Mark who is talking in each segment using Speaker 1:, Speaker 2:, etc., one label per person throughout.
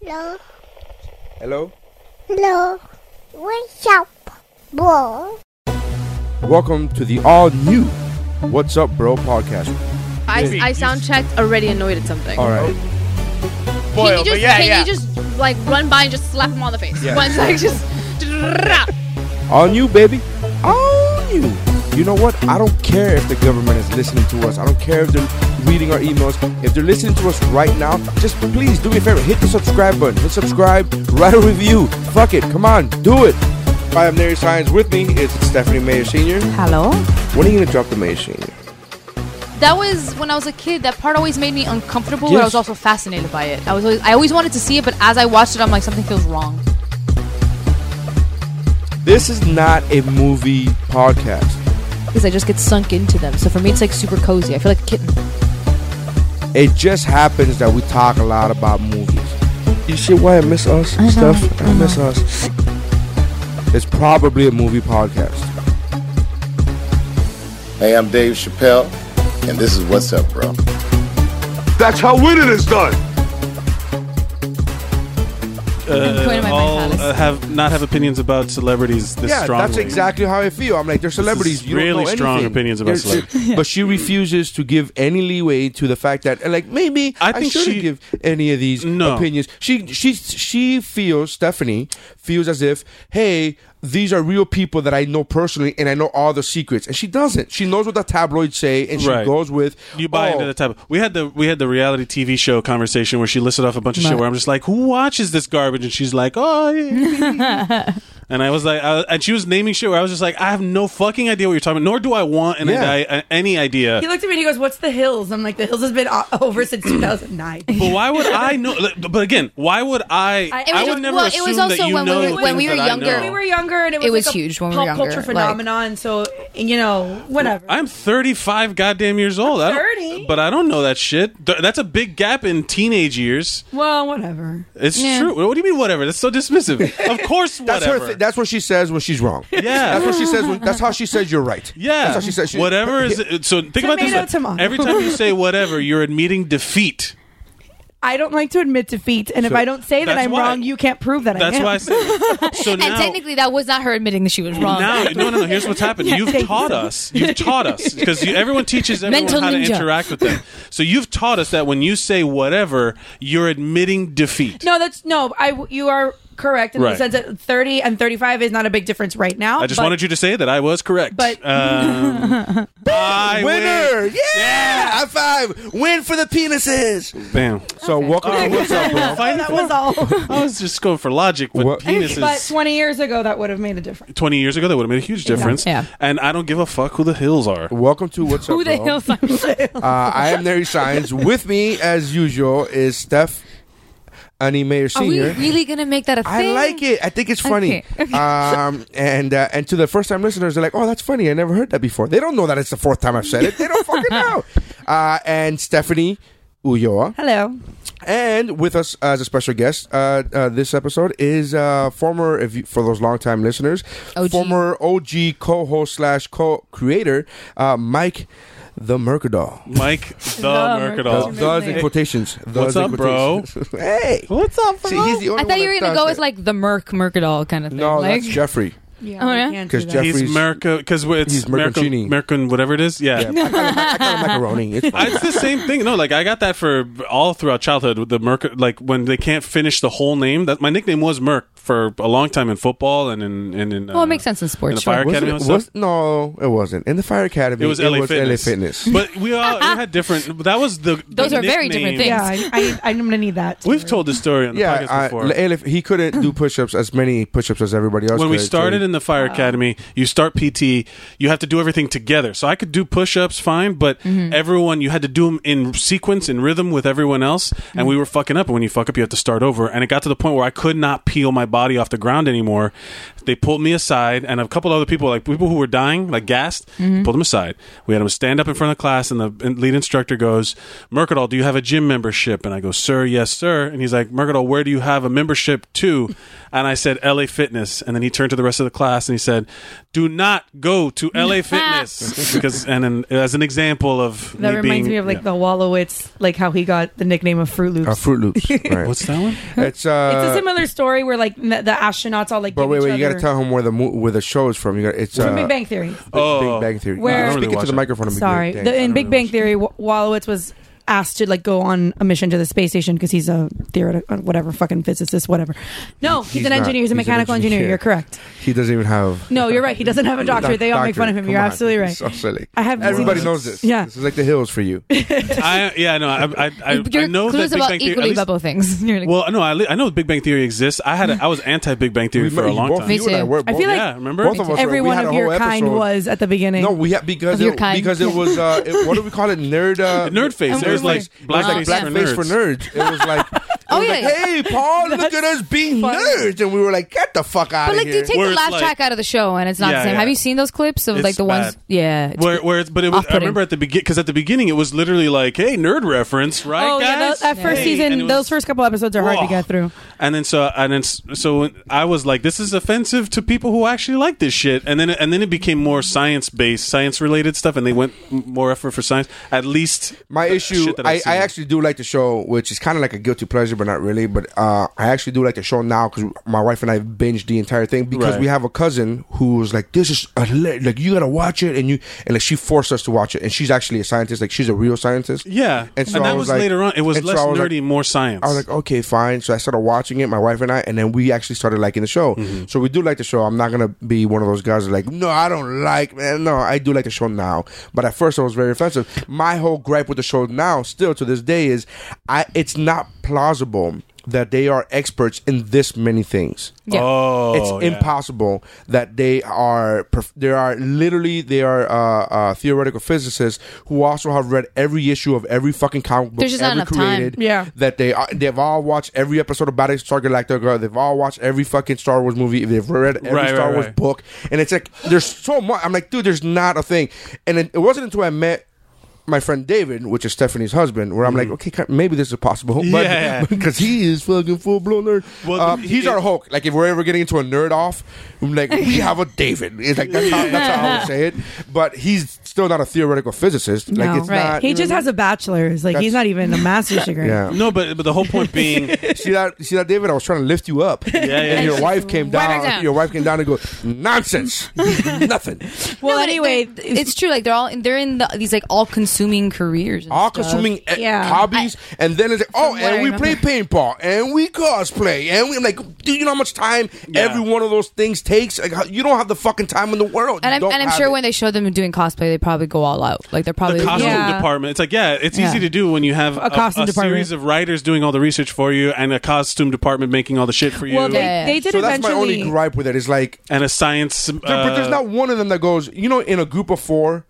Speaker 1: Hello.
Speaker 2: Hello.
Speaker 1: Hello. What's up, bro?
Speaker 2: Welcome to the all new What's Up Bro podcast.
Speaker 3: I, I sound checked already annoyed at something.
Speaker 2: All right.
Speaker 3: Can
Speaker 4: Boyle,
Speaker 3: you
Speaker 4: but
Speaker 3: just
Speaker 4: yeah,
Speaker 3: can
Speaker 4: yeah.
Speaker 3: you just like run by and just slap him on the face?
Speaker 2: Yeah.
Speaker 3: Once like just
Speaker 2: All new, baby. All new. You know what? I don't care if the government is listening to us. I don't care if they're reading our emails. If they're listening to us right now, just please do me a favor. Hit the subscribe button. Hit subscribe. Write a review. Fuck it. Come on. Do it. I am Nary Science. With me is Stephanie Mayer Sr.
Speaker 5: Hello?
Speaker 2: When are you going to drop the Mayer Sr.?
Speaker 3: That was when I was a kid. That part always made me uncomfortable, but
Speaker 2: Yes.
Speaker 3: I was also fascinated by it. I was always, I always wanted to see it, but as I watched it, I'm like something feels wrong.
Speaker 2: This is not a movie podcast.
Speaker 5: Because I just get sunk into them. So for me, it's like super cozy. I feel like a kitten.
Speaker 2: It just happens that we talk a lot about movies. You see why I miss us
Speaker 5: know,
Speaker 2: stuff? I,
Speaker 5: I
Speaker 2: miss
Speaker 5: know.
Speaker 2: us. It's probably a movie podcast.
Speaker 6: Hey, I'm Dave Chappelle, and this is What's Up, Bro.
Speaker 2: That's how winning is done.
Speaker 3: I'm going to my
Speaker 4: all
Speaker 3: palace.
Speaker 4: uh, have not have opinions about celebrities this
Speaker 2: yeah,
Speaker 4: strongly.
Speaker 2: that's exactly how I feel. I'm like, they're celebrities. you don't
Speaker 4: really
Speaker 2: know
Speaker 4: strong
Speaker 2: anything.
Speaker 4: opinions about
Speaker 2: They're-
Speaker 4: celebrities.
Speaker 2: But she refuses to give any leeway to the fact that, and like, maybe I,
Speaker 4: I think
Speaker 2: shouldn't
Speaker 4: she-
Speaker 2: give any of these
Speaker 4: No.
Speaker 2: opinions. She she she feels Stephanie feels as if, hey, these are real people that I know personally, and I know all the secrets, and she doesn't. She knows what the tabloids say, and she
Speaker 4: Right.
Speaker 2: goes with
Speaker 4: You buy
Speaker 2: oh,
Speaker 4: into the type. Of, we had the we had the reality TV show conversation where she listed off a bunch of shit. Where I'm just like, who watches this garbage? And she's like, oh. yeah." and I was like, I, and she was naming shit. Where I was just like, I have no fucking idea what you're talking about. Nor do I want an
Speaker 2: Yeah.
Speaker 4: I- any idea.
Speaker 7: He looked at me and he goes, "What's the hills?" I'm like, "The hills has been o- over since 2009."
Speaker 4: But why would I know? But again, why would I?
Speaker 7: I-
Speaker 4: I,
Speaker 7: It was
Speaker 4: would
Speaker 7: just-
Speaker 4: never
Speaker 3: well, it was
Speaker 4: assume
Speaker 3: also
Speaker 4: that you
Speaker 3: when we
Speaker 4: know
Speaker 3: were-
Speaker 4: things
Speaker 3: when we were
Speaker 4: that I
Speaker 3: younger-
Speaker 4: know.
Speaker 7: we were younger, and it was,
Speaker 5: It was
Speaker 7: like a
Speaker 5: huge when we were
Speaker 7: pop
Speaker 5: younger,
Speaker 7: culture
Speaker 5: like-
Speaker 7: phenomenon. so you know, whatever.
Speaker 4: I'm 35 goddamn years old. I don't-
Speaker 7: 30.
Speaker 4: but I don't know that shit. Th- That's a big gap in teenage years.
Speaker 7: well, whatever.
Speaker 4: It's true. What do you mean, whatever? That's so dismissive. Of course,
Speaker 2: That's
Speaker 4: whatever.
Speaker 2: her. Th- that's what she says when she's wrong.
Speaker 4: yeah.
Speaker 2: That's what she says. When, that's how she says you're right.
Speaker 4: yeah.
Speaker 2: That's how she says. She,
Speaker 4: whatever is. So think about this.
Speaker 7: Tomato,
Speaker 4: way.
Speaker 7: tomato.
Speaker 4: Every time you say whatever, you're admitting defeat.
Speaker 7: I don't like to admit defeat, and if I don't say that
Speaker 4: that's
Speaker 7: I'm
Speaker 4: why-
Speaker 7: wrong, you can't prove that
Speaker 4: That's
Speaker 7: I am.
Speaker 4: why I said. So now.
Speaker 3: and technically, that was not her admitting that she was wrong.
Speaker 4: Now, no, no, no. Here's what's happened. You've taught us. You've taught us because everyone teaches everyone
Speaker 3: Mental
Speaker 4: how to
Speaker 3: ninja.
Speaker 4: interact with them. So you've taught us that when you say whatever, you're admitting defeat.
Speaker 7: no, that's no. I you are correct in
Speaker 4: Right.
Speaker 7: the sense that 30 and 35 is not a big difference right now.
Speaker 4: I just
Speaker 7: but
Speaker 4: wanted you to say that I was correct.
Speaker 7: But-
Speaker 4: um, I
Speaker 2: Winner!
Speaker 4: win.
Speaker 2: Yeah! High five! Win for the penises!
Speaker 4: Bam!
Speaker 2: So welcome to What's Up, bro.
Speaker 4: Fighting
Speaker 7: that
Speaker 4: for-
Speaker 7: was all.
Speaker 4: I was just going for logic, but
Speaker 2: What-
Speaker 4: penises.
Speaker 7: but 20 years ago, that would have made a difference.
Speaker 4: 20 years ago, that would have made a huge difference.
Speaker 5: Yeah.
Speaker 4: And I don't give a fuck who the hills are.
Speaker 2: Welcome to What's Up,
Speaker 3: Who the
Speaker 2: bro.
Speaker 3: hell?
Speaker 2: Uh, I am Nary Science. With me, as usual, is Steph Annie Mayer
Speaker 3: Are we
Speaker 2: Senior.
Speaker 3: really gonna make that a thing?
Speaker 2: I like it. I think it's funny.
Speaker 3: Okay.
Speaker 2: Um, and uh, and to the first time listeners, they're like, "Oh, that's funny. I never heard that before." They don't know that it's the fourth time I've said it. They don't fucking know. Uh, and Stephanie Ulloa.
Speaker 7: Hello.
Speaker 2: And with us as a special guest uh, uh, this episode is uh, former, if you, for those longtime listeners,
Speaker 3: OG.
Speaker 2: former OG co-host slash co-creator uh, Mike the Mercadal.
Speaker 4: Mike the,
Speaker 2: Uh,
Speaker 4: Mercadal.
Speaker 7: Mercadal.
Speaker 2: those in quotations. Those
Speaker 4: Oh, What's up,
Speaker 2: in
Speaker 4: bro?
Speaker 2: quotations. hey,
Speaker 4: What's up,
Speaker 2: See, he's the only
Speaker 5: I
Speaker 2: one
Speaker 5: thought you were going to
Speaker 2: that does
Speaker 5: go with
Speaker 2: that.
Speaker 5: like the Merc Mercadal kind of thing.
Speaker 2: No,
Speaker 5: like,
Speaker 2: that's Jeffrey.
Speaker 7: Yeah.
Speaker 5: Oh, yeah?
Speaker 7: we can't do
Speaker 2: Because
Speaker 7: that.
Speaker 2: Jeff-
Speaker 4: He's
Speaker 2: Jeffries.
Speaker 4: Merca because it's
Speaker 2: He's Merconcini.
Speaker 4: Mercon, Mercon, whatever it is. Yeah.
Speaker 2: Yeah, I call him- I call him macaroni. It's fine.
Speaker 4: it's the same thing. No, like I got that for all throughout childhood. The Merc, like when they can't finish the whole name. That my nickname was Merc for a long time in football and in and in. Uh,
Speaker 5: well, it makes sense in
Speaker 4: In
Speaker 5: sports.
Speaker 4: the
Speaker 5: sure.
Speaker 4: fire
Speaker 2: Was
Speaker 4: academy
Speaker 2: it-
Speaker 4: and stuff.
Speaker 2: was- no, it wasn't. In the fire academy,
Speaker 4: It was LA Fitness.
Speaker 2: Fitness.
Speaker 4: But we all we had different. That was the.
Speaker 3: Those
Speaker 4: the
Speaker 3: are very different
Speaker 4: nickname.
Speaker 3: things.
Speaker 7: yeah, I, I, I'm gonna need that.
Speaker 4: We've told this story on the
Speaker 2: yeah,
Speaker 4: podcast
Speaker 2: I,
Speaker 4: before.
Speaker 2: LA he couldn't do push-ups as many push-ups as everybody else.
Speaker 4: when we
Speaker 2: could, so
Speaker 4: started
Speaker 2: he-
Speaker 4: in the fire academy, you start PT, you have to do everything together. So I could do push-ups fine, but
Speaker 3: Mm-hmm.
Speaker 4: everyone you had to do them in sequence in rhythm with everyone else,
Speaker 3: Mm-hmm.
Speaker 4: and we were fucking up. And when you fuck up, you have to start over. And it got to the point where I could not peel my body off the ground anymore. They pulled me aside, and a couple other people, like people who were dying, like gassed,
Speaker 7: Mm-hmm.
Speaker 4: pulled them aside. We had them stand up in front of class, and the and lead instructor goes, "Mercadal, do you have a gym membership?" And I go, "Sir, yes, sir." And he's like, "Mercadal, where do you have a membership to?" And I said, "LA Fitness." And then he turned to the rest of the class class and he said, "Do not go to LA Fitness because." And an, as an example of
Speaker 7: That
Speaker 4: me
Speaker 7: reminds
Speaker 4: being-
Speaker 7: me of like
Speaker 4: yeah.
Speaker 7: the Wallowitz, like how he got the nickname of Fruit Loops.
Speaker 2: Uh, Fruit Loops. Right.
Speaker 4: what's that one?
Speaker 2: it's uh.
Speaker 7: it's a similar story where like n- the astronauts all like.
Speaker 2: but
Speaker 7: give
Speaker 2: wait,
Speaker 7: each
Speaker 2: wait! You got
Speaker 7: other-
Speaker 2: to tell him where the mo- where the show is from. You got it's
Speaker 7: From
Speaker 2: uh,
Speaker 7: Big Bang Theory.
Speaker 4: Oh.
Speaker 2: Big Bang Theory.
Speaker 7: Where- I don't
Speaker 2: Speak
Speaker 4: really
Speaker 2: it to
Speaker 4: watch
Speaker 2: the
Speaker 4: it.
Speaker 2: microphone. and be
Speaker 7: Sorry,
Speaker 2: good.
Speaker 7: the,
Speaker 2: Thanks.
Speaker 7: in Big Bang Theory, Wa- Wallowitz was asked to like go on a mission to the space station because he's a theoretical, whatever, fucking physicist, whatever. No, he's,
Speaker 2: He's
Speaker 7: an
Speaker 2: not.
Speaker 7: engineer.
Speaker 2: He's
Speaker 7: He's a
Speaker 2: an
Speaker 7: mechanical engineer.
Speaker 2: engineer.
Speaker 7: You're correct.
Speaker 2: He doesn't even have.
Speaker 7: No, you're right. He doesn't have a doctorate. They all make fun of him.
Speaker 2: Come
Speaker 7: You're
Speaker 2: on.
Speaker 7: absolutely right.
Speaker 2: So silly.
Speaker 7: I have
Speaker 2: Everybody
Speaker 7: zero-
Speaker 2: knows this.
Speaker 7: Yeah.
Speaker 2: This is like the hills for you.
Speaker 4: I, yeah, no, I, I, I, I
Speaker 3: Your
Speaker 4: know that
Speaker 3: clues
Speaker 4: Big
Speaker 3: about
Speaker 4: Bang Theory. at
Speaker 3: equally
Speaker 4: least-
Speaker 3: about both things. You're like,
Speaker 4: well, no, I, li- I know Big Bang Theory exists. I had, a, I was anti Big Bang Theory
Speaker 2: We-
Speaker 4: for a
Speaker 2: you
Speaker 4: long
Speaker 2: both-
Speaker 4: time.
Speaker 3: Me
Speaker 2: you and I
Speaker 3: too.
Speaker 2: were
Speaker 7: I feel
Speaker 2: both-
Speaker 7: like
Speaker 4: yeah, remember?
Speaker 2: both of us.
Speaker 7: Every
Speaker 2: we
Speaker 7: one
Speaker 2: had a
Speaker 7: of
Speaker 2: whole
Speaker 7: your kind
Speaker 2: episode-
Speaker 7: was at the beginning.
Speaker 2: No, we had because
Speaker 3: Of your
Speaker 2: it,
Speaker 3: kind.
Speaker 2: because it was uh, it, what do we call it? Nerd uh,
Speaker 4: Nerd face. It was like
Speaker 2: It was like blackface
Speaker 4: blackface for nerds.
Speaker 2: for nerds. It was like.
Speaker 3: Oh,
Speaker 2: it was like,
Speaker 3: yeah.
Speaker 2: hey, Paul, look at us being nerds, and we were like, "Get the fuck out
Speaker 3: but
Speaker 2: of
Speaker 3: like, do
Speaker 2: here!"
Speaker 3: you take
Speaker 4: Where
Speaker 3: the
Speaker 4: it's
Speaker 3: laugh
Speaker 4: like-
Speaker 3: track out of the show and it's not
Speaker 4: Yeah,
Speaker 3: the same?
Speaker 4: yeah.
Speaker 3: Have you seen those clips of
Speaker 4: It's
Speaker 3: like the ones?
Speaker 4: bad.
Speaker 3: Yeah, it's
Speaker 4: Where, where it's, but it was, I
Speaker 3: Off-putting.
Speaker 4: remember at the beginning, because at the beginning it was literally like, hey, nerd reference, right,
Speaker 7: Oh
Speaker 4: guys?
Speaker 7: yeah, those, that first
Speaker 4: Hey, and it
Speaker 7: season,
Speaker 4: was-
Speaker 7: those first couple episodes are hard
Speaker 4: Whoa.
Speaker 7: to get through.
Speaker 4: And then so and then s- so I was like, this is offensive to people who actually like this shit. And then and then it became more science based, science related stuff, and they went m- more effort for science. At least
Speaker 2: My
Speaker 4: the
Speaker 2: issue,
Speaker 4: shit that
Speaker 2: I,
Speaker 4: I've
Speaker 2: I
Speaker 4: seen.
Speaker 2: actually do like the show, which is kind of like a guilty pleasure, but not really. But uh, I actually do like the show now because my wife and I binged the entire thing because
Speaker 4: Right.
Speaker 2: we have a cousin who was like, "This is a le- like you gotta watch it," and you and like she forced us to watch it, and she's actually a scientist, like she's a real scientist.
Speaker 4: yeah,
Speaker 2: And
Speaker 4: and,
Speaker 2: so I
Speaker 4: that
Speaker 2: was
Speaker 4: was
Speaker 2: like-
Speaker 4: later on. It was
Speaker 2: and so
Speaker 4: less
Speaker 2: I was like-
Speaker 4: nerdy, more science.
Speaker 2: I was like, okay, fine. So I started watching it, my wife and I, and then we actually started liking the show. So we do like the show. I'm not gonna be one of those guys that like, no, I don't like, man. No, I do like the show now. But at first, I was very offensive. My whole gripe with the show now, still to this day, is I it's not plausible that they are experts in this many things.
Speaker 3: yeah.
Speaker 4: oh,
Speaker 2: it's
Speaker 4: yeah.
Speaker 2: impossible that they are. prof- They are literally they are uh, uh, theoretical physicists who also have read every issue of every fucking comic book
Speaker 3: There's just not
Speaker 2: ever
Speaker 3: enough time.
Speaker 2: created
Speaker 7: Yeah.
Speaker 2: that they are, they've all watched every episode of Battlestar Galactica. They've all watched every fucking Star Wars movie. They've read every
Speaker 4: Right,
Speaker 2: Star
Speaker 4: right,
Speaker 2: Wars
Speaker 4: right.
Speaker 2: book, and it's like there's so much. I'm like, dude, there's not a thing. And it, it wasn't until I met. My friend David, which is Stephanie's husband, where I'm like, okay, ki- maybe this is possible,
Speaker 4: Mm-hmm. Yeah.
Speaker 2: but because he is fucking full blown nerd.
Speaker 4: Well,
Speaker 2: Uh,
Speaker 4: the-
Speaker 2: he's
Speaker 4: it-
Speaker 2: our Hulk. Like if we're ever getting into a nerd off, I'm like we have a David. It's like that's how, that's how I would say it. But he's still not a theoretical physicist. Like
Speaker 7: no,
Speaker 2: it's not.
Speaker 7: he
Speaker 2: you know
Speaker 7: just
Speaker 2: what I
Speaker 7: has a bachelor's. Like he's
Speaker 2: That's-
Speaker 7: not even a master's degree.
Speaker 2: mean? oh, yeah.
Speaker 4: No, but but the whole point being,
Speaker 2: See that? See that, David? I was trying to lift you up. Yeah,
Speaker 4: yeah.
Speaker 2: And your wife came
Speaker 3: Wipe her
Speaker 2: down.
Speaker 3: down.
Speaker 2: Your wife came down and go nonsense, nothing.
Speaker 7: Well,
Speaker 3: No, but it-
Speaker 7: anyway,
Speaker 3: they're- it's, true. Like they're all in, they're in the, these like all-consuming careers, and
Speaker 2: All
Speaker 3: stuff.
Speaker 2: consuming eh,
Speaker 7: Yeah.
Speaker 2: hobbies, and then it's like, oh,
Speaker 3: From what I
Speaker 2: and we play paintball, and we cosplay, and we I'm like, do you know how much time every one of those things takes? Like, how- you don't have the fucking time in the world.
Speaker 3: And I'm, and I'm sure when they show them doing cosplay, they probably go all out. Like they're probably
Speaker 4: the costume
Speaker 7: Yeah.
Speaker 4: department. It's like, yeah, it's
Speaker 3: Yeah.
Speaker 4: easy to do when you have a,
Speaker 7: costume
Speaker 4: a
Speaker 7: department.
Speaker 4: series of writers doing all the research for you and a costume department making all the shit for you
Speaker 7: well, they,
Speaker 3: Yeah.
Speaker 7: they did
Speaker 2: So that's my
Speaker 7: eventually.
Speaker 2: only gripe with it. Is like,
Speaker 4: and a science. Uh,
Speaker 2: there- but there's not one of them that goes, you know, in a group of four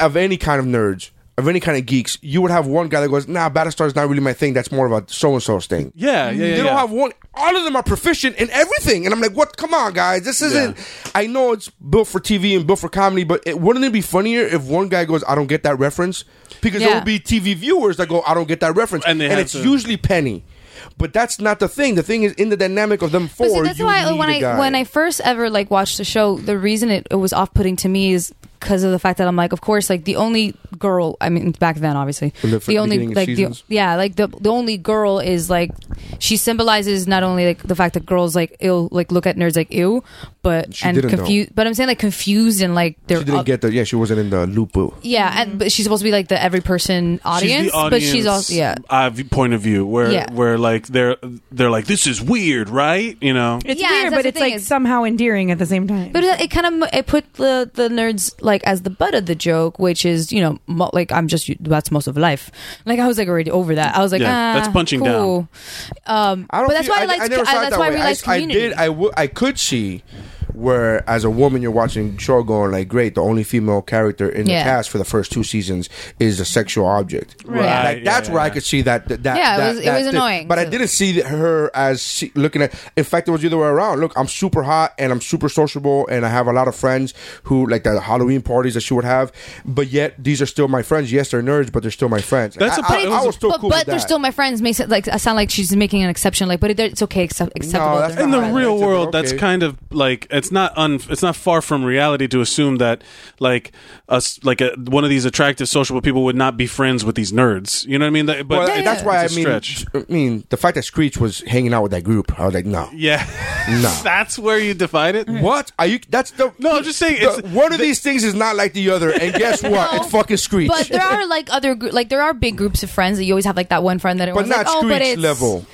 Speaker 2: of any kind of nerds, of any kind of geeks, you would have one guy that goes, nah, Battlestar is not really my thing. That's more of a so and so's thing.
Speaker 4: yeah, yeah, yeah.
Speaker 2: they
Speaker 4: yeah.
Speaker 2: don't have one. All of them are proficient in everything, and I'm like, what? Come on, guys, this isn't. I know it's built for TV and built for comedy, but it, wouldn't it be funnier if one guy goes, "I don't get that reference," because there
Speaker 3: Yeah.
Speaker 2: will be TV viewers that go, "I don't get that reference," and,
Speaker 4: And they have
Speaker 2: it's
Speaker 4: to-
Speaker 2: usually Penny. But that's not the thing. The thing is in the dynamic of them four.
Speaker 3: But see, that's
Speaker 2: you
Speaker 3: why
Speaker 2: need
Speaker 3: when
Speaker 2: a
Speaker 3: I
Speaker 2: guy.
Speaker 3: when I first ever like watched the show, the reason it, it was off putting to me is because of the fact that I'm like, of course, like the only girl. I mean, back then, obviously,
Speaker 2: In the
Speaker 3: the,
Speaker 2: fir-
Speaker 3: only
Speaker 2: beginning of
Speaker 3: like the,
Speaker 2: seasons?
Speaker 3: yeah, like the the only girl is like she symbolizes not only like the fact that girls like ill like look at nerds like ew, but
Speaker 2: She
Speaker 3: and
Speaker 2: didn't, though.
Speaker 3: confused. But I'm saying like confused and like they're
Speaker 2: she didn't
Speaker 3: up-
Speaker 2: get the yeah. She wasn't in the loop. boo.
Speaker 3: yeah, and but she's supposed to be like the every person audience,
Speaker 4: she's the
Speaker 3: but she's also yeah.
Speaker 4: uh, v- point of view where
Speaker 3: Yeah.
Speaker 4: where like they're they're like this is weird, right? You know,
Speaker 7: it's
Speaker 3: Yeah,
Speaker 7: weird,
Speaker 3: that's
Speaker 7: but
Speaker 3: the
Speaker 7: it's
Speaker 3: thing
Speaker 7: like
Speaker 3: is-
Speaker 7: somehow endearing at the same time.
Speaker 3: But it, it kind of it put the the nerds like as the butt of the joke, which is you know mo- like I'm just that's most of life. Like I was like already over that. I was like
Speaker 4: Yeah,
Speaker 3: ah,
Speaker 4: that's punching
Speaker 3: cool. Um,
Speaker 2: I don't.
Speaker 3: but that's
Speaker 2: feel-
Speaker 3: why I, liked,
Speaker 2: never
Speaker 3: I-
Speaker 2: saw it
Speaker 3: that's
Speaker 2: that
Speaker 3: why I
Speaker 2: way.
Speaker 3: realized
Speaker 2: I,
Speaker 3: community.
Speaker 2: did. I, w- I could see where, as a woman, you're watching show going like, great. The only female character in the
Speaker 3: Yeah.
Speaker 2: cast for the first two seasons is a sexual object.
Speaker 4: Right,
Speaker 2: Like,
Speaker 4: yeah,
Speaker 2: that's
Speaker 4: yeah,
Speaker 2: where I
Speaker 4: yeah.
Speaker 2: could see that. That. that
Speaker 3: Yeah, it
Speaker 2: that-
Speaker 3: was- it
Speaker 2: that
Speaker 3: was
Speaker 2: thing.
Speaker 3: annoying,
Speaker 2: But I
Speaker 3: too.
Speaker 2: didn't see that- her as she, looking at. In fact, it was the other way around. Look, I'm super hot and I'm super sociable and I have a lot of friends who like the Halloween parties that she would have. But yet, these are still my friends. Yes, they're nerds, but they're still my friends.
Speaker 4: That's
Speaker 2: Like,
Speaker 4: a-
Speaker 2: I- I-
Speaker 4: it
Speaker 2: I
Speaker 4: was-
Speaker 2: was still
Speaker 3: but,
Speaker 2: cool
Speaker 3: but
Speaker 2: with
Speaker 3: they're
Speaker 2: that.
Speaker 3: still my friends. Makes it like I sound like she's making an exception. Like, but it, it's okay, accept, acceptable.
Speaker 2: that's
Speaker 3: They're
Speaker 4: in
Speaker 2: not
Speaker 4: the
Speaker 3: friends.
Speaker 2: right.
Speaker 4: real
Speaker 2: It's a-
Speaker 4: world, that's
Speaker 2: okay.
Speaker 4: kind of like it's it's not un, it's not far from reality to assume that like us like a, one of these attractive sociable people would not be friends with these nerds. You know what I mean? That- But
Speaker 2: Well,
Speaker 4: it-
Speaker 2: that's why I
Speaker 4: it's a
Speaker 2: mean,
Speaker 4: stretch.
Speaker 2: I mean, the fact that Screech was hanging out with that group, I was like, no.
Speaker 4: Yeah,
Speaker 2: No.
Speaker 4: that's where you divide it.
Speaker 2: What are you? That's the
Speaker 4: No, I'm just saying
Speaker 2: the-
Speaker 4: it's-
Speaker 2: one of these things is not like the other, and guess what? It's fucking Screech.
Speaker 3: But there are like other gr- like there are big groups of friends that you always have like that one friend that
Speaker 2: But
Speaker 3: everyone's
Speaker 2: not
Speaker 3: like, oh,
Speaker 2: Screech
Speaker 3: but it's
Speaker 2: level.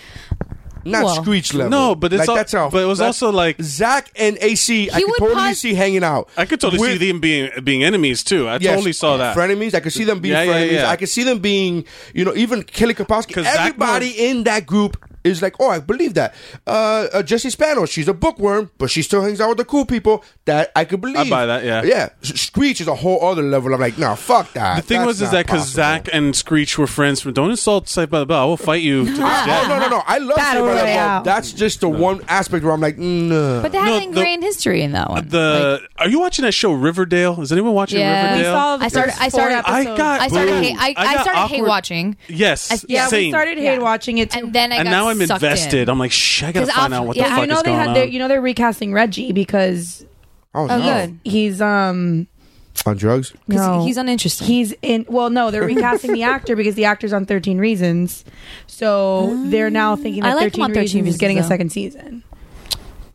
Speaker 2: Not
Speaker 3: Well.
Speaker 2: Screech level.
Speaker 4: No, but it's
Speaker 2: like,
Speaker 4: al-
Speaker 2: that's how.
Speaker 4: but it was
Speaker 2: that's-
Speaker 4: also like-
Speaker 2: Zach and AC. I
Speaker 3: He
Speaker 2: could
Speaker 3: would
Speaker 2: totally
Speaker 3: pos-
Speaker 2: see hanging out.
Speaker 4: I could totally see
Speaker 2: With-
Speaker 4: them being being enemies too. I
Speaker 2: Yes,
Speaker 4: totally saw that.
Speaker 2: frenemies. I could see them being
Speaker 4: Yeah, yeah,
Speaker 2: frenemies.
Speaker 4: yeah.
Speaker 2: I could see them being, you know, even Kelly Kapowski.
Speaker 4: 'Cause Zach
Speaker 2: Everybody in that group is like, oh, I believe that. Uh, uh, Jesse Spano, she's a bookworm, but she still hangs out with the cool people. That I could believe.
Speaker 4: buy that, yeah.
Speaker 2: yeah. S- Screech is a whole other level. I'm like, nah, fuck that.
Speaker 4: The thing
Speaker 2: That's
Speaker 4: was is
Speaker 2: not
Speaker 4: that because
Speaker 2: possible.
Speaker 4: Zach and Screech were friends from Don't Insult Saved by the Bell. I will fight you. to the
Speaker 2: I-
Speaker 4: death.
Speaker 2: oh, no, no, no. I love
Speaker 7: Battle
Speaker 2: Saved by the Bell.
Speaker 7: Royale.
Speaker 2: That's just the one aspect where I'm like, no.
Speaker 3: But they had
Speaker 4: No,
Speaker 3: an ingrained history in that one.
Speaker 4: The are you watching that show Riverdale? Is anyone watching
Speaker 3: Yeah.
Speaker 4: Riverdale?
Speaker 3: We saw
Speaker 7: the
Speaker 3: I started-
Speaker 7: first
Speaker 3: I started-
Speaker 7: four
Speaker 4: I
Speaker 7: episodes.
Speaker 4: got
Speaker 3: I started
Speaker 4: booed.
Speaker 3: hate. I, I,
Speaker 4: got
Speaker 3: started hate
Speaker 4: awkward-
Speaker 3: watching,
Speaker 4: Yes,
Speaker 3: I-
Speaker 7: Yeah,
Speaker 4: same.
Speaker 7: we started hate
Speaker 3: Yeah.
Speaker 7: watching it.
Speaker 3: and then I
Speaker 4: and
Speaker 3: got
Speaker 4: now I'm
Speaker 3: sucked
Speaker 4: invested.
Speaker 3: In.
Speaker 4: I'm like, shh, I gotta
Speaker 3: 'Cause
Speaker 4: find
Speaker 3: I'll-
Speaker 4: out what
Speaker 3: yeah,
Speaker 4: the
Speaker 3: I
Speaker 4: fuck
Speaker 7: you know
Speaker 4: is
Speaker 7: they
Speaker 4: going
Speaker 7: had
Speaker 4: on.
Speaker 7: their, you know they're recasting Reggie because
Speaker 2: oh, no.
Speaker 3: Oh, good.
Speaker 7: he's um
Speaker 2: On drugs?
Speaker 3: Because
Speaker 7: no.
Speaker 3: he's uninteresting.
Speaker 7: He's in. Well, no, they're recasting the actor because the actor's on Thirteen Reasons, so they're
Speaker 4: Ah.
Speaker 7: now thinking
Speaker 3: I
Speaker 7: that
Speaker 3: like him
Speaker 7: Thirteen,
Speaker 3: on 13
Speaker 7: Reasons, is getting a
Speaker 3: though.
Speaker 7: second season.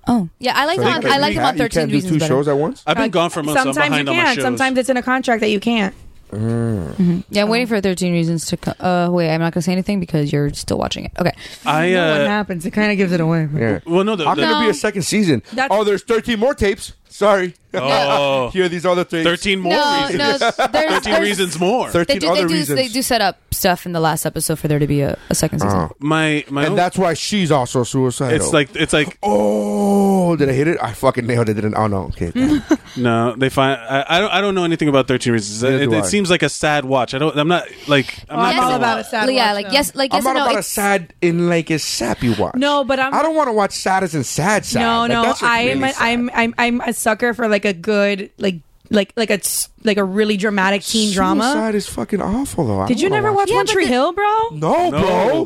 Speaker 3: oh, yeah, I like
Speaker 2: So
Speaker 3: him.
Speaker 2: they
Speaker 3: On, I
Speaker 2: can-
Speaker 3: like him on
Speaker 2: you
Speaker 3: Thirteen
Speaker 2: can't do
Speaker 3: Reasons
Speaker 2: two
Speaker 3: better.
Speaker 2: shows at once?
Speaker 4: I've been gone for months.
Speaker 7: Sometimes
Speaker 4: so I'm behind
Speaker 7: you
Speaker 4: on my
Speaker 7: can.
Speaker 4: shows.
Speaker 7: Sometimes it's in a contract that you can't.
Speaker 3: Yeah, I'm waiting for Thirteen Reasons to. co- Uh, wait, I'm not gonna say anything because you're still watching it. Okay,
Speaker 4: I
Speaker 7: You know what
Speaker 4: uh,
Speaker 7: happens? It kind of gives it away.
Speaker 2: Yeah.
Speaker 4: well, no, the,
Speaker 2: How can
Speaker 4: the,
Speaker 2: there be a second season?
Speaker 7: That's-
Speaker 2: oh, there's 13 more tapes. Sorry.
Speaker 4: Oh.
Speaker 2: Here are these other things.
Speaker 4: thirteen more
Speaker 3: no,
Speaker 4: reasons.
Speaker 3: no, there's,
Speaker 4: Thirteen
Speaker 3: there's-
Speaker 4: reasons more.
Speaker 2: 13
Speaker 3: They do. They
Speaker 2: other
Speaker 3: do,
Speaker 2: reasons. Oh.
Speaker 3: they do set up stuff in the last episode for there to be a, a second season.
Speaker 4: My my.
Speaker 2: And
Speaker 4: own-
Speaker 2: that's why she's also suicidal.
Speaker 4: It's like it's like
Speaker 2: oh, did I hit it? I fucking nailed it. Didn't I? Oh, no. Okay.
Speaker 4: no. They find I, I don't I don't know anything about Thirteen Reasons.
Speaker 2: Neither
Speaker 4: It,
Speaker 2: do I.
Speaker 4: it seems like a sad watch. I don't. I'm not like I'm
Speaker 7: Well,
Speaker 4: not
Speaker 7: I'm all
Speaker 4: gonna
Speaker 7: about
Speaker 4: lie.
Speaker 7: a sad
Speaker 3: Yeah,
Speaker 7: watch,
Speaker 3: like
Speaker 7: though.
Speaker 3: yes, like
Speaker 2: I'm
Speaker 3: yes
Speaker 2: not
Speaker 3: and no.
Speaker 2: about a
Speaker 3: it's-
Speaker 2: sad in like a sappy watch.
Speaker 7: No, but I'm-
Speaker 2: I don't want to watch sad as in sad sad.
Speaker 7: No,
Speaker 2: Like,
Speaker 7: no,
Speaker 2: that's just
Speaker 7: I am.
Speaker 2: really
Speaker 7: a- I'm, I'm. I'm a sucker for like a good, like, like, like a, s- like a really dramatic teen drama.
Speaker 2: Suicide is fucking awful though. I
Speaker 7: Did
Speaker 2: don't
Speaker 7: you
Speaker 2: wanna
Speaker 7: never watch
Speaker 3: Yeah,
Speaker 7: One
Speaker 3: but
Speaker 7: Tree
Speaker 3: the-
Speaker 7: Hill, bro?
Speaker 2: No,
Speaker 4: No,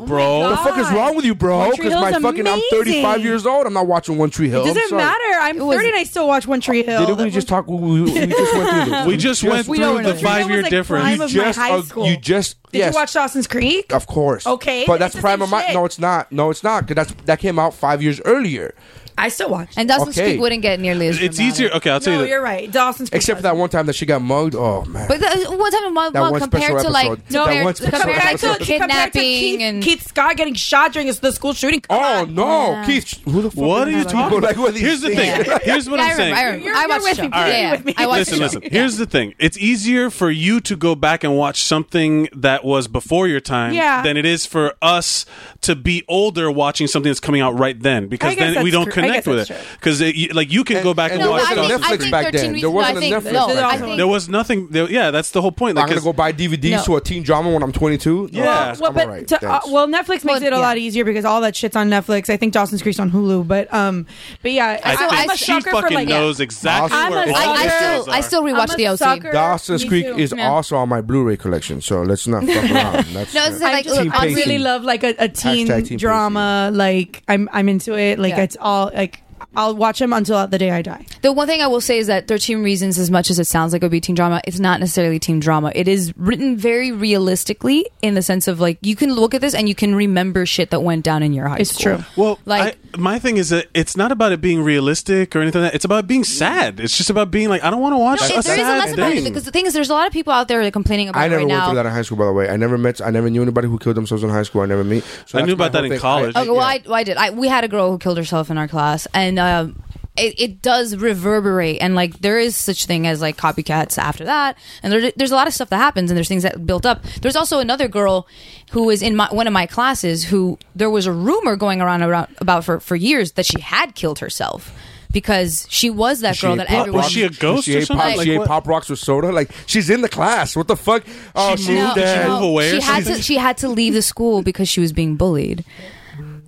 Speaker 2: bro.
Speaker 4: bro.
Speaker 2: The fuck is wrong with you, bro?
Speaker 7: One Tree
Speaker 2: Because my
Speaker 7: Hill's
Speaker 2: fucking, I'm
Speaker 7: amazing.
Speaker 2: 35 years old. I'm not watching One Tree Hill.
Speaker 7: It
Speaker 2: I'm
Speaker 7: doesn't
Speaker 2: sorry.
Speaker 7: matter. I'm
Speaker 3: It was-
Speaker 7: 30 and I still watch One Tree Hill.
Speaker 2: Didn't we just talk? We, we- we just went through this.
Speaker 4: We just went
Speaker 2: we
Speaker 4: through
Speaker 7: don't know.
Speaker 4: the
Speaker 7: Three Hill
Speaker 4: five year
Speaker 7: was, like,
Speaker 4: difference.
Speaker 7: prime of my high
Speaker 2: uh,
Speaker 7: school.
Speaker 2: you just
Speaker 7: Did
Speaker 2: yes.
Speaker 7: you watch Dawson's Creek?
Speaker 2: Of course.
Speaker 7: Okay,
Speaker 2: But
Speaker 7: it's
Speaker 2: that's
Speaker 7: the
Speaker 2: prime
Speaker 7: same
Speaker 2: of my.
Speaker 7: shit.
Speaker 2: No, it's not. No, it's not. Because that's that came out five years earlier.
Speaker 7: I still watch.
Speaker 3: And Dawson's
Speaker 2: Okay.
Speaker 3: Creek wouldn't get nearly as.
Speaker 4: It's
Speaker 3: dramatic.
Speaker 4: easier. Okay, I'll tell
Speaker 7: no,
Speaker 4: you.
Speaker 7: you're right. Dawson's Creek.
Speaker 2: Except for that one time that she got mugged. Oh man.
Speaker 3: But the, what time of month
Speaker 2: That one
Speaker 3: compared
Speaker 2: special
Speaker 3: to like
Speaker 2: episode.
Speaker 7: No,
Speaker 2: That
Speaker 3: compared,
Speaker 2: one
Speaker 3: compared,
Speaker 2: special
Speaker 7: compared
Speaker 3: to
Speaker 7: to,
Speaker 2: episode.
Speaker 7: compared to
Speaker 3: kidnapping
Speaker 7: Keith,
Speaker 3: and
Speaker 7: Keith Scott getting shot during the school shooting. Come
Speaker 2: oh
Speaker 7: on.
Speaker 2: no,
Speaker 3: Yeah.
Speaker 2: Keith. Who the fuck
Speaker 4: What are you talking
Speaker 2: Like,
Speaker 4: about?
Speaker 2: what are these
Speaker 4: Here's the
Speaker 2: things?
Speaker 4: thing. Here's what
Speaker 3: Yeah,
Speaker 4: I'm
Speaker 3: I remember,
Speaker 4: saying.
Speaker 3: I remember.
Speaker 7: You're-
Speaker 3: I
Speaker 7: you're
Speaker 3: watched
Speaker 7: with
Speaker 3: the show.
Speaker 7: me.
Speaker 3: Yeah,
Speaker 7: You're
Speaker 3: yeah.
Speaker 7: with me.
Speaker 3: I watched
Speaker 4: Listen,
Speaker 3: the show.
Speaker 4: listen. Here's the thing. It's easier for you to go back and watch something that was before your time
Speaker 7: Yeah.
Speaker 4: than it is for us to be older watching something that's coming out right then because
Speaker 7: I guess
Speaker 4: then we
Speaker 7: that's
Speaker 4: don't
Speaker 7: true. I
Speaker 4: connect
Speaker 7: guess
Speaker 4: with it.
Speaker 7: that's true.
Speaker 4: Because like you can go back and,
Speaker 3: No,
Speaker 4: watch
Speaker 3: but I
Speaker 4: stuff.
Speaker 3: think- I think
Speaker 2: back
Speaker 3: 13
Speaker 2: then. There
Speaker 3: reasons-
Speaker 2: wasn't a
Speaker 3: no, I think-
Speaker 2: Netflix
Speaker 3: no,
Speaker 2: back
Speaker 3: I
Speaker 2: then.
Speaker 3: think-
Speaker 4: There was nothing. There, yeah, that's the whole point. Like,
Speaker 2: I'm gonna
Speaker 4: 'cause-
Speaker 2: go buy DVDs
Speaker 3: No.
Speaker 2: to a teen drama when I'm 22. No,
Speaker 4: Yeah.
Speaker 2: thanks,
Speaker 7: Well,
Speaker 2: I'm
Speaker 7: but
Speaker 2: alright,
Speaker 7: to, uh,
Speaker 2: thanks.
Speaker 7: well, Netflix makes
Speaker 3: Well,
Speaker 7: it a
Speaker 3: yeah.
Speaker 7: lot easier because all that shit's on Netflix. I think Dawson's Creek's on Hulu, but um, but yeah,
Speaker 4: I
Speaker 7: I,
Speaker 4: think
Speaker 7: am a
Speaker 4: she
Speaker 7: sucker for
Speaker 4: fucking
Speaker 7: like.
Speaker 4: knows exactly
Speaker 2: I'm
Speaker 4: where
Speaker 7: a
Speaker 4: all
Speaker 3: I, I
Speaker 4: these
Speaker 7: sucker.
Speaker 4: shows
Speaker 3: still I
Speaker 4: are.
Speaker 3: still
Speaker 7: I'm
Speaker 3: rewatch
Speaker 7: a
Speaker 3: the OC.
Speaker 7: sucker.
Speaker 2: Dawson's
Speaker 7: Me
Speaker 2: Creek
Speaker 7: too.
Speaker 2: is
Speaker 3: Yeah.
Speaker 2: also on my Blu-ray collection, so let's not fuck around. That's,
Speaker 3: No, it's like,
Speaker 7: I, just,
Speaker 3: look,
Speaker 7: I
Speaker 3: I'm
Speaker 7: really
Speaker 2: pacing.
Speaker 7: love like a, a teen
Speaker 2: Hashtag teen
Speaker 7: drama. Like I'm I'm into it. Like
Speaker 3: Yeah.
Speaker 7: it's all like I'll watch them until the day I die.
Speaker 3: The one thing I will say is that 13 Reasons, as much as it sounds like it would be teen drama, it's not necessarily teen drama. It is written very realistically in the sense of like, you can look at this and you can remember shit that went down in your high
Speaker 7: It's
Speaker 3: school.
Speaker 7: true.
Speaker 4: Well,
Speaker 3: Like-
Speaker 4: I, my thing is that it's not about it being realistic or anything. Like that. It's about being sad. It's just about being like, I don't want to watch.
Speaker 3: Mm. No,
Speaker 4: a
Speaker 3: it, there is a
Speaker 4: sad
Speaker 3: lesson behind it
Speaker 4: thing.
Speaker 3: because the thing is, there's a lot of people out there that are complaining about
Speaker 2: I
Speaker 3: it
Speaker 2: never
Speaker 3: right
Speaker 2: went
Speaker 3: now.
Speaker 2: through that in high school, by the way. I never met, I never knew anybody who killed themselves in high school. I never met. So
Speaker 4: I
Speaker 2: that's
Speaker 4: knew
Speaker 2: my
Speaker 4: about that
Speaker 2: whole
Speaker 4: in
Speaker 2: thing.
Speaker 4: college.
Speaker 2: I-
Speaker 3: Okay, well, I, well, I did. I, we had a girl who killed herself in our class, and um, it, it does reverberate. And like, there is such thing as like copycats after that, and there, there's a lot of stuff that happens, and there's things that built up. There's also another girl who was in my, one of my classes who there was a rumor going around, around about for for years that she had killed herself because she was that
Speaker 2: She
Speaker 3: girl
Speaker 2: ate
Speaker 3: that
Speaker 2: pop
Speaker 3: everyone.
Speaker 4: Was she a
Speaker 2: rocks-
Speaker 4: ghost
Speaker 2: she
Speaker 4: or
Speaker 2: ate
Speaker 4: something?
Speaker 2: Pop,
Speaker 4: Like
Speaker 2: she ate
Speaker 4: what?
Speaker 2: pop rocks with soda. Like she's in the class. What the fuck? Oh,
Speaker 4: She
Speaker 2: she's
Speaker 4: moved-
Speaker 2: dead.
Speaker 4: she moved away or
Speaker 3: She had
Speaker 4: something?
Speaker 3: to. She had to leave the school because she was being bullied.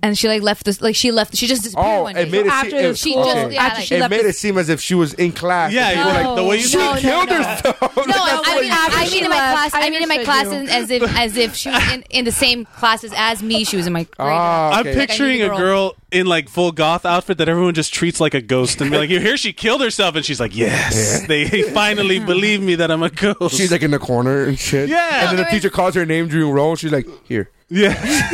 Speaker 3: and she like left this like she left she just disappeared
Speaker 2: Oh,
Speaker 3: one
Speaker 2: it
Speaker 3: day.
Speaker 2: made it
Speaker 7: after
Speaker 2: seem,
Speaker 7: the
Speaker 3: She
Speaker 7: school,
Speaker 3: just-
Speaker 2: okay.
Speaker 3: yeah,
Speaker 7: after
Speaker 3: like-
Speaker 7: she
Speaker 2: it
Speaker 7: left
Speaker 2: made
Speaker 7: the
Speaker 2: it seem as if she was in class.
Speaker 4: Yeah,
Speaker 2: and
Speaker 4: you were like the way you
Speaker 2: she
Speaker 3: No, no,
Speaker 2: killed
Speaker 3: no.
Speaker 2: herself.
Speaker 3: No, I, I mean,
Speaker 7: after
Speaker 3: I
Speaker 7: she
Speaker 3: mean in my
Speaker 7: left,
Speaker 3: class. I,
Speaker 7: I
Speaker 3: mean in my
Speaker 7: understood
Speaker 3: class
Speaker 7: you.
Speaker 3: as, as if as if she was in, in the same classes as me. She was in my grade.
Speaker 2: Ah,
Speaker 4: I'm
Speaker 2: okay.
Speaker 4: picturing
Speaker 3: Like, I
Speaker 4: a
Speaker 3: need a
Speaker 4: girl in like full goth outfit that everyone just treats like a ghost and be like, "Here she killed herself," and she's like, "Yes, they finally believe me that I'm a ghost."
Speaker 2: She's like in the corner and shit. And
Speaker 4: Yeah.
Speaker 2: then the
Speaker 3: there
Speaker 2: teacher calls her name during roll. She's like, here.
Speaker 4: "Yeah."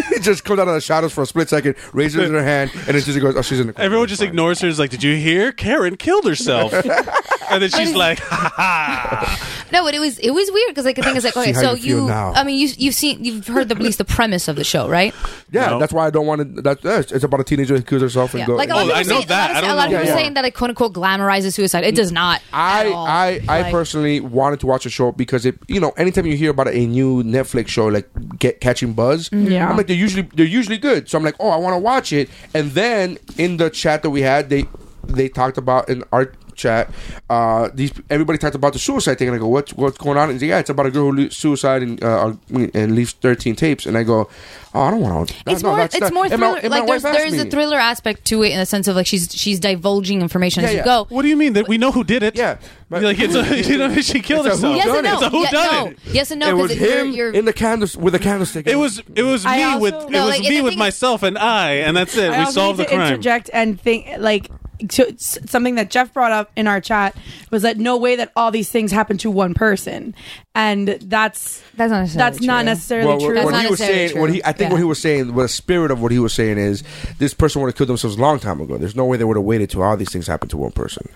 Speaker 2: It just comes out of the shadows for a split second, raises her hand, and then she just goes, oh, she's in the corner.
Speaker 4: Everyone just
Speaker 2: Fine.
Speaker 4: ignores her. Is like, "Did you hear? Karen killed herself," and then she's like, "Ha ha."
Speaker 3: No, but it was it was weird because like the thing is like okay,
Speaker 2: how
Speaker 3: so
Speaker 2: you feel
Speaker 3: you,
Speaker 2: now.
Speaker 3: I mean you you've seen you've heard the, at least the premise of the show, right?
Speaker 2: Yeah,
Speaker 4: No.
Speaker 2: that's why I don't want to. That, yeah, it's it's about a teenager who kills herself and
Speaker 3: Yeah.
Speaker 2: goes.
Speaker 3: Like a lot
Speaker 4: Oh,
Speaker 3: of
Speaker 4: I
Speaker 3: people
Speaker 4: know
Speaker 3: saying,
Speaker 4: that.
Speaker 3: A lot of,
Speaker 4: I don't
Speaker 3: a lot of
Speaker 4: know
Speaker 3: people
Speaker 2: that.
Speaker 3: saying that it quote unquote glamorizes suicide. It does not. at all.
Speaker 2: I, I, I
Speaker 3: Like-
Speaker 2: personally wanted to watch a show because it, you know, anytime you hear about a new Netflix show like get, catching buzz,
Speaker 3: Mm-hmm.
Speaker 7: Yeah.
Speaker 2: I'm like they're usually they're usually good. So I'm like, oh, I want to watch it. And then in the chat that we had, they they talked about in our chat, uh, these everybody talked about the suicide thing, and I go, what's what's going on? And he's like, yeah, it's about a girl who le- suicide and uh, and leaves 13 tapes, and I go, oh, I don't want to.
Speaker 3: It's more. It's more thriller. like there's there's a thriller aspect to it in the sense of like she's she's divulging information
Speaker 2: Yeah,
Speaker 3: as you
Speaker 2: yeah.
Speaker 3: go.
Speaker 4: "What do you mean that we know who did it?"
Speaker 2: Yeah, but-
Speaker 4: like it's a, you know, she killed
Speaker 2: It's a
Speaker 4: herself.
Speaker 2: whodunit.
Speaker 3: Yes and no.
Speaker 4: It's
Speaker 3: Yeah,
Speaker 4: a
Speaker 3: no.
Speaker 4: whodunit.
Speaker 3: Yes and no.
Speaker 2: it was
Speaker 3: 'cause you're-
Speaker 2: him
Speaker 3: you're-
Speaker 2: in the candles with a candlestick.
Speaker 4: It was it was
Speaker 7: I
Speaker 4: me
Speaker 7: also-
Speaker 4: with it
Speaker 3: No,
Speaker 4: was
Speaker 3: like,
Speaker 4: me
Speaker 3: the
Speaker 4: with
Speaker 3: thing is-
Speaker 4: myself and I, and that's it.
Speaker 7: I
Speaker 4: We
Speaker 7: also
Speaker 4: solved the
Speaker 7: need to
Speaker 4: crime.
Speaker 7: interject and think like so, s- something that Jeff brought up in our chat was that no way that all these things happen to one person, and that's
Speaker 3: That's not necessarily
Speaker 7: that's not
Speaker 3: true.
Speaker 7: necessarily
Speaker 2: Well,
Speaker 7: true.
Speaker 2: What, what
Speaker 3: That's
Speaker 2: he
Speaker 3: not
Speaker 2: was
Speaker 3: necessarily
Speaker 2: saying, what
Speaker 3: true.
Speaker 2: he, I think what
Speaker 3: Yeah.
Speaker 2: he was saying, what the spirit of what he was saying is, this person would have killed themselves a long time ago. There's no way they would have waited till all these things happened to one person.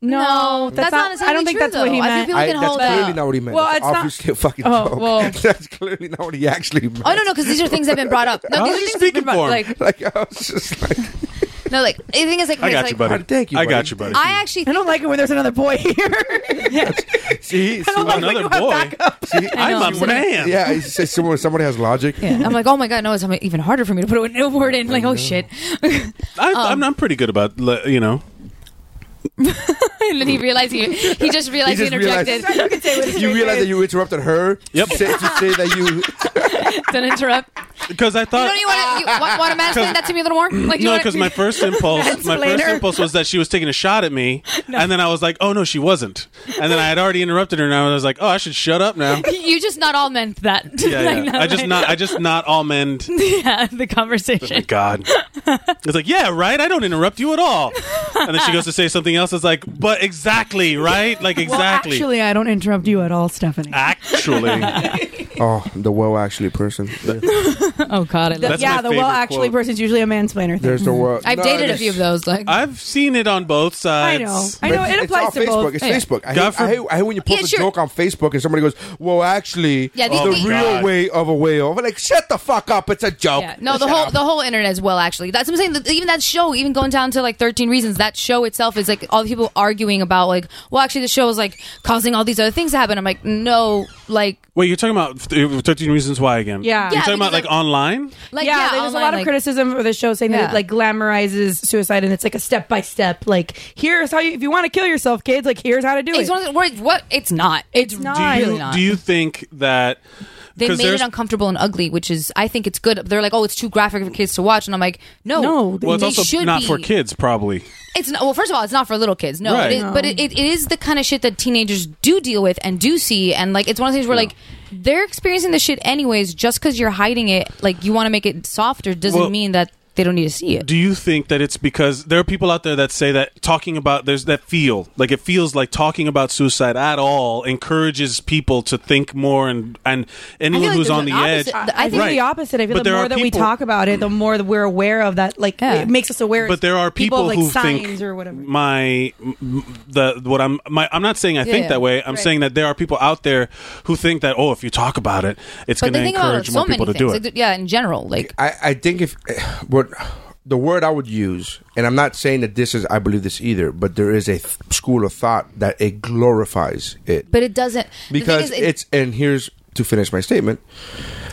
Speaker 3: No, that's not
Speaker 7: I
Speaker 3: necessarily
Speaker 7: don't think
Speaker 3: true,
Speaker 7: that's what he
Speaker 3: though. I
Speaker 7: meant.
Speaker 3: feel people
Speaker 2: I-
Speaker 3: can
Speaker 2: that's
Speaker 3: hold
Speaker 2: clearly
Speaker 3: out.
Speaker 2: not what he meant.
Speaker 7: Well,
Speaker 2: That's
Speaker 7: it's not-
Speaker 2: obviously a fucking
Speaker 7: Oh,
Speaker 2: joke.
Speaker 7: well.
Speaker 2: that's clearly not what he actually meant.
Speaker 3: Oh no, no, because these are things that have been brought up. No,
Speaker 4: I
Speaker 3: these
Speaker 4: was
Speaker 3: are
Speaker 4: just
Speaker 3: things that have been
Speaker 4: speaking for
Speaker 3: brought like
Speaker 4: him.
Speaker 2: Like I was just like,
Speaker 3: no, like the thing is like
Speaker 4: I
Speaker 3: it's
Speaker 4: got
Speaker 3: like,
Speaker 4: you, buddy.
Speaker 2: Thank you,
Speaker 4: I got
Speaker 2: buddy.
Speaker 4: you, buddy.
Speaker 3: I actually
Speaker 7: I don't like it when there's another boy here.
Speaker 2: see, see,
Speaker 7: like
Speaker 4: Another
Speaker 7: when you have
Speaker 4: boy.
Speaker 7: backup.
Speaker 4: I'm a man.
Speaker 2: yeah, he says someone, somebody has logic.
Speaker 3: Yeah, I'm like, oh my god, no, it's even harder for me to put a new word in. Like, oh shit. and
Speaker 4: I,
Speaker 3: Um,
Speaker 4: I'm, I'm pretty good about le- you know.
Speaker 3: then he realized he, he just realized he,
Speaker 2: He just
Speaker 3: interjected.
Speaker 2: You realize that you interrupted her.
Speaker 4: Yep.
Speaker 2: To say, to say that you.
Speaker 3: Don't interrupt.
Speaker 4: Because I
Speaker 3: You
Speaker 4: thought
Speaker 3: don't even want to want, want to mansplain that to me a little more. Like, you
Speaker 4: no,
Speaker 3: wanna-
Speaker 4: because my first impulse, my first
Speaker 7: Mansplainer.
Speaker 4: impulse was that she was taking a shot at me, and then I was like, "Oh no, she wasn't," and then I had already interrupted her, and I was like, "Oh, I should shut up now."
Speaker 3: you just not all meant that.
Speaker 4: Yeah,
Speaker 3: Like,
Speaker 4: yeah. I just
Speaker 3: like-
Speaker 4: not, I just not all men.
Speaker 3: yeah, the conversation.
Speaker 4: God, it's like, yeah, right. I don't interrupt you at all. And then she goes to say something else. It's like, but exactly, right? Like exactly,
Speaker 7: Actually, I don't interrupt you at all, Stephanie.
Speaker 4: actually.
Speaker 2: Oh, the well actually person.
Speaker 3: Oh god, I love.
Speaker 4: That's my
Speaker 7: yeah, the well
Speaker 4: favorite
Speaker 7: actually
Speaker 4: quote.
Speaker 7: person's usually a mansplainer. Thing.
Speaker 2: There's the well.
Speaker 3: I've
Speaker 2: No,
Speaker 3: dated a
Speaker 2: there's-
Speaker 3: few of those. Like,
Speaker 4: I've seen it on both
Speaker 7: I
Speaker 4: sides.
Speaker 7: know. I know it
Speaker 2: it's all
Speaker 7: applies to
Speaker 2: Facebook.
Speaker 7: both.
Speaker 2: It's
Speaker 3: Yeah.
Speaker 2: Facebook. I
Speaker 4: God
Speaker 2: hate, I,
Speaker 4: for-
Speaker 2: hate, I hate when you post
Speaker 3: Yeah,
Speaker 2: a
Speaker 3: sure.
Speaker 2: joke on Facebook and somebody goes, "Well, actually,
Speaker 3: Yeah, these
Speaker 2: the
Speaker 3: people-
Speaker 2: real
Speaker 4: God.
Speaker 2: way of a way of." I'm like, shut the fuck up. It's a joke.
Speaker 3: yeah. No, the whole the whole internet is well actually. That's what I'm saying. that Even that show, even going down to like 13 Reasons, that show itself is like all the people arguing about like, well, actually, the show is like causing all these other things to happen. I'm like, no, like,
Speaker 4: Wait, you're talking about th- 13 Reasons Why again?
Speaker 7: Yeah.
Speaker 4: You're
Speaker 7: Yeah,
Speaker 4: talking about
Speaker 3: because
Speaker 4: like online?
Speaker 3: like
Speaker 7: yeah,
Speaker 3: yeah,
Speaker 7: there's a
Speaker 3: online,
Speaker 7: lot of
Speaker 3: like-
Speaker 7: criticism for the show saying that
Speaker 3: Yeah.
Speaker 7: it like glamorizes suicide and it's like a step by step. Like here's how you if you want to kill yourself, kids, like here's how to do
Speaker 3: It's
Speaker 7: it.
Speaker 3: one of the words. What? It's not. It's,
Speaker 7: It's not.
Speaker 4: Do you,
Speaker 3: really not.
Speaker 4: do you think that.
Speaker 3: they
Speaker 4: 'cause
Speaker 3: made it
Speaker 4: there's-
Speaker 3: uncomfortable and ugly, which is I think it's good. They're like, oh, it's too graphic for kids to watch, and I'm like, no,
Speaker 7: No,
Speaker 4: Well, it's
Speaker 3: they
Speaker 4: also
Speaker 3: should
Speaker 4: not
Speaker 3: be.
Speaker 4: for kids, probably.
Speaker 3: It's not, well, first of all, it's not for little kids. No,
Speaker 4: Right.
Speaker 3: it is, but it, it, it is the kind of shit that teenagers do deal with and do see, and like it's one of the things where like they're experiencing this shit anyways. Just because you're hiding it, like you want to make it softer, doesn't
Speaker 4: Well,
Speaker 3: mean that they don't need to see it.
Speaker 4: Do you think that it's because there are people out there that say that talking about there's that feel like it feels like talking about suicide at all encourages people to think more and and anyone
Speaker 3: like
Speaker 4: who's
Speaker 3: there's
Speaker 4: on
Speaker 3: an
Speaker 4: the
Speaker 3: opposite-
Speaker 4: edge.
Speaker 3: the-
Speaker 7: I think
Speaker 4: Right.
Speaker 7: the opposite. I feel
Speaker 4: But
Speaker 7: the
Speaker 4: there
Speaker 7: more
Speaker 4: are
Speaker 7: that we
Speaker 4: people-
Speaker 7: talk about it, the more that we're aware of that. Like
Speaker 3: Yeah.
Speaker 7: it makes us aware.
Speaker 4: But there are people,
Speaker 7: like
Speaker 4: who
Speaker 7: signs
Speaker 4: think
Speaker 7: or whatever.
Speaker 4: my m- the what I'm my I'm not saying I
Speaker 3: Yeah,
Speaker 4: think
Speaker 3: yeah.
Speaker 4: that way. I'm
Speaker 7: Right.
Speaker 4: saying that there are people out there who think that oh if you talk about it it's
Speaker 3: But
Speaker 4: going
Speaker 3: they
Speaker 4: to
Speaker 3: think about it,
Speaker 4: encourage
Speaker 3: so
Speaker 4: more
Speaker 3: many
Speaker 4: people to
Speaker 3: things.
Speaker 4: do
Speaker 3: like,
Speaker 4: it.
Speaker 3: th- yeah, in general, like
Speaker 2: I, I think if what the word I would use, and I'm not saying that this is I believe this either, but there is a th- school of thought that it glorifies it
Speaker 3: but it doesn't the thing
Speaker 2: because
Speaker 3: is, it-
Speaker 2: it's and here's to finish my statement,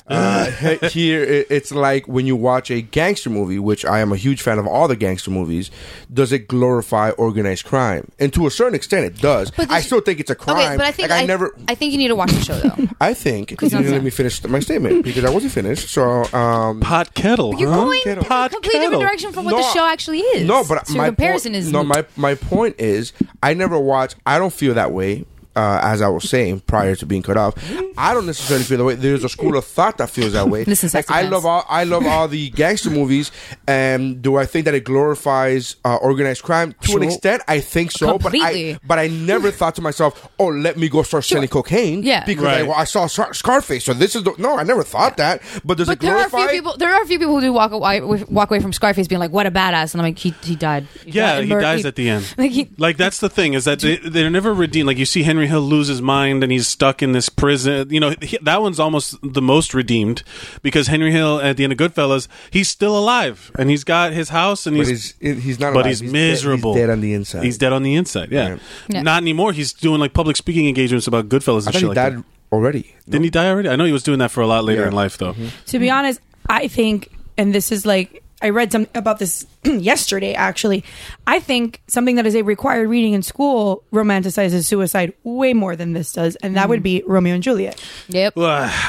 Speaker 2: uh, here it, it's like when you watch a gangster movie, which I am a huge fan of all the gangster movies. Does it glorify organized crime? And to a certain extent, it does.
Speaker 3: But
Speaker 2: I
Speaker 3: this-
Speaker 2: still think it's a crime.
Speaker 3: Okay, but I think
Speaker 2: like,
Speaker 3: I,
Speaker 2: I never.
Speaker 3: I think you need to watch the show though.
Speaker 2: I think you
Speaker 3: don't
Speaker 2: didn't
Speaker 3: say.
Speaker 2: let me finish my statement because I wasn't finished. So um,
Speaker 4: Pot kettle.
Speaker 3: You're
Speaker 4: huh?
Speaker 3: going in a
Speaker 4: Pot
Speaker 3: completely
Speaker 4: kettle.
Speaker 3: different direction from what
Speaker 2: No,
Speaker 3: the show actually is.
Speaker 2: No, but
Speaker 3: so
Speaker 2: my
Speaker 3: your comparison
Speaker 2: point-
Speaker 3: is
Speaker 2: no. My my point is, I never watch. I don't feel that way. Uh, as I was saying prior to being cut off, I don't necessarily feel that way. There's a school of thought that feels that way.
Speaker 3: Listen,
Speaker 2: like,
Speaker 3: sexy
Speaker 2: I
Speaker 3: pants.
Speaker 2: love all I love all the gangster movies, and do I think that it glorifies uh, organized crime to an
Speaker 3: Sure.
Speaker 2: extent? I think so,
Speaker 3: Completely.
Speaker 2: but I but I never thought to myself, oh, let me go start selling cocaine,
Speaker 3: Yeah.
Speaker 2: because I,
Speaker 4: Right.
Speaker 2: well, I saw Scar- Scarface, so this is the, no, I never thought that. But does it
Speaker 3: But there are a
Speaker 2: glorify?
Speaker 3: few people. There are a few people who do walk away walk away from Scarface being like, "What a badass!" And I'm like, "He he died."
Speaker 4: Yeah, he
Speaker 3: Mur-
Speaker 4: dies at the end.
Speaker 3: Like he,
Speaker 4: Like that's the thing is that they, they're never redeemed. Like you see Henry Hill lose his mind and he's stuck in this prison. You know he, that one's almost the most redeemed because Henry Hill at the end of Goodfellas he's still alive and he's got his house and
Speaker 2: But
Speaker 4: he's
Speaker 2: he's, he's not.
Speaker 4: but
Speaker 2: alive.
Speaker 4: he's,
Speaker 2: dead-
Speaker 4: miserable.
Speaker 2: He's dead on the inside.
Speaker 4: He's dead on the inside. Yeah.
Speaker 2: Yeah.
Speaker 3: Yeah.
Speaker 4: not anymore. He's doing like public speaking engagements about Goodfellas and
Speaker 2: I thought
Speaker 4: shit
Speaker 2: he
Speaker 4: like
Speaker 2: died
Speaker 4: that.
Speaker 2: already.
Speaker 4: Didn't he die already? I know he was doing that for a lot later
Speaker 2: Yeah. Mm-hmm.
Speaker 4: in life though.
Speaker 7: To be honest, I think, and this is like, I read some about this yesterday actually. I think something that is a required reading in school romanticizes suicide way more than this does, and that would be Romeo and Juliet.
Speaker 3: yep.
Speaker 4: Ugh,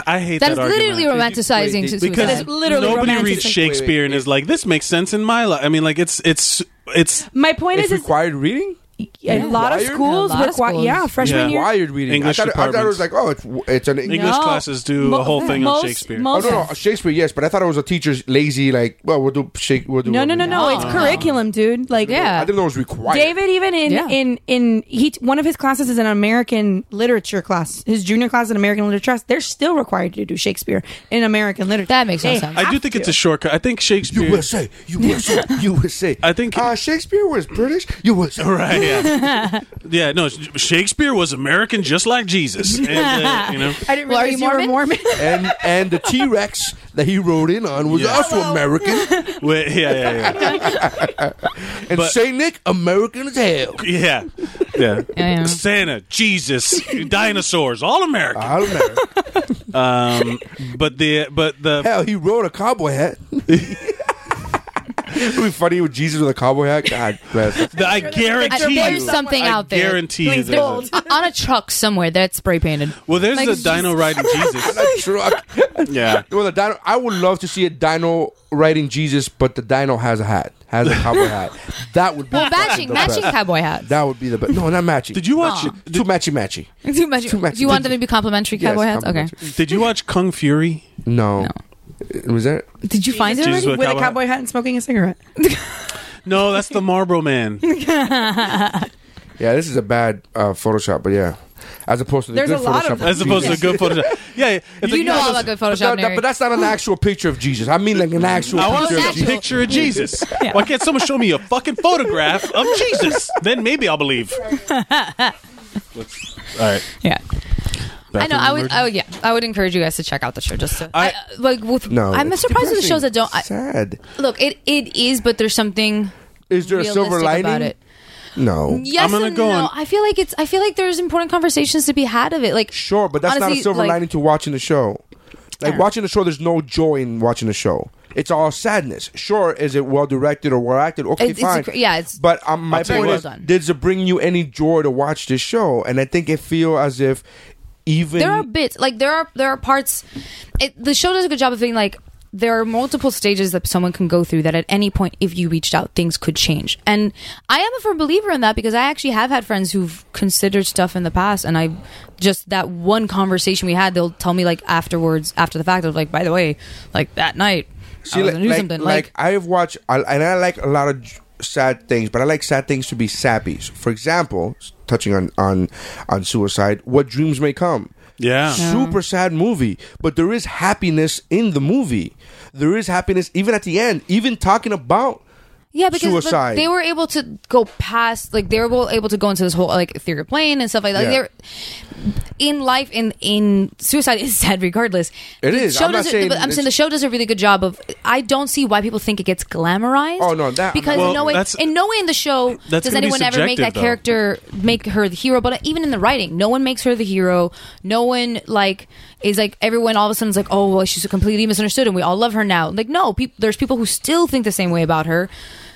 Speaker 4: I hate
Speaker 3: that is
Speaker 4: that,
Speaker 3: literally
Speaker 4: argument.
Speaker 3: romanticizing
Speaker 2: wait, did-
Speaker 3: suicide.
Speaker 4: because
Speaker 7: literally
Speaker 4: nobody
Speaker 7: romanticizing-
Speaker 4: reads Shakespeare and is like, "This makes sense in my life." I mean, like it's it's it's
Speaker 7: My point
Speaker 2: It's
Speaker 7: is, is
Speaker 2: required reading.
Speaker 7: a lot of
Speaker 2: Required?
Speaker 7: schools
Speaker 3: A lot of
Speaker 7: require,
Speaker 3: schools.
Speaker 7: yeah, freshman year.
Speaker 2: Required reading.
Speaker 4: English
Speaker 2: I thought, I thought it was like,
Speaker 4: departments.
Speaker 2: oh, it's it's an
Speaker 4: English
Speaker 7: No.
Speaker 4: classes do
Speaker 7: Mo-
Speaker 4: a whole thing
Speaker 7: most-
Speaker 4: on Shakespeare.
Speaker 7: most-
Speaker 2: Oh no, no, Shakespeare, yes, but I thought it was a teacher's lazy, like, well, we'll do Shakespeare. We'll do
Speaker 7: No, no, no, no. It's
Speaker 3: No.
Speaker 7: curriculum, dude. Like,
Speaker 3: Yeah.
Speaker 2: I didn't know it was required.
Speaker 7: David, even in
Speaker 3: Yeah.
Speaker 7: in in he one of his classes is an American literature class. His junior class in American literature, they're still required to do Shakespeare in American literature.
Speaker 3: That makes no
Speaker 7: They
Speaker 3: sense.
Speaker 4: I do
Speaker 7: have
Speaker 4: think
Speaker 7: to.
Speaker 4: it's a shortcut. I think Shakespeare.
Speaker 2: USA, USA, USA.
Speaker 4: I think-
Speaker 2: uh, Shakespeare was British. USA.
Speaker 4: Right. Yeah. yeah. No, Sh- Shakespeare was American, just like Jesus. And, uh, you know.
Speaker 7: I didn't
Speaker 3: Well, are
Speaker 7: realize
Speaker 3: you
Speaker 7: you were Mormon.
Speaker 3: Mormon?
Speaker 2: And and the T Rex that he rode in on was
Speaker 4: Yeah.
Speaker 2: also American.
Speaker 4: Wait, yeah, yeah,
Speaker 2: And
Speaker 4: But-
Speaker 2: Saint Nick, American as hell.
Speaker 4: yeah, yeah, yeah.
Speaker 3: yeah.
Speaker 4: Santa, Jesus, dinosaurs, all American.
Speaker 2: All American.
Speaker 4: Um, but the but the
Speaker 2: Hell, he rode a cowboy hat. It'd be funny with Jesus with a cowboy hat. God bless.
Speaker 4: the I guarantee
Speaker 3: there's
Speaker 4: you,
Speaker 3: something
Speaker 4: I
Speaker 3: out there.
Speaker 4: Guarantee you. there's a-
Speaker 3: O- on a truck somewhere that's spray painted.
Speaker 4: Well, there's
Speaker 3: Like,
Speaker 4: the
Speaker 3: it's
Speaker 4: dino riding Jesus.
Speaker 2: Truck.
Speaker 4: Yeah.
Speaker 2: Well, the dino. I would love to see a dino riding Jesus, but the dino has a hat, has a cowboy hat. That would be
Speaker 3: Well,
Speaker 2: fucking
Speaker 3: matching
Speaker 2: the
Speaker 3: matching
Speaker 2: best.
Speaker 3: cowboy hats.
Speaker 2: That would be the best. No, not matching.
Speaker 4: Did you watch?
Speaker 3: Nah.
Speaker 2: Too matchy matchy.
Speaker 3: Too much.
Speaker 2: Too much.
Speaker 3: Do you want them to be complimentary
Speaker 2: Yes,
Speaker 3: cowboy hats? Okay.
Speaker 2: complimentary.
Speaker 4: Did you watch Kung Fury?
Speaker 2: No. Was that?
Speaker 3: Did you find it
Speaker 4: Jesus
Speaker 3: already?
Speaker 4: with
Speaker 7: with a
Speaker 4: cowboy hat.
Speaker 7: cowboy hat and smoking a cigarette.
Speaker 4: No, that's the Marlboro Man.
Speaker 2: Yeah, this is a bad uh, Photoshop, but yeah. As opposed to the
Speaker 7: There's
Speaker 2: good
Speaker 7: a lot
Speaker 2: Photoshop.
Speaker 7: of-
Speaker 4: As opposed to a
Speaker 2: Jesus.
Speaker 4: good Photoshop. Yeah, yeah. It's
Speaker 3: You know
Speaker 4: like, yeah,
Speaker 3: all
Speaker 4: those-
Speaker 3: about good
Speaker 2: But, that-
Speaker 3: Photoshop,
Speaker 2: that- but that's not an actual picture of Jesus. I mean, like an actual
Speaker 4: I want
Speaker 2: picture
Speaker 4: to
Speaker 2: of
Speaker 4: see
Speaker 2: Jesus.
Speaker 4: a picture of Jesus. Why can't someone show me a fucking photograph of Jesus? Then maybe I'll believe. Let's- all right.
Speaker 3: Yeah. I know. I would.
Speaker 4: Bathroom
Speaker 3: Oh yeah. I would encourage you guys to check out the show. Just to,
Speaker 4: I-
Speaker 3: I, like with.
Speaker 2: No,
Speaker 3: I'm
Speaker 2: it's
Speaker 3: surprised with the shows that
Speaker 2: depressing.
Speaker 3: don't. I,
Speaker 2: Sad.
Speaker 3: look, it it is, but there's something
Speaker 2: Is there a silver
Speaker 3: realistic
Speaker 2: lining?
Speaker 3: about it.
Speaker 2: No.
Speaker 3: Yes
Speaker 4: I'm gonna
Speaker 3: and
Speaker 4: go
Speaker 3: no.
Speaker 4: on-
Speaker 3: I feel like it's. I feel like there's important conversations to be had of it. Like
Speaker 2: Sure, but that's not
Speaker 3: honestly,
Speaker 2: a silver
Speaker 3: like,
Speaker 2: lining to watching the show. Like
Speaker 3: Yeah.
Speaker 2: watching the show, there's no joy in watching the show. It's all sadness. Sure, is it well directed or well acted? Okay,
Speaker 3: It's- it's a
Speaker 2: fine.
Speaker 3: cr- yeah, it's
Speaker 2: but um, my
Speaker 4: tell you
Speaker 2: point
Speaker 4: what.
Speaker 2: is,
Speaker 3: Well done.
Speaker 2: does it bring you any joy to watch this show? And I think it feel as if even
Speaker 3: there are bits like there are there are parts it, the show does a good job of being like there are multiple stages that someone can go through that at any point if you reached out things could change and i am a firm believer in that because i actually have had friends who've considered stuff in the past and i just that one conversation we had they'll tell me like afterwards after the fact of like by the way like that night
Speaker 2: See,
Speaker 3: I was
Speaker 2: like,
Speaker 3: gonna do
Speaker 2: like,
Speaker 3: something
Speaker 2: like,
Speaker 3: like
Speaker 2: I have watched, I, and I like a lot of j- sad things, but I like sad things to be sappy. So, For example, s- touching on on on suicide, what dreams may come.
Speaker 4: Yeah. Yeah.
Speaker 2: super sad movie, but there is happiness in the movie. There is happiness even at the end, even talking about
Speaker 3: Yeah, because but
Speaker 2: suicide.
Speaker 3: they were able to go past, like they were able to go into this whole like theory of plane and stuff like that. Like,
Speaker 2: Yeah.
Speaker 3: they're in life, in in suicide is sad regardless.
Speaker 2: It
Speaker 3: It
Speaker 2: is.
Speaker 3: is.
Speaker 2: I'm not saying
Speaker 3: I'm saying
Speaker 2: it's-
Speaker 3: the show does a really good job of. I don't see why people think it gets glamorized.
Speaker 2: Oh, no, that-
Speaker 3: because
Speaker 2: Well,
Speaker 3: in no way,
Speaker 4: that's-
Speaker 3: in no way in the show does
Speaker 4: That's gonna be
Speaker 3: anyone ever make that
Speaker 4: subjective, though.
Speaker 3: character make her the hero. But even in the writing, no one makes her the hero. No one like is like everyone all of a sudden is like, oh, well, she's completely misunderstood, and we all love her now. Like, no, peop there's people who still think the same way about her.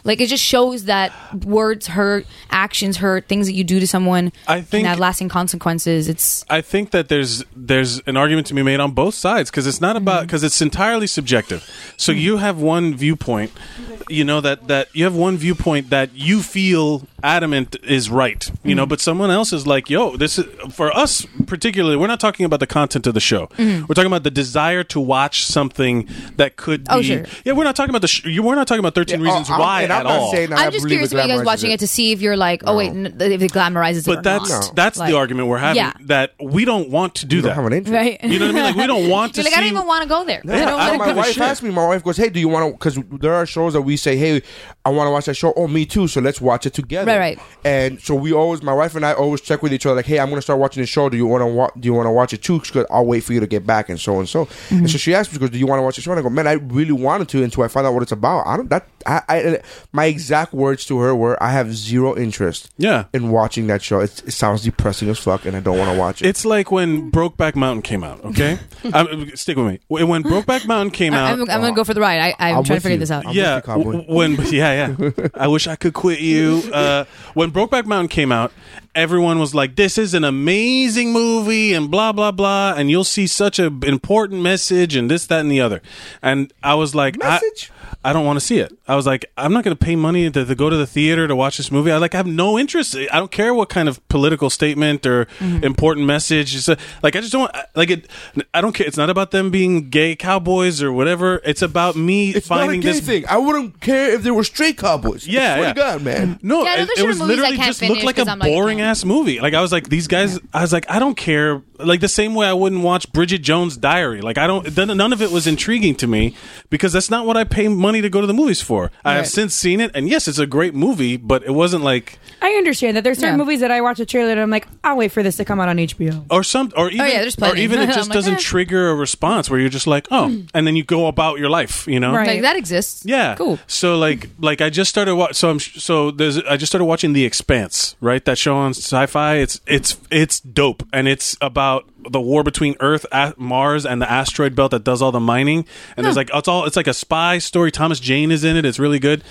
Speaker 3: Like it just shows that words hurt, actions hurt, things that you do to someone
Speaker 4: I
Speaker 3: can
Speaker 4: think-
Speaker 3: have lasting consequences. It's
Speaker 4: I think that there's there's an argument to be made on both sides because it's not
Speaker 2: Mm-hmm.
Speaker 4: about because it's entirely subjective. So you have one viewpoint, you know that that you have one viewpoint that you feel adamant is right, you
Speaker 2: Mm-hmm.
Speaker 4: know, but someone else is like, "Yo, this is for us particularly. We're not talking about the content of the show.
Speaker 2: Mm-hmm.
Speaker 4: We're talking about the desire to watch something that could be.
Speaker 3: Oh, sure.
Speaker 4: Yeah, we're not talking about the. Sh- you- we're not talking about Thirteen
Speaker 2: Yeah, oh,
Speaker 4: Reasons
Speaker 2: I'm-
Speaker 4: Why
Speaker 2: and I'm
Speaker 4: at
Speaker 2: not
Speaker 4: all.
Speaker 2: saying that I
Speaker 3: I'm just
Speaker 2: believe
Speaker 3: curious
Speaker 2: it
Speaker 3: about you guys
Speaker 2: glamorizes
Speaker 3: watching it. to see if you're like, oh wait, n- if it glamorizes it or
Speaker 4: But that's
Speaker 3: not.
Speaker 4: that's
Speaker 3: Like-
Speaker 4: the argument we're having.
Speaker 3: Yeah.
Speaker 4: That we don't want to do
Speaker 2: You
Speaker 4: that.
Speaker 2: don't have an interest.
Speaker 7: Right.
Speaker 4: You know what I mean? Like we don't want to.
Speaker 3: You're like, I don't
Speaker 4: see-
Speaker 3: even want to go there. I
Speaker 2: Yeah,
Speaker 3: don't
Speaker 4: I-
Speaker 3: want to
Speaker 4: my
Speaker 2: my
Speaker 4: give a
Speaker 2: wife
Speaker 4: shit.
Speaker 2: asked me. My wife goes, "Hey, do you want to?" Because there are shows that we say, "Hey, I want to watch that show." Oh, me too. So let's watch it together.
Speaker 3: Right, right.
Speaker 2: And so we always, my wife and I always check with each other, like, "Hey, I'm going to start watching this show. Do you want to watch? Do you want to watch it too?" Because I'll wait for you to get back, and so and so. And
Speaker 4: Mm-hmm.
Speaker 2: so she asked me, she "Goes, do you want to watch the show?" And I go, "Man, I really wanted to until I found out what it's about. I don't. That I, I my exact words to her were, I have zero interest.
Speaker 4: Yeah.
Speaker 2: in watching that show. It's, it sounds depressing as fuck, and I don't want to watch it.
Speaker 4: It's like when Brokeback Mountain came out. Okay, um, stick with me. When when Brokeback Mountain came out,
Speaker 3: I'm, I'm gonna go for the ride. I, I'm,
Speaker 2: I'm with
Speaker 3: trying to figure
Speaker 2: you.
Speaker 3: this out.
Speaker 2: I'm
Speaker 4: yeah,
Speaker 2: with you, Cowboy.
Speaker 4: w- when yeah yeah, I wish I could quit you. Uh, when Brokeback Mountain came out, everyone was like, "This is an amazing movie," and blah blah blah, and you'll see such a b- important message, and this that and the other. And I was like, I-
Speaker 2: Message?
Speaker 4: I, don't want to see it. I was like, I'm not going to pay money to, to go to the theater to watch this movie. I like, I have no interest. I don't care what kind of political statement or
Speaker 2: Mm-hmm.
Speaker 4: important message. It's a- like, I just don't I- like it. I don't care. It's not about them being gay cowboys or whatever. It's about me
Speaker 2: It's not a
Speaker 4: finding
Speaker 2: gay
Speaker 4: this
Speaker 2: thing. I wouldn't care if they were straight cowboys. I
Speaker 4: yeah,
Speaker 2: swear
Speaker 4: yeah.
Speaker 2: to God, man.
Speaker 4: No,
Speaker 3: Yeah, I know
Speaker 4: it,
Speaker 3: there's
Speaker 4: it was
Speaker 3: certain movies I
Speaker 4: literally
Speaker 3: can't
Speaker 4: just
Speaker 3: finish
Speaker 4: looked like a
Speaker 3: 'cause I'm like,
Speaker 4: boring
Speaker 3: no.
Speaker 4: ass movie. Like I was like, these guys. I was like, I don't care. Like the same way I wouldn't watch Bridget Jones' Diary. Like I don't. None none of it was intriguing to me because that's not what I pay money to go to the movies for. I have since seen it, and yes, it's a great movie, but it wasn't like
Speaker 7: I understand that there's certain
Speaker 3: Yeah.
Speaker 7: movies that I watch a trailer and I'm like, I'll wait for this to come out on HBO.
Speaker 4: or some or even
Speaker 3: Oh, yeah, there's
Speaker 4: or
Speaker 3: plenty.
Speaker 4: even it
Speaker 3: I'm
Speaker 4: just
Speaker 3: like,
Speaker 4: doesn't
Speaker 3: eh.
Speaker 4: trigger a response where you're just like, oh, and then you go about your life. You know,
Speaker 7: Right.
Speaker 3: Like that exists.
Speaker 4: Yeah.
Speaker 3: Cool.
Speaker 4: So like like I just started wa- so I'm sh- so there's I just started watching The Expanse, right? That show on Sci-Fi. It's it's it's dope and it's about the war between Earth, a- Mars and the asteroid belt that does all the mining. And there's like it's all it's like a spy story. Thomas Jane is in it. It's really good.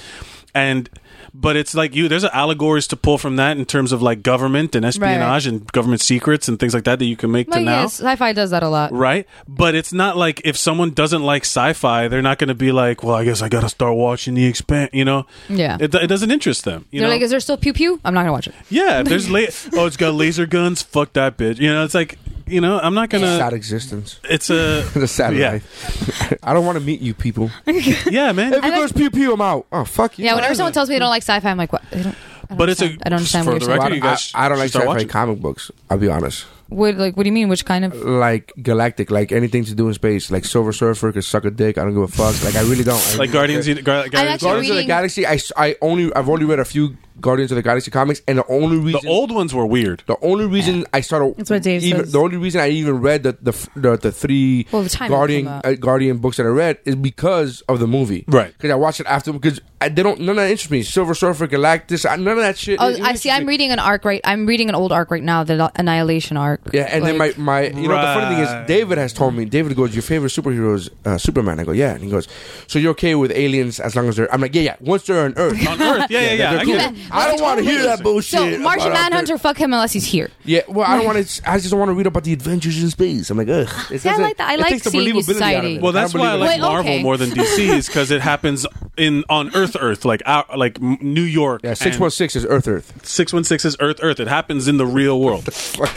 Speaker 4: And but it's like you there's allegories to pull from that in terms of like government and espionage and government secrets and things like that that you can make
Speaker 3: But
Speaker 4: to now
Speaker 3: yes, sci-fi does that a lot.
Speaker 4: right? But it's not like if someone doesn't like sci-fi, they're not going to be like, "Well, I guess I got to start watching the expand." You know?
Speaker 3: Yeah.
Speaker 4: It, it doesn't interest them. You
Speaker 3: They're
Speaker 4: know?
Speaker 3: like, is there still pew pew? I'm not gonna watch it.
Speaker 4: yeah. if There's la- oh, it's got laser guns. Fuck that bitch. You know? It's like you know, I'm not
Speaker 2: sad
Speaker 4: gonna.
Speaker 2: existence.
Speaker 4: It's a
Speaker 2: The sad
Speaker 4: yeah,
Speaker 2: life. I don't want to meet you people. if
Speaker 4: yeah, man.
Speaker 2: it goes pew pew, I'm out. Oh fuck you.
Speaker 3: Yeah, whenever someone tells me they don't like sci-fi, I'm like, what? I don't, I don't
Speaker 4: But it's a-
Speaker 3: understand. I don't understand
Speaker 4: for
Speaker 3: what
Speaker 4: the
Speaker 3: you're
Speaker 2: Well,
Speaker 3: saying.
Speaker 4: record-
Speaker 2: I,
Speaker 4: you guys
Speaker 2: I- I don't
Speaker 4: should
Speaker 2: like
Speaker 4: start
Speaker 2: sci-fi
Speaker 4: watching.
Speaker 2: comic books. I'll be honest.
Speaker 3: What, like, what do you mean? Which kind
Speaker 2: Uh,
Speaker 3: of?
Speaker 2: Like galactic, like anything to do in space, like Silver Surfer could suck a dick. I don't give a fuck. Like I really don't. I-
Speaker 4: Like Guardians. Gar- Guardians
Speaker 3: actually-
Speaker 2: Guardians of the
Speaker 3: Reading-
Speaker 2: Galaxy. I, s- I only I've only read a few Guardians of the Galaxy comics, and the only reason
Speaker 4: the old ones were weird.
Speaker 2: The only reason I started
Speaker 7: That's what Dave
Speaker 2: even,
Speaker 7: says.
Speaker 2: the only reason I even read the the f- the, the three
Speaker 3: Well, the timing
Speaker 2: Guardian
Speaker 3: came out.
Speaker 2: uh, Guardian books that I read is because of the movie,
Speaker 4: Right.
Speaker 2: Because I watched it after because I, they don't none of that interests me. Silver Surfer, Galactus, I, none of that shit.
Speaker 3: Oh,
Speaker 2: it- it
Speaker 3: I
Speaker 2: interests
Speaker 3: see. I'm
Speaker 2: me.
Speaker 3: reading an arc right. I'm reading an old arc right now, the Annihilation arc.
Speaker 2: Yeah, and then my,
Speaker 3: Like,
Speaker 2: my you know the funny thing
Speaker 4: Right.
Speaker 2: is David has told me David goes your favorite superhero is uh, Superman. I go yeah, and he goes so you're okay with aliens as long as they're I'm like yeah yeah once they're on Earth.
Speaker 4: On Earth. Yeah, yeah, yeah.
Speaker 2: they're
Speaker 4: I
Speaker 2: cool.
Speaker 4: get it.
Speaker 2: I don't want to hear that bullshit.
Speaker 3: So Martian
Speaker 2: about out there.
Speaker 3: Manhunter, fuck him unless he's here.
Speaker 2: Yeah, well, I don't want to. I just don't want to read about the adventures in space. I'm like, ugh. It
Speaker 3: See, I
Speaker 2: doesn't-
Speaker 3: like that. I
Speaker 2: it
Speaker 3: like
Speaker 2: takes the
Speaker 3: seeing
Speaker 2: believability out of
Speaker 3: society.
Speaker 2: it.
Speaker 4: Well, that's
Speaker 2: don't
Speaker 4: why I
Speaker 2: believe it.
Speaker 4: like
Speaker 3: Wait,
Speaker 4: Marvel
Speaker 3: okay.
Speaker 4: more than DC is because it happens in on Earth, Earth, like out, like m- New York.
Speaker 2: Yeah, six one six is Earth Earth.
Speaker 4: six one six is Earth, Earth. It happens in the real world.
Speaker 2: Fuck.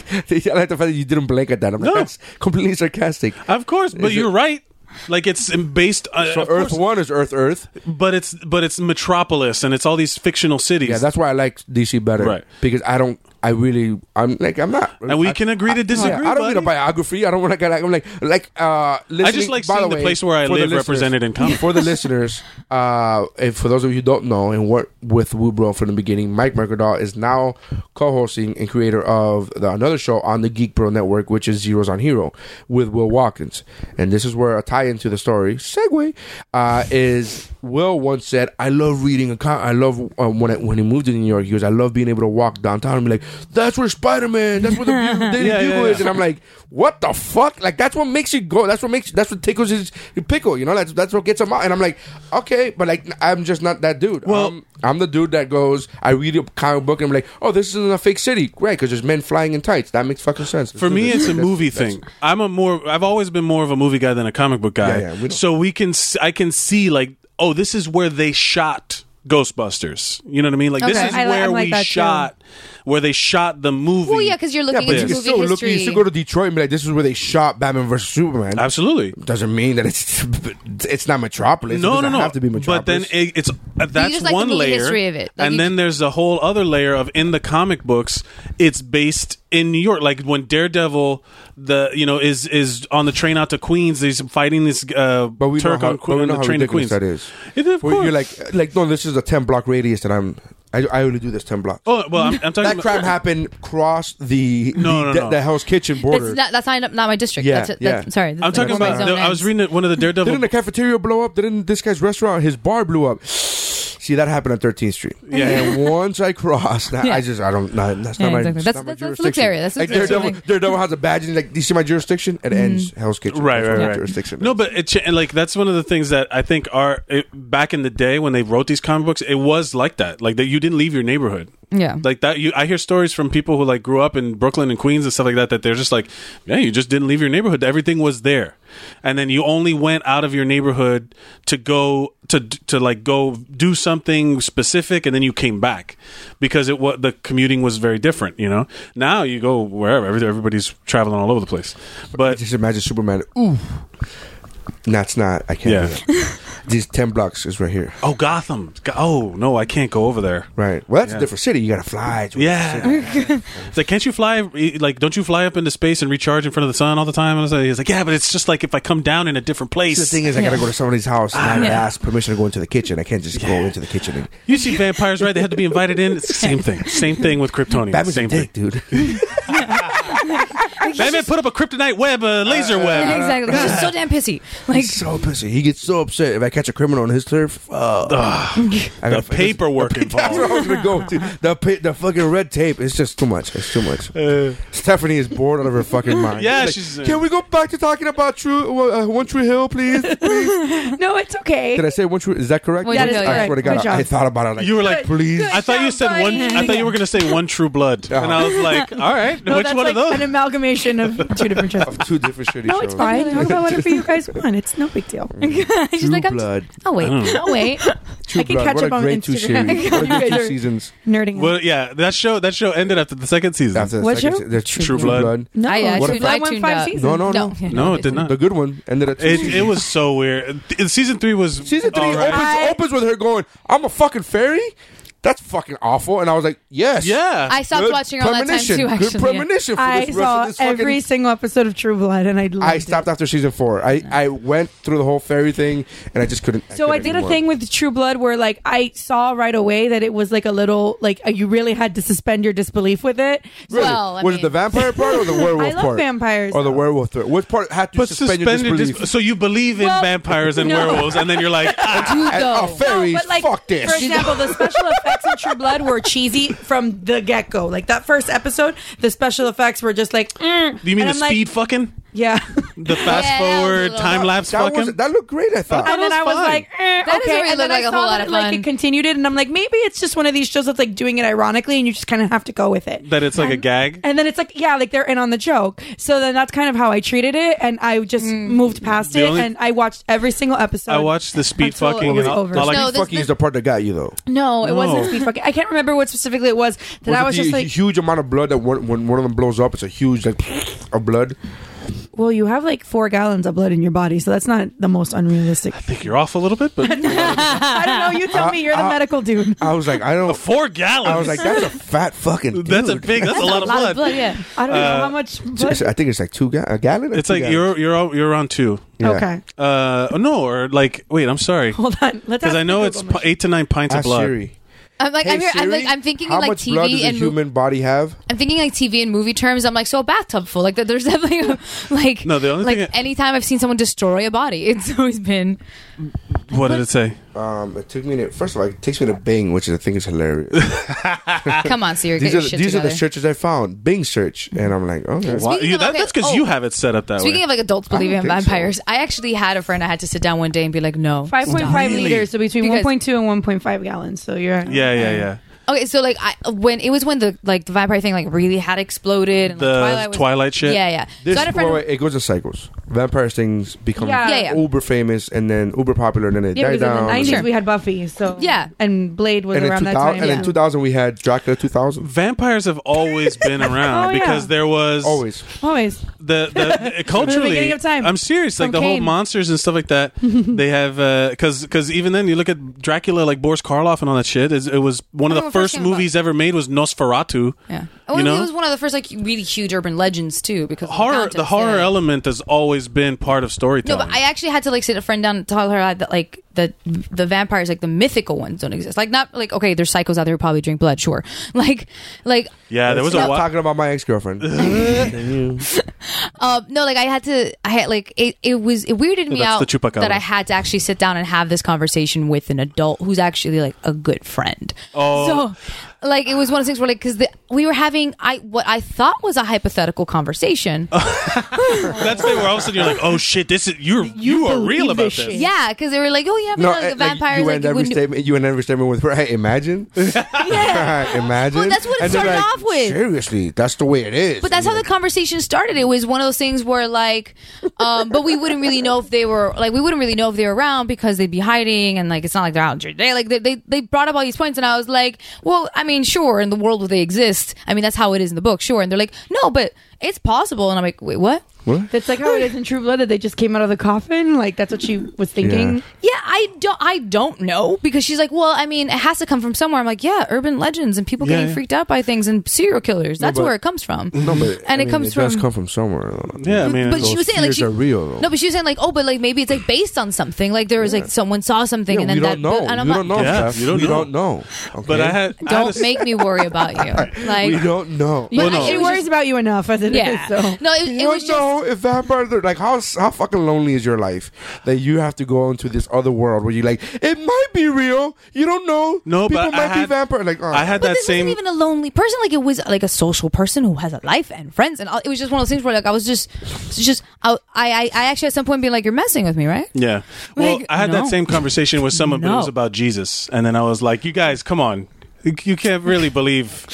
Speaker 2: I like the fact that you didn't blink at that. I'm like,
Speaker 4: No.
Speaker 2: that's completely sarcastic.
Speaker 4: Of course, but
Speaker 2: Is it-
Speaker 4: you're right. Like it's based, uh,
Speaker 2: So
Speaker 4: of
Speaker 2: Earth
Speaker 4: course,
Speaker 2: one is Earth Earth.
Speaker 4: but it's but it's Metropolis and it's all these fictional cities.
Speaker 2: Yeah, that's why I like DC better.
Speaker 4: Right.
Speaker 2: Because I don't. I really, I'm like, I'm not.
Speaker 4: And we can agree to
Speaker 2: I-
Speaker 4: disagree,
Speaker 2: I don't need a
Speaker 4: buddy.
Speaker 2: biography. I don't want to. Like, I'm like, like, uh, listening,
Speaker 4: like
Speaker 2: by
Speaker 4: seeing
Speaker 2: the,
Speaker 4: the
Speaker 2: way,
Speaker 4: place where I
Speaker 2: for the
Speaker 4: live
Speaker 2: listeners-
Speaker 4: represented in comedy.
Speaker 2: Um, For the listeners, uh, and for those of you who don't know and weren't with Woobro from the beginning, Mike Mercadal is now co-hosting and creator of the, another show on the Geek Bro Network, which is Zeros on Hero with Will Watkins. And this is where a tie into the story segue uh, is Will once said, "I love reading a con- I love uh, when I, when he moved to New York, he goes, I love being able to walk downtown and be like, that's where Spider Man, that's where the beautiful Daily
Speaker 4: Yeah, yeah,
Speaker 2: Bugle
Speaker 4: yeah.
Speaker 2: is, and I'm like, what the fuck? Like that's what makes you go. That's what makes that's what tickles his pickle. You know, that's that's what gets him out. And I'm like, okay, but like I'm just not that dude.
Speaker 4: Well-
Speaker 2: I'm, I'm the dude that goes. I read a comic book and I'm like, oh, this isn't a fake city, right? Because there's men flying in tights. That makes fucking sense. Let's
Speaker 4: For
Speaker 2: do
Speaker 4: me,
Speaker 2: this.
Speaker 4: it's a
Speaker 2: That's-
Speaker 4: movie
Speaker 2: that's-
Speaker 4: thing. I'm a more. I've always been more of a movie guy than a comic book guy.
Speaker 2: Yeah, yeah, we don't-
Speaker 4: so we can. s- I can see like, oh, this is where they shot Ghostbusters. You know what I mean? Like this
Speaker 7: Okay.
Speaker 4: is
Speaker 7: I li-
Speaker 4: where
Speaker 7: I'm like
Speaker 4: we
Speaker 7: that, too.
Speaker 4: shot, where they shot the movie.
Speaker 3: Well, yeah, because you're
Speaker 2: Yeah,
Speaker 3: looking
Speaker 2: but
Speaker 3: into
Speaker 2: you can
Speaker 3: movie
Speaker 2: still look.
Speaker 3: history.
Speaker 2: You still go to Detroit and be like, this is where they shot Batman versus Superman.
Speaker 4: absolutely.
Speaker 2: doesn't mean that it's it's not Metropolis. it
Speaker 4: No, no,
Speaker 2: doesn't
Speaker 4: no.
Speaker 2: Have to be Metropolis.
Speaker 4: But then it, it's uh, that's
Speaker 3: just like the
Speaker 4: one
Speaker 3: movie
Speaker 4: layer
Speaker 3: history of it. Like,
Speaker 4: and
Speaker 3: you-
Speaker 4: then there's a whole other layer of in the comic books, it's based in New York. Like when Daredevil, the you know is is on the train out to Queens, he's fighting this uh,
Speaker 2: But we
Speaker 4: Turk
Speaker 2: know how,
Speaker 4: on, Que-
Speaker 2: but we
Speaker 4: on
Speaker 2: know
Speaker 4: the
Speaker 2: how
Speaker 4: train to
Speaker 2: ridiculous
Speaker 4: Queens.
Speaker 2: that is.
Speaker 4: It- of
Speaker 2: Where You're
Speaker 4: course.
Speaker 2: like, like no, this is a ten block radius that I'm. I, I only do this ten blocks.
Speaker 4: Oh well, I'm, I'm talking
Speaker 2: that
Speaker 4: about,
Speaker 2: crime happened cross the
Speaker 4: No,
Speaker 2: the,
Speaker 4: no,
Speaker 2: the,
Speaker 4: no.
Speaker 2: the Hell's Kitchen border.
Speaker 3: That's not, that's not, not my district.
Speaker 2: Yeah,
Speaker 3: that's, it.
Speaker 2: yeah.
Speaker 3: that's sorry.
Speaker 4: I'm
Speaker 3: that's
Speaker 4: talking
Speaker 3: like my
Speaker 4: about.
Speaker 3: zone
Speaker 4: The, I was
Speaker 3: ends.
Speaker 4: reading it- one of the Daredevil.
Speaker 2: Didn't the cafeteria blow up? Didn't this guy's restaurant, his bar blew up? See, that happened on 13th Street.
Speaker 4: Yeah.
Speaker 2: And once I crossed, that, I just, I don't, nah, that's
Speaker 3: Yeah,
Speaker 2: not my,
Speaker 3: exactly.
Speaker 2: that's,
Speaker 3: That's-
Speaker 2: not my
Speaker 3: that's- that's the
Speaker 2: jurisdiction.
Speaker 3: area. That's Mm-hmm. the
Speaker 2: like,
Speaker 3: jurisdiction.
Speaker 2: Daredevil, Daredevil has a badge and like, do you see my jurisdiction? It ends Hell's Kitchen.
Speaker 4: Right,
Speaker 2: That's
Speaker 4: right,
Speaker 2: my
Speaker 4: right.
Speaker 2: Jurisdiction.
Speaker 4: No, but it, cha- and, like that's one of the things that I think are it, back in the day when they wrote these comic books. It was like that, like that you didn't leave your neighborhood.
Speaker 3: Yeah.
Speaker 4: like that. You, I hear stories from people who like grew up in Brooklyn and Queens and stuff like that. That they're just like, yeah, you just didn't leave your neighborhood. Everything was there, and then you only went out of your neighborhood to go to to like go do something specific, and then you came back because it what the commuting was very different. You know, now you go wherever. every- Everybody's traveling all over the place, but
Speaker 2: Just imagine Superman. Ooh. That's not, I can't
Speaker 4: Yeah.
Speaker 2: do that. These 10 blocks is right here.
Speaker 4: Oh, Gotham. Go- oh, no, I can't go over there.
Speaker 2: Right. Well, that's
Speaker 4: Yeah.
Speaker 2: a different city. You got to fly. to a
Speaker 4: Yeah.
Speaker 2: city.
Speaker 4: It's like, can't you fly, e, like, don't you fly up into space and recharge in front of the sun all the time? And I was like, he's like, yeah, but it's just like if I come down in a different
Speaker 2: The
Speaker 4: place.
Speaker 2: thing is, I gotta go to somebody's house and I gotta ask permission to go into the kitchen. I can't just go into the kitchen. And,
Speaker 4: you see vampires, right? They have to be invited in. It's the same thing. Same thing with Kryptonians.
Speaker 2: Batman's
Speaker 4: same
Speaker 2: a dick, dude.
Speaker 4: thing. Batman put up a kryptonite web, a laser
Speaker 2: Uh,
Speaker 4: web.
Speaker 3: Yeah, exactly. He's just so damn pissy. Like
Speaker 2: He's so pissy. He gets so upset if I catch a criminal on his turf. Fuck. I
Speaker 4: The
Speaker 2: gotta-
Speaker 4: paperwork
Speaker 2: That's what
Speaker 4: involved.
Speaker 2: I was gonna go to. The pa- the fucking red tape. It's just too much. It's too much. Stephanie is bored out of her fucking mind.
Speaker 4: Uh. Yeah,
Speaker 2: Like,
Speaker 4: she's, uh,
Speaker 2: Can we go back to talking about True uh, One Tree Hill, please? Please.
Speaker 4: Oh.
Speaker 7: No, it's okay.
Speaker 2: Did I say One Tree? Is that correct?
Speaker 3: Well, That yeah, is
Speaker 2: I
Speaker 3: correct.
Speaker 2: swear to God,
Speaker 7: Good
Speaker 2: I, I
Speaker 7: job.
Speaker 2: thought about it. Like,
Speaker 4: You were like,
Speaker 7: Good-
Speaker 2: please.
Speaker 7: good
Speaker 4: I thought you said
Speaker 7: job,
Speaker 4: one.
Speaker 7: buddy.
Speaker 4: I thought you were going to say one true blood,
Speaker 2: Uh-huh.
Speaker 4: and I was like, all right,
Speaker 7: No,
Speaker 4: which
Speaker 7: that's
Speaker 4: one
Speaker 7: like
Speaker 4: of those?
Speaker 7: an amalgamation of two different shows.
Speaker 2: two different shitty
Speaker 7: No,
Speaker 2: shows.
Speaker 7: it's fine. Talk about whatever you guys want. It's no big deal.
Speaker 3: she's
Speaker 2: True
Speaker 3: like, I'm,
Speaker 2: blood.
Speaker 3: oh wait,
Speaker 4: Mm.
Speaker 3: oh wait.
Speaker 2: True
Speaker 7: I can
Speaker 2: Blood.
Speaker 7: catch
Speaker 2: what
Speaker 7: up
Speaker 2: a
Speaker 7: on
Speaker 2: great two
Speaker 7: Instagram.
Speaker 2: series. What a
Speaker 7: You
Speaker 2: great
Speaker 7: guys
Speaker 2: two
Speaker 7: are-
Speaker 2: seasons.
Speaker 7: Nerding. out.
Speaker 4: Well, yeah, that show that show ended after the second season.
Speaker 2: After the
Speaker 7: What
Speaker 2: second
Speaker 7: show?
Speaker 2: se- there's
Speaker 4: True Blood.
Speaker 7: no,
Speaker 3: I, uh,
Speaker 2: What
Speaker 3: tuned,
Speaker 2: if I
Speaker 3: I
Speaker 7: went
Speaker 3: tuned
Speaker 7: five
Speaker 3: out.
Speaker 7: seasons?
Speaker 2: No, no, no.
Speaker 3: yeah,
Speaker 4: no, it did not.
Speaker 2: The good one ended at two
Speaker 4: It,
Speaker 2: seasons.
Speaker 4: it was so weird. Th- Season three was
Speaker 2: Season three oh,
Speaker 4: all right.
Speaker 2: opens,
Speaker 7: I-
Speaker 2: opens with her going, "I'm a fucking fairy." That's fucking awful. And I was like, "Yes,
Speaker 4: Yeah,
Speaker 3: I stopped
Speaker 2: Good
Speaker 3: watching around that time
Speaker 2: premonition.
Speaker 3: too. Actually,
Speaker 2: good premonition for
Speaker 7: I
Speaker 2: this rest
Speaker 7: saw
Speaker 2: of this fucking-
Speaker 7: every single episode of True Blood, and I loved
Speaker 2: I stopped after season four. I, I went through the whole fairy thing, and I just couldn't.
Speaker 7: It. So I
Speaker 2: couldn't
Speaker 7: did a
Speaker 2: anymore.
Speaker 7: thing with True Blood where, like, I saw right away that it was like a little like uh, you really had to suspend your disbelief with it. So
Speaker 2: Really?
Speaker 3: Well, I
Speaker 2: was it
Speaker 3: mean-
Speaker 2: the vampire part or the werewolf
Speaker 7: I love
Speaker 2: part?
Speaker 7: vampires,
Speaker 2: or the
Speaker 7: though.
Speaker 2: werewolf. Th- which part had to
Speaker 4: but
Speaker 2: suspend
Speaker 4: suspended,
Speaker 2: your disbelief?
Speaker 4: dis- so you believe in
Speaker 7: Well,
Speaker 4: vampires and
Speaker 7: no.
Speaker 4: werewolves, and then you're like, ah,
Speaker 3: dude,
Speaker 2: And- oh,
Speaker 3: though.
Speaker 2: fairies! fuck this.
Speaker 7: For example, the special effects in True Blood were cheesy from the get go. Like that first episode, the special effects were just like, mm.
Speaker 4: do you mean
Speaker 7: And
Speaker 4: the
Speaker 7: I'm like-
Speaker 4: speed fucking,
Speaker 7: yeah.
Speaker 4: the fast
Speaker 3: Yeah, that was a
Speaker 4: forward
Speaker 3: little-
Speaker 4: time lapse
Speaker 2: that,
Speaker 4: fucking?
Speaker 2: was, that looked great. I thought.
Speaker 7: and then
Speaker 4: was
Speaker 7: I was
Speaker 4: fun.
Speaker 7: like, eh,
Speaker 3: doesn't
Speaker 7: okay.
Speaker 3: really
Speaker 7: and
Speaker 3: look
Speaker 7: then
Speaker 3: like
Speaker 7: I
Speaker 3: a
Speaker 7: saw
Speaker 3: whole lot
Speaker 7: that,
Speaker 3: of
Speaker 7: Like
Speaker 3: fun.
Speaker 7: it continued it, and I'm like, maybe it's just one of these shows that's like doing it ironically, and you just kind of have to go with it.
Speaker 4: that it's like a gag.
Speaker 7: and then it's like, yeah, like they're in on the joke. So then that's kind of how I treated it, and I just
Speaker 3: Mm.
Speaker 7: moved past
Speaker 4: The
Speaker 7: it,
Speaker 4: only-
Speaker 7: and I watched every single episode.
Speaker 4: I watched the speed
Speaker 7: Until it
Speaker 4: fucking.
Speaker 7: was
Speaker 4: and all-
Speaker 7: over.
Speaker 4: all I-
Speaker 3: No,
Speaker 2: Speed
Speaker 3: this-
Speaker 2: fucking
Speaker 3: this-
Speaker 2: is the part that got you though.
Speaker 7: No, it
Speaker 4: No.
Speaker 7: wasn't speed fucking. I can't remember what specifically it was. That I
Speaker 2: Was
Speaker 7: was
Speaker 2: it
Speaker 7: just
Speaker 2: the
Speaker 7: like,
Speaker 2: huge amount of blood that one, when one of them blows up, it's a huge like of blood.
Speaker 7: well, you have like four gallons of blood in your body, so that's not the most unrealistic.
Speaker 4: I think you're off a little bit, but
Speaker 7: I don't know. You tell me. You're the
Speaker 2: Uh, uh,
Speaker 7: medical dude.
Speaker 2: I was like, I don't.
Speaker 4: four gallons.
Speaker 2: I was like, that's a fat fucking. Dude.
Speaker 4: that's a big. That's, a lot, of blood.
Speaker 3: yeah.
Speaker 7: I don't know how much. Blood.
Speaker 2: I think it's like two ga- a gallon. or
Speaker 4: It's
Speaker 2: two
Speaker 4: like
Speaker 2: gallons?
Speaker 4: you're you're you're on two.
Speaker 2: Yeah.
Speaker 7: Okay,
Speaker 4: Uh, no, or like wait, I'm sorry,
Speaker 7: hold on. Let's.
Speaker 4: because
Speaker 7: ask
Speaker 4: I know
Speaker 7: the
Speaker 4: it's
Speaker 7: Google
Speaker 4: p- eight to nine pints of
Speaker 2: Ask
Speaker 4: blood.
Speaker 2: Siri.
Speaker 3: I'm like,
Speaker 2: Hey,
Speaker 3: I'm, here, I'm, like
Speaker 2: Siri,
Speaker 3: I'm thinking
Speaker 2: how
Speaker 3: like
Speaker 2: much blood does
Speaker 3: TV
Speaker 2: a
Speaker 3: and mo-
Speaker 2: human body have?
Speaker 3: I'm thinking like TV and movie terms. I'm like, so a bathtub full. Like, there's definitely like
Speaker 4: No, the only
Speaker 3: like
Speaker 4: thing I-
Speaker 3: anytime I've seen someone destroy a body, it's always been
Speaker 4: What did it say?
Speaker 2: Um, it took me to first of all, it takes me to Bing, which is, I think is hilarious.
Speaker 3: come on, Siri, get
Speaker 2: these are
Speaker 3: your
Speaker 2: the-
Speaker 3: shit
Speaker 2: these are
Speaker 3: together.
Speaker 2: the searches I found. Bing search, and I'm like, okay.
Speaker 4: Why-
Speaker 3: Speaking
Speaker 4: you-
Speaker 3: of-
Speaker 4: that-
Speaker 3: okay,
Speaker 4: that's because
Speaker 3: oh.
Speaker 4: you have it set up that
Speaker 3: Speaking
Speaker 4: way.
Speaker 3: of like adults believing in
Speaker 2: think so.
Speaker 3: vampires, I actually had a friend I had to sit down one day and be like, no.
Speaker 7: Five point five
Speaker 4: Really?
Speaker 7: liters, so between
Speaker 3: Because-
Speaker 7: one point two and one point five gallons. So you're
Speaker 4: yeah, yeah, yeah.
Speaker 3: Okay, so like I when it was when the like the vampire thing like really had exploded and
Speaker 4: The
Speaker 3: like, Twilight, was,
Speaker 4: Twilight shit?
Speaker 3: Yeah, yeah.
Speaker 2: This
Speaker 3: so I had a friend.
Speaker 2: wait, wait, it goes in cycles. Vampire things become
Speaker 7: Yeah.
Speaker 3: Yeah, yeah.
Speaker 2: uber famous and then uber popular, and then they
Speaker 7: Yeah,
Speaker 2: die
Speaker 7: because in
Speaker 2: down.
Speaker 7: the
Speaker 2: and
Speaker 7: nineties
Speaker 2: then-
Speaker 7: we had Buffy, so
Speaker 3: Yeah.
Speaker 7: and Blade was
Speaker 2: and in
Speaker 7: around that
Speaker 2: 2000,
Speaker 7: time.
Speaker 2: and in
Speaker 7: yeah.
Speaker 2: 2000 we had Dracula 2000.
Speaker 4: Vampires have always been around
Speaker 7: Oh, yeah.
Speaker 4: because there was
Speaker 2: Always.
Speaker 7: Always,
Speaker 4: the, the culturally
Speaker 7: beginning of time.
Speaker 4: i'm serious like
Speaker 7: From
Speaker 4: the whole
Speaker 7: Cain.
Speaker 4: monsters and stuff like that they have because because even then you look at dracula like boris karloff and all that shit is it was one of
Speaker 3: I
Speaker 4: the
Speaker 3: remember first
Speaker 4: first
Speaker 3: hearing about-
Speaker 4: movies ever made was nosferatu
Speaker 3: yeah. Oh,
Speaker 4: you
Speaker 3: and
Speaker 4: know
Speaker 3: it was one of the first like really huge urban legends too because of
Speaker 4: horror
Speaker 3: the,
Speaker 4: the
Speaker 3: context,
Speaker 4: horror
Speaker 3: yeah.
Speaker 4: element has always been part of
Speaker 3: No,
Speaker 4: storytelling
Speaker 3: but I actually had to like sit a friend down and tell her that like the the vampires, like the mythical ones, don't exist. Like not like okay, there's psychos out there who probably drink blood, sure. Like like
Speaker 4: yeah there was a
Speaker 2: Stop
Speaker 4: wa-
Speaker 2: talking about my ex girlfriend.
Speaker 3: um no, like I had to I had like it it was it weirded me out
Speaker 4: that's the chupacabra.
Speaker 3: that I had to actually sit down and have this conversation with an adult who's actually like a good friend.
Speaker 4: Oh.
Speaker 3: So like it was one of those things where like because we were having I what I thought was a hypothetical conversation.
Speaker 4: Uh. that's the thing where all of a sudden you're like oh shit this is you're you, are real about this
Speaker 3: Yeah, because they were like, oh yeah, but
Speaker 2: no,
Speaker 3: like,
Speaker 2: eh,
Speaker 3: the vampires
Speaker 2: you
Speaker 3: like,
Speaker 2: end
Speaker 3: you
Speaker 2: every
Speaker 3: wouldn't-
Speaker 2: statement. You end every statement with right. Imagine, imagine.
Speaker 3: Well, that's what it
Speaker 2: And they're
Speaker 3: started
Speaker 2: like,
Speaker 3: off with.
Speaker 2: Seriously, that's the way it is.
Speaker 3: But that's how
Speaker 2: And
Speaker 3: the
Speaker 2: you're
Speaker 3: conversation started. It was one of those things where like, um, but we wouldn't really know if they were like we wouldn't really know if they were around because they'd be hiding and like it's not like they're out during the day. Like they, they they brought up all these points and I was like, well, I mean, sure, in the world where they exist, I mean that's how it is in the book, sure. And they're like, no, but it's possible. And I'm like, wait, what?
Speaker 7: that's like how it is in True Blood that they just came out of the coffin. Like that's what she was thinking.
Speaker 2: Yeah.
Speaker 3: Yeah, I don't I don't know because she's like, well, I mean, it has to come from somewhere. I'm like, yeah, urban legends and people
Speaker 4: Yeah,
Speaker 3: getting
Speaker 4: yeah.
Speaker 3: freaked out by things and serial killers. That's
Speaker 2: but-
Speaker 3: where it comes from.
Speaker 2: No, but
Speaker 3: and
Speaker 2: I
Speaker 3: it
Speaker 2: mean,
Speaker 3: comes
Speaker 2: it does
Speaker 3: from
Speaker 2: come from somewhere. though.
Speaker 4: yeah i mean
Speaker 3: but
Speaker 4: those-
Speaker 3: she was saying like
Speaker 2: fears
Speaker 3: she,
Speaker 2: are real, though.
Speaker 3: No, but she was saying like, oh, but like maybe it's like based on something. Like there was like someone saw something
Speaker 2: Yeah,
Speaker 3: and
Speaker 2: we don't
Speaker 3: then that.
Speaker 2: know.
Speaker 3: and I'm
Speaker 2: we
Speaker 3: like,
Speaker 2: don't know.
Speaker 4: Yeah,
Speaker 2: Steph.
Speaker 4: you don't
Speaker 2: we
Speaker 4: know.
Speaker 2: don't know. Okay?
Speaker 4: but i had I had a
Speaker 3: don't
Speaker 4: s-
Speaker 3: make me worry about you.
Speaker 2: we
Speaker 3: Like,
Speaker 2: don't know.
Speaker 3: Yeah,
Speaker 4: Well,
Speaker 3: I-
Speaker 4: no.
Speaker 3: it
Speaker 7: She
Speaker 3: was
Speaker 7: worries
Speaker 3: just-
Speaker 7: about you enough as it is.
Speaker 3: yeah.
Speaker 7: So.
Speaker 3: No, it, it
Speaker 2: you
Speaker 3: was
Speaker 2: don't know
Speaker 3: just.
Speaker 2: if vampires are like how how fucking lonely is your life that you have to go into this other world where you like it might be real. You don't know.
Speaker 4: no
Speaker 2: people
Speaker 4: but
Speaker 2: might
Speaker 4: i
Speaker 2: be
Speaker 4: had,
Speaker 2: vampire. Like oh,
Speaker 4: I had
Speaker 3: But
Speaker 4: that
Speaker 3: this
Speaker 4: same
Speaker 3: wasn't even a lonely person. Like it was like a social person who has a life and friends, and all, it was just one of those things where like I was just, it's just I, I, I actually at some point being like, "You're messing with me, right?"
Speaker 4: Yeah. Well,
Speaker 3: Like,
Speaker 4: I had
Speaker 3: no.
Speaker 4: that same conversation with someone, but it was
Speaker 3: No.
Speaker 4: about Jesus. And then I was like, you guys, come on. You- You can't really believe.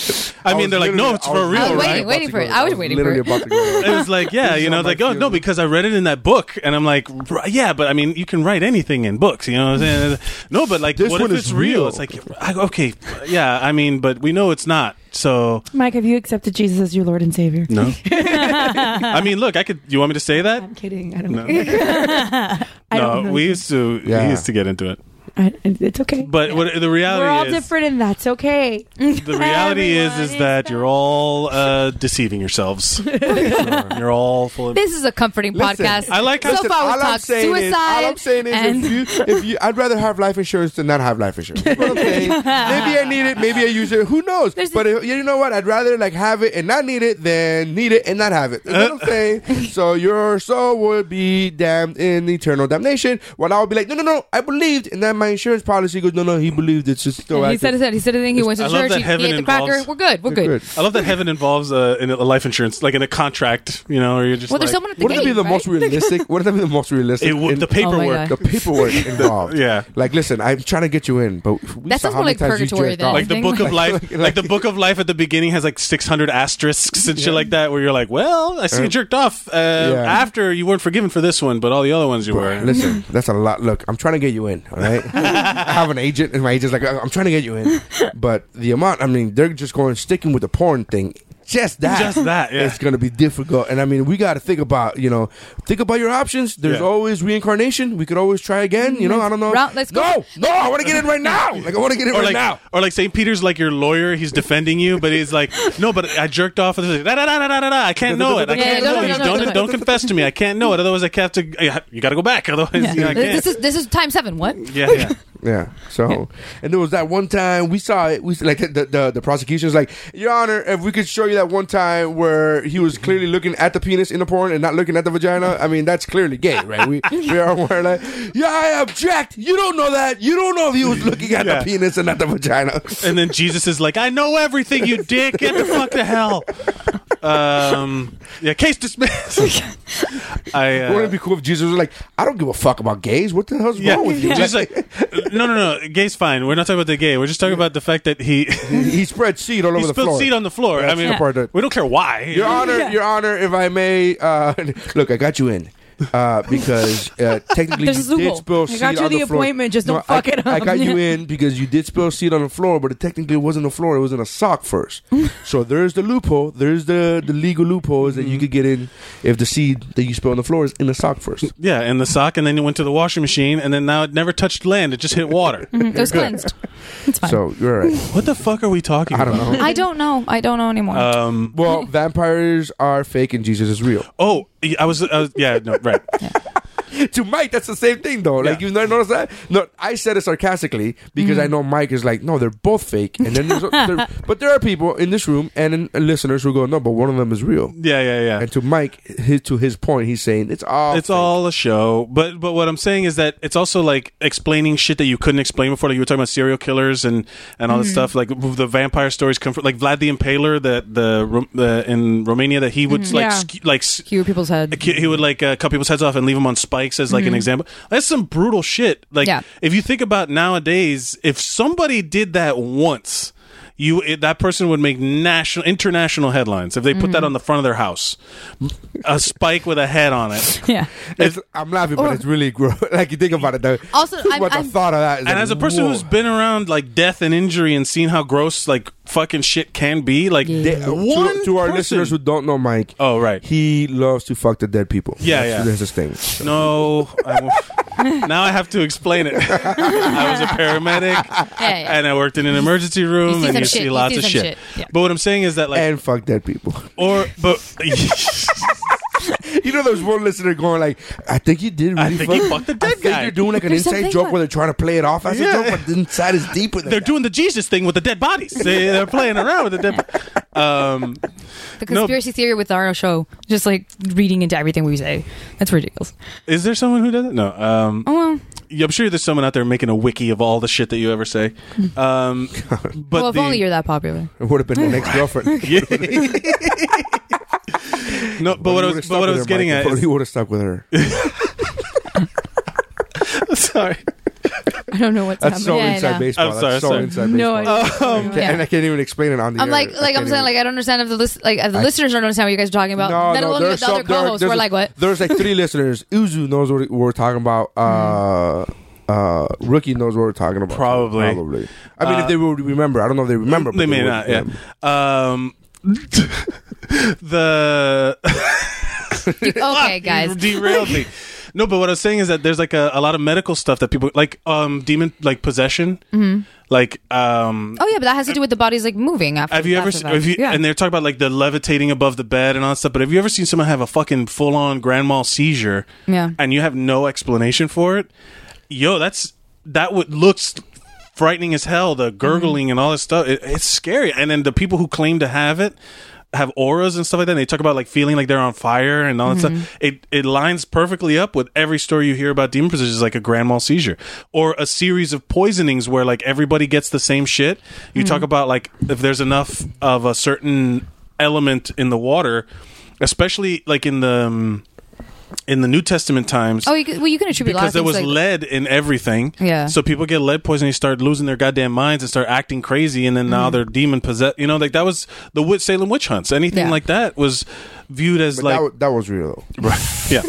Speaker 4: I, mean,
Speaker 2: was
Speaker 4: they're like, no,
Speaker 2: literally-
Speaker 4: it's for real,
Speaker 3: I was
Speaker 4: right?
Speaker 3: waiting, waiting for it. I was waiting for
Speaker 2: literally
Speaker 3: it.
Speaker 2: about to go there.
Speaker 4: It was like, yeah,
Speaker 2: This is
Speaker 4: you know,
Speaker 2: on
Speaker 4: like,
Speaker 2: my
Speaker 4: oh, no,
Speaker 2: field.
Speaker 4: because I read it in that book. And I'm like, "R- yeah, but I mean, you can write anything in books, you know what I'm saying? No, but like,
Speaker 2: This
Speaker 4: what if
Speaker 2: one
Speaker 4: it's
Speaker 2: is
Speaker 4: real?
Speaker 2: real.
Speaker 4: It's like, I, okay, yeah, I mean, but we know it's not. So,
Speaker 7: Mike, have you accepted Jesus as your Lord and Savior?
Speaker 4: no. I mean, look, I could, you want me to say that?
Speaker 7: I'm kidding. I don't
Speaker 4: No.
Speaker 7: know. I
Speaker 4: no,
Speaker 7: don't know.
Speaker 4: we used to,
Speaker 2: Yeah.
Speaker 4: we used to get into it.
Speaker 7: I, it's okay.
Speaker 4: But what the reality
Speaker 7: We're all
Speaker 4: is,
Speaker 7: different, and that's okay.
Speaker 4: The reality is,
Speaker 7: Everyone
Speaker 4: is
Speaker 7: is
Speaker 4: that you're all uh, deceiving yourselves. you're all full of.
Speaker 3: This is a comforting
Speaker 2: Listen,
Speaker 3: podcast.
Speaker 4: I like
Speaker 3: so
Speaker 4: how-
Speaker 2: Listen,
Speaker 3: far we
Speaker 2: all I'm
Speaker 3: talked
Speaker 2: saying
Speaker 3: suicide.
Speaker 2: is, all I'm saying is,
Speaker 3: and-
Speaker 2: if, you, if you, I'd rather have life insurance than not have life insurance. You know what I'm saying? maybe I need it, maybe I use it. Who knows?
Speaker 3: There's
Speaker 2: but if- you know what? I'd rather like have it and not need it than need it and not have it. You know what I'm
Speaker 3: Uh.
Speaker 2: saying? so your soul would be damned in eternal damnation. While I would be like, no, no, no, I believed, and then my insurance policy goes, no, no, he believed it's just still
Speaker 3: he
Speaker 2: active.
Speaker 3: said, he said, he said the thing. He went to
Speaker 4: I love
Speaker 3: church.
Speaker 4: that
Speaker 3: He, he
Speaker 4: heaven
Speaker 3: ate the cracker.
Speaker 4: involves-
Speaker 3: We're good. We're
Speaker 2: They're
Speaker 3: good.
Speaker 2: good.
Speaker 4: I love that heaven involves uh, in a life insurance, like in a contract. You know, or you're just
Speaker 3: Well,
Speaker 4: like,
Speaker 3: there's someone at the
Speaker 2: Wouldn't
Speaker 3: gate.
Speaker 2: it be the
Speaker 3: right?
Speaker 2: most realistic? Wouldn't that be the most realistic?
Speaker 4: it would
Speaker 2: in- Oh
Speaker 4: the paperwork.
Speaker 3: God.
Speaker 2: the paperwork involved.
Speaker 4: Yeah.
Speaker 2: Like, listen, I'm trying to get you in, but we
Speaker 3: That
Speaker 2: saw
Speaker 3: sounds
Speaker 2: how
Speaker 3: more
Speaker 2: many
Speaker 3: like
Speaker 2: times you
Speaker 3: purgatory
Speaker 2: jerked
Speaker 3: than-
Speaker 2: off.
Speaker 4: like the
Speaker 3: thing.
Speaker 4: book of life, like,
Speaker 2: Like-
Speaker 4: the book of life at the beginning has like 600 asterisks and shit like that, where you're like, well, I see you jerked off uh, after you weren't forgiven for this one, but all the other ones you
Speaker 2: Bro,
Speaker 4: were.
Speaker 2: Listen, that's a lot. Look, I'm trying to get you in, all right? I have an agent, and my agent's like, I'm trying to get you in. But the amount, I mean, they're just going, sticking with the porn thing just that,
Speaker 4: Just that, yeah.
Speaker 2: it's gonna be difficult. And I mean, we got to think about you know, think about your options. There's
Speaker 4: Yeah.
Speaker 2: always reincarnation. We could always try again. You know, I don't know.
Speaker 3: Mm-hmm. Round- let's
Speaker 2: no,
Speaker 3: go.
Speaker 2: no, I want to get in right now. Like I want to get in
Speaker 4: Or
Speaker 2: right
Speaker 4: like,
Speaker 2: now.
Speaker 4: or like St. Peter's like your lawyer, he's defending you, but he's like, no, but I jerked off. And he's like, da, da, da, da, da, da, da, I can't know it. I
Speaker 3: Yeah,
Speaker 4: can't
Speaker 3: yeah,
Speaker 4: know
Speaker 3: no,
Speaker 4: it.
Speaker 3: no, no,
Speaker 4: don't,
Speaker 3: no, no.
Speaker 4: don't confess to me. I can't know it. Otherwise, I have to. You got to go back. Otherwise, you know, I can't.
Speaker 3: This is this is time seven. What?
Speaker 4: yeah, yeah.
Speaker 2: Yeah. So, and there was that one time we saw it. We like the the, the prosecution's like, Your Honor, if we could show you that one time where he was clearly looking at the penis in the porn and not looking at the vagina. I mean, that's clearly gay, right? We we are aware like, yeah, I object. You don't know that. You don't know if he was looking at
Speaker 4: Yeah.
Speaker 2: the penis and not the vagina.
Speaker 4: And then Jesus is like, I know everything, you dick. Get the fuck to hell. Um, yeah, case dismissed. I, uh,
Speaker 2: Wouldn't it be cool if Jesus was like, I don't give a fuck about gays. What the hell's
Speaker 4: yeah,
Speaker 2: wrong with you?
Speaker 4: just like no, no, no. Gay's fine. We're not talking about the gay. We're just talking about the fact that he he
Speaker 2: he spread seed all over the
Speaker 4: spilled
Speaker 2: floor.
Speaker 4: seed on the floor. I
Speaker 2: That's
Speaker 4: mean,
Speaker 2: the part that-
Speaker 4: we don't care why.
Speaker 2: Your Honor, Your Honor, if I may, uh, look, I got you in. Uh, because uh, technically
Speaker 3: There's a
Speaker 2: you did
Speaker 3: Zoom.
Speaker 2: spill seed
Speaker 7: got you
Speaker 2: on
Speaker 7: the
Speaker 2: floor.
Speaker 7: appointment, just don't
Speaker 2: I-
Speaker 7: fuck it
Speaker 2: I
Speaker 7: up.
Speaker 2: got you in because you did spill seed on the floor, but it technically wasn't a floor; it was in a sock first. so there's the loophole. There's the the legal loophole is that
Speaker 7: Mm-hmm.
Speaker 2: you could get in if the seed that you spill on the floor is in the sock first.
Speaker 4: Yeah, and the sock, and then it went to the washing machine, and then now it never touched land. It just hit water.
Speaker 3: It was Mm-hmm. cleansed. It's fine.
Speaker 2: So you're all right.
Speaker 4: what the fuck are we talking
Speaker 2: I
Speaker 4: about?
Speaker 2: don't know.
Speaker 3: I don't know. I don't know anymore.
Speaker 4: Um,
Speaker 2: Well, vampires are fake and Jesus is real.
Speaker 4: oh, I was, I was, yeah, no, right.
Speaker 2: to Mike, that's the same thing though. Like
Speaker 4: Yeah.
Speaker 2: you not notice that? No, I said it sarcastically because
Speaker 3: Mm.
Speaker 2: I know Mike is like, no, they're both fake. And then, there's, there, but there are people in this room and in, and listeners who go, no, but one of them is real.
Speaker 4: Yeah, yeah, yeah.
Speaker 2: And to Mike, his, to his point, he's saying it's all.
Speaker 4: It's all a show, but but what I'm saying is that it's also like explaining shit that you couldn't explain before. Like you were talking about serial killers and and all this stuff. Like the vampire stories come from like Vlad the Impaler, the the, Ro- the in Romania that he would like
Speaker 7: Yeah.
Speaker 4: sk- like s-
Speaker 3: Cure people's head.
Speaker 4: Ki- he would like uh, cut people's heads off and leave them on spikes as like an example. That's some brutal shit. Like
Speaker 3: Mm-hmm. Yeah.
Speaker 4: if you think about nowadays, if somebody did that once, you it, that person would make national international headlines if they put
Speaker 3: Mm-hmm.
Speaker 4: that on the front of their house, a spike with a head on it.
Speaker 3: Yeah.
Speaker 2: It's, I'm laughing, but it's really gross. like you think about it though.
Speaker 3: Oh. Also, I'm-
Speaker 2: what the
Speaker 3: I'm-
Speaker 2: thought of that? Is
Speaker 4: And
Speaker 2: like,
Speaker 4: as a person
Speaker 2: whoa.
Speaker 4: who's been around like death and injury and seen how gross like fucking shit can be, like
Speaker 2: They-
Speaker 4: one
Speaker 2: to, to our
Speaker 4: person-
Speaker 2: listeners who don't know Mike,
Speaker 4: Oh, right.
Speaker 2: he loves to fuck the dead people.
Speaker 4: Yeah,
Speaker 2: that's,
Speaker 4: yeah.
Speaker 2: That's his thing.
Speaker 4: No, I won't. now I have to explain it. I was a paramedic,
Speaker 3: Yeah, yeah.
Speaker 4: and I worked in an emergency room,
Speaker 3: see
Speaker 4: and
Speaker 3: some
Speaker 4: you
Speaker 3: shit,
Speaker 4: see
Speaker 3: you
Speaker 4: lots
Speaker 3: see
Speaker 4: of
Speaker 3: some shit,
Speaker 4: shit.
Speaker 3: yeah.
Speaker 4: But what I'm saying is that, like,
Speaker 2: and fuck dead people.
Speaker 4: or but
Speaker 2: You know, there's one listener going like, "I think you did really
Speaker 4: I think
Speaker 2: fuck,
Speaker 4: he fucked the
Speaker 2: I
Speaker 4: dead
Speaker 2: think
Speaker 4: guy.
Speaker 2: you're doing like an
Speaker 3: There's
Speaker 2: inside
Speaker 3: something
Speaker 2: joke
Speaker 3: like-
Speaker 2: where they're trying to play it off as
Speaker 4: Yeah.
Speaker 2: a joke, but the inside is deeper. Than
Speaker 4: they're
Speaker 2: that.
Speaker 4: doing the Jesus thing with the dead bodies. They, they're playing around with the dead. bo- Um,
Speaker 3: The
Speaker 4: No.
Speaker 3: conspiracy theory with our show, just like reading into everything we say. That's ridiculous.
Speaker 4: is there someone who does it? No. Um,
Speaker 3: Oh, well.
Speaker 4: yeah, I'm sure there's someone out there making a wiki of all the shit that you ever say. Um, but
Speaker 3: well, if
Speaker 4: the-
Speaker 3: only you're that popular.
Speaker 2: It would have been the next girlfriend.
Speaker 4: Yeah. no, but what I was, but what I was getting at is,
Speaker 2: he would have stuck with her.
Speaker 4: sorry.
Speaker 7: I don't know what's
Speaker 2: That's so
Speaker 3: Yeah, I
Speaker 2: inside
Speaker 3: know.
Speaker 2: baseball.
Speaker 4: I'm sorry,
Speaker 2: That's so
Speaker 4: sorry. Oh,
Speaker 2: inside
Speaker 7: No,
Speaker 2: baseball.
Speaker 7: I-
Speaker 2: I can't- and I can't even explain it on the.
Speaker 3: I'm
Speaker 2: air.
Speaker 3: like,
Speaker 2: I
Speaker 3: like
Speaker 2: can't
Speaker 3: I'm
Speaker 2: even-
Speaker 3: saying, like I don't understand if the list, like if the
Speaker 2: I-
Speaker 3: listeners don't understand what you guys are talking about.
Speaker 2: No,
Speaker 3: let
Speaker 2: no,
Speaker 3: alone
Speaker 2: there's
Speaker 3: the
Speaker 2: some-
Speaker 3: other
Speaker 2: there-
Speaker 3: co-hosts.
Speaker 2: there's
Speaker 3: We're
Speaker 2: a-
Speaker 3: like, what?
Speaker 2: There's like three listeners. Uzu knows what we're talking about. Uh,
Speaker 3: Hmm.
Speaker 2: uh, rookie knows what we're talking about.
Speaker 4: Probably. Uh,
Speaker 2: probably. I mean, if they would remember, I don't know if they remember. but
Speaker 4: They may
Speaker 2: would
Speaker 4: not. Yeah.
Speaker 2: remember.
Speaker 4: Um, the
Speaker 3: Okay,
Speaker 4: You
Speaker 3: guys.
Speaker 4: derailed me. No, but what I was saying is that there's like a, a lot of medical stuff that people like um demon like possession.
Speaker 3: Mm-hmm.
Speaker 4: Like um
Speaker 3: Oh yeah, but that has to do with the body's like moving after.
Speaker 4: have you ever
Speaker 3: after
Speaker 4: seen,
Speaker 3: that.
Speaker 4: have you,
Speaker 3: yeah.
Speaker 4: and they're talking about like the levitating above the bed and all that stuff, but have you ever seen someone have a fucking full on grandma seizure
Speaker 3: Yeah.
Speaker 4: and you have no explanation for it? Yo, that's that would looks frightening as hell, the gurgling and all this stuff. It, it's scary. And then the people who claim to have it have auras and stuff like that. And they talk about like feeling like they're on fire and all that stuff. It it lines perfectly up with every story you hear about demon possessions, like a grand mal seizure or a series of poisonings where like everybody gets the same shit. You talk about like if there's enough of a certain element in the water, especially like in the um, in the New Testament times
Speaker 3: Oh, you can, well, you can attribute a lot
Speaker 4: because
Speaker 3: of
Speaker 4: there was
Speaker 3: things, like,
Speaker 4: lead in everything.
Speaker 3: Yeah.
Speaker 4: So people get lead poisoning, start losing their goddamn minds, and start acting
Speaker 3: Mm-hmm.
Speaker 4: crazy, and then now they're demon possessed. You know, like that was the wit- Salem witch hunts. Anything
Speaker 3: Yeah.
Speaker 4: like that was viewed as
Speaker 2: But
Speaker 4: like
Speaker 2: that, wa- that was real. though.
Speaker 4: yeah.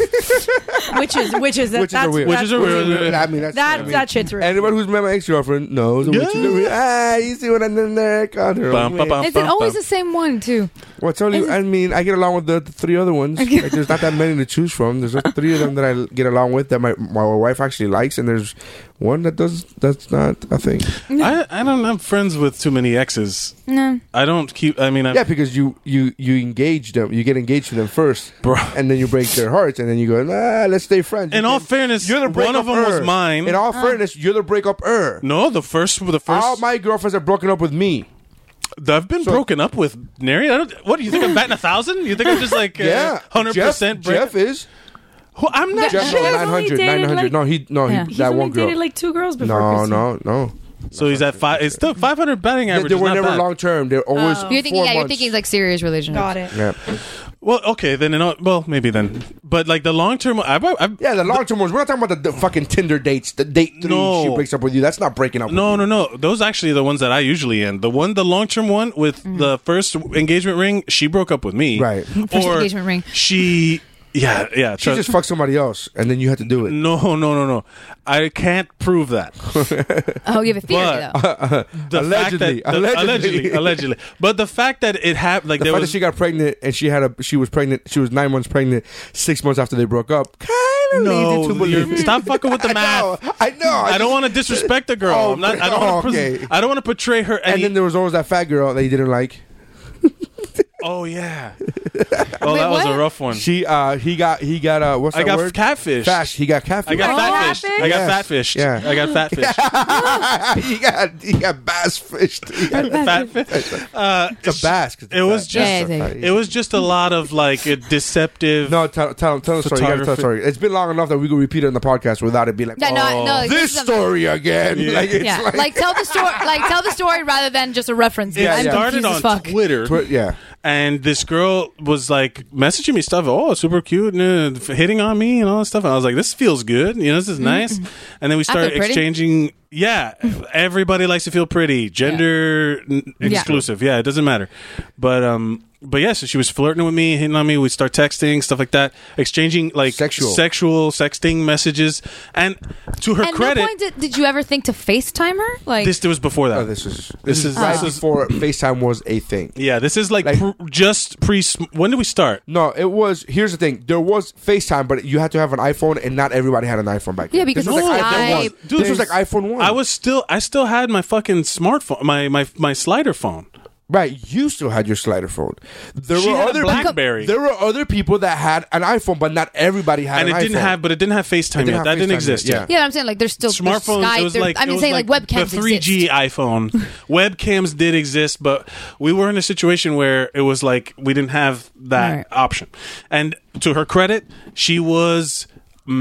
Speaker 7: which is which is that
Speaker 2: Which is
Speaker 7: that's,
Speaker 2: a weird.
Speaker 4: Which is a
Speaker 7: that's-
Speaker 4: weird-
Speaker 2: I mean, that's
Speaker 7: that
Speaker 2: I mean,
Speaker 7: that shit's real.
Speaker 2: Anybody who's met my ex girlfriend knows. which is a real- ah, you see what I did there? I caught her.
Speaker 4: Bum, bum, bum,
Speaker 3: Is it
Speaker 4: uh, bum,
Speaker 3: always
Speaker 4: bum.
Speaker 3: the same one too?
Speaker 2: Well, I tell you, I mean, I get along with the, the three other ones. Like, there's not that many to choose from. There's just three of them that I get along with that my, my wife actually likes, and there's one that does. That's not a thing.
Speaker 4: I, I don't have friends with too many exes.
Speaker 3: No.
Speaker 4: I don't keep. I mean, I,
Speaker 2: Yeah, because you you you engage them, you get engaged with them first,
Speaker 4: Bro.
Speaker 2: and then you break their hearts, and then you go, nah, let's stay friends.
Speaker 4: In
Speaker 2: You
Speaker 4: all
Speaker 2: can-
Speaker 4: fairness, one of them was
Speaker 2: breakup-er.
Speaker 4: mine.
Speaker 2: In
Speaker 7: Uh.
Speaker 2: all fairness, you're the breakup er.
Speaker 4: no, the first, the first,
Speaker 2: All my girlfriends have broken up with me.
Speaker 4: I've been broken up with. Nary, I don't. What do you think I'm batting a thousand? You think I'm just like uh,
Speaker 2: Yeah,
Speaker 4: hundred
Speaker 2: Jeff-
Speaker 4: percent?
Speaker 2: Jeff is
Speaker 4: Well, I'm not.
Speaker 2: Jeff.
Speaker 7: Jeff
Speaker 2: No,
Speaker 7: only
Speaker 2: 900,
Speaker 7: dated,
Speaker 2: 900.
Speaker 7: like-
Speaker 2: no, he no,
Speaker 3: Yeah.
Speaker 2: he,
Speaker 3: He's
Speaker 2: that
Speaker 7: only
Speaker 2: one girl.
Speaker 7: dated like two girls before.
Speaker 2: no,
Speaker 7: Christine.
Speaker 2: no, no.
Speaker 4: So he's at five. It's still five hundred batting
Speaker 2: They,
Speaker 4: average.
Speaker 2: they
Speaker 4: is
Speaker 2: were
Speaker 4: not
Speaker 2: never
Speaker 4: bad.
Speaker 2: long term. They're always
Speaker 4: Uh,
Speaker 3: You're thinking,
Speaker 2: four
Speaker 3: yeah, you're
Speaker 2: months.
Speaker 3: thinking like serious relationship.
Speaker 7: Got it.
Speaker 2: Yeah.
Speaker 4: Well, okay, then. In all, well, maybe then. But like the long term, I, I, I,
Speaker 2: Yeah, the long term ones. We're not talking about the, the fucking Tinder dates. The date three,
Speaker 4: No.
Speaker 2: she breaks up with you. That's not breaking up.
Speaker 4: No, no, no. Those actually are the ones that I usually end. The one, the long term one with the first engagement ring, she broke up with me.
Speaker 2: Right.
Speaker 3: Mm. First
Speaker 4: or
Speaker 3: engagement ring.
Speaker 4: She, yeah, yeah.
Speaker 2: She just fucked somebody else, and then you had to do it.
Speaker 4: no, no, no, no. I can't prove that.
Speaker 3: Oh, you have a theory
Speaker 4: But-
Speaker 3: though.
Speaker 4: The fact
Speaker 2: Allegedly,
Speaker 4: that, the-
Speaker 2: allegedly.
Speaker 4: allegedly, allegedly. But the fact that it happened, like
Speaker 2: The
Speaker 4: there
Speaker 2: fact
Speaker 4: was
Speaker 2: that she got pregnant and she had a she was pregnant she was nine months pregnant six months after they broke up kind of
Speaker 4: no.
Speaker 2: leads you to
Speaker 4: you're-
Speaker 2: believe it.
Speaker 4: Stop fucking with the
Speaker 2: I know,
Speaker 4: math.
Speaker 2: I know.
Speaker 4: I, don't
Speaker 2: just-
Speaker 4: want to disrespect the girl.
Speaker 2: Oh,
Speaker 4: I'm not, I don't
Speaker 2: oh,
Speaker 4: want to.
Speaker 2: okay.
Speaker 4: I don't want to portray her.
Speaker 2: And
Speaker 4: any-
Speaker 2: then there was always that fat girl that you didn't like.
Speaker 4: oh yeah. Oh, that was
Speaker 3: what?
Speaker 4: a rough one.
Speaker 2: She uh he got he got uh what's
Speaker 4: I
Speaker 2: that
Speaker 4: got
Speaker 2: word?
Speaker 4: catfish.
Speaker 2: Fash. He got catfish.
Speaker 4: I
Speaker 3: Oh,
Speaker 4: got fat fished. I got
Speaker 2: Yes.
Speaker 4: fat fished.
Speaker 2: Yeah.
Speaker 4: I got fat fished.
Speaker 2: he got he got bass fished. He got-
Speaker 4: fat fished. Uh,
Speaker 2: it's a bass. 'cause it's
Speaker 4: it
Speaker 2: a
Speaker 4: was
Speaker 2: bass.
Speaker 4: just
Speaker 3: Yeah, yeah,
Speaker 4: it was just a lot of like a deceptive.
Speaker 2: No, tell tell tell the story. You gotta tell the story. It's been long enough that we could repeat it in the podcast without it being like
Speaker 3: Yeah, no, I- no,
Speaker 2: "Oh,
Speaker 3: this
Speaker 2: this
Speaker 3: is a-
Speaker 2: story again. Like, it's
Speaker 3: Yeah,
Speaker 2: like,
Speaker 3: like, tell the story, like tell the story rather than just a reference.
Speaker 4: It
Speaker 2: Yeah,
Speaker 3: I'm
Speaker 2: yeah.
Speaker 4: started
Speaker 3: confused as
Speaker 4: on
Speaker 3: fuck.
Speaker 4: Twitter,
Speaker 2: Twi- yeah.
Speaker 4: and this girl was like messaging me stuff. Oh, super cute, and uh, f- hitting on me and all that stuff. And I was like, this feels good. You know, this is nice. And then we started
Speaker 3: Mm-hmm. pretty.
Speaker 4: exchanging. Yeah, everybody likes to feel pretty. Gender n- exclusive. Yeah, it doesn't matter. But um, but yeah, so she was flirting with me, hitting on me. We start texting stuff like that, exchanging like
Speaker 2: Sexual.
Speaker 4: sexual sexting messages. And to her
Speaker 3: At
Speaker 4: credit,
Speaker 3: no point did, did you ever think to FaceTime her? Like,
Speaker 4: this was before that.
Speaker 2: Oh, this is this,
Speaker 4: This
Speaker 2: is,
Speaker 4: is-
Speaker 2: right
Speaker 4: this is-
Speaker 2: before FaceTime was a thing.
Speaker 4: yeah, this is like,
Speaker 2: Like-
Speaker 4: pr- just pre. When did we start?
Speaker 2: No, it was. Here's the thing: there was FaceTime, but you had to have an iPhone, and not everybody had an iPhone back then.
Speaker 3: Yeah, because
Speaker 2: this was like
Speaker 3: Skype-
Speaker 2: iPhone one.
Speaker 4: Oh, Dude,
Speaker 2: this was like iPhone one.
Speaker 4: I was still I still had my fucking smartphone my my my slider phone.
Speaker 2: right. You still had your slider phone. There
Speaker 4: She
Speaker 2: were
Speaker 4: had a
Speaker 2: other
Speaker 4: BlackBerry.
Speaker 2: There were other people that had an iPhone, but not everybody had.
Speaker 4: And
Speaker 2: an
Speaker 4: it didn't
Speaker 2: iPhone.
Speaker 4: have but it didn't have FaceTime
Speaker 2: It didn't
Speaker 4: yet.
Speaker 2: have
Speaker 4: that didn't
Speaker 2: FaceTime
Speaker 4: exist
Speaker 2: yet,
Speaker 4: yet.
Speaker 3: yeah, I'm saying like there's still there's
Speaker 4: Smartphones
Speaker 3: Skype,
Speaker 4: it was
Speaker 3: there-
Speaker 4: like
Speaker 3: I'm
Speaker 4: it
Speaker 3: just
Speaker 4: was
Speaker 3: saying like, webcams.
Speaker 4: the 3G
Speaker 3: exist.
Speaker 4: iPhone. webcams did exist, but we were in a situation where it was like we didn't have that
Speaker 3: Right.
Speaker 4: option. And to her credit, she was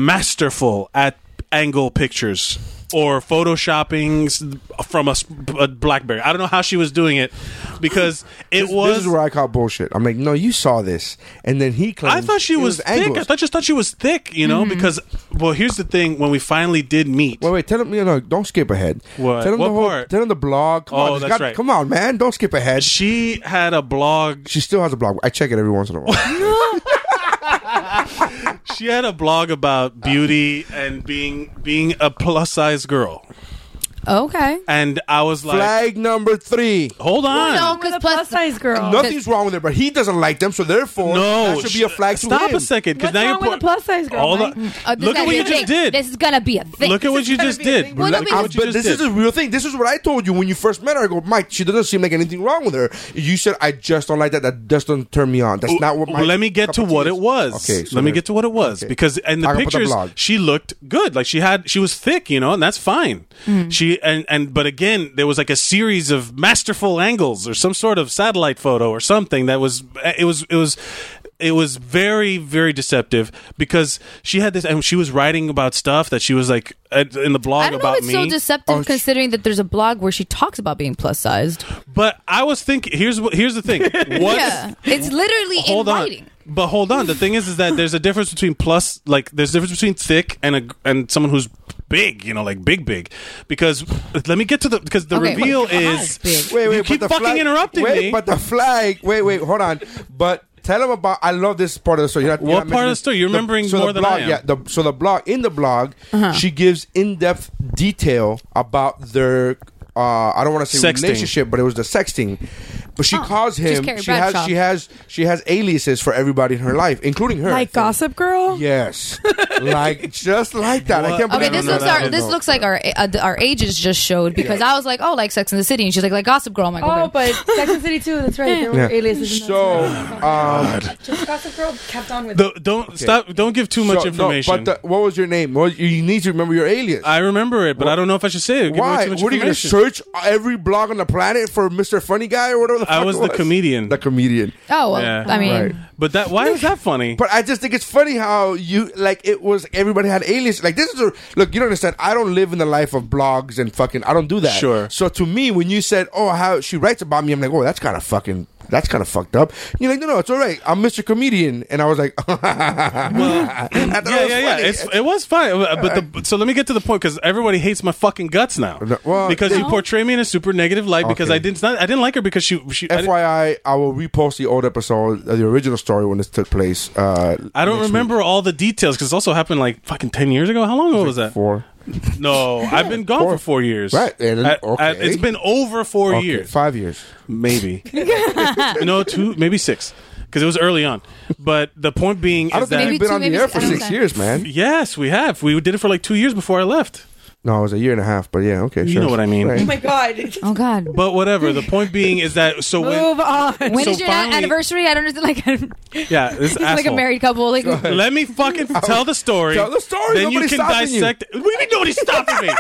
Speaker 4: masterful at angle pictures or photoshopping s- from a, s- a BlackBerry. I don't know how she was doing it because it was
Speaker 2: This is where I caught bullshit. I'm like, no, you saw this, and then he claimed.
Speaker 4: I thought she
Speaker 2: it
Speaker 4: was, thick.
Speaker 2: angles.
Speaker 4: I thought just thought she was thick, you
Speaker 3: Mm-hmm.
Speaker 4: know, because well, here's the thing: when we finally did meet,
Speaker 2: Wait, wait, tell him, you know, don't skip ahead.
Speaker 4: What?
Speaker 2: Tell him
Speaker 4: What
Speaker 2: the whole,
Speaker 4: part?
Speaker 2: Tell him the blog. Come
Speaker 4: Oh,
Speaker 2: on,
Speaker 4: that's
Speaker 2: got-
Speaker 4: right.
Speaker 2: Come on, man, don't skip ahead. She,
Speaker 4: she had a blog.
Speaker 2: still has a blog. I check it every once in a while.
Speaker 4: She had a blog about beauty and being being a plus size girl,
Speaker 3: Okay.
Speaker 4: and I was like,
Speaker 2: Flag number three.
Speaker 4: hold on.
Speaker 3: No,
Speaker 7: With
Speaker 3: because
Speaker 7: a plus size girl.
Speaker 2: Nothing's wrong with it, but he doesn't like them, so therefore,
Speaker 4: No,
Speaker 2: that should be a
Speaker 4: sh-
Speaker 2: flag to
Speaker 4: Stop
Speaker 2: him.
Speaker 4: a second, because
Speaker 7: What's
Speaker 4: now
Speaker 7: wrong
Speaker 4: you're
Speaker 7: with
Speaker 4: po-
Speaker 7: a plus size girl,
Speaker 4: Hold
Speaker 7: Mike?
Speaker 3: Oh,
Speaker 4: on.
Speaker 3: this
Speaker 4: Look
Speaker 3: is
Speaker 4: at what
Speaker 3: gonna
Speaker 4: you
Speaker 3: be a
Speaker 4: just
Speaker 3: thing.
Speaker 4: did.
Speaker 3: This is gonna be a thing.
Speaker 4: Look at what you just did.
Speaker 3: Well, no,
Speaker 4: Look
Speaker 3: but-
Speaker 4: at
Speaker 2: I'm-
Speaker 4: what you
Speaker 2: but
Speaker 4: just
Speaker 2: this
Speaker 4: did.
Speaker 2: is a real thing. This is what I told you when you first met her. I go, Mike, she doesn't seem like anything wrong with her. You said I just don't like that. That just doesn't turn me on. That's not what. My
Speaker 4: Well, let me get
Speaker 2: cup
Speaker 4: to
Speaker 2: of tea
Speaker 4: what
Speaker 2: is.
Speaker 4: it was.
Speaker 2: Okay, so
Speaker 4: let me
Speaker 2: there-
Speaker 4: get to what it was
Speaker 2: okay.
Speaker 4: because in the
Speaker 2: I can put the
Speaker 4: pictures
Speaker 2: blog.
Speaker 4: she looked good. Like she had she was thick, you know, and that's fine.
Speaker 3: Mm.
Speaker 4: She and and but again, there was like a series of masterful angles or some sort of satellite photo or something that was it was it was it was very very deceptive because she had this and she was writing about stuff that she was like at- in the blog
Speaker 3: I don't know.
Speaker 4: about
Speaker 3: if It's
Speaker 4: me.
Speaker 3: so deceptive
Speaker 2: Oh, sh-
Speaker 3: considering that there's a blog where she talks about being plus sized.
Speaker 4: but I was thinking here's what here's the thing. Once
Speaker 3: Yeah, it's literally
Speaker 4: hold
Speaker 3: in
Speaker 4: on.
Speaker 3: writing.
Speaker 4: But hold on, the thing is, is that there's a difference between plus, like there's a difference between thick and a and someone who's big, you know, like big, big. Because let me get to the because the
Speaker 3: Okay,
Speaker 4: reveal
Speaker 3: wait, how
Speaker 4: is
Speaker 3: big?
Speaker 2: Wait, wait,
Speaker 4: you
Speaker 2: but
Speaker 4: keep
Speaker 2: the
Speaker 4: fucking
Speaker 2: flag-
Speaker 4: interrupting
Speaker 2: wait,
Speaker 4: me.
Speaker 2: But the flag. Wait, wait, hold on. But Tell them about. I love this part of the story. You're not- you're
Speaker 4: What
Speaker 2: not
Speaker 4: part
Speaker 2: mentioning-
Speaker 4: of the story? You're remembering
Speaker 2: so
Speaker 4: more
Speaker 2: the
Speaker 4: than
Speaker 2: blog,
Speaker 4: I am.
Speaker 2: Yeah. The, so the blog in the blog,
Speaker 3: Uh-huh.
Speaker 2: she gives in-depth detail about their. Uh, I don't want to say
Speaker 4: Sexting.
Speaker 2: relationship, but it was the sexting. But she calls
Speaker 3: she's
Speaker 2: him.
Speaker 3: Oh, Carrie
Speaker 2: She has.
Speaker 3: Bradshaw.
Speaker 2: She has. She has aliases for everybody in her life, including her. I
Speaker 7: like
Speaker 2: think.
Speaker 7: Gossip Girl.
Speaker 2: Yes, like just like that. I
Speaker 4: What?
Speaker 2: can't
Speaker 4: Okay,
Speaker 2: believe
Speaker 3: Okay, this
Speaker 4: No, no,
Speaker 3: looks
Speaker 4: no,
Speaker 3: our
Speaker 4: no,
Speaker 3: this
Speaker 4: no.
Speaker 3: looks like our uh, our ages just showed because I was like, oh, like Sex in the City, and she's like, like Gossip Girl. I'm like,
Speaker 8: Oh,
Speaker 3: okay.
Speaker 8: but Sex and the City too. That's right. There were
Speaker 2: Yeah.
Speaker 8: aliases. in that.
Speaker 2: So, um,
Speaker 8: just Gossip Girl kept on with.
Speaker 4: Th- don't stop. Don't give too much
Speaker 2: so- no,
Speaker 4: information.
Speaker 2: but the, what was your name? Well, you need to remember your alias.
Speaker 4: I remember it, but I don't know if I should say it. Give away
Speaker 2: Why?
Speaker 4: Too much
Speaker 2: What are you going to
Speaker 4: information.
Speaker 2: search every blog on the planet for Mr. Funny Guy or whatever the
Speaker 4: I
Speaker 2: fuck
Speaker 4: was
Speaker 2: it
Speaker 4: the comedian.
Speaker 2: The comedian.
Speaker 3: oh, well,
Speaker 4: Yeah.
Speaker 3: I mean,
Speaker 2: Right.
Speaker 4: But that why is that funny?
Speaker 2: But I just think it's funny how you like it was everybody had alias. Like this is a look. You don't understand. I don't live in the life of blogs and fucking. I don't do that.
Speaker 4: Sure.
Speaker 2: So to me, when you said, "Oh, how she writes about me," I'm like, "Oh, that's kind of fucking. That's kind of fucked up." And you're like, "No, no, it's all right. I'm Mr. Comedian," and I was like, I thought it
Speaker 4: yeah,
Speaker 2: was
Speaker 4: yeah, yeah.
Speaker 2: funny.
Speaker 4: It's, it was fine, uh, but the, but- so let me get to the point because everybody hates my fucking guts now
Speaker 2: No, well,
Speaker 4: because you portray me in a super negative light because
Speaker 2: Okay.
Speaker 4: I didn't not, I didn't like her because she she I, didn't-
Speaker 2: FYI, I will repost the old episode, uh, the original story when this took place. Uh,
Speaker 4: I don't
Speaker 2: next
Speaker 4: remember all the details because it also happened like fucking ten years ago. How long ago was
Speaker 2: week.
Speaker 4: that?
Speaker 2: for
Speaker 4: No, I've been gone
Speaker 2: Four.
Speaker 4: for four years.
Speaker 2: Right, and then-
Speaker 4: At-
Speaker 2: okay.
Speaker 4: at- it's been over four
Speaker 2: okay,
Speaker 4: years.
Speaker 2: five years.
Speaker 4: maybe no two maybe six because it was early on but the point being
Speaker 2: I
Speaker 4: is
Speaker 2: don't think
Speaker 4: that
Speaker 2: you've been
Speaker 3: Maybe
Speaker 2: on
Speaker 3: two,
Speaker 2: the
Speaker 3: maybe
Speaker 2: air
Speaker 3: six-
Speaker 2: for
Speaker 3: I don't
Speaker 2: six
Speaker 3: know.
Speaker 2: years, man.
Speaker 4: yes we have we did it for like two years before i left
Speaker 2: No, it was a year and a half, but yeah, okay.
Speaker 4: You
Speaker 2: sure.
Speaker 4: know what I mean.
Speaker 2: Right.
Speaker 7: Oh my God.
Speaker 3: oh god.
Speaker 4: but whatever the point being is that so when
Speaker 7: Move on.
Speaker 3: When
Speaker 4: So
Speaker 3: is your
Speaker 4: finally-
Speaker 3: anniversary? I don't understand. Like, I'm
Speaker 4: yeah this
Speaker 3: like a
Speaker 4: asshole.
Speaker 3: married couple. Like,
Speaker 4: let me fucking tell the story.
Speaker 2: Tell the story.
Speaker 4: Then
Speaker 2: Nobody's
Speaker 4: you can
Speaker 2: stopping you.
Speaker 4: dissect. We didn't know he's stopping me.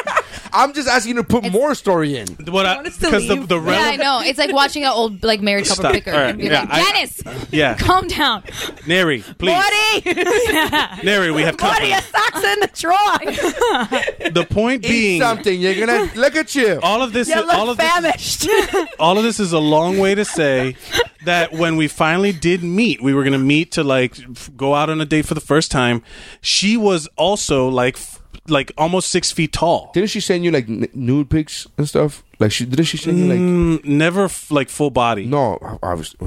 Speaker 2: I'm just asking you to put more story in.
Speaker 4: What I
Speaker 8: us to
Speaker 4: because the
Speaker 8: leave?
Speaker 4: the
Speaker 3: yeah, I
Speaker 4: relevant
Speaker 3: know. It's like watching an old like married couple
Speaker 4: Stop.
Speaker 3: bicker.
Speaker 4: All right.
Speaker 3: And be
Speaker 4: Yeah,
Speaker 3: like,
Speaker 4: I-
Speaker 3: Dennis,
Speaker 4: yeah.
Speaker 3: calm down,
Speaker 4: Neri, please.
Speaker 3: buddy.
Speaker 4: Neri, we have company.
Speaker 7: socks in the drawer.
Speaker 4: The point
Speaker 2: Eat
Speaker 4: being, Oh.
Speaker 2: something. You're gonna look at you.
Speaker 4: all of this, all of this,
Speaker 7: famished.
Speaker 4: all of this is a long way to say that when we finally did meet, we were going to meet to like f- go out on a date for the first time. She was also like, f- like almost six feet tall.
Speaker 2: Didn't she send you like n- nude pics and stuff? Like she didn't she send you like
Speaker 4: Mm, never f- like full body.
Speaker 2: no? Obviously,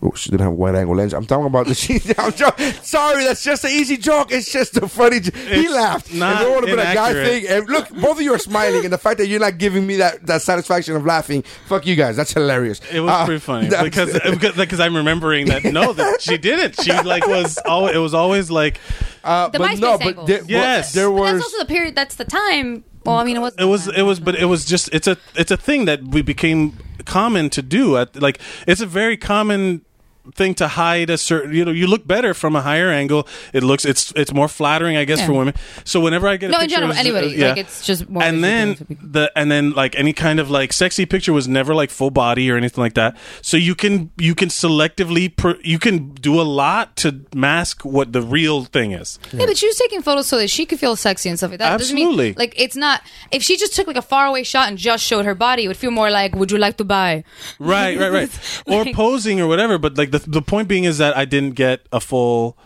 Speaker 2: oh, she didn't have wide angle lens. I'm talking about the. She, I'm jo- sorry, that's just an easy joke. It's just a funny. j he
Speaker 4: It's
Speaker 2: laughed.
Speaker 4: not
Speaker 2: if it would have been a guy
Speaker 4: inaccurate.
Speaker 2: thing, and look, both of you are smiling, and the fact that you're not giving me that, that satisfaction of laughing, fuck you guys. That's hilarious.
Speaker 4: It was
Speaker 2: Uh,
Speaker 4: pretty funny
Speaker 2: that's-
Speaker 4: because because like, 'cause I'm remembering that no that she didn't she like was al- it was always like
Speaker 2: uh,
Speaker 3: The
Speaker 2: but
Speaker 3: MySpace
Speaker 2: no, but
Speaker 3: angle.
Speaker 2: there,
Speaker 4: Yes.
Speaker 2: there
Speaker 3: But that's
Speaker 2: was
Speaker 3: also the period. That's the time. Well, I mean, it was.
Speaker 4: it was it was but it was just it's a it's a thing that we became common to do at like it's a very common thing to hide a certain you know you look better from a higher angle it looks it's it's more flattering i guess
Speaker 3: Yeah.
Speaker 4: for women so whenever i get a
Speaker 3: No, in
Speaker 4: picture,
Speaker 3: general,
Speaker 4: it was- uh,
Speaker 3: anybody. Like, it's just more
Speaker 4: and then
Speaker 3: ridiculous to people.
Speaker 4: the and then like any kind of like sexy picture was never like full body or anything like that so you can you can selectively per, you can do a lot to mask what the real thing is
Speaker 3: Yeah, but she was taking photos so that she could feel sexy and stuff like that. It doesn't mean-
Speaker 4: Absolutely.
Speaker 3: like it's not. If she just took like a faraway shot and just showed her body, it would feel more like, "Would you like to buy?"
Speaker 4: right right right or posing or whatever but like the, the point being is that i didn't get a full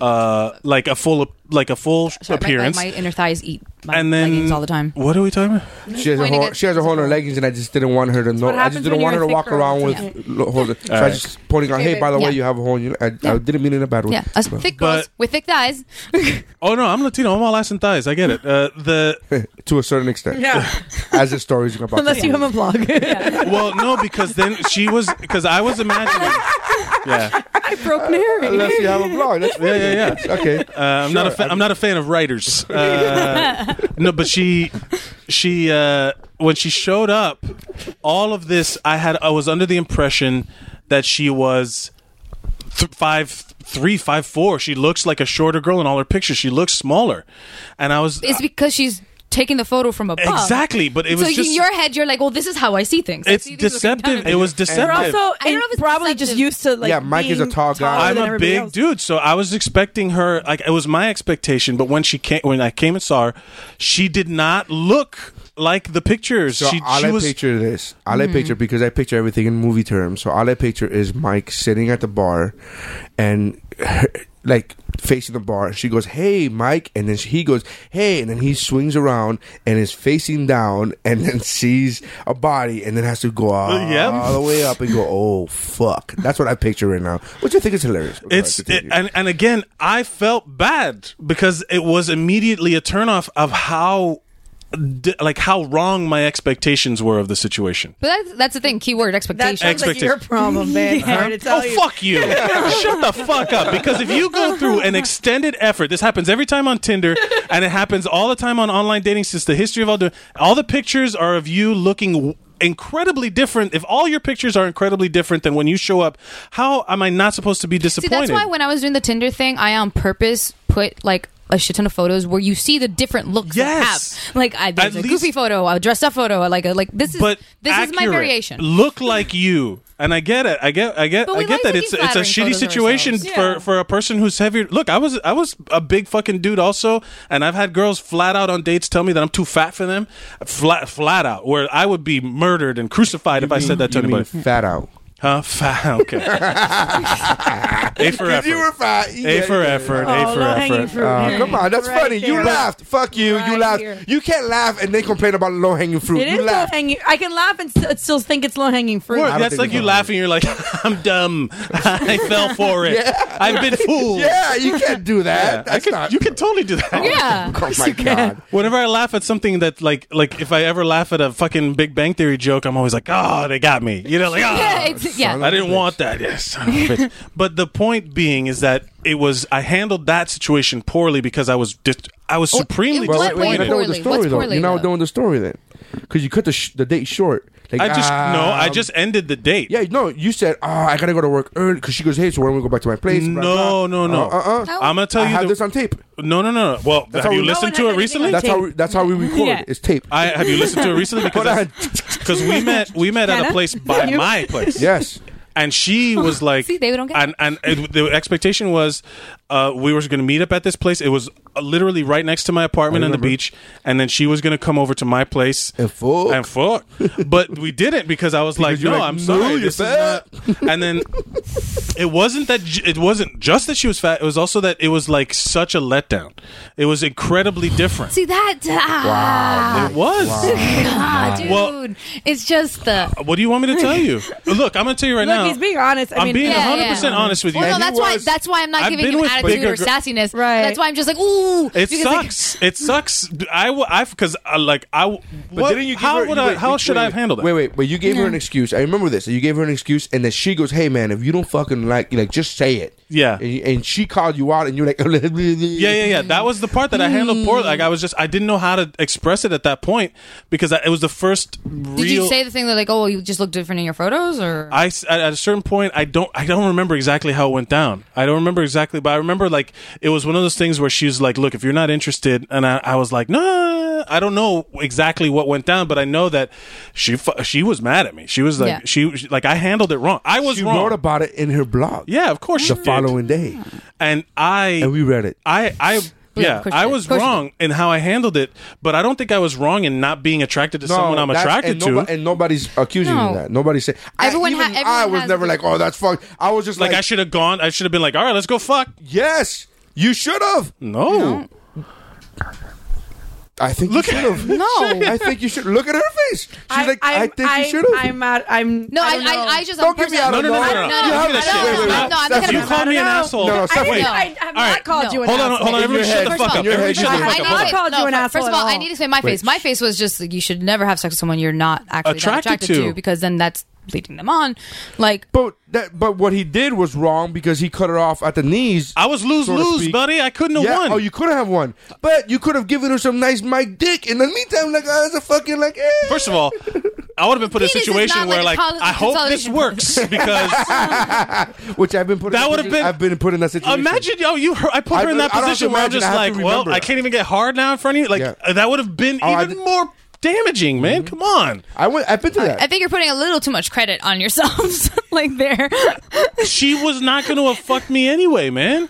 Speaker 4: uh like a full like a full
Speaker 3: Sorry, my-
Speaker 4: appearance
Speaker 3: My, my inner thighs eat my
Speaker 4: and then
Speaker 3: leggings all the time.
Speaker 4: what are we talking about
Speaker 2: She has, a
Speaker 3: Pointing
Speaker 2: hole,
Speaker 3: at-
Speaker 2: she has a hole in her leggings, and I just didn't want her to know.
Speaker 8: what
Speaker 2: I just
Speaker 8: happens
Speaker 2: didn't
Speaker 8: when
Speaker 2: want her
Speaker 8: you're
Speaker 2: to
Speaker 8: a
Speaker 2: walk
Speaker 8: thick girl.
Speaker 2: around with lo- holes. So I
Speaker 4: right.
Speaker 2: just pointing out, hey, by the way,
Speaker 3: Yeah.
Speaker 2: you have a hole. In your, I, I
Speaker 3: Yeah.
Speaker 2: didn't mean it in a bad way.
Speaker 3: Yeah, us thick girls
Speaker 4: But-
Speaker 3: with thick thighs.
Speaker 4: oh no i'm latino i'm all ass and thighs i get it uh the
Speaker 2: to a certain extent.
Speaker 7: Yeah.
Speaker 2: As the story's about.
Speaker 7: Unless
Speaker 2: to
Speaker 7: you have a vlog.
Speaker 4: well no because then she was because i was imagining yeah
Speaker 7: I broke Mary.
Speaker 2: Unless you have a blog. That's
Speaker 4: yeah yeah yeah
Speaker 2: okay.
Speaker 4: Uh, I'm not a fa- I'm not a fan of writers. Uh, no, but she she uh, when she showed up, all of this I had I was under the impression that she was th- five three five four. She looks like a shorter girl in all her pictures. She looks smaller, and I was uh,
Speaker 3: It's because she's taking the photo from above.
Speaker 4: exactly. But it was
Speaker 3: so
Speaker 4: just
Speaker 3: in your head, you're like, "Well, this is how I see things." I
Speaker 4: it's
Speaker 3: see things looking down
Speaker 4: deceptive.
Speaker 3: at me.
Speaker 4: It was
Speaker 7: We're
Speaker 4: deceptive.
Speaker 7: also
Speaker 3: I don't know if
Speaker 7: and
Speaker 3: it's
Speaker 7: probably
Speaker 3: deceptive.
Speaker 7: just used to like.
Speaker 2: Yeah, Mike is a
Speaker 7: being
Speaker 2: tall guy.
Speaker 7: taller
Speaker 4: I'm
Speaker 7: than
Speaker 4: a
Speaker 7: everybody
Speaker 4: big
Speaker 7: else.
Speaker 4: dude, so I was expecting her. Like it was my expectation, but when she came, when I came and saw her, she did not look like the pictures.
Speaker 2: So
Speaker 4: she, Hmm.
Speaker 2: all
Speaker 4: she
Speaker 2: I
Speaker 4: was.
Speaker 2: picture this. All I picture because I picture everything in movie terms. So all I picture is Mike sitting at the bar, and like facing the bar. She goes, "Hey, Mike," and then he goes, "Hey," and then he swings around and is facing down, and then sees a body, and then has to
Speaker 4: Uh,
Speaker 2: go all,
Speaker 4: yep.
Speaker 2: the way up and go, "Oh fuck!" That's what I picture right now, which I think is hilarious. But, uh,
Speaker 4: It's it,
Speaker 2: continue.
Speaker 4: and and again, I felt bad because it was immediately a turnoff of how, d- like how wrong my expectations were of the situation.
Speaker 3: But that's, that's the thing. Keyword
Speaker 7: That
Speaker 3: expectation.
Speaker 7: sounds like
Speaker 4: Expectation.
Speaker 7: your problem, man. Sorry to tell
Speaker 4: oh
Speaker 7: you.
Speaker 4: fuck you! Shut the fuck up! Because if you go through an extended effort, this happens every time on Tinder, and it happens all the time on online dating since the history of all. All the pictures are of you looking w- incredibly different. If all your pictures are incredibly different than when you show up, how am I not supposed to be
Speaker 3: See,
Speaker 4: disappointed?
Speaker 3: that's why when I was doing the Tinder thing, I on purpose put like a shit ton of photos where you see the different looks
Speaker 4: Yes.
Speaker 3: I have. Like I there's
Speaker 4: At
Speaker 3: a
Speaker 4: least-
Speaker 3: goofy photo, a dressed up photo, a- like a, like this is
Speaker 4: but
Speaker 3: this is my
Speaker 4: accurate.
Speaker 3: variation.
Speaker 4: Look like you, and I get it. I get, I get,
Speaker 3: But
Speaker 4: I
Speaker 3: we
Speaker 4: get
Speaker 3: like
Speaker 4: that
Speaker 3: taking
Speaker 4: it's it's a
Speaker 3: flattering
Speaker 4: shitty
Speaker 3: photos of
Speaker 4: situation
Speaker 3: ourselves.
Speaker 4: for
Speaker 8: Yeah.
Speaker 4: for a person who's heavier. Look, I was I was a big fucking dude also, and I've had girls flat out on dates tell me that I'm too fat for them, flat flat out, where I would be murdered and crucified if I said that to
Speaker 2: You mean
Speaker 4: anybody.
Speaker 2: fat out.
Speaker 4: Huh? Fat? Okay. a for effort.
Speaker 2: You were fat.
Speaker 4: a for
Speaker 2: Oh,
Speaker 4: effort.
Speaker 3: Oh,
Speaker 4: A for effort.
Speaker 2: Uh, come on, that's
Speaker 7: Right
Speaker 2: funny. You
Speaker 7: there.
Speaker 2: laughed. Fuck you. you
Speaker 7: Right
Speaker 2: laughed.
Speaker 7: here.
Speaker 2: You can't laugh and then complain about low hanging fruit.
Speaker 7: It
Speaker 2: you
Speaker 7: is low
Speaker 2: laughed.
Speaker 7: hanging. I can laugh and st- still think it's low hanging fruit.
Speaker 4: Or
Speaker 2: don't
Speaker 4: that's
Speaker 2: think
Speaker 4: like
Speaker 2: we
Speaker 4: you
Speaker 2: know.
Speaker 4: laughing. You're like, I'm dumb. I fell for it. I've been fooled.
Speaker 2: yeah, you can't do that.
Speaker 4: Yeah, I
Speaker 2: That's
Speaker 4: could-
Speaker 2: not.
Speaker 4: you can totally do that.
Speaker 3: yeah.
Speaker 2: Oh my god.
Speaker 4: Whenever I laugh at something that like like if I ever laugh at a fucking Big Bang Theory joke, I'm always like, oh, they got me. You know, like oh.
Speaker 3: Yeah, it's, yeah.
Speaker 4: I didn't want that. Yes, son of a bitch. but the point being is that it was I handled that situation poorly because I was just I
Speaker 3: Oh,
Speaker 4: was supremely
Speaker 3: it was
Speaker 2: Wait, wait,
Speaker 3: Wait,
Speaker 2: you're not
Speaker 4: disappointed.
Speaker 2: done with the
Speaker 3: poorly.
Speaker 2: story
Speaker 3: What's
Speaker 2: though.
Speaker 3: poorly,
Speaker 2: You're not
Speaker 3: though?
Speaker 2: doing the story then, because you cut the sh- the date short. Like,
Speaker 4: I just no, I
Speaker 2: um,
Speaker 4: just ended the date.
Speaker 2: Yeah, no. You said, "Oh, I gotta go to work early," because she goes, "Hey, so when we go back to my place?" blah, blah."
Speaker 4: No, no, no.
Speaker 2: Uh, uh, uh.
Speaker 4: I'm gonna tell
Speaker 2: I
Speaker 4: you.
Speaker 2: have
Speaker 4: the-
Speaker 2: this on tape.
Speaker 4: no, no, no. no. Well,
Speaker 2: That's
Speaker 4: have
Speaker 2: how
Speaker 4: you
Speaker 2: we-
Speaker 4: listened
Speaker 7: No one
Speaker 4: to
Speaker 7: has
Speaker 4: it
Speaker 7: anything
Speaker 4: recently?
Speaker 7: on
Speaker 2: That's how
Speaker 7: tape.
Speaker 2: we, that's how we record.
Speaker 7: Yeah.
Speaker 2: It's tape.
Speaker 4: I have you listened to it recently
Speaker 2: Hold
Speaker 4: because
Speaker 2: on.
Speaker 4: because we met we met at a place by my place.
Speaker 2: yes.
Speaker 4: and she was like,
Speaker 3: See, they don't get
Speaker 4: and,
Speaker 3: it.
Speaker 4: and it, the expectation was uh, we were going to meet up at this place. It was uh, literally right next to my apartment on the
Speaker 2: remember.
Speaker 4: beach, and then she was going to come over to my place
Speaker 2: And fuck.
Speaker 4: and fuck. but we didn't because I was like,
Speaker 2: you're
Speaker 4: no,
Speaker 2: like,
Speaker 4: I'm
Speaker 2: no,
Speaker 4: sorry,
Speaker 2: you're
Speaker 4: this is
Speaker 2: fat."
Speaker 4: not. And then it wasn't that j- it wasn't just that she was fat. It was also that it was like such a letdown. It was incredibly different.
Speaker 3: See that? Ah,
Speaker 4: it was.
Speaker 3: God, dude.
Speaker 4: Well-
Speaker 3: it's just the
Speaker 4: What do you want me to tell you? Look, I'm going to tell you right
Speaker 7: Look,
Speaker 4: now.
Speaker 7: he's being honest. I
Speaker 4: I'm
Speaker 7: mean,
Speaker 4: being
Speaker 3: Yeah,
Speaker 4: 100%
Speaker 3: yeah.
Speaker 4: honest with you.
Speaker 3: Well,
Speaker 2: And
Speaker 3: no,
Speaker 2: he
Speaker 3: that's why.
Speaker 2: was-
Speaker 3: That's why I'm not
Speaker 4: I've
Speaker 3: giving
Speaker 4: been
Speaker 3: him
Speaker 4: with
Speaker 3: attitude
Speaker 4: bigger
Speaker 3: or
Speaker 4: gr-
Speaker 3: sassiness.
Speaker 7: Right.
Speaker 3: That's why I'm just like, ooh.
Speaker 4: It
Speaker 3: because, like,
Speaker 4: sucks. it sucks. I will. I because I uh, like I. What,
Speaker 2: But didn't you give
Speaker 4: how
Speaker 2: her,
Speaker 4: would
Speaker 2: you-
Speaker 4: I?
Speaker 2: wait,
Speaker 4: how
Speaker 2: wait,
Speaker 4: should
Speaker 2: wait,
Speaker 4: I have handled it?
Speaker 2: Wait, wait, but you gave her an excuse. I remember this. You gave her an excuse, and then she goes, "Hey, man, if you don't fucking like, like, just say it."
Speaker 4: Yeah.
Speaker 2: And, and she called you out, and you're like, "Yeah,
Speaker 4: Yeah, yeah, yeah. That was the part that I handled poorly. Like I was just I didn't know how to express it at that point because I, it was the first real.
Speaker 3: Did you say the thing that like, oh, you just look different in your photos, or
Speaker 4: I s- at at a certain point I don't I don't remember exactly how it went down. I don't remember exactly, but I remember like it was one of those things where she was like, "Look, if you're not interested," and I, I was like, "No, I don't know exactly what went down, but I know that she fu- she was mad at me. She was like
Speaker 3: Yeah.
Speaker 4: she, she- like I handled it wrong. I was
Speaker 2: She
Speaker 4: wrong.
Speaker 2: wrote about it in her blog.
Speaker 4: yeah, of course
Speaker 2: The
Speaker 4: she did.
Speaker 2: following day,
Speaker 4: and I
Speaker 2: and we read it.
Speaker 4: I I
Speaker 3: Yeah,
Speaker 4: yeah,
Speaker 3: of course
Speaker 4: I
Speaker 3: you did.
Speaker 4: was
Speaker 3: Of course you
Speaker 4: wrong in how I handled it, but I don't think I was wrong in not being attracted to someone I'm
Speaker 2: that's-
Speaker 4: attracted
Speaker 2: and nobo-
Speaker 4: to.
Speaker 2: and nobody's accusing you
Speaker 3: No.
Speaker 2: of that. Nobody said. I-
Speaker 3: Everyone
Speaker 2: even
Speaker 3: ha- everyone
Speaker 2: I was
Speaker 3: has
Speaker 2: never
Speaker 3: a-
Speaker 2: like, "Oh, that's fucked." I was just like,
Speaker 4: like I should have gone. I should have been like, all right, let's go fuck.
Speaker 2: "Yes, you should have."
Speaker 4: No,
Speaker 2: I think you should have. No, I think you should look at her face. She's like, "I,
Speaker 7: I'm-
Speaker 2: think
Speaker 7: I'm-
Speaker 2: you should have."
Speaker 7: I'm at. I'm.
Speaker 3: no? I,
Speaker 7: I, don't
Speaker 3: I,
Speaker 7: know.
Speaker 3: I just
Speaker 2: Don't get me
Speaker 3: personally-
Speaker 2: out of
Speaker 4: no, no, no,
Speaker 2: line.
Speaker 4: no, no.
Speaker 3: no,
Speaker 2: You
Speaker 3: no,
Speaker 2: have
Speaker 3: no,
Speaker 2: that shit.
Speaker 3: no,
Speaker 2: Wait, wait,
Speaker 3: no,
Speaker 2: wait.
Speaker 3: no, I'm
Speaker 2: That's
Speaker 3: not
Speaker 4: you
Speaker 3: gonna-
Speaker 4: called me an
Speaker 7: No, no.
Speaker 4: asshole.
Speaker 2: No, no, stop.
Speaker 7: I,
Speaker 2: Wait.
Speaker 7: didn't- I, have
Speaker 4: All
Speaker 7: not
Speaker 4: right.
Speaker 7: called you an
Speaker 4: Hold on,
Speaker 7: asshole.
Speaker 4: hold
Speaker 2: In
Speaker 4: on,
Speaker 2: your
Speaker 4: everyone, shut
Speaker 2: head.
Speaker 4: the
Speaker 2: First
Speaker 4: fuck
Speaker 2: of
Speaker 4: up.
Speaker 2: all,
Speaker 4: Everyone, shut
Speaker 2: I-
Speaker 4: the
Speaker 2: I-
Speaker 4: fuck up.
Speaker 7: I
Speaker 4: Hold on.
Speaker 7: called you an
Speaker 3: no, fir-
Speaker 7: asshole
Speaker 3: First of all,
Speaker 7: at
Speaker 3: I
Speaker 7: all.
Speaker 3: need to say my face. My face was just like, you should never have sex with someone you're not actually that
Speaker 4: Attracted
Speaker 3: attracted
Speaker 4: to.
Speaker 3: to because then that's leading them on. Like,
Speaker 2: But that, but what he did was wrong because he cut her off at the knees.
Speaker 4: I was lose
Speaker 2: so to
Speaker 4: lose,
Speaker 2: speak.
Speaker 4: buddy. I couldn't have
Speaker 2: yeah,
Speaker 4: won.
Speaker 2: oh, you could have won, but you could have given her some nice Mike Dick. In the meantime, like I was a fucking like. eh.
Speaker 4: First of all, I would have been put in a
Speaker 3: Penis is
Speaker 4: situation
Speaker 3: not
Speaker 4: where
Speaker 3: like
Speaker 4: like
Speaker 3: a col-
Speaker 4: I hope this
Speaker 3: consolidation.
Speaker 4: works because
Speaker 2: which I've been put. in
Speaker 4: That
Speaker 2: a
Speaker 4: would have
Speaker 2: position-
Speaker 4: been-
Speaker 2: I've been put in that situation.
Speaker 4: imagine yo you heard, I put
Speaker 2: I
Speaker 4: her in
Speaker 2: don't-
Speaker 4: that
Speaker 2: I don't have
Speaker 4: position
Speaker 2: to
Speaker 4: where I'm
Speaker 2: imagine,
Speaker 4: just
Speaker 2: I have
Speaker 4: like,
Speaker 2: to
Speaker 4: well,
Speaker 2: remember.
Speaker 4: I can't even get hard now in front of you. Like
Speaker 2: Yeah.
Speaker 4: uh, that would have been
Speaker 2: Oh, I Mm-hmm.
Speaker 4: even
Speaker 2: did-
Speaker 4: more damaging, man. Come on.
Speaker 2: I went. I've been to that.
Speaker 3: I think you're putting a little too much credit on yourselves. like there,
Speaker 4: she was not going to have fucked me anyway, man.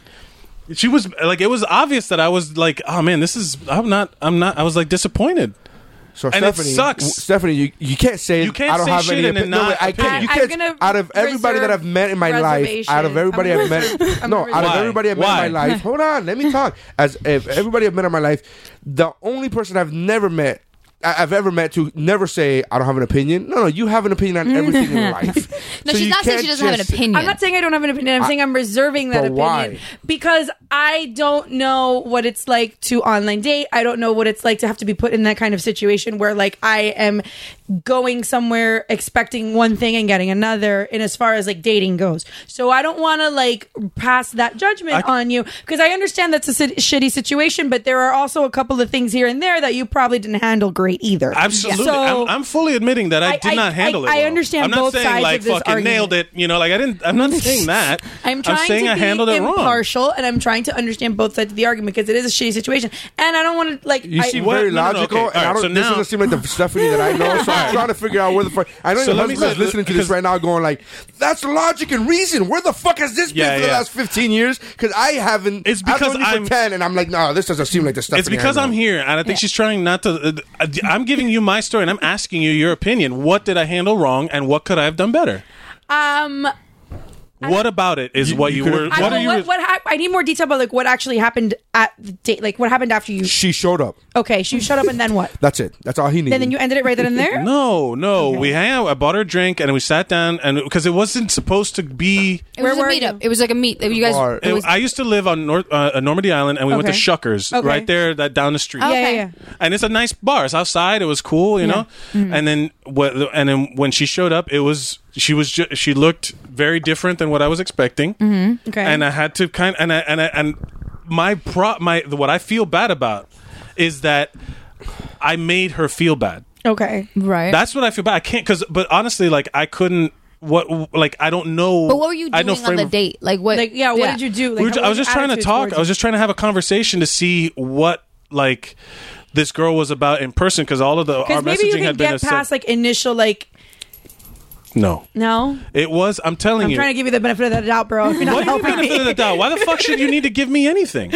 Speaker 4: She was like, it was obvious that I was like, oh man, this is. I'm not. I'm not. I was like disappointed.
Speaker 2: So
Speaker 4: And it
Speaker 2: Stephanie,
Speaker 4: sucks.
Speaker 2: w- Stephanie, you, you can't say
Speaker 4: You can't
Speaker 2: I don't
Speaker 4: say
Speaker 2: have
Speaker 4: shit
Speaker 2: any
Speaker 4: and then
Speaker 2: opi- no,
Speaker 4: not
Speaker 2: wait, I
Speaker 4: opinion.
Speaker 2: can't. You
Speaker 9: I'm
Speaker 2: can't.
Speaker 9: gonna
Speaker 2: Out of everybody that I've met in my life, out of
Speaker 9: reservation.
Speaker 2: everybody
Speaker 9: I'm
Speaker 2: I've met,
Speaker 9: gonna reserve-
Speaker 2: no,
Speaker 9: I'm
Speaker 2: out
Speaker 9: gonna
Speaker 2: of
Speaker 4: Why?
Speaker 2: everybody I've met
Speaker 4: Why?
Speaker 2: in my life. Hold on, let me talk. As if everybody I've met in my life, the only person I've never met. I- I've ever met to never say I don't have an opinion. No, no, you have an opinion on everything in life.
Speaker 3: No,
Speaker 2: So
Speaker 3: she's
Speaker 2: you
Speaker 3: not saying
Speaker 2: can't
Speaker 3: she doesn't have an
Speaker 2: just-
Speaker 3: opinion.
Speaker 7: I'm not saying I don't have an opinion. I'm saying I'm reserving that
Speaker 2: But
Speaker 7: opinion
Speaker 2: why?
Speaker 7: because I don't know what it's like to online date. I don't know what it's like to have to be put in that kind of situation where like I am going somewhere expecting one thing and getting another and as far as like dating goes. So I don't want to like pass that judgment
Speaker 4: I-
Speaker 7: on you because I understand that's a sit- shitty situation, but there are also a couple of things here and there that you probably didn't handle great either.
Speaker 4: Absolutely,
Speaker 7: So-
Speaker 4: I'm, I'm fully admitting that I,
Speaker 7: I-
Speaker 4: did
Speaker 7: I-
Speaker 4: not handle
Speaker 7: I-
Speaker 4: it.
Speaker 7: I
Speaker 4: well.
Speaker 7: understand
Speaker 4: I'm not
Speaker 7: both
Speaker 4: saying
Speaker 7: sides
Speaker 4: like
Speaker 7: of this
Speaker 4: fucking nailed it. You know, like I didn't. I'm not saying that.
Speaker 7: I'm trying
Speaker 4: saying
Speaker 7: to
Speaker 4: I
Speaker 7: be
Speaker 4: handled it wrong.
Speaker 7: impartial, and I'm trying to understand both sides of the argument because it is a shitty situation, and I don't want to like.
Speaker 2: You
Speaker 7: I,
Speaker 2: seem
Speaker 4: what?
Speaker 2: very
Speaker 4: No, no, no,
Speaker 2: logical,
Speaker 4: okay.
Speaker 2: and
Speaker 4: All
Speaker 2: I
Speaker 4: right,
Speaker 2: don't.
Speaker 4: so
Speaker 2: this
Speaker 4: now-
Speaker 2: doesn't seem like the Stephanie that I know. So I'm trying to figure out where the fuck. I know
Speaker 4: So
Speaker 2: your
Speaker 4: let me-
Speaker 2: husband's
Speaker 4: let-
Speaker 2: listening to this right now, going like, "That's logic and reason. Where the fuck has this
Speaker 4: Yeah,
Speaker 2: been for
Speaker 4: yeah.
Speaker 2: the last 15 years? Because I haven't.
Speaker 4: It's
Speaker 2: I've known
Speaker 4: because
Speaker 2: you for
Speaker 4: I'm-
Speaker 2: 10, and I'm like, no, this doesn't seem like the Stephanie.
Speaker 4: It's because
Speaker 2: I know."
Speaker 4: I'm here, and I think she's trying not to. Uh, I'm giving you my story, and I'm asking you your opinion. What did I handle wrong, and what could I have done better?
Speaker 7: um,
Speaker 4: What about it is what you
Speaker 2: could've-
Speaker 4: were?
Speaker 7: I
Speaker 4: What
Speaker 7: don't
Speaker 4: are
Speaker 7: know
Speaker 4: you?
Speaker 7: what, what hap- I need more detail about like what actually happened at the date, like what happened after you.
Speaker 2: She showed up.
Speaker 4: Oh.
Speaker 7: Okay, so you shut up, and then what?
Speaker 2: That's it. That's all he needed.
Speaker 7: And then you ended it right then and there.
Speaker 4: No, no. We hang out. I bought her a drink, and we sat down, and because it wasn't supposed to be.
Speaker 3: It was
Speaker 7: Where
Speaker 3: a
Speaker 7: were
Speaker 3: meetup. It was like a meet. You guys.
Speaker 2: Bar.
Speaker 3: It was,
Speaker 4: I used to live on North, uh, Normandy Island, and we went to
Speaker 7: Okay.
Speaker 4: Shuckers
Speaker 7: Okay. Oh,
Speaker 4: right there, that down the street.
Speaker 7: Yeah,
Speaker 3: Okay.
Speaker 7: yeah,
Speaker 4: and it's a nice bar. It's outside. It was cool, you know.
Speaker 3: Mm-hmm.
Speaker 4: And then what? And then when she showed up, it was she was ju- she looked very different than what I was expecting. Mm-hmm.
Speaker 7: Okay.
Speaker 4: and I had to kind and I and I, and my pro my what I feel bad about is that I made her feel bad.
Speaker 7: yeah. Okay.
Speaker 3: right.
Speaker 4: That's what I feel bad. I can't because but honestly, like I couldn't. What like I don't know.
Speaker 3: but what were you
Speaker 4: I
Speaker 3: doing
Speaker 4: had no
Speaker 3: on
Speaker 4: frame
Speaker 3: the
Speaker 4: of-
Speaker 3: date? Like what?
Speaker 7: Like, yeah. What did you do? Like,
Speaker 4: we were ju-
Speaker 7: how
Speaker 4: I was just
Speaker 7: your
Speaker 4: trying to
Speaker 7: attitude
Speaker 4: talk.
Speaker 7: towards
Speaker 4: I was just trying to have a conversation to see what like this girl was about in person because all of the our
Speaker 7: Because maybe
Speaker 4: messaging
Speaker 7: you can
Speaker 4: had been
Speaker 7: get
Speaker 4: a
Speaker 7: past like initial like
Speaker 4: no.
Speaker 7: no.
Speaker 4: It was. I'm telling
Speaker 7: I'm
Speaker 4: you.
Speaker 7: trying to give you the benefit of the doubt, bro. If
Speaker 4: Why
Speaker 7: you're not
Speaker 4: do you need
Speaker 7: helping
Speaker 4: benefit of
Speaker 7: me.
Speaker 4: the doubt? Why the fuck should you need to give me anything?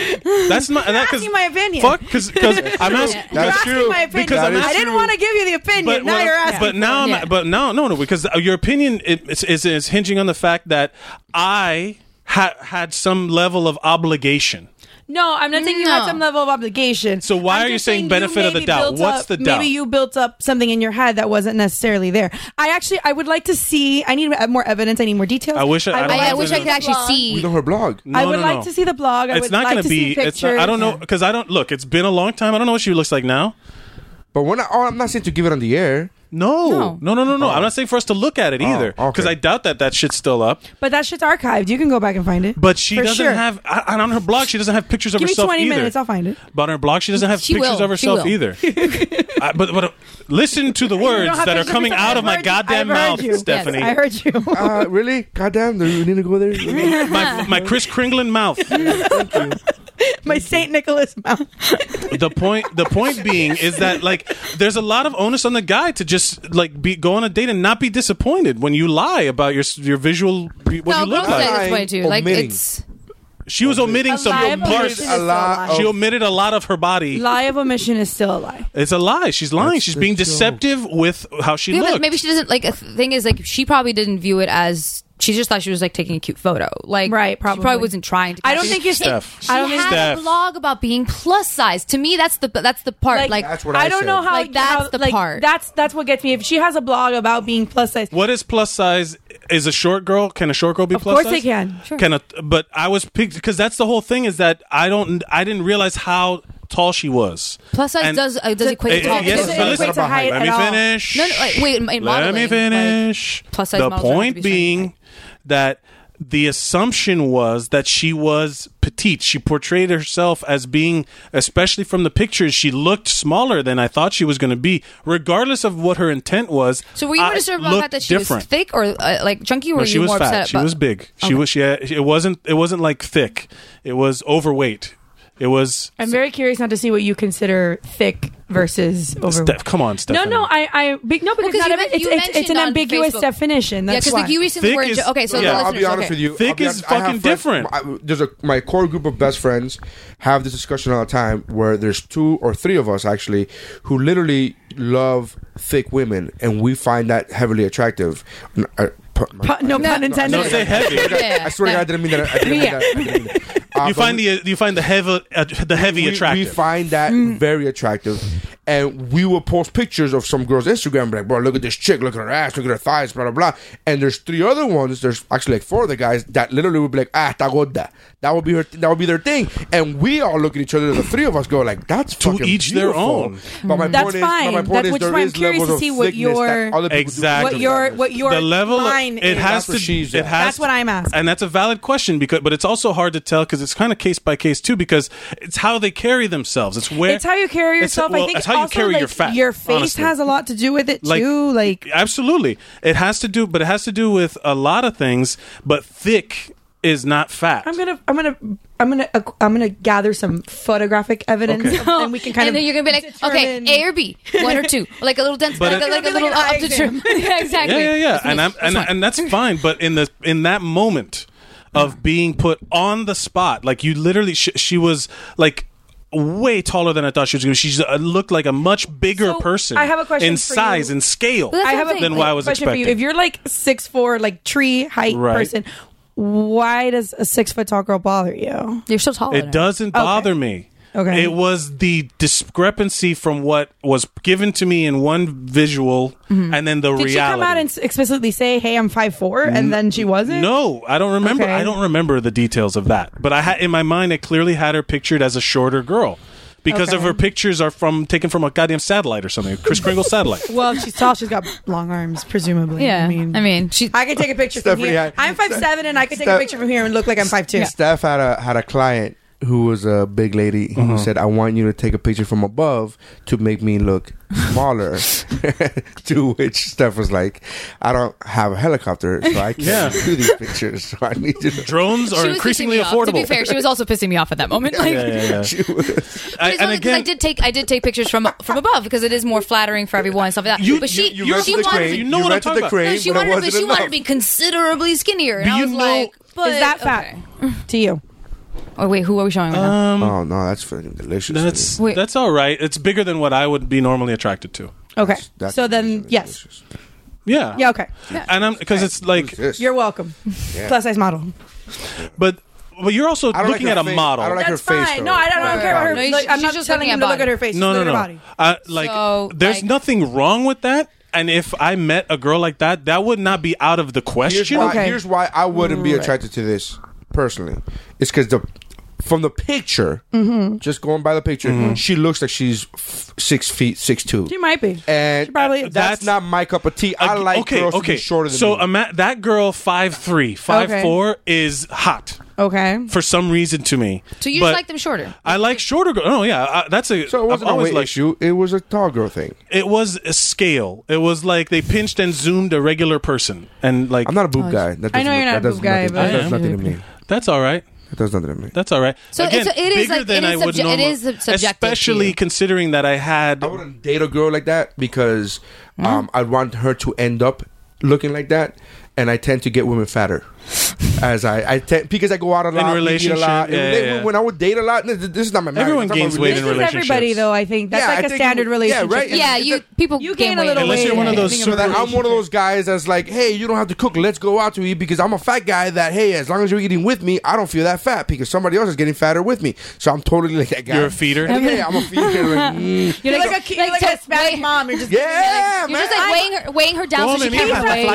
Speaker 4: That's not. that, 'cause-
Speaker 7: asking my opinion.
Speaker 4: Fuck, because I'm asking.
Speaker 2: You're
Speaker 7: You're
Speaker 2: That's
Speaker 7: asking
Speaker 2: true.
Speaker 7: my opinion.
Speaker 4: Because
Speaker 2: That
Speaker 4: I'm
Speaker 2: is
Speaker 7: I
Speaker 4: asking-
Speaker 7: didn't want to give you the opinion. now
Speaker 4: what I'm-
Speaker 7: you're asking.
Speaker 4: But now, I'm,
Speaker 3: Yeah.
Speaker 4: but now, no, no, because uh, your opinion is is, is hinging on the fact that I ha- had some level of obligation.
Speaker 7: No, I'm not saying you had
Speaker 3: No.
Speaker 7: some level of obligation.
Speaker 4: So why
Speaker 7: I'm
Speaker 4: are you
Speaker 7: just
Speaker 4: saying benefit of the
Speaker 7: maybe
Speaker 4: doubt?
Speaker 7: built
Speaker 4: What's
Speaker 7: up-
Speaker 4: the doubt?
Speaker 7: Maybe you built up something in your head that wasn't necessarily there. I actually, I would like to see. I need more evidence. I need more details.
Speaker 4: I wish I- I
Speaker 7: would
Speaker 4: don't
Speaker 7: like
Speaker 3: I, I
Speaker 4: to
Speaker 3: wish
Speaker 4: do
Speaker 3: I could
Speaker 4: the
Speaker 3: actually
Speaker 7: blog.
Speaker 2: We
Speaker 3: see.
Speaker 2: know her blog.
Speaker 4: No,
Speaker 7: I would
Speaker 4: no,
Speaker 7: like
Speaker 4: no.
Speaker 7: to see the blog. I
Speaker 4: it's
Speaker 7: would
Speaker 4: not
Speaker 7: like
Speaker 4: going
Speaker 7: to
Speaker 4: be.
Speaker 7: see pictures.
Speaker 4: It's not, I don't know because I don't look. It's been a long time. I don't know what she looks like now.
Speaker 2: But when I, oh, I'm not saying to give it on the air.
Speaker 4: No,
Speaker 3: No.
Speaker 4: no, no, no, no. I'm not saying for us to look at it either
Speaker 2: okay.
Speaker 4: because I doubt that that shit's still up.
Speaker 7: But that shit's archived. You can go back and find it.
Speaker 4: But she
Speaker 7: For
Speaker 4: doesn't
Speaker 7: sure.
Speaker 4: have I- and on her blog. She doesn't have pictures of
Speaker 7: Give me
Speaker 4: herself
Speaker 7: 20
Speaker 4: either.
Speaker 7: minutes. I'll find it.
Speaker 4: But on her blog, she doesn't have
Speaker 3: She
Speaker 4: pictures
Speaker 3: will.
Speaker 4: of
Speaker 3: She
Speaker 4: herself
Speaker 3: will.
Speaker 4: either. I, but but uh, listen to the words
Speaker 7: have
Speaker 4: that are
Speaker 7: pictures of
Speaker 4: coming
Speaker 7: yourself.
Speaker 4: out of
Speaker 7: I've
Speaker 4: my
Speaker 7: heard you.
Speaker 4: goddamn
Speaker 7: I've heard
Speaker 4: mouth,
Speaker 7: you. Yes,
Speaker 4: Stephanie.
Speaker 7: I heard you.
Speaker 2: Uh, really? Goddamn, do we need to go there?
Speaker 4: my my Chris Kringlin mouth.
Speaker 7: My Saint Nicholas mouth.
Speaker 4: the point the point being is that like there's a lot of onus on the guy to just like be go on a date and not be disappointed when you lie about your your visual what
Speaker 3: No,
Speaker 4: you look
Speaker 3: girls
Speaker 4: like.
Speaker 3: say this way too. Like
Speaker 2: Omitting.
Speaker 3: it's
Speaker 4: She was omitting some
Speaker 7: lie of
Speaker 4: parts.
Speaker 7: omission
Speaker 2: A
Speaker 7: is
Speaker 2: lot.
Speaker 4: She
Speaker 2: of-
Speaker 4: omitted a lot of her body.
Speaker 7: Lie of omission is still a lie.
Speaker 4: It's a lie. She's lying.
Speaker 2: That's
Speaker 4: She's
Speaker 2: the
Speaker 4: being
Speaker 2: joke.
Speaker 4: deceptive with how she
Speaker 3: yeah, but
Speaker 4: looked.
Speaker 3: maybe she doesn't like. The thing is, like she probably didn't view it as. She just thought she was like taking a cute photo. Like
Speaker 7: Right,
Speaker 3: She
Speaker 7: probably.
Speaker 3: probably wasn't trying to.
Speaker 7: I don't
Speaker 3: catch-
Speaker 7: think you-
Speaker 4: Steph.
Speaker 3: She
Speaker 7: I don't think-
Speaker 3: had
Speaker 4: Steph.
Speaker 3: a blog about being plus size. To me, that's the that's the part. Like,
Speaker 2: That's what I
Speaker 7: don't
Speaker 2: said.
Speaker 7: know how
Speaker 3: Like, that's
Speaker 7: how-
Speaker 3: the
Speaker 7: like,
Speaker 3: part.
Speaker 7: That's that's what gets me. If she has a blog about being plus size,
Speaker 4: what is plus size? Is a short girl? Can a short girl be
Speaker 7: Of
Speaker 4: plus
Speaker 7: course
Speaker 4: size?
Speaker 7: they can. Sure.
Speaker 4: Can a? But I was picked because that's the whole thing. Is that I don't. I didn't realize how tall she was.
Speaker 3: plus size
Speaker 4: And-
Speaker 3: does uh, does equate
Speaker 4: It-
Speaker 3: to tall.
Speaker 4: it- yes,
Speaker 7: Doesn't
Speaker 4: but
Speaker 7: equate
Speaker 4: listen-
Speaker 7: to height
Speaker 4: let
Speaker 7: at
Speaker 4: me
Speaker 7: all.
Speaker 4: finish.
Speaker 3: No, no, like, wait, in- in
Speaker 4: let me
Speaker 3: modeling,
Speaker 4: finish.
Speaker 3: like, plus-size
Speaker 4: the
Speaker 3: models don't have
Speaker 4: point
Speaker 3: to be short,
Speaker 4: being
Speaker 3: like-
Speaker 4: that the assumption was that she was petite. She portrayed herself as being, especially from the pictures, she looked smaller than I thought she was going to be, regardless of what her intent was.
Speaker 3: So were you
Speaker 4: I
Speaker 3: concerned about the fact
Speaker 4: looked
Speaker 3: that she
Speaker 4: different.
Speaker 3: was thick or uh, like chunky? Or
Speaker 4: No,
Speaker 3: were
Speaker 4: she
Speaker 3: you
Speaker 4: was
Speaker 3: more
Speaker 4: fat.
Speaker 3: upset
Speaker 4: She
Speaker 3: about-
Speaker 4: was big. She was. She. Had, it wasn't. It wasn't like thick. It was overweight. It was.
Speaker 7: I'm very curious not to see what you consider thick versus overweight.
Speaker 4: Steph, come on,
Speaker 7: No,
Speaker 4: Stephanie.
Speaker 7: no, I, I, big, no, because
Speaker 3: 'cause
Speaker 7: not
Speaker 3: you
Speaker 7: every,
Speaker 3: men-
Speaker 7: it's,
Speaker 3: you
Speaker 7: it's, it's an
Speaker 3: mentioned on
Speaker 7: ambiguous
Speaker 3: Facebook-
Speaker 7: definition.
Speaker 3: Yeah,
Speaker 7: That's
Speaker 3: because like
Speaker 7: why.
Speaker 3: you recently
Speaker 4: Thick
Speaker 3: were in.
Speaker 4: is-
Speaker 3: jo- okay, so
Speaker 4: Yeah.
Speaker 3: the
Speaker 2: I'll
Speaker 3: listeners,
Speaker 2: be honest
Speaker 3: okay.
Speaker 2: with you.
Speaker 4: Thick
Speaker 2: I'll be
Speaker 4: is
Speaker 2: honest. I have
Speaker 4: fucking
Speaker 2: friends-
Speaker 4: different.
Speaker 2: I, there's a my core group of best friends have this discussion all the time where there's two or three of us actually who literally love thick women, and we find that heavily attractive. N- I- pu- my-
Speaker 7: Pu- no pun intended.
Speaker 4: No, say heavy.
Speaker 3: Yeah.
Speaker 2: I swear to God, I didn't mean that. I didn't mean that. I didn't mean that. Uh,
Speaker 4: You
Speaker 2: but
Speaker 4: find
Speaker 2: we-
Speaker 4: the you find the heavy uh, the heavy
Speaker 2: we,
Speaker 4: attractive.
Speaker 2: We find that
Speaker 7: Mm.
Speaker 2: very attractive. And we will post pictures of some girl's Instagram, like, bro, look at this chick, look at her ass, look at her thighs, blah, blah, blah. And there's three other ones, there's actually like four other guys that literally would be like, ah, está gorda. That would be her, that would be their thing. And we all look at each other, the three of us go, like, that's
Speaker 4: To
Speaker 2: fucking
Speaker 4: each their
Speaker 2: beautiful.
Speaker 4: own.
Speaker 2: But my
Speaker 7: That's
Speaker 2: point is,
Speaker 7: fine.
Speaker 2: But my point
Speaker 7: That's-
Speaker 2: is,
Speaker 7: which is
Speaker 2: there
Speaker 7: why I'm
Speaker 2: is
Speaker 7: curious
Speaker 2: levels
Speaker 7: to
Speaker 2: of
Speaker 7: see what
Speaker 2: thickness that
Speaker 7: your-
Speaker 2: other people do
Speaker 4: Exactly.
Speaker 7: what your what your
Speaker 4: the level
Speaker 7: line
Speaker 4: it
Speaker 7: is.
Speaker 4: has
Speaker 2: That's what
Speaker 4: to
Speaker 2: she's
Speaker 4: it
Speaker 2: at.
Speaker 4: has
Speaker 7: That's what I'm asking.
Speaker 4: and that's a valid question because but it's also hard to tell because it's kind of case by case too because it's how they carry themselves it's where
Speaker 7: It's how you carry
Speaker 4: it's-
Speaker 7: yourself. I
Speaker 4: well,
Speaker 7: think
Speaker 4: it's how you
Speaker 7: also,
Speaker 4: carry
Speaker 7: like,
Speaker 4: your fat
Speaker 7: Your face
Speaker 4: honestly.
Speaker 7: has a lot to do with it
Speaker 4: Like-
Speaker 7: too. Like
Speaker 4: absolutely it has to do but it has to do with a lot of things but thick is not fat
Speaker 7: I'm gonna, I'm gonna, I'm gonna, I'm gonna gather some photographic evidence,
Speaker 4: Okay.
Speaker 7: of- and we can kind
Speaker 3: and
Speaker 7: of.
Speaker 3: then you're gonna be like, okay,
Speaker 7: determine-
Speaker 3: A or B, one or two, like a little dense,
Speaker 4: But
Speaker 3: like,
Speaker 4: it-
Speaker 3: a, like a
Speaker 7: It'll be
Speaker 3: little
Speaker 7: like oh, an
Speaker 3: up
Speaker 7: eye
Speaker 3: to trim. yeah, exactly.
Speaker 4: yeah yeah yeah
Speaker 3: That's
Speaker 4: and
Speaker 3: me.
Speaker 4: I'm and,
Speaker 3: That's fine.
Speaker 4: and that's fine but in the in that moment of being put on the spot like you literally she, she was like way taller than I thought she was going to. She uh, looked like a much bigger
Speaker 7: So,
Speaker 4: person.
Speaker 7: I have a question
Speaker 4: in
Speaker 7: for
Speaker 4: size
Speaker 7: you.
Speaker 4: and scale.
Speaker 3: that's
Speaker 7: I
Speaker 3: what
Speaker 7: have
Speaker 3: I'm
Speaker 7: a
Speaker 3: saying.
Speaker 4: than what I was
Speaker 7: question for you.
Speaker 4: expecting.
Speaker 7: If you're like six four, like tree height
Speaker 4: Right.
Speaker 7: person, why does a six foot tall girl bother you?
Speaker 3: You're so tall.
Speaker 4: It doesn't bother me.
Speaker 7: Okay.
Speaker 4: It was the discrepancy from what was given to me in one visual and then the
Speaker 7: Mm-hmm. Did
Speaker 4: reality.
Speaker 7: she come out and s- explicitly say, "Hey, I'm five four, and then she wasn't?
Speaker 4: no, I don't remember.
Speaker 7: Okay.
Speaker 4: I don't remember the details of that. But I had in my mind, I clearly had her pictured as a shorter girl because of
Speaker 7: Okay.
Speaker 4: her pictures are from taken from a goddamn satellite or something, Chris Kringle satellite.
Speaker 7: Well, if she's tall. She's got long arms, presumably.
Speaker 3: Yeah,
Speaker 7: I mean,
Speaker 3: she.
Speaker 7: I can take a picture from
Speaker 2: Stephanie,
Speaker 7: here.
Speaker 2: I-
Speaker 7: I'm five seven, and I can take
Speaker 2: Steph-
Speaker 7: a picture from here and look like I'm five two.
Speaker 2: Steph had a had a client who was a big lady who
Speaker 4: Uh-huh.
Speaker 2: said, "I want you to take a picture from above to make me look smaller." to which Steph was like, "I don't have a helicopter, so I can't
Speaker 4: Yeah.
Speaker 2: do these pictures. So I need you to."
Speaker 4: Drones
Speaker 3: She
Speaker 4: are
Speaker 3: was
Speaker 4: increasingly
Speaker 3: pissing me off. To
Speaker 4: affordable.
Speaker 3: be fair, she was also pissing me off at that moment. Like,
Speaker 4: Yeah, yeah, yeah.
Speaker 2: She was-
Speaker 4: I-
Speaker 3: It's only 'cause I did take I did take pictures from from above because it is more flattering for everyone and stuff like that.
Speaker 4: You-
Speaker 3: but she
Speaker 4: you-
Speaker 2: rented
Speaker 3: she
Speaker 2: the
Speaker 3: wanted
Speaker 2: crane,
Speaker 4: You know what I'm
Speaker 2: rented
Speaker 4: talking
Speaker 2: the
Speaker 4: about.
Speaker 2: crane,
Speaker 3: no, she
Speaker 2: but it
Speaker 3: wanted but
Speaker 2: wasn't
Speaker 3: she wanted to
Speaker 2: enough.
Speaker 3: be considerably skinnier, and
Speaker 4: Do
Speaker 3: I
Speaker 4: you
Speaker 3: was
Speaker 4: know-
Speaker 3: like, but,
Speaker 7: Is that fat
Speaker 3: okay.
Speaker 7: to you?
Speaker 3: Oh wait, who are we showing right now?
Speaker 4: Um,
Speaker 2: Oh no, that's fucking delicious.
Speaker 4: that's
Speaker 3: Wait.
Speaker 4: that's all right. It's bigger than what I would be normally attracted to.
Speaker 7: Okay.
Speaker 2: That's
Speaker 7: so then,
Speaker 2: delicious,
Speaker 7: yes.
Speaker 2: delicious.
Speaker 4: Yeah.
Speaker 7: Yeah. Okay.
Speaker 4: And I'm because it's like,
Speaker 2: Yes.
Speaker 7: You're welcome. Plus size model.
Speaker 4: but but you're also
Speaker 2: I don't
Speaker 4: looking
Speaker 2: like
Speaker 4: at
Speaker 2: her
Speaker 4: a
Speaker 2: face.
Speaker 4: model.
Speaker 2: I don't like her
Speaker 7: That's
Speaker 2: face.
Speaker 7: fine.
Speaker 2: though.
Speaker 7: No, I don't, I don't care about her.
Speaker 3: No, she's-
Speaker 7: like, I'm not
Speaker 3: she's
Speaker 7: just
Speaker 3: just looking
Speaker 7: telling
Speaker 3: at
Speaker 7: him to look
Speaker 3: body.
Speaker 7: at her face.
Speaker 4: no,
Speaker 7: just
Speaker 4: no,
Speaker 7: look at
Speaker 4: no.
Speaker 7: her body.
Speaker 4: Uh, like,
Speaker 3: So,
Speaker 4: there's
Speaker 3: like-
Speaker 4: nothing wrong with that. And if I met a girl like that, that would not be out of the
Speaker 2: Here's
Speaker 4: question.
Speaker 2: why,
Speaker 7: Okay.
Speaker 2: here's why I wouldn't be attracted to this personally. It's because the from the picture,
Speaker 7: Mm-hmm.
Speaker 2: just going by the picture,
Speaker 4: Mm-hmm.
Speaker 2: she looks like she's f- six feet six two,
Speaker 7: She might be.
Speaker 2: and
Speaker 7: She probably is.
Speaker 2: that's,
Speaker 4: That's-
Speaker 2: not my cup of tea. I
Speaker 4: Ag-
Speaker 2: like girls to be shorter than
Speaker 4: so
Speaker 2: me.
Speaker 4: ima- that girl five three, five four is hot
Speaker 7: okay.
Speaker 4: for some reason to me.
Speaker 3: so you
Speaker 4: But
Speaker 3: just like them shorter.
Speaker 4: I like shorter girls. Oh yeah, I, that's a.
Speaker 2: so it wasn't
Speaker 4: I've
Speaker 2: a
Speaker 4: always
Speaker 2: weight
Speaker 4: liked-
Speaker 2: issue; it was a tall girl thing.
Speaker 4: It was a scale. It was like they pinched and zoomed a regular person, and like
Speaker 2: I'm not a boob guy. That
Speaker 7: Oh, I know
Speaker 2: doesn't-
Speaker 7: you're not
Speaker 2: that
Speaker 7: a
Speaker 2: does
Speaker 7: boob guy,
Speaker 2: nothing-
Speaker 7: but-
Speaker 2: that
Speaker 4: I
Speaker 2: does
Speaker 4: am.
Speaker 2: nothing to me.
Speaker 4: that's all right.
Speaker 2: That does nothing to me.
Speaker 4: That's all right.
Speaker 3: So
Speaker 4: Again,
Speaker 3: it's- it is
Speaker 4: bigger
Speaker 3: like-
Speaker 4: than
Speaker 3: it is
Speaker 4: I would
Speaker 3: subje- it
Speaker 4: normal-
Speaker 3: is subjective to
Speaker 4: Especially
Speaker 3: you.
Speaker 4: considering that I had
Speaker 2: I wouldn't date a girl like that because
Speaker 4: Hmm?
Speaker 2: um, I'd want her to end up looking like that, and I tend to get women fatter. As I, I tend because I go out a lot, we eat a lot.
Speaker 4: relationship, yeah,
Speaker 2: And
Speaker 4: yeah, yeah.
Speaker 2: When I would date a lot, this, this is not my marriage.
Speaker 4: Everyone
Speaker 2: I'm talking
Speaker 4: gains
Speaker 2: about
Speaker 4: weight
Speaker 7: This
Speaker 4: in
Speaker 7: is
Speaker 2: relationships.
Speaker 4: relationships.
Speaker 7: everybody though. I think that's
Speaker 2: Yeah, I
Speaker 7: like a
Speaker 2: think-
Speaker 7: standard
Speaker 2: yeah,
Speaker 7: relationship.
Speaker 2: right.
Speaker 3: Yeah, you people
Speaker 7: You
Speaker 3: gain
Speaker 7: gain a
Speaker 3: weight.
Speaker 7: little
Speaker 4: Unless you're
Speaker 7: weight.
Speaker 4: one of those
Speaker 2: So that I'm one of those guys that's like, hey, you don't have to cook. Let's go out to eat because I'm a fat guy. That hey, as long as you're eating with me, I don't feel that fat because somebody else is getting fatter with me. So I'm totally like that guy.
Speaker 4: You're a feeder?
Speaker 2: Yeah, I'm a feeder. Like, mm.
Speaker 7: You're like, a, you're like a
Speaker 3: just
Speaker 7: Hispanic
Speaker 3: weigh-
Speaker 7: mom. You're just
Speaker 2: Yeah,
Speaker 3: You're
Speaker 2: man.
Speaker 3: just like weighing her, weighing her down so she
Speaker 4: Come
Speaker 3: can't
Speaker 4: on,
Speaker 3: have
Speaker 4: Anita,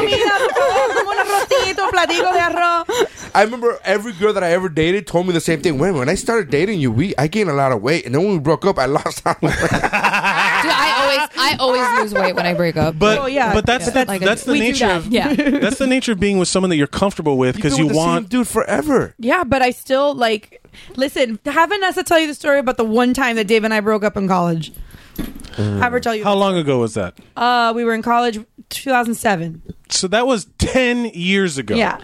Speaker 3: weight.
Speaker 4: flaquita.
Speaker 2: I remember every girl that I ever dated told me the same thing. When when I started dating you, we I gained a lot of weight, and then when we broke up, I lost. All my
Speaker 3: Dude, I always I always lose weight when I break up.
Speaker 4: But
Speaker 7: Oh, yeah.
Speaker 4: but that's
Speaker 7: Yeah.
Speaker 4: that's,
Speaker 3: Like,
Speaker 4: that's the
Speaker 3: we do
Speaker 4: nature
Speaker 3: that.
Speaker 4: of
Speaker 3: Yeah.
Speaker 4: that's the nature of being with someone that you're comfortable with because you want
Speaker 2: dude forever.
Speaker 7: Yeah, but I still like. Listen, have Vanessa tell you the story about the one time that Dave and I broke up in college. Have her tell you.
Speaker 4: how long ago was that?
Speaker 7: Uh, we were in college, 2007.
Speaker 4: So that was ten years ago.
Speaker 7: Yeah.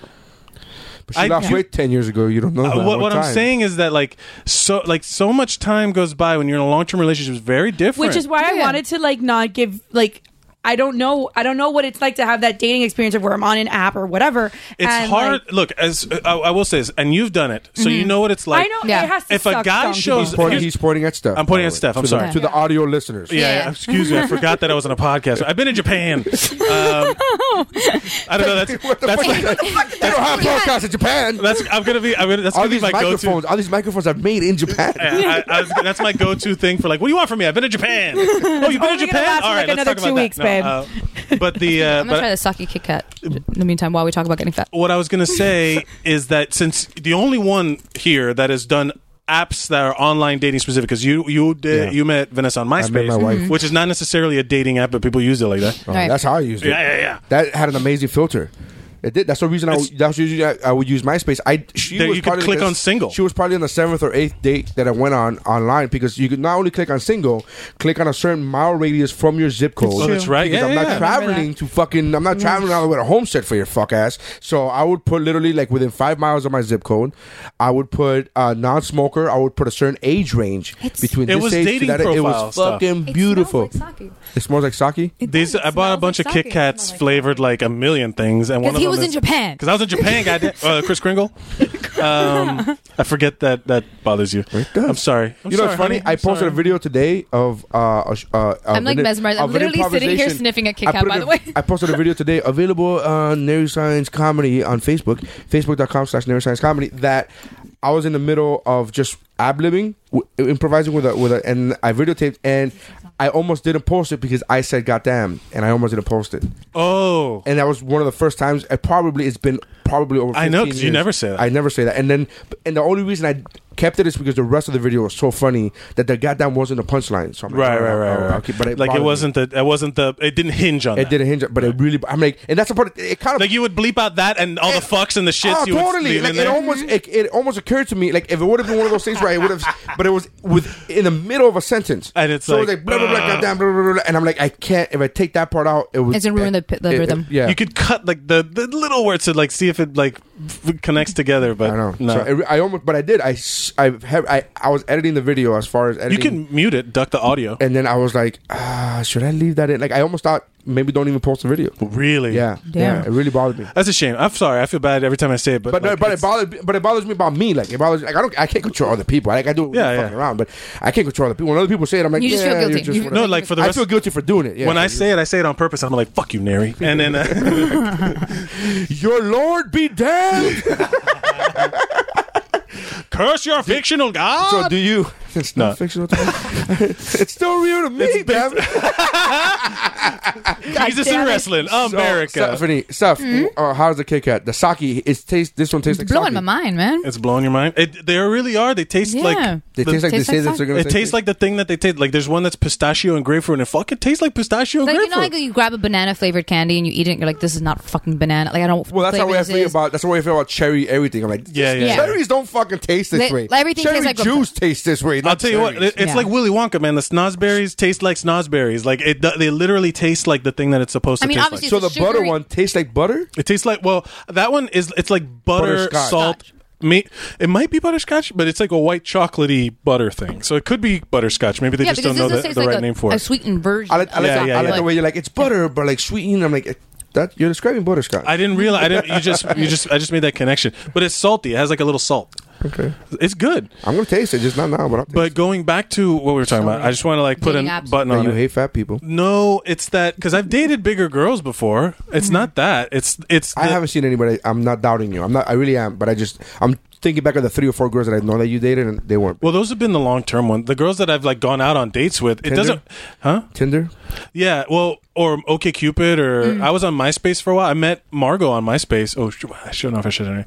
Speaker 2: But she
Speaker 4: I-
Speaker 2: lost
Speaker 4: you-
Speaker 2: weight ten years ago. You don't know
Speaker 4: Uh,
Speaker 2: that.
Speaker 4: what what I'm
Speaker 2: time.
Speaker 4: saying is that like so like so much time goes by when you're in a long term relationship is very different.
Speaker 7: Which is why I
Speaker 3: Yeah.
Speaker 7: wanted to like not give like
Speaker 8: I don't know. I don't know what it's like to have that dating experience of where I'm on an app or whatever.
Speaker 4: It's
Speaker 8: and,
Speaker 4: hard.
Speaker 8: like,
Speaker 4: look, as I, I will say this, and you've done it, so you know what it's like.
Speaker 8: I know
Speaker 3: Yeah.
Speaker 8: it has to
Speaker 4: If a
Speaker 8: suck
Speaker 4: guy
Speaker 8: some
Speaker 4: shows-
Speaker 2: He's
Speaker 8: people.
Speaker 2: pointing,
Speaker 4: Here's-
Speaker 2: he's pointing at Steph.
Speaker 4: I'm pointing
Speaker 2: by
Speaker 4: at
Speaker 2: the way,
Speaker 4: Steph, I'm
Speaker 2: to the-
Speaker 4: sorry.
Speaker 2: to the audio listeners.
Speaker 4: Yeah,
Speaker 3: Yeah.
Speaker 4: excuse me. I forgot that I wasn't a podcaster. I've been in Japan. Um, I don't know. That's
Speaker 2: What the
Speaker 4: that's,
Speaker 2: fuck? is that? they don't have podcasts in Japan.
Speaker 4: that's I'm gonna be. I'm gonna, that's
Speaker 2: all
Speaker 4: gonna be
Speaker 2: these
Speaker 4: my go-to.
Speaker 2: microphones, all these microphones are made in Japan.
Speaker 4: Yeah, Uh, I, I was- that's my go-to thing for like, what do you want from me? I've been to Japan. Oh, you've been to
Speaker 8: only gonna
Speaker 4: Japan.
Speaker 8: last
Speaker 4: All
Speaker 8: for, like,
Speaker 4: right, let's
Speaker 8: another
Speaker 4: talk about
Speaker 8: two
Speaker 4: that.
Speaker 8: weeks,
Speaker 4: No,
Speaker 8: babe.
Speaker 4: uh, but the uh,
Speaker 3: I'm
Speaker 4: but
Speaker 3: gonna try the sake Kit Kat in the meantime while we talk about getting fat.
Speaker 4: what I was gonna say is that since the only one here that has done apps that are online dating specific, because you you did,
Speaker 2: Yeah.
Speaker 4: you met Vanessa on MySpace,
Speaker 2: my
Speaker 8: Mm-hmm.
Speaker 2: wife.
Speaker 4: which is not necessarily a dating app, but people use it like that.
Speaker 2: Oh,
Speaker 3: Right.
Speaker 2: That's how I used it.
Speaker 4: Yeah, yeah, yeah.
Speaker 2: That had an amazing filter. It did. That's the reason I.
Speaker 4: It's-
Speaker 2: That's usually I, I would use MySpace. I she
Speaker 4: There,
Speaker 2: was
Speaker 4: you could
Speaker 2: probably
Speaker 4: click
Speaker 2: the-
Speaker 4: on single.
Speaker 2: She was probably on the seventh or eighth date that I went on online because you could not only click on single, click on a certain mile radius from your zip code.
Speaker 4: Oh, that's right.
Speaker 2: Because
Speaker 4: Yeah,
Speaker 2: I'm
Speaker 4: yeah,
Speaker 2: not
Speaker 4: yeah.
Speaker 2: traveling to fucking. I'm not traveling all the way to Homestead for your fuck ass. So I would put literally like within five miles of my zip code. I would put uh, non-smoker. I would put a certain age range between
Speaker 4: It
Speaker 2: this
Speaker 4: was
Speaker 2: age
Speaker 4: dating
Speaker 2: to that. It
Speaker 4: profile
Speaker 2: was
Speaker 4: stuff.
Speaker 2: fucking beautiful. It smells like sake.
Speaker 4: These I bought a bunch of Kit Kats
Speaker 8: oh.
Speaker 4: flavored like a million things, and one of
Speaker 3: he
Speaker 4: them
Speaker 3: was in Japan.
Speaker 4: Because I was in Japan, goddamn. Uh, Chris Kringle. Um, I forget that that bothers you.
Speaker 2: does.
Speaker 4: I'm sorry. I'm
Speaker 2: you know,
Speaker 4: sorry,
Speaker 2: it's funny.
Speaker 4: honey.
Speaker 2: I
Speaker 4: I'm
Speaker 2: posted
Speaker 4: sorry.
Speaker 2: a video today of uh, a sh- uh, of
Speaker 3: I'm, like,
Speaker 2: an-
Speaker 3: mesmerized. I'm
Speaker 2: of an
Speaker 3: literally sitting here
Speaker 2: improvisation.
Speaker 3: sniffing at Kit
Speaker 2: I
Speaker 3: Kat,
Speaker 2: put
Speaker 3: by
Speaker 2: it-
Speaker 3: the way.
Speaker 2: I posted a video today available on Neuroscience Comedy on Facebook, facebook.com slash Neuroscience Comedy, that I was in the middle of just ad-libbing, w- improvising with a, with a, and I videotaped, and I almost didn't post it because I said goddamn, and I almost didn't post it.
Speaker 4: Oh,
Speaker 2: And that was one of the first times, it probably, it's been probably over
Speaker 4: I know,
Speaker 2: 15
Speaker 4: 'cause you
Speaker 2: years.
Speaker 4: never say that.
Speaker 2: I never say that. And then, and the only reason I kept it is because the rest of the video was so funny that the goddamn wasn't a punchline. So I'm like,
Speaker 4: right,
Speaker 2: "All
Speaker 4: right,
Speaker 2: I'll-
Speaker 4: right,
Speaker 2: I'll-
Speaker 4: right.
Speaker 2: I'll keep-" but
Speaker 4: like
Speaker 2: bothered
Speaker 4: it
Speaker 2: me.
Speaker 4: wasn't the. It wasn't the. It didn't hinge on.
Speaker 2: It
Speaker 4: that.
Speaker 2: didn't hinge, but it really. I'm like, and that's the part. It kind of.
Speaker 4: Like you would bleep out that and all the fucks and the shits.
Speaker 2: Oh,
Speaker 4: you would
Speaker 2: totally!
Speaker 4: leave
Speaker 2: Like
Speaker 4: in
Speaker 2: it
Speaker 4: there.
Speaker 2: almost, it, it almost occurred to me, like if it would have been one of those things where I would have, but it was with in the middle of a sentence,
Speaker 4: And it's
Speaker 2: so it was
Speaker 4: like,
Speaker 2: like blah blah blah,
Speaker 4: ugh.
Speaker 2: goddamn, blah, blah, blah, blah, and I'm like, I can't. If I take that part out, it was
Speaker 3: It's gonna ruin the pi- the
Speaker 2: it- it-
Speaker 3: rhythm.
Speaker 2: yeah,
Speaker 4: You could cut like the, the little words to like see if it like f- connects together. But
Speaker 2: I know.
Speaker 4: no.
Speaker 2: So it, re- I almost, but I did. I s- I have I, I was editing the video as far as
Speaker 4: you
Speaker 2: editing.
Speaker 4: can mute it, duck the audio.
Speaker 2: and then I was like, ah, should I leave that in? Like I almost thought maybe don't even post the video.
Speaker 4: really?
Speaker 2: Yeah,
Speaker 3: Damn.
Speaker 2: yeah, it really bothered me.
Speaker 4: That's a shame. I'm sorry. I feel bad every time I say it, but
Speaker 2: But no,
Speaker 4: like,
Speaker 2: but
Speaker 4: it's-
Speaker 2: it bothers but it bothers me about me. Like it bothers like I don't I can't control other people. Like I do it
Speaker 4: Yeah,
Speaker 2: yeah, fucking
Speaker 4: yeah.
Speaker 2: around, but I can't control other people. When other people say it, I'm like,
Speaker 3: You just
Speaker 2: yeah,
Speaker 3: feel
Speaker 2: you're
Speaker 3: guilty.
Speaker 2: just
Speaker 3: You-
Speaker 2: whatever.
Speaker 4: no, like for the
Speaker 2: I
Speaker 4: rest.
Speaker 2: feel guilty for doing it. Yeah,
Speaker 4: when I say it, I say it on purpose. I'm like, "Fuck you, Neri," and then uh,
Speaker 2: your Lord be damned.
Speaker 4: curse your fictional god.
Speaker 2: so do you? It's not
Speaker 4: No.
Speaker 2: fictional. To me. it's still real to me.
Speaker 4: It's
Speaker 2: damn it.
Speaker 4: Jesus in wrestling,
Speaker 2: So,
Speaker 4: America.
Speaker 2: Stephanie, Steph, uh, how's the Kit Kat? The sake, it's taste. This one tastes like
Speaker 3: Hmm?
Speaker 2: sake.
Speaker 3: Blowing my mind, man.
Speaker 4: it's blowing your mind. It, they really are. They taste
Speaker 3: yeah.
Speaker 4: like.
Speaker 2: They
Speaker 4: the-
Speaker 2: taste like
Speaker 3: Tastes
Speaker 2: they say
Speaker 3: like
Speaker 2: that
Speaker 3: sake.
Speaker 2: they're gonna
Speaker 4: It tastes like the thing that they taste. Like there's one that's pistachio and grapefruit, and it fucking tastes like pistachio and
Speaker 3: Like you know,
Speaker 4: grapefruit.
Speaker 3: like you grab a banana flavored candy and you eat it. and You're like, this is not fucking banana. Like I don't.
Speaker 2: Well, that's how
Speaker 3: flavor
Speaker 2: I
Speaker 3: this
Speaker 2: feel
Speaker 3: is.
Speaker 2: about. That's how I feel about cherry. Everything. I'm like,
Speaker 4: Yeah, yeah,
Speaker 3: yeah.
Speaker 2: Cherries don't fucking taste this
Speaker 3: Like-
Speaker 2: way.
Speaker 3: like everything
Speaker 2: cherry
Speaker 3: tastes like-
Speaker 2: juice tastes this way.
Speaker 4: I'll
Speaker 2: not
Speaker 4: tell you what,
Speaker 2: cherries.
Speaker 4: it- it's
Speaker 3: Yeah.
Speaker 4: like Willy Wonka, man. The snozzberries taste like snozzberries. Like it, they literally taste like the thing that it's supposed to
Speaker 3: I mean,
Speaker 4: taste
Speaker 3: obviously
Speaker 2: so
Speaker 4: like.
Speaker 2: the
Speaker 3: It's
Speaker 2: butter
Speaker 3: sugary.
Speaker 2: one tastes like butter.
Speaker 4: It tastes like well, that one is it's like butter,
Speaker 2: Butterscotch.
Speaker 4: salt, meat. It might be butterscotch, but it's like a white chocolatey butter thing. So it could be butterscotch. Maybe they
Speaker 3: yeah,
Speaker 4: just
Speaker 3: because
Speaker 4: don't
Speaker 3: this
Speaker 4: know the,
Speaker 3: tastes
Speaker 4: the
Speaker 3: like
Speaker 4: right
Speaker 3: a,
Speaker 4: name for
Speaker 3: a
Speaker 4: it.
Speaker 3: sweeton version.
Speaker 2: I like, I like,
Speaker 4: Yeah,
Speaker 2: the,
Speaker 4: yeah,
Speaker 2: I like
Speaker 4: yeah.
Speaker 2: the way you're like it's butter, but like sweetened. I'm like eh, that. You're describing butterscotch.
Speaker 4: I didn't realize. I didn't. You just. You just. I just made that connection. But it's salty. It has like a little salt.
Speaker 2: okay,
Speaker 4: It's good.
Speaker 2: I'm gonna taste it, just not now, but I'll taste
Speaker 4: But going back to what we were talking about, I just want to like put a
Speaker 3: Dating apps.
Speaker 4: button
Speaker 2: it. That
Speaker 4: on
Speaker 2: you
Speaker 4: it.
Speaker 2: hate fat people.
Speaker 4: No, it's that because I've dated bigger girls before. It's
Speaker 3: Mm-hmm.
Speaker 4: not that. It's it's.
Speaker 2: I
Speaker 4: the-
Speaker 2: haven't seen anybody. I'm not doubting you. I'm not. I really am. But I just I'm thinking back of the three or four girls that I know that you dated, and they weren't
Speaker 4: Well, those have been the long term ones. The girls that I've like gone out on dates with, it
Speaker 2: Tinder?
Speaker 4: doesn't, huh?
Speaker 2: Tinder.
Speaker 4: Yeah, well, or OK Cupid, or
Speaker 3: Mm.
Speaker 4: I was on MySpace for a while. I met Margot on MySpace. Oh, sh- I shouldn't know if I should. anyway.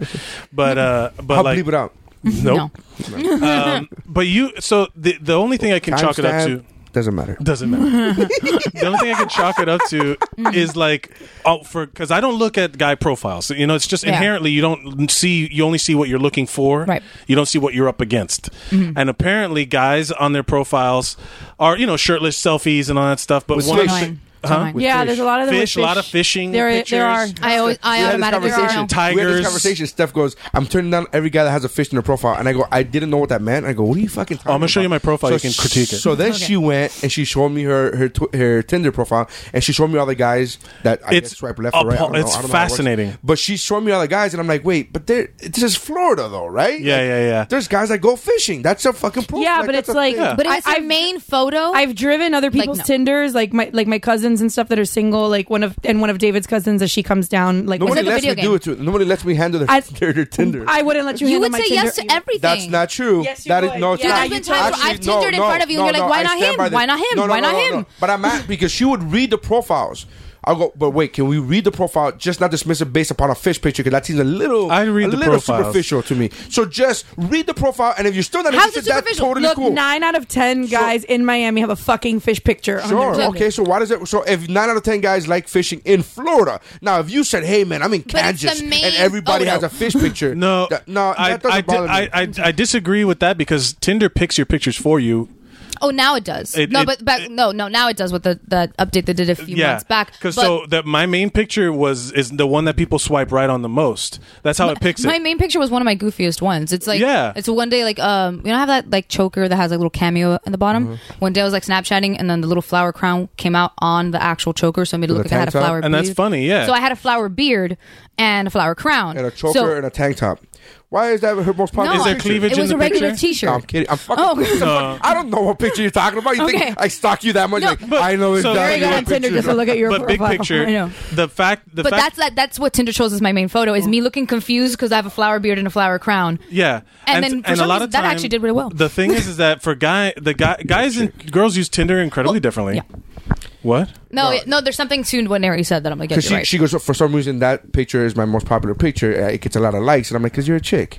Speaker 4: But uh, but
Speaker 2: I'll
Speaker 4: like,
Speaker 2: bleep it out.
Speaker 4: nope. um, but you, so the the only thing I can chalk it up
Speaker 2: Timestamp,
Speaker 4: to
Speaker 2: doesn't matter.
Speaker 4: doesn't matter. the only thing I can chalk it up to
Speaker 3: Mm-hmm.
Speaker 4: is like, oh, for because I don't look at guy profiles. You know, it's just
Speaker 3: Yeah.
Speaker 4: inherently you don't see, you only see what you're looking for.
Speaker 3: Right. Mm-hmm.
Speaker 4: You don't see what you're up against. And apparently, guys on their profiles are you know shirtless selfies and all that stuff. But
Speaker 2: With
Speaker 4: one of
Speaker 2: slicks.
Speaker 4: the,
Speaker 3: Something.
Speaker 2: With
Speaker 7: yeah,
Speaker 2: fish.
Speaker 7: there's a lot of them with
Speaker 10: Fish, a lot of fishing.
Speaker 7: There, i- there are.
Speaker 10: pictures.
Speaker 3: I always, I
Speaker 2: We had this
Speaker 3: automatically
Speaker 2: conversation.
Speaker 3: know.
Speaker 2: We had this
Speaker 10: Tigers.
Speaker 2: conversation. Steph goes, "I'm turning down every guy that has a fish in their profile," and I go, "I didn't know what that meant." I go, "What are you fucking?" Talking
Speaker 4: Oh, I'm gonna show
Speaker 2: about?"
Speaker 4: you my profile. You can critique it.
Speaker 2: So then she went and she showed me her her tw- her Tinder profile, and she showed me all the guys that I
Speaker 4: It's
Speaker 2: guess swipe left or right. I
Speaker 4: appal-
Speaker 2: don't know.
Speaker 4: it's
Speaker 2: I don't know how it works.
Speaker 4: fascinating.
Speaker 2: But she showed me all the guys, and I'm like, "Wait, but there, this is Florida though, right?
Speaker 4: Yeah,
Speaker 2: Like,
Speaker 4: yeah, yeah.
Speaker 2: There's guys that go fishing. That's a fucking proof.
Speaker 7: Yeah, but
Speaker 2: that's
Speaker 7: it's
Speaker 2: a
Speaker 7: like,
Speaker 2: thing.
Speaker 4: Yeah.
Speaker 3: But if it's
Speaker 7: I-
Speaker 3: your
Speaker 7: I've-
Speaker 3: main photo,
Speaker 7: I've driven other people's
Speaker 3: no.
Speaker 7: Tinders, like my like my cousins and stuff that are single, like one of and one of David's cousins as she comes down, like
Speaker 2: nobody
Speaker 3: like a
Speaker 2: lets me
Speaker 3: video
Speaker 2: do it to. Nobody lets me handle their,
Speaker 7: I-
Speaker 2: their, their Tinder.
Speaker 7: I wouldn't let you.
Speaker 3: you
Speaker 7: handle
Speaker 3: would
Speaker 7: my
Speaker 3: say
Speaker 7: Tinder
Speaker 3: yes to
Speaker 7: either.
Speaker 3: everything.
Speaker 2: That's not true.
Speaker 7: Yes, you
Speaker 2: that is
Speaker 7: would.
Speaker 2: no. It's
Speaker 7: Yeah,
Speaker 2: not.
Speaker 7: there's been times where
Speaker 2: Actually,
Speaker 3: I've Tindered in front of you and you're like, why
Speaker 2: I
Speaker 3: not
Speaker 2: stand
Speaker 3: him?
Speaker 2: by this.
Speaker 3: Why not him?
Speaker 2: No, no,
Speaker 3: Why
Speaker 2: no,
Speaker 3: not
Speaker 2: no,
Speaker 3: him?
Speaker 2: no. But I'm at because she would read the profiles. I'll go, but wait, can we read the profile? Just not dismiss it based upon a fish picture because that seems a little,
Speaker 4: I read
Speaker 2: a
Speaker 4: the
Speaker 2: little
Speaker 4: profiles.
Speaker 2: superficial to me. So just read the profile, and if you're still not
Speaker 3: How's
Speaker 2: interested,
Speaker 3: it
Speaker 2: that's
Speaker 3: superficial?
Speaker 2: totally
Speaker 7: Look,
Speaker 2: cool.
Speaker 7: nine out of ten guys in Miami have a fucking fish picture. on
Speaker 2: Sure.
Speaker 7: their Tinder.
Speaker 2: Okay. So why does it? So if nine out of ten guys like fishing in Florida, now if you said, "Hey man, I'm in
Speaker 3: But it's the
Speaker 2: Kansas," and
Speaker 3: main-
Speaker 2: everybody
Speaker 3: oh, no.
Speaker 2: has a fish picture,
Speaker 4: No,
Speaker 2: that, no,
Speaker 4: I,
Speaker 2: that doesn't
Speaker 4: I,
Speaker 2: bother
Speaker 4: I,
Speaker 2: me.
Speaker 4: I, I disagree with that because Tinder picks your pictures for you.
Speaker 3: oh, now it does.
Speaker 4: It-
Speaker 3: no,
Speaker 4: it-
Speaker 3: but back,
Speaker 4: it-
Speaker 3: no, no, now it does with the that update they did a few months back.
Speaker 4: Because
Speaker 3: But
Speaker 4: so that my main picture was is the one that people swipe right on the most. That's how it picks
Speaker 3: my
Speaker 4: it.
Speaker 3: main picture was one of my goofiest ones. It's like
Speaker 4: Yeah.
Speaker 3: it's one day like um you know I have that like choker that has like little cameo in the bottom.
Speaker 2: Mm-hmm.
Speaker 3: One day I was like Snapchatting and then the little flower crown came out on the actual choker, so it made it
Speaker 2: With
Speaker 3: look
Speaker 2: a
Speaker 3: like I had a
Speaker 2: tank top?
Speaker 3: flower.
Speaker 4: And that's
Speaker 3: beard.
Speaker 4: funny, yeah.
Speaker 3: So I had a flower beard and a flower crown
Speaker 2: and a choker
Speaker 3: So-
Speaker 2: and a tank top. Why is that her most popular?
Speaker 3: No,
Speaker 4: Is there
Speaker 2: picture?
Speaker 4: cleavage
Speaker 3: It
Speaker 4: in
Speaker 3: was
Speaker 4: the
Speaker 3: a regular
Speaker 4: picture?
Speaker 3: T-shirt.
Speaker 2: No, I'm kidding. I'm fucking.
Speaker 3: Oh.
Speaker 2: what the fuck? I don't know what picture you're talking about. You
Speaker 3: Okay.
Speaker 2: think I stalk you that much?
Speaker 3: No.
Speaker 2: Like, I know
Speaker 4: So-
Speaker 2: exactly.
Speaker 4: Very good
Speaker 2: what
Speaker 4: on
Speaker 7: Tinder
Speaker 2: picture-
Speaker 7: just to look at your
Speaker 4: but big
Speaker 7: profile.
Speaker 4: picture.
Speaker 3: I know.
Speaker 4: The fact, the
Speaker 3: But
Speaker 4: fact, Oh.
Speaker 3: that's that. That's what Tinder chose as my main photo is me looking confused because I have a flower beard and a flower crown.
Speaker 4: Yeah,
Speaker 3: And then for some reason, that
Speaker 4: time,
Speaker 3: actually did really well.
Speaker 4: The thing is, is that for guy, the guy, guys and girls use Tinder incredibly
Speaker 3: Well,
Speaker 4: differently.
Speaker 3: yeah.
Speaker 4: What?
Speaker 3: No, it- no, there's something soon when Ari said that I'm like, yeah,
Speaker 2: Cause
Speaker 3: you're
Speaker 2: she,
Speaker 3: right.
Speaker 2: she goes for some reason that picture is my most popular picture. Uh, It gets a lot of likes, and I'm like, "Cause you're a chick."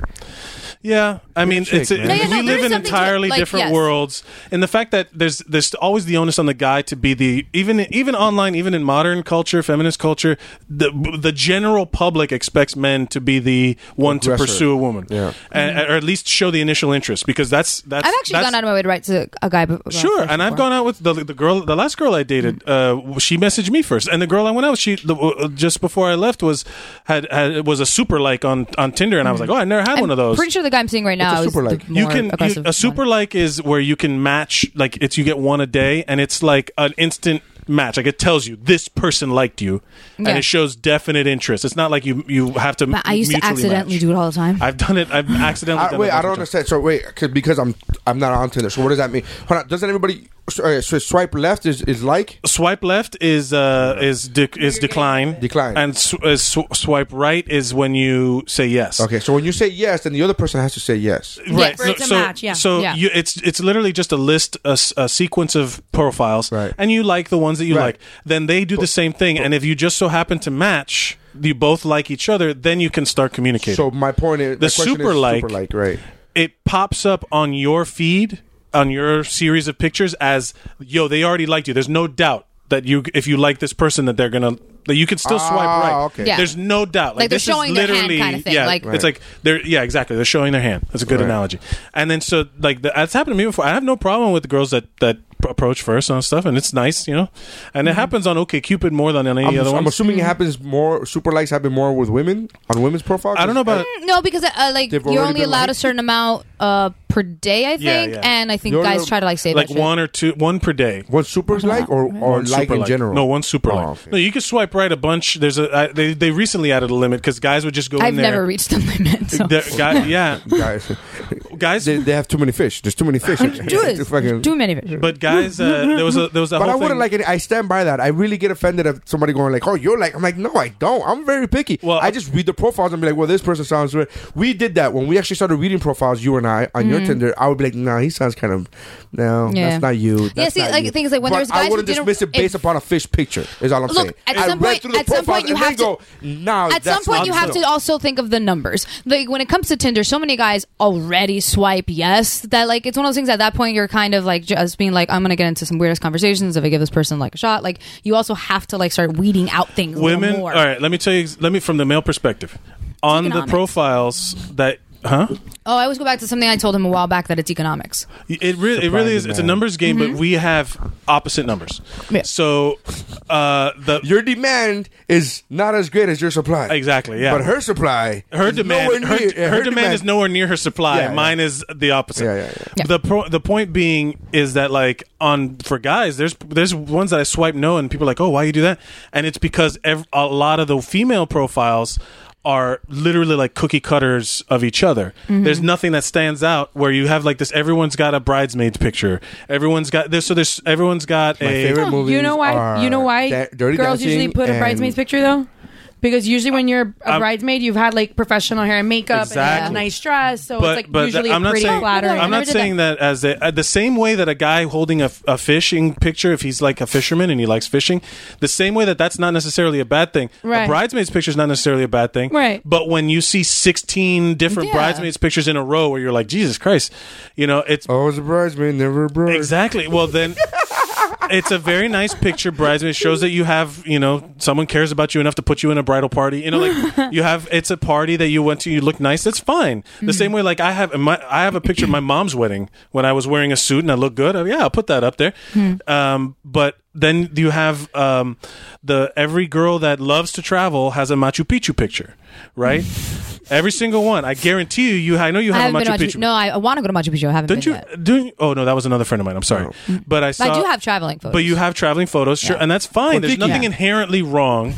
Speaker 4: Yeah, I mean,
Speaker 2: chick,
Speaker 4: it's,
Speaker 2: man. No,
Speaker 3: yeah, no,
Speaker 4: we
Speaker 3: there
Speaker 4: live
Speaker 3: is
Speaker 4: in
Speaker 3: something to it,
Speaker 4: entirely
Speaker 3: like,
Speaker 4: different
Speaker 3: yes.
Speaker 4: worlds, and the fact that there's there's always the onus on the guy to be the even even online, even in modern culture, feminist culture, the the general public expects men to be the one
Speaker 2: Aggressor.
Speaker 4: to pursue a woman,
Speaker 2: Yeah.
Speaker 4: and, or at least show the initial interest because that's that's
Speaker 3: I've actually
Speaker 4: that's,
Speaker 3: gone out of my way to write to a guy. be-
Speaker 4: Sure,
Speaker 3: before.
Speaker 4: and I've gone out with the the girl. The last girl I dated,
Speaker 2: Mm.
Speaker 4: uh, w- she messaged me first, and the girl I went out with, she the, w- just before I left was had, had was a super like on on Tinder, and I was like, oh, I never had
Speaker 3: I'm
Speaker 4: one of those.
Speaker 3: Mm. Pretty sure the guy I'm seeing right now
Speaker 2: a
Speaker 3: is
Speaker 2: super
Speaker 3: the
Speaker 2: like?
Speaker 4: you
Speaker 3: more
Speaker 4: can you,
Speaker 3: aggressive
Speaker 4: a super
Speaker 3: one.
Speaker 4: like is where you can match like it's you get one a day, and it's like an instant match. Like it tells you this person liked you,
Speaker 3: Yeah.
Speaker 4: and it shows definite interest. It's not like you you have to.
Speaker 3: I used to
Speaker 4: mutually
Speaker 3: accidentally
Speaker 4: match.
Speaker 3: do it all the time.
Speaker 4: I've done it. I've accidentally.
Speaker 2: I,
Speaker 4: done
Speaker 2: wait,
Speaker 4: it
Speaker 2: I don't
Speaker 4: multiple times.
Speaker 2: understand. So wait, 'cause- because I'm I'm not on Tinder. So what does that mean? Hold on. Doesn't everybody so, uh, so swipe left is, is like?
Speaker 4: swipe left is uh is dec is decline
Speaker 2: Decline.
Speaker 4: and sw- uh, sw- swipe right is when you say yes
Speaker 2: Okay, so when you say yes, then the other person has to say yes.
Speaker 4: right
Speaker 7: for it to
Speaker 4: so
Speaker 7: match, yeah.
Speaker 4: so
Speaker 3: Yeah.
Speaker 4: You, it's it's literally just a list a, s- a sequence of profiles
Speaker 2: Right.
Speaker 4: and you like the ones that you
Speaker 2: Right.
Speaker 4: like then they do the same thing and if you just so happen to match you both like each other then you can start communicating
Speaker 2: So my point is my
Speaker 4: The
Speaker 2: question is
Speaker 4: super like-
Speaker 2: super like, right?
Speaker 4: it pops up on your feed on your series of pictures as yo they already liked you there's no doubt that you if you like this person that they're gonna that you can still swipe
Speaker 2: Ah,
Speaker 4: right
Speaker 2: okay.
Speaker 3: Yeah.
Speaker 4: there's no doubt like,
Speaker 3: Like, they're
Speaker 4: this
Speaker 3: showing
Speaker 4: is
Speaker 3: their hand
Speaker 4: literally
Speaker 3: kinda thing,
Speaker 4: yeah
Speaker 3: like-
Speaker 4: it's like they're yeah exactly they're showing their hand that's a good
Speaker 2: Right.
Speaker 4: analogy and then so like the, that's happened to me before i have no problem with the girls that that p- approach first on stuff and it's nice you know and
Speaker 3: Mm-hmm.
Speaker 4: it happens on okay cupid more than any
Speaker 2: I'm,
Speaker 4: other
Speaker 2: I'm
Speaker 4: one
Speaker 2: assuming it happens more. Super likes happen more with women on women's profiles.
Speaker 4: i don't know about
Speaker 3: Mm, No, because uh, like
Speaker 2: They've
Speaker 3: you're
Speaker 2: already
Speaker 3: only
Speaker 2: been
Speaker 3: allowed a
Speaker 2: liked?
Speaker 3: certain amount uh, per day, I
Speaker 4: Yeah,
Speaker 3: think,
Speaker 4: yeah.
Speaker 3: and I think
Speaker 2: You're-
Speaker 3: guys try to like save
Speaker 4: like
Speaker 3: that shit.
Speaker 4: one or two one per day
Speaker 2: What super like or, or
Speaker 4: One
Speaker 2: like
Speaker 4: super
Speaker 2: in
Speaker 4: like.
Speaker 2: general?
Speaker 4: No, one super
Speaker 2: Oh,
Speaker 4: like.
Speaker 2: okay.
Speaker 4: No, you can swipe right a bunch. There's a I, they they recently added a limit because guys would just go
Speaker 3: I've
Speaker 4: in there.
Speaker 3: never reached the limit. So.
Speaker 4: They're- guy- yeah,
Speaker 2: guys.
Speaker 4: guys.
Speaker 2: They, they have too many fish. There's too many fish.
Speaker 3: Do it. Too many of it.
Speaker 4: but guys, uh, there was a there was a
Speaker 2: but
Speaker 4: whole
Speaker 2: I wouldn't
Speaker 4: thing-
Speaker 2: like it. I stand by that. I really get offended at somebody going like, "Oh, you're like." I'm like, no, I don't. I'm very picky.
Speaker 4: Well,
Speaker 2: I just read the profiles and be like, "Well, this person sounds." Weird. We did that when we actually started reading profiles. You and I on your Tinder, I would be like, "Nah, he sounds kind of no,
Speaker 3: Mm-hmm. Yeah.
Speaker 2: that's not you."
Speaker 3: Yeah,
Speaker 2: That's
Speaker 3: see,
Speaker 2: not
Speaker 3: like,
Speaker 2: you."
Speaker 3: things like when
Speaker 2: But
Speaker 3: there's guys
Speaker 2: I
Speaker 3: who
Speaker 2: wouldn't
Speaker 3: didn't-
Speaker 2: dismiss it based
Speaker 3: it-
Speaker 2: upon a fish picture. Is all I'm
Speaker 3: Look,
Speaker 2: saying.
Speaker 3: at
Speaker 2: I
Speaker 3: some
Speaker 2: read
Speaker 3: point-
Speaker 2: through the
Speaker 3: at some
Speaker 2: profiles
Speaker 3: point you
Speaker 2: and
Speaker 3: have
Speaker 2: they
Speaker 3: to-
Speaker 2: go,
Speaker 4: Oh,
Speaker 2: "Nah,
Speaker 3: At some
Speaker 2: that's
Speaker 3: point,
Speaker 2: not
Speaker 3: you have
Speaker 2: you."
Speaker 3: to also think of the numbers. Like when it comes to Tinder, so many guys already swipe yes. That like it's one of those things. At that point, you're kind of like just being like, I'm gonna get into some weirdest conversations if I give this person like a shot. Like you also have to like start weeding out things. a little
Speaker 4: women.
Speaker 3: more.
Speaker 4: All right, let me tell you. Let me from the male perspective on the
Speaker 3: economics.
Speaker 4: profiles that huh?
Speaker 3: Oh, I always go back to something I told him a while back that it's economics.
Speaker 4: It really, it really is. It's a
Speaker 2: man.
Speaker 4: numbers game, but we have opposite numbers.
Speaker 3: Mm-hmm. Yeah.
Speaker 4: So, uh, the
Speaker 2: Your demand is not as great as your supply.
Speaker 4: Exactly, yeah.
Speaker 2: But her supply,
Speaker 4: her
Speaker 2: is
Speaker 4: demand,
Speaker 2: nowhere
Speaker 4: her,
Speaker 2: near-
Speaker 4: her,
Speaker 2: yeah,
Speaker 4: demand, is nowhere near her supply.
Speaker 2: Yeah, yeah.
Speaker 4: Mine is the opposite.
Speaker 2: Yeah, yeah, yeah.
Speaker 3: Yeah.
Speaker 4: The pro, the point being is that like on for guys, there's there's ones that I swipe no, and people are like, oh, why you do that? And it's because ev- a lot of the female profiles are literally like cookie cutters of each other. There's nothing that stands out where you have like this. Everyone's got a bridesmaid's picture. Everyone's got there's So there's everyone's got
Speaker 2: My
Speaker 4: a
Speaker 2: favorite movies
Speaker 8: you know why?
Speaker 2: are
Speaker 8: You know why
Speaker 2: Da- Dirty
Speaker 8: girls usually
Speaker 2: Dancing
Speaker 8: put a
Speaker 2: and-
Speaker 8: bridesmaid's picture though, because usually when you're a
Speaker 4: I'm-
Speaker 8: bridesmaid, you've had like professional hair and makeup and
Speaker 4: Exactly.
Speaker 8: a nice dress, so it's like
Speaker 4: th-
Speaker 8: usually a pretty flattering.
Speaker 4: I'm not saying that as a, uh, the same way that a guy holding a, f- a fishing picture, if he's like a fisherman and he likes fishing, the same way that that's not necessarily a bad thing. A
Speaker 8: Right.
Speaker 4: bridesmaid's picture is not necessarily a bad thing.
Speaker 8: Right.
Speaker 4: But when you see 16 different
Speaker 3: Yeah.
Speaker 4: bridesmaids pictures in a row, where you're like, Jesus Christ, you know, it's
Speaker 2: Always a bridesmaid, Oh, never a bride.
Speaker 4: Exactly. Well, then it's a very nice picture, bridesmaid. It shows that you have, you know, someone cares about you enough to put you in a bridal party. You know, like you have, it's a party that you went to. You look nice. That's fine.
Speaker 3: Mm-hmm.
Speaker 4: The same way, like I have, my, I have a picture of my mom's wedding when I was wearing a suit and I looked good. I- yeah, I'll put that up there.
Speaker 3: Hmm.
Speaker 4: Um, but then you have um, the every girl that loves to travel has a Machu Picchu picture, right? every single one. I guarantee you. You, I know you
Speaker 3: I
Speaker 4: have a
Speaker 3: haven't been
Speaker 4: Machu,
Speaker 3: to Machu
Speaker 4: Picchu.
Speaker 3: No, I, I want to go to Machu Picchu. I haven't
Speaker 4: Don't
Speaker 3: been
Speaker 4: you?
Speaker 3: yet.
Speaker 4: Do you- oh no, that was another friend of mine. I'm
Speaker 2: Oh.
Speaker 4: sorry, but I saw.
Speaker 3: Mm. I do have traveling photos.
Speaker 4: But you have traveling photos, sure,
Speaker 3: Yeah.
Speaker 4: and that's fine.
Speaker 2: Well,
Speaker 4: There's
Speaker 2: thank you.
Speaker 4: nothing
Speaker 3: Yeah.
Speaker 4: inherently wrong.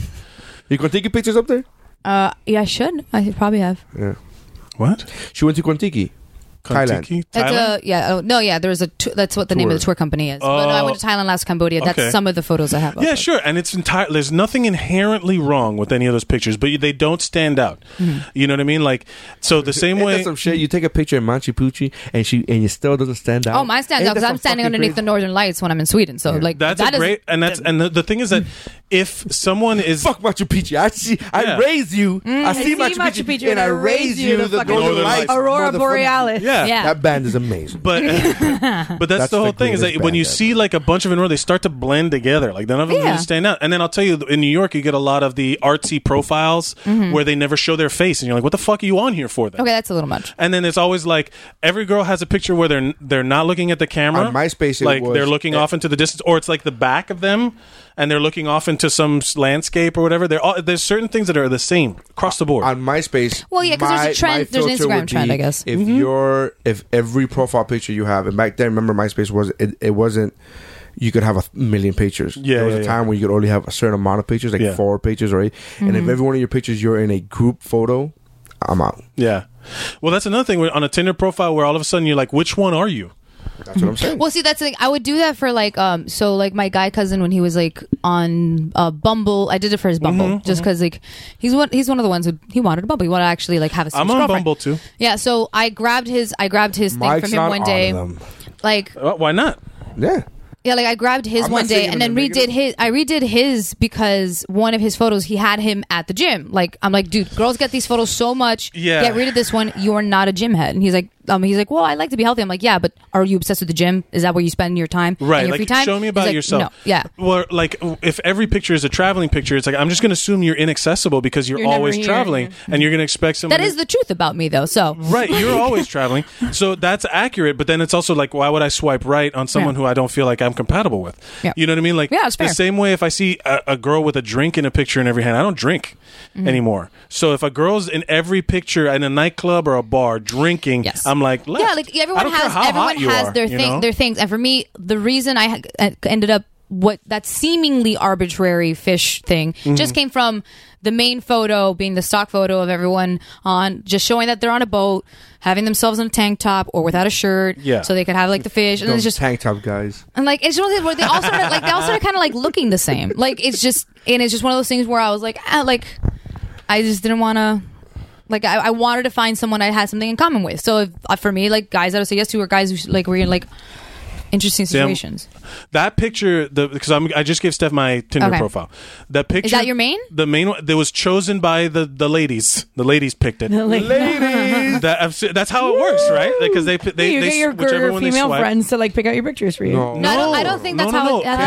Speaker 2: You Contiki pictures up there?
Speaker 3: Uh, yeah, I should. I should probably have.
Speaker 4: What?
Speaker 2: She went to Contiki. Thailand.
Speaker 4: Kentucky?
Speaker 3: That's
Speaker 4: Thailand?
Speaker 3: a yeah. Oh, no, yeah. There's a tou- that's what the name of the
Speaker 2: Tour.
Speaker 3: tour company is. but no, I
Speaker 4: Oh.
Speaker 3: went to Thailand last Cambodia. That's
Speaker 4: Okay.
Speaker 3: some of the photos I have.
Speaker 4: yeah,
Speaker 3: uploaded.
Speaker 4: sure, and it's entire. There's nothing inherently wrong with any of those pictures, but you- they don't stand out.
Speaker 3: Mm-hmm.
Speaker 4: You know what I mean? Like, so the
Speaker 2: Ain't
Speaker 4: same
Speaker 2: that
Speaker 4: way.
Speaker 2: some shit? You take a picture of Machu Picchu and she and you still doesn't stand out.
Speaker 3: Oh, mine stands
Speaker 2: Ain't
Speaker 3: out
Speaker 2: that
Speaker 3: because I'm
Speaker 2: some
Speaker 3: standing
Speaker 2: fucking
Speaker 3: underneath the
Speaker 2: crazy-
Speaker 3: northern lights when I'm in Sweden. So like
Speaker 4: That's
Speaker 3: that is-
Speaker 4: a
Speaker 3: Mm.
Speaker 4: great, and that's and the, the thing is that if someone is
Speaker 2: Fuck Machu Picchu. I see. I
Speaker 4: Yeah.
Speaker 2: raise you. I see
Speaker 8: I
Speaker 2: Machu,
Speaker 8: see
Speaker 2: Picchu,
Speaker 8: Machu Picchu
Speaker 2: and I raise you the,
Speaker 8: fucking
Speaker 2: Northern,
Speaker 4: Northern
Speaker 2: Lights.
Speaker 4: Lights.
Speaker 8: Aurora
Speaker 2: motherfucker.
Speaker 8: Borealis.
Speaker 4: yeah,
Speaker 3: Yeah.
Speaker 2: That band is amazing.
Speaker 4: But but that's,
Speaker 2: That's
Speaker 4: the
Speaker 2: the
Speaker 4: whole thing is that
Speaker 2: greatest
Speaker 4: when you
Speaker 2: band
Speaker 4: see like a bunch of in a row, they start to blend together. Like none of them
Speaker 3: Yeah.
Speaker 4: really stand out. And then I'll tell you, in New York, you get a lot of the artsy profiles where they never show their face, and you're like, what the fuck are you on here for? Then
Speaker 3: Mm-hmm. Okay, that's a little much.
Speaker 4: And then it's always like every girl has a picture where they're they're not looking at the camera.
Speaker 2: On MySpace, it
Speaker 4: like
Speaker 2: was-
Speaker 4: they're looking off into the distance, or it's like the back of them, and they're looking off into some s- landscape or whatever. They're all, there's certain things that are the same across the board.
Speaker 2: on MySpace.
Speaker 3: Well, yeah, 'cause there's a
Speaker 2: my-
Speaker 3: trend-
Speaker 2: my
Speaker 3: there's an
Speaker 2: filter
Speaker 3: Instagram
Speaker 2: would
Speaker 3: trend,
Speaker 2: be
Speaker 3: I guess. Mm-hmm.
Speaker 2: If your if every profile picture you have, and back then, remember MySpace was it, it wasn't. You could have a million pictures.
Speaker 4: Yeah,
Speaker 2: there was
Speaker 4: yeah,
Speaker 2: a
Speaker 4: yeah.
Speaker 2: time where you could only have a certain amount of pictures, like
Speaker 4: Yeah.
Speaker 2: four pictures or 8 And
Speaker 3: Mm-hmm.
Speaker 2: if every one of your pictures you're in a group photo, I'm out.
Speaker 4: yeah. Well, that's another thing where, on a Tinder profile where all of a sudden you're like, which one are you?
Speaker 2: That's what I'm saying.
Speaker 3: Well, see, that's the thing. I would do that for like, um, so like my guy cousin when he was like on uh, Bumble, I did it for his Bumble just because like he's one he's one of the ones who he wanted a Bumble. He wanted to actually like have a.
Speaker 4: I'm
Speaker 3: serious
Speaker 4: on
Speaker 3: girlfriend.
Speaker 4: Bumble too.
Speaker 3: Yeah, so I grabbed his I grabbed his thing
Speaker 2: Mike's
Speaker 3: from him
Speaker 2: not
Speaker 3: one
Speaker 2: on
Speaker 3: day.
Speaker 2: them.
Speaker 3: Like
Speaker 4: Uh, why not?
Speaker 2: Yeah.
Speaker 3: yeah, like I grabbed his
Speaker 2: I'm not
Speaker 3: one day
Speaker 2: saying it
Speaker 3: and then
Speaker 2: in a
Speaker 3: redid
Speaker 2: negative-
Speaker 3: his. I redid his because one of his photos he had him at the gym. Like I'm like, dude, girls get these photos so much.
Speaker 4: Yeah.
Speaker 3: get rid of this one. You're not a gym head. And he's like, um, he's like, well, I like to be healthy. I'm like, yeah, but are you obsessed with the gym? Is that where you spend your time? and
Speaker 4: Right.
Speaker 3: your
Speaker 4: Like,
Speaker 3: free time?
Speaker 4: show me
Speaker 3: He's
Speaker 4: about
Speaker 3: like,
Speaker 4: yourself.
Speaker 3: No, yeah.
Speaker 4: Well, like, w- if every picture is a traveling picture, it's like, I'm just going to assume you're inaccessible because you're,
Speaker 8: You're never
Speaker 4: always
Speaker 8: here,
Speaker 4: traveling and you're going to expect someone.
Speaker 3: That is the truth about me, though. So
Speaker 4: Right, you're always traveling, so that's accurate. But then it's also like, why would I swipe right on someone
Speaker 3: Yeah.
Speaker 4: who I don't feel like I'm compatible with?
Speaker 3: Yeah.
Speaker 4: You know what I mean? Like,
Speaker 3: Yeah, it's
Speaker 4: the
Speaker 3: fair.
Speaker 4: same way if I see a, a girl with a drink in a picture in every hand, I don't drink
Speaker 3: Mm-hmm.
Speaker 4: anymore. So if a girl's in every picture in a nightclub or a bar drinking,
Speaker 3: Yes.
Speaker 4: I'm like, left.
Speaker 3: Yeah, like
Speaker 4: I
Speaker 3: everyone
Speaker 4: don't care
Speaker 3: has
Speaker 4: how
Speaker 3: everyone
Speaker 4: hot you
Speaker 3: has
Speaker 4: are,
Speaker 3: their
Speaker 4: you
Speaker 3: thing,
Speaker 4: know?
Speaker 3: their things. And for me, the reason I ha- uh, ended up what that seemingly arbitrary fish thing
Speaker 4: Mm-hmm.
Speaker 3: just came from the main photo being the stock photo of everyone on just showing that they're on a boat, having themselves in a tank top or without a shirt,
Speaker 4: Yeah.
Speaker 3: so they could have like the fish, and
Speaker 2: Those
Speaker 3: it's just Uh,
Speaker 2: tank top guys.
Speaker 3: and like it's just where they all started like they all started kind of like looking the same. Like it's just and it's just one of those things where I was like, ah, like I just didn't want to. Like I, I wanted to find someone I had something in common with. So if, uh, for me, like guys that I would say yes to, or guys who like were in like interesting
Speaker 4: Sam,
Speaker 3: situations.
Speaker 4: That picture, the because I'm I just gave Steph my Tinder
Speaker 3: Okay.
Speaker 4: profile. That picture
Speaker 3: that your main?
Speaker 4: The main one that was chosen by the the ladies. The ladies picked it.
Speaker 8: Like,
Speaker 2: Please.
Speaker 4: That, I've se- that's how it works, right? Because they they
Speaker 7: you
Speaker 4: they
Speaker 7: get your,
Speaker 4: whichever
Speaker 7: your
Speaker 4: one they
Speaker 7: female
Speaker 4: swipe-
Speaker 7: friends to like pick out your pictures for you.
Speaker 2: No.
Speaker 3: No, I don't- I don't think that's how it- that's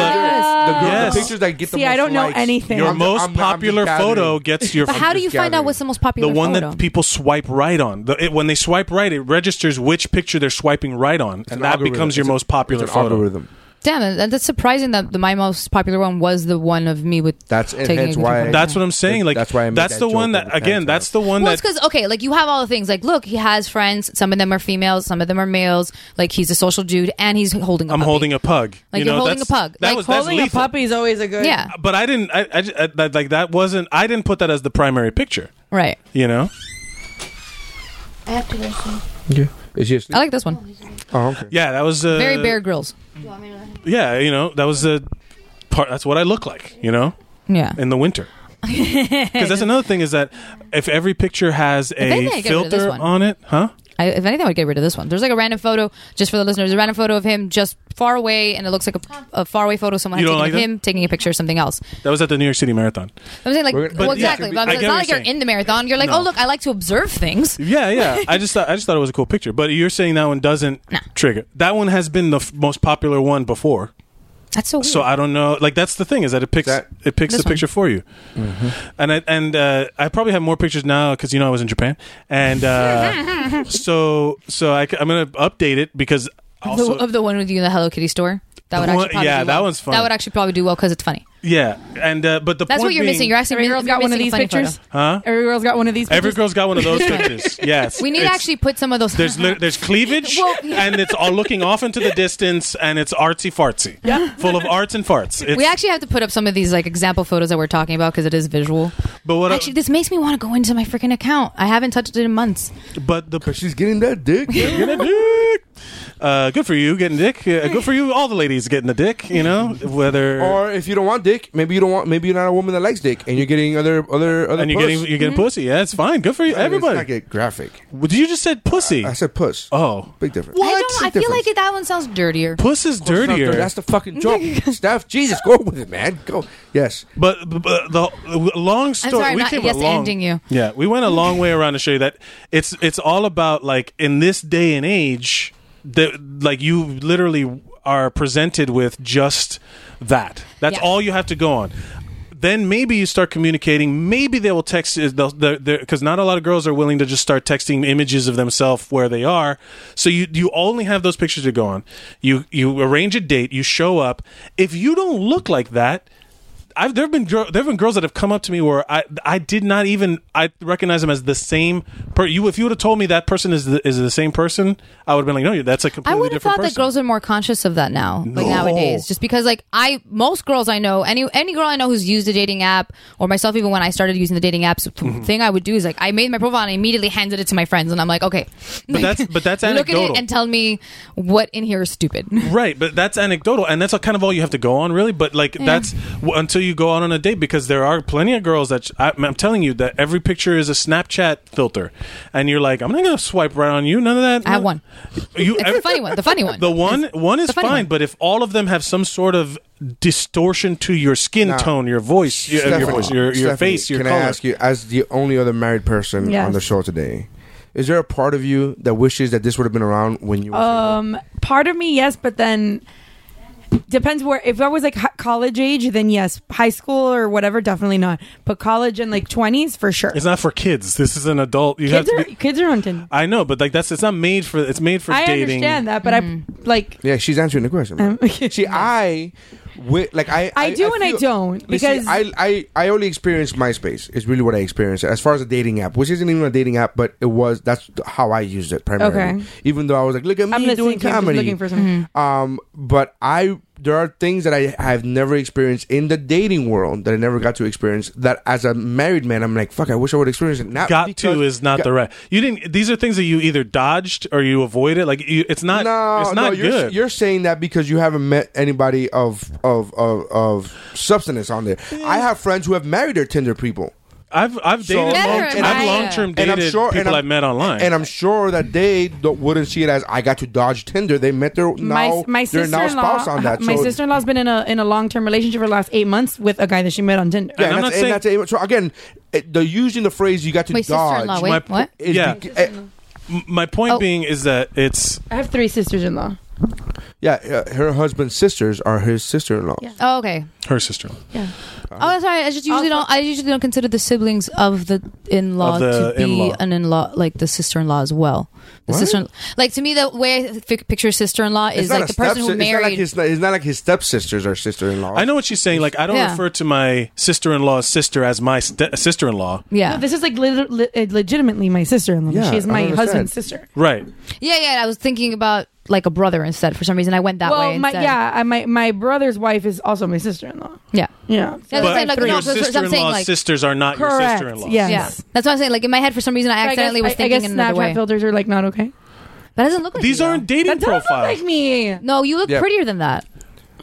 Speaker 2: The, girl,
Speaker 4: Yes.
Speaker 2: the pictures that get the
Speaker 7: See, I
Speaker 2: most
Speaker 7: don't know
Speaker 2: likes.
Speaker 7: anything.
Speaker 4: Your
Speaker 2: I'm the-
Speaker 4: most
Speaker 2: I'm the- I'm
Speaker 4: popular
Speaker 2: just gathering.
Speaker 4: photo gets your
Speaker 3: But how do you
Speaker 2: just
Speaker 3: find out
Speaker 2: gathering.
Speaker 3: what's the most
Speaker 4: the
Speaker 3: popular
Speaker 4: one
Speaker 3: photo?
Speaker 4: that people swipe right on. The, it, when they swipe right, it registers which picture they're swiping right on, and that
Speaker 2: algorithm.
Speaker 4: becomes your
Speaker 2: It's a-
Speaker 4: most popular
Speaker 2: it's an
Speaker 4: photo.
Speaker 2: algorithm.
Speaker 3: Damn, it, that's surprising that the, my most popular one was the one of me with
Speaker 2: That's it,
Speaker 3: taking
Speaker 2: hence
Speaker 3: a
Speaker 2: why-
Speaker 3: photo.
Speaker 4: That's what I'm saying. Like
Speaker 2: That's why I made
Speaker 4: that's
Speaker 2: that
Speaker 4: the
Speaker 2: joke
Speaker 4: one that
Speaker 2: over the
Speaker 4: again.
Speaker 2: pants
Speaker 4: That's the one
Speaker 3: Well,
Speaker 4: that
Speaker 3: it's because okay, like you have all the things. Like, look, he has friends. Some of them are females. Some of them are males. Like, he's a social dude, and he's holding. i
Speaker 4: I'm holding a pug.
Speaker 3: Like,
Speaker 4: you
Speaker 3: you're
Speaker 4: know,
Speaker 3: holding
Speaker 4: that's-
Speaker 3: a pug.
Speaker 4: That
Speaker 3: Like,
Speaker 4: was that's
Speaker 7: Holding a
Speaker 4: lethal.
Speaker 7: puppy is always a good.
Speaker 3: Yeah,
Speaker 4: But I didn't. I, I, j- I- that- like that wasn't. I didn't put that as the primary picture.
Speaker 3: right.
Speaker 4: You know.
Speaker 1: I have to go see.
Speaker 2: Yeah. Is she
Speaker 3: I
Speaker 2: asleep?
Speaker 3: like this one.
Speaker 2: Oh, okay.
Speaker 4: Yeah, that was uh,
Speaker 3: Very Bear Grylls.
Speaker 4: Yeah, you know that was the part. That's what I look like. You know,
Speaker 3: Yeah.
Speaker 4: in the winter. Because that's another thing is that if every picture has
Speaker 3: anything,
Speaker 4: a
Speaker 3: I get rid of this
Speaker 4: filter
Speaker 3: one.
Speaker 4: on it, huh?
Speaker 3: I, if anything, I would get rid of this one. There's like a random photo just for the listeners. A random photo of him just far away, and it looks like a, a far away photo. of Someone
Speaker 4: You
Speaker 3: had
Speaker 4: don't
Speaker 3: taken
Speaker 4: like
Speaker 3: of him taking a picture of something else.
Speaker 4: That was at the New York City Marathon.
Speaker 3: I'm saying like,
Speaker 2: We're gonna-
Speaker 3: well,
Speaker 2: but yeah,
Speaker 3: exactly.
Speaker 4: I
Speaker 3: but
Speaker 4: get
Speaker 3: it's
Speaker 4: what
Speaker 3: not like
Speaker 4: you're
Speaker 3: you're
Speaker 4: saying.
Speaker 3: in the marathon. You're like,
Speaker 4: No.
Speaker 3: oh look, I like to observe things.
Speaker 4: Yeah, yeah. I just thought I just thought it was a cool picture, but you're saying that one doesn't
Speaker 3: No.
Speaker 4: trigger. That one has been the f- most popular one before.
Speaker 3: That's so weird.
Speaker 4: So I don't know. Like that's the thing is that it picks
Speaker 2: That-
Speaker 4: it picks the
Speaker 3: Hmm. This one. Mm-hmm.
Speaker 4: picture for you, and I, and uh, I probably have more pictures now because you know I was in Japan, and uh, so so I, am gonna update it because
Speaker 3: The-
Speaker 4: also
Speaker 3: of the one with you in the Hello Kitty store. That would
Speaker 4: The one-
Speaker 3: actually probably
Speaker 4: yeah,
Speaker 3: do
Speaker 4: that
Speaker 3: well.
Speaker 4: one's funny.
Speaker 3: That would actually probably do well because it's funny.
Speaker 4: yeah, and uh, but the
Speaker 3: That's
Speaker 4: point
Speaker 3: what you're
Speaker 4: being-
Speaker 3: missing. You're actually
Speaker 7: Every girl's
Speaker 3: you're
Speaker 7: got one of
Speaker 3: missing a
Speaker 7: these
Speaker 3: funny
Speaker 7: pictures.
Speaker 3: photo.
Speaker 4: huh?
Speaker 7: Every girl's got one of these.
Speaker 4: Every
Speaker 7: pictures.
Speaker 4: girl's got one of those pictures. Yes,
Speaker 3: We need to
Speaker 4: It's-
Speaker 3: actually put some of those.
Speaker 4: There's li- there's cleavage
Speaker 3: Well-
Speaker 4: and it's all looking off into the distance and it's artsy fartsy, yeah, full of arts and farts. It's,
Speaker 3: we actually have to put up some of these like example photos that we're talking about because it is visual.
Speaker 4: but what?
Speaker 3: Actually, this makes me want to go into my freaking account. I haven't touched it in months.
Speaker 4: but the
Speaker 2: She's getting that dick.
Speaker 4: Getting a dick. Uh, good for you getting dick. Uh, good for you, all the ladies getting a dick. You know whether
Speaker 2: or if you don't want dick, maybe you don't want. Maybe you're not a woman that likes dick, and you're getting other other other.
Speaker 4: and you're
Speaker 2: puss.
Speaker 4: getting you're getting pussy. Yeah, it's fine. Good for you,
Speaker 2: Mm-hmm. I mean, it's not
Speaker 4: everybody.
Speaker 2: get graphic.
Speaker 4: Well, You just said pussy.
Speaker 2: I said puss.
Speaker 4: Oh,
Speaker 2: Big difference.
Speaker 3: I don't.
Speaker 2: Big
Speaker 3: I feel
Speaker 2: difference.
Speaker 3: like it, that one sounds dirtier.
Speaker 4: puss is
Speaker 2: It's not dirty.
Speaker 4: dirtier.
Speaker 2: That's the fucking joke. Staff, Jesus, go with it, man. Go. Yes.
Speaker 4: But, but the the long story.
Speaker 3: sorry, I'm
Speaker 4: we
Speaker 3: not
Speaker 4: came a
Speaker 3: yes
Speaker 4: long-
Speaker 3: ending you.
Speaker 4: Yeah, we went a long way around to show you that it's it's all about like in this day and age that like you literally are presented with just that. That's
Speaker 3: Yeah.
Speaker 4: all you have to go on. Then maybe you start communicating. Maybe they will text uh, because not a lot of girls are willing to just start texting images of themselves where they are. So you you only have those pictures to go on. You you arrange a date. You show up. If you don't look like that, I've there have been there have been girls that have come up to me where I I did not even I recognize them as the same per you if you would have told me that person is the, is the same person I would have been like no that's
Speaker 3: I
Speaker 4: a completely
Speaker 3: would have
Speaker 4: different
Speaker 3: thought
Speaker 4: person.
Speaker 3: that girls are more conscious of that now, like
Speaker 4: No.
Speaker 3: nowadays, just because like I most girls I know, any any girl I know who's used a dating app, or myself even when I started using the dating apps, the
Speaker 4: Mm-hmm.
Speaker 3: thing I would do is like I made my profile and I immediately handed it to my friends, and I'm like, okay,
Speaker 4: But that's- but that's
Speaker 3: look at
Speaker 4: anecdotal.
Speaker 3: it and tell me what in here is stupid.
Speaker 4: right but that's anecdotal and that's kind of all you have to go on really but like that's w- until you go out on a date because there are plenty of girls that sh- I, am telling you that every picture is a Snapchat filter and you're like I'm not gonna swipe right on you none of that
Speaker 3: I have one,
Speaker 4: you
Speaker 3: the funny one, the funny one,
Speaker 4: The one one is
Speaker 3: the funny
Speaker 4: fine,
Speaker 3: one.
Speaker 4: but if all of them have some sort of distortion to your skin
Speaker 2: Now,
Speaker 4: tone, your voice, your, your,
Speaker 2: Stephanie,
Speaker 4: voice, your, your
Speaker 2: Stephanie,
Speaker 4: face, your
Speaker 2: Can
Speaker 4: color.
Speaker 2: I ask you, as the only other married person
Speaker 7: Yes.
Speaker 2: on the show today, is there a part of you that wishes that this would have been around when you? Were
Speaker 3: Uh,
Speaker 7: Um, part of me, yes, but then depends where. If I was like hi- college age, then yes, high school or whatever, definitely not. But college and like twenties for sure.
Speaker 4: It's not for kids. This is an adult. You
Speaker 7: kids
Speaker 4: have
Speaker 7: are
Speaker 4: to. Be,
Speaker 7: kids are on Tinder.
Speaker 4: I know, but like that's it's not made for. It's made for
Speaker 7: I
Speaker 4: dating.
Speaker 7: understand that, but
Speaker 3: Mm-hmm.
Speaker 7: I like.
Speaker 2: yeah, she's answering the question.
Speaker 7: Um,
Speaker 2: See, I, wi- like I,
Speaker 7: I do and I don't,
Speaker 2: Listen,
Speaker 7: because-
Speaker 2: I, I, I only experienced MySpace. Is really what I experienced as far as a dating app, which isn't even a dating app, but it was. That's how I used it primarily.
Speaker 7: Okay.
Speaker 2: Even though I was like, look at me
Speaker 7: I'm
Speaker 2: doing
Speaker 7: listening to you, I'm just
Speaker 2: comedy.
Speaker 7: looking for
Speaker 3: Mm-hmm.
Speaker 7: something.
Speaker 2: Um, but I there are things that I have never experienced in the dating world that I never got to experience. That as a married man, I'm like, fuck, I wish I would experience it. Not
Speaker 4: Got
Speaker 2: because-
Speaker 4: to is not the right. You didn't. These are things that you either dodged or you avoided. Like you, it's not.
Speaker 2: No,
Speaker 4: it's
Speaker 2: no,
Speaker 4: not
Speaker 2: you're,
Speaker 4: good.
Speaker 2: you're saying that because you haven't met anybody of of of, of substance on there. I have friends who have married their Tinder people,
Speaker 4: I've I've
Speaker 2: So-
Speaker 4: dated.
Speaker 2: Better
Speaker 4: long,
Speaker 3: than I
Speaker 4: I've
Speaker 3: am.
Speaker 4: long term
Speaker 2: and
Speaker 4: dated
Speaker 2: I'm sure and
Speaker 4: people
Speaker 2: I'm-
Speaker 4: I've met online.
Speaker 2: and I'm sure that they don't, wouldn't see it as I got to dodge Tinder. They met their now
Speaker 7: my my
Speaker 2: their now
Speaker 7: sister-in-law,
Speaker 2: spouse on that.
Speaker 7: my
Speaker 2: so,
Speaker 7: sister-in-law's been in a in a long-term relationship for the last eight months with a guy that she met on Tinder.
Speaker 2: yeah,
Speaker 4: and I'm
Speaker 2: that's,
Speaker 4: not
Speaker 2: and that's- so again, it- the using the phrase "you got to
Speaker 3: Wait, sister-in-law,
Speaker 2: dodge."
Speaker 3: wait, what?
Speaker 2: is
Speaker 4: Yeah.
Speaker 2: beca- eh,
Speaker 4: M- my point
Speaker 3: Oh.
Speaker 4: being is that it's
Speaker 8: I have three sisters in law.
Speaker 2: Yeah, uh, her husband's sisters are his sister-in-law.
Speaker 3: Oh, okay.
Speaker 4: her sister
Speaker 3: Oh, that's right. I just usually don't. I usually don't consider the siblings of the in-law
Speaker 4: Of the
Speaker 3: to be
Speaker 4: in-law.
Speaker 3: an in-law, like the sister-in-law as well. The
Speaker 2: What?
Speaker 3: sister, like to me, the way I fi- picture sister-in-law is like the person who
Speaker 2: stepsi-
Speaker 3: married.
Speaker 2: It's not like his, it's not like his stepsisters are sister-in-law.
Speaker 4: I know what she's saying. Like, I don't
Speaker 3: Yeah.
Speaker 4: refer to my sister in law's sister as my st- uh, sister in law.
Speaker 3: yeah,
Speaker 8: No, this is like lit- lit- legitimately my sister in law.
Speaker 2: Yeah,
Speaker 8: She's
Speaker 2: I
Speaker 8: my
Speaker 2: understand.
Speaker 8: husband's sister.
Speaker 4: Right.
Speaker 3: yeah, yeah. I was thinking about like a brother instead. For some reason, I went that way.
Speaker 8: well, my,
Speaker 3: instead.
Speaker 8: yeah, I, my my brother's wife is also my sister in law.
Speaker 3: yeah.
Speaker 8: Yeah,
Speaker 3: Yeah, that's what I'm saying, like,
Speaker 4: your
Speaker 3: no, so- so- so I'm
Speaker 4: sister in
Speaker 3: saying,
Speaker 4: law's
Speaker 3: like-
Speaker 4: sisters are not your
Speaker 8: Correct.
Speaker 4: sister in law.
Speaker 8: Yeah.
Speaker 3: Yeah, that's what I'm saying. Like in my head, for some reason, I accidentally
Speaker 8: I
Speaker 3: was
Speaker 8: guess, I-
Speaker 3: thinking
Speaker 8: I guess
Speaker 3: in another
Speaker 8: Snapchat
Speaker 3: way.
Speaker 8: filters are like not okay.
Speaker 3: That doesn't look like
Speaker 4: These
Speaker 3: you, though.
Speaker 4: aren't dating
Speaker 8: That doesn't look
Speaker 4: profiles.
Speaker 8: like me.
Speaker 3: No, you look
Speaker 2: Yeah.
Speaker 3: prettier than that.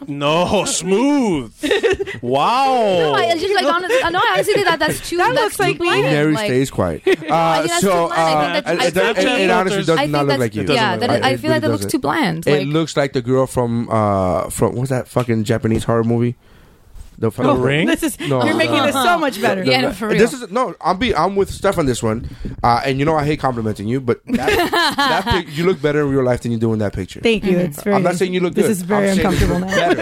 Speaker 4: No, smooth.
Speaker 3: No, I, I
Speaker 4: wow.
Speaker 3: just like honest, no, I honestly think that that's too.
Speaker 8: That
Speaker 3: that's
Speaker 8: looks
Speaker 3: too
Speaker 8: like me.
Speaker 3: bland.
Speaker 2: Mary
Speaker 3: Like,
Speaker 2: stays quiet. Uh,
Speaker 3: think that's
Speaker 2: so
Speaker 3: too bland. I
Speaker 2: uh,
Speaker 3: think that's-
Speaker 2: it, it,
Speaker 4: I think-
Speaker 2: it honestly
Speaker 4: I
Speaker 2: does
Speaker 3: think
Speaker 2: not look
Speaker 3: that's-
Speaker 2: like you.
Speaker 3: Yeah,
Speaker 4: It doesn't
Speaker 3: that
Speaker 4: look
Speaker 3: is,
Speaker 4: like
Speaker 3: I
Speaker 4: you.
Speaker 3: feel like
Speaker 2: really
Speaker 3: that looks
Speaker 2: doesn't.
Speaker 3: too bland.
Speaker 2: It
Speaker 3: like,
Speaker 2: looks like the girl from uh from what's that fucking Japanese horror movie? The fucking
Speaker 4: Ring?
Speaker 8: This is
Speaker 2: No,
Speaker 8: you're
Speaker 2: no,
Speaker 8: making
Speaker 2: no.
Speaker 8: this
Speaker 3: Uh-huh.
Speaker 8: so much better.
Speaker 3: Yeah, no, for real.
Speaker 2: This is no. I'm be. I'm with Steph on this one, uh, and you know I hate complimenting you, but that, that pic, you look better in real life than you do in that picture.
Speaker 8: Thank you. It's very.
Speaker 2: I'm not saying you look
Speaker 8: This
Speaker 2: good.
Speaker 8: is very
Speaker 2: I'm saying you
Speaker 8: uncomfortable
Speaker 2: look
Speaker 8: now.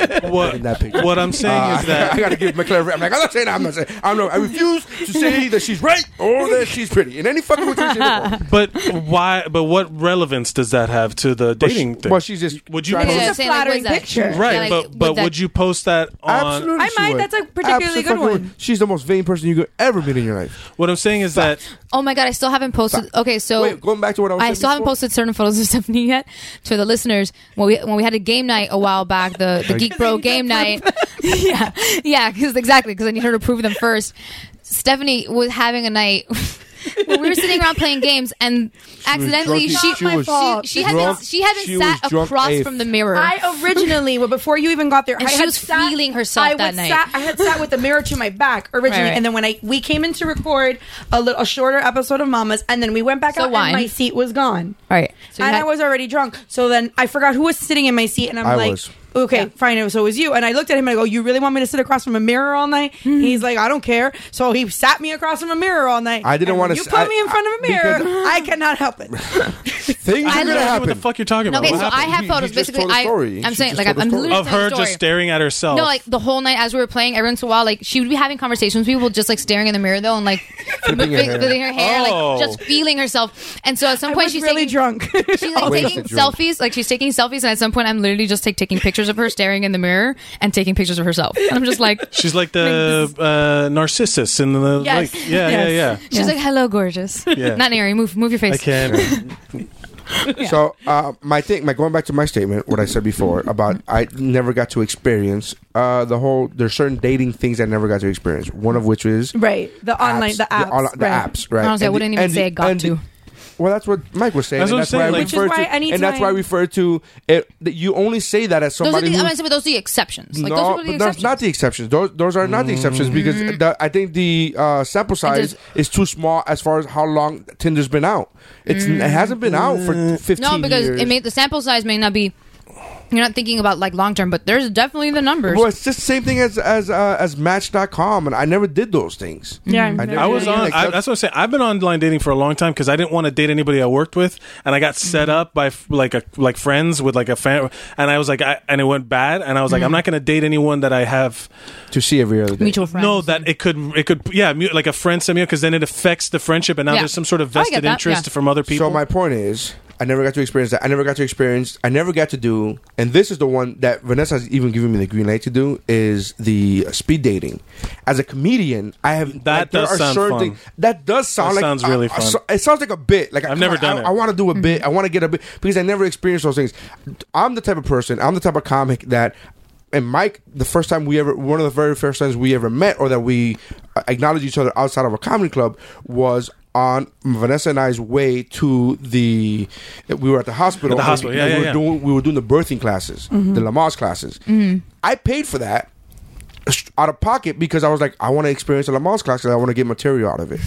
Speaker 2: Better in that picture.
Speaker 4: What, what I'm saying
Speaker 2: Uh,
Speaker 4: is that
Speaker 2: I gotta give my clarification. I'm like, I'm not saying that. I'm not saying. I'm not, I refuse to say that she's right or that she's pretty in any fucking way. shape, or form.
Speaker 4: But why? But what relevance does that have to the
Speaker 2: But
Speaker 4: dating
Speaker 2: she-
Speaker 4: thing?
Speaker 2: Well, she's just.
Speaker 4: Would you
Speaker 2: trying
Speaker 3: yeah,
Speaker 2: to-
Speaker 3: yeah,
Speaker 8: a
Speaker 3: saying, like,
Speaker 8: flattering
Speaker 3: what's that?
Speaker 8: picture.
Speaker 4: right?
Speaker 3: Yeah, like,
Speaker 4: but but
Speaker 3: that-
Speaker 4: would you post that on?
Speaker 2: Absolutely,
Speaker 8: I
Speaker 2: she
Speaker 8: might.
Speaker 2: would.
Speaker 8: That's a particularly good
Speaker 2: Absolutely.
Speaker 8: one.
Speaker 2: She's the most vain person you could ever meet in your life.
Speaker 4: What I'm saying is that
Speaker 3: oh my god, I still haven't posted. Okay, so
Speaker 2: Wait, going back to what I was.
Speaker 3: I
Speaker 2: saying
Speaker 3: still haven't
Speaker 2: before.
Speaker 3: posted certain photos of Stephanie yet to the listeners. When we when we had a game night a while back, the, the Geek Bro game night. yeah, yeah, because exactly because I need her to prove them first. Stephanie was having a night. where we were sitting around playing games, and accidentally
Speaker 2: drunk.
Speaker 3: she
Speaker 2: It's not my
Speaker 3: she,
Speaker 2: fault.
Speaker 3: she had been
Speaker 2: Drunk.
Speaker 3: she had been
Speaker 2: She
Speaker 3: sat
Speaker 2: was drunk
Speaker 3: across
Speaker 2: AF.
Speaker 3: from the mirror.
Speaker 8: I originally, well, before you even got there,
Speaker 3: And
Speaker 8: I
Speaker 3: she
Speaker 8: had
Speaker 3: was
Speaker 8: sat,
Speaker 3: feeling herself
Speaker 8: I
Speaker 3: that
Speaker 8: would
Speaker 3: night.
Speaker 8: Sat, I had sat with the mirror to my back originally,
Speaker 3: right.
Speaker 8: and then when I we came in to record a little a shorter episode of Mamas, and then we went back
Speaker 3: So
Speaker 8: out,
Speaker 3: wine.
Speaker 8: and my seat was gone.
Speaker 3: All right, so you
Speaker 8: and
Speaker 3: had-
Speaker 8: I was already drunk. So then I forgot who was sitting in my seat, and I'm
Speaker 2: I
Speaker 8: like,
Speaker 2: was.
Speaker 8: okay, fine. So it was you. And I looked at him and I go, you really want me to sit across from a mirror all night?
Speaker 3: Mm-hmm.
Speaker 8: He's like, I don't care. So he sat me across from a mirror all night.
Speaker 2: I didn't
Speaker 8: And
Speaker 2: wanna
Speaker 8: You
Speaker 2: s-
Speaker 8: put
Speaker 2: I-
Speaker 8: me in front of a
Speaker 2: because-
Speaker 8: mirror. I cannot help it.
Speaker 2: Things
Speaker 3: I
Speaker 2: are gonna
Speaker 3: literally-
Speaker 4: what
Speaker 2: happen.
Speaker 4: the fuck you're talking about?
Speaker 3: Okay,
Speaker 4: What
Speaker 3: so I
Speaker 4: happened?
Speaker 3: have
Speaker 2: He- he
Speaker 3: photos.
Speaker 2: just
Speaker 3: Basically,
Speaker 2: told a
Speaker 3: I,
Speaker 2: story.
Speaker 3: I'm
Speaker 2: She
Speaker 3: saying
Speaker 2: just
Speaker 3: like
Speaker 2: told
Speaker 3: I'm,
Speaker 2: a
Speaker 3: I'm
Speaker 2: story.
Speaker 3: literally
Speaker 4: of
Speaker 3: telling
Speaker 4: her
Speaker 3: a story.
Speaker 4: just staring at herself.
Speaker 3: No, like the whole night as we were playing, every once in a while, like she would be having conversations. People would just like staring in the mirror though, and like
Speaker 2: Flipping her
Speaker 3: flipping-
Speaker 2: hair.
Speaker 3: flipping her hair,
Speaker 4: Oh.
Speaker 3: like just feeling herself. And so at some
Speaker 8: I
Speaker 3: point,
Speaker 8: was
Speaker 3: she's
Speaker 8: really
Speaker 3: taking,
Speaker 8: drunk.
Speaker 3: She's like
Speaker 2: Wasted
Speaker 3: taking
Speaker 2: drunk.
Speaker 3: selfies, like she's taking selfies, and at some point, I'm literally just like taking pictures of her staring in the mirror and taking pictures of herself. And I'm just like,
Speaker 4: she's like the uh, narcissus in the
Speaker 3: Yes.
Speaker 4: like, yeah,
Speaker 8: Yes.
Speaker 4: yeah,
Speaker 3: she's like, "Hello, gorgeous."
Speaker 4: Yeah.
Speaker 3: Not Neri, move, move your
Speaker 4: yeah. I
Speaker 3: face.
Speaker 4: can't.
Speaker 2: So uh, my thing, my going back to my statement, what I said before about I never got to experience uh, the whole. There's certain dating things I never got to experience. One of which is
Speaker 8: right. The online,
Speaker 2: apps,
Speaker 8: the apps.
Speaker 2: onli- the
Speaker 8: right.
Speaker 2: apps, right?
Speaker 3: Honestly, I
Speaker 2: And the-
Speaker 3: wouldn't even
Speaker 2: and
Speaker 3: say
Speaker 2: the-
Speaker 3: I got
Speaker 2: and the-
Speaker 3: to.
Speaker 2: Well, that's what Mike was saying.
Speaker 4: That's
Speaker 2: and
Speaker 4: what I'm
Speaker 2: that's why
Speaker 4: saying,
Speaker 2: I
Speaker 4: like- Which
Speaker 8: is
Speaker 2: refer
Speaker 8: why
Speaker 2: to,
Speaker 8: anytime-
Speaker 2: and that's why I refer to it. That you only say that as
Speaker 3: Those are
Speaker 2: somebody
Speaker 3: the,
Speaker 2: who
Speaker 3: I'm gonna say, but those are the exceptions. Like
Speaker 2: no,
Speaker 3: those are the
Speaker 2: but
Speaker 3: Mm-hmm.
Speaker 2: that's
Speaker 3: exceptions.
Speaker 2: not the exceptions. Those those are not the exceptions because the, I think the uh, sample size
Speaker 3: just-
Speaker 2: is too small as far as how long Tinder's been out. It's it hasn't been out for fifteen
Speaker 3: Mm-hmm. no, because
Speaker 2: years.
Speaker 3: it may the sample size may not be. You're not thinking about like long term, but there's definitely the numbers.
Speaker 2: well, it's just the same thing as as uh, as Match.com, and I never did those things.
Speaker 8: Yeah, I
Speaker 2: never
Speaker 4: I was
Speaker 2: did.
Speaker 4: on.
Speaker 2: Like,
Speaker 4: I, that's what I'm saying. I've been online dating for a long time because I didn't want to date anybody I worked with, and I got set
Speaker 3: Mm-hmm.
Speaker 4: up by f- like a like friends with like a fan, and I was like, I, and it went bad, and I was like,
Speaker 3: Mm-hmm.
Speaker 4: I'm not going to date anyone that I have.
Speaker 2: to see every other day.
Speaker 3: mutual friends.
Speaker 4: No, that it could it could yeah, mu- like a friend sent me because then it affects the friendship, and now
Speaker 3: Yeah. Oh,
Speaker 4: there's some sort of
Speaker 3: I get
Speaker 4: vested
Speaker 3: that,
Speaker 4: interest
Speaker 3: yeah.
Speaker 4: from other people.
Speaker 2: So my point is, I never got to experience that. I never got to experience. I never got to do. And this is the one that Vanessa's even giving me the green light to do is the speed dating. As a comedian, I have
Speaker 4: That
Speaker 2: there
Speaker 4: does
Speaker 2: are
Speaker 4: sound
Speaker 2: certain
Speaker 4: fun.
Speaker 2: things- That does sound
Speaker 4: That
Speaker 2: like
Speaker 4: sounds really
Speaker 2: I- I-
Speaker 4: fun.
Speaker 2: so- it sounds like a bit. Like I-
Speaker 4: I've never
Speaker 2: come on,
Speaker 4: done
Speaker 2: I,
Speaker 4: it.
Speaker 2: I want to do a bit. I want to get a bit because I never experienced those things. I'm the type of person. I'm the type of comic that. And Mike, the first time we ever, one of the very first times we ever met, or that we uh, acknowledged each other outside of a comedy club, was on Vanessa and I's way to the. We were at the hospital.
Speaker 4: At the
Speaker 2: and
Speaker 4: hospital,
Speaker 2: we-
Speaker 4: yeah,
Speaker 2: and we
Speaker 4: yeah,
Speaker 2: were
Speaker 4: yeah.
Speaker 2: Doing, we were doing the birthing classes, the Lamaze classes. I paid for that out of pocket because I was like, I want to experience a Lamaze class and I want to get material out of it.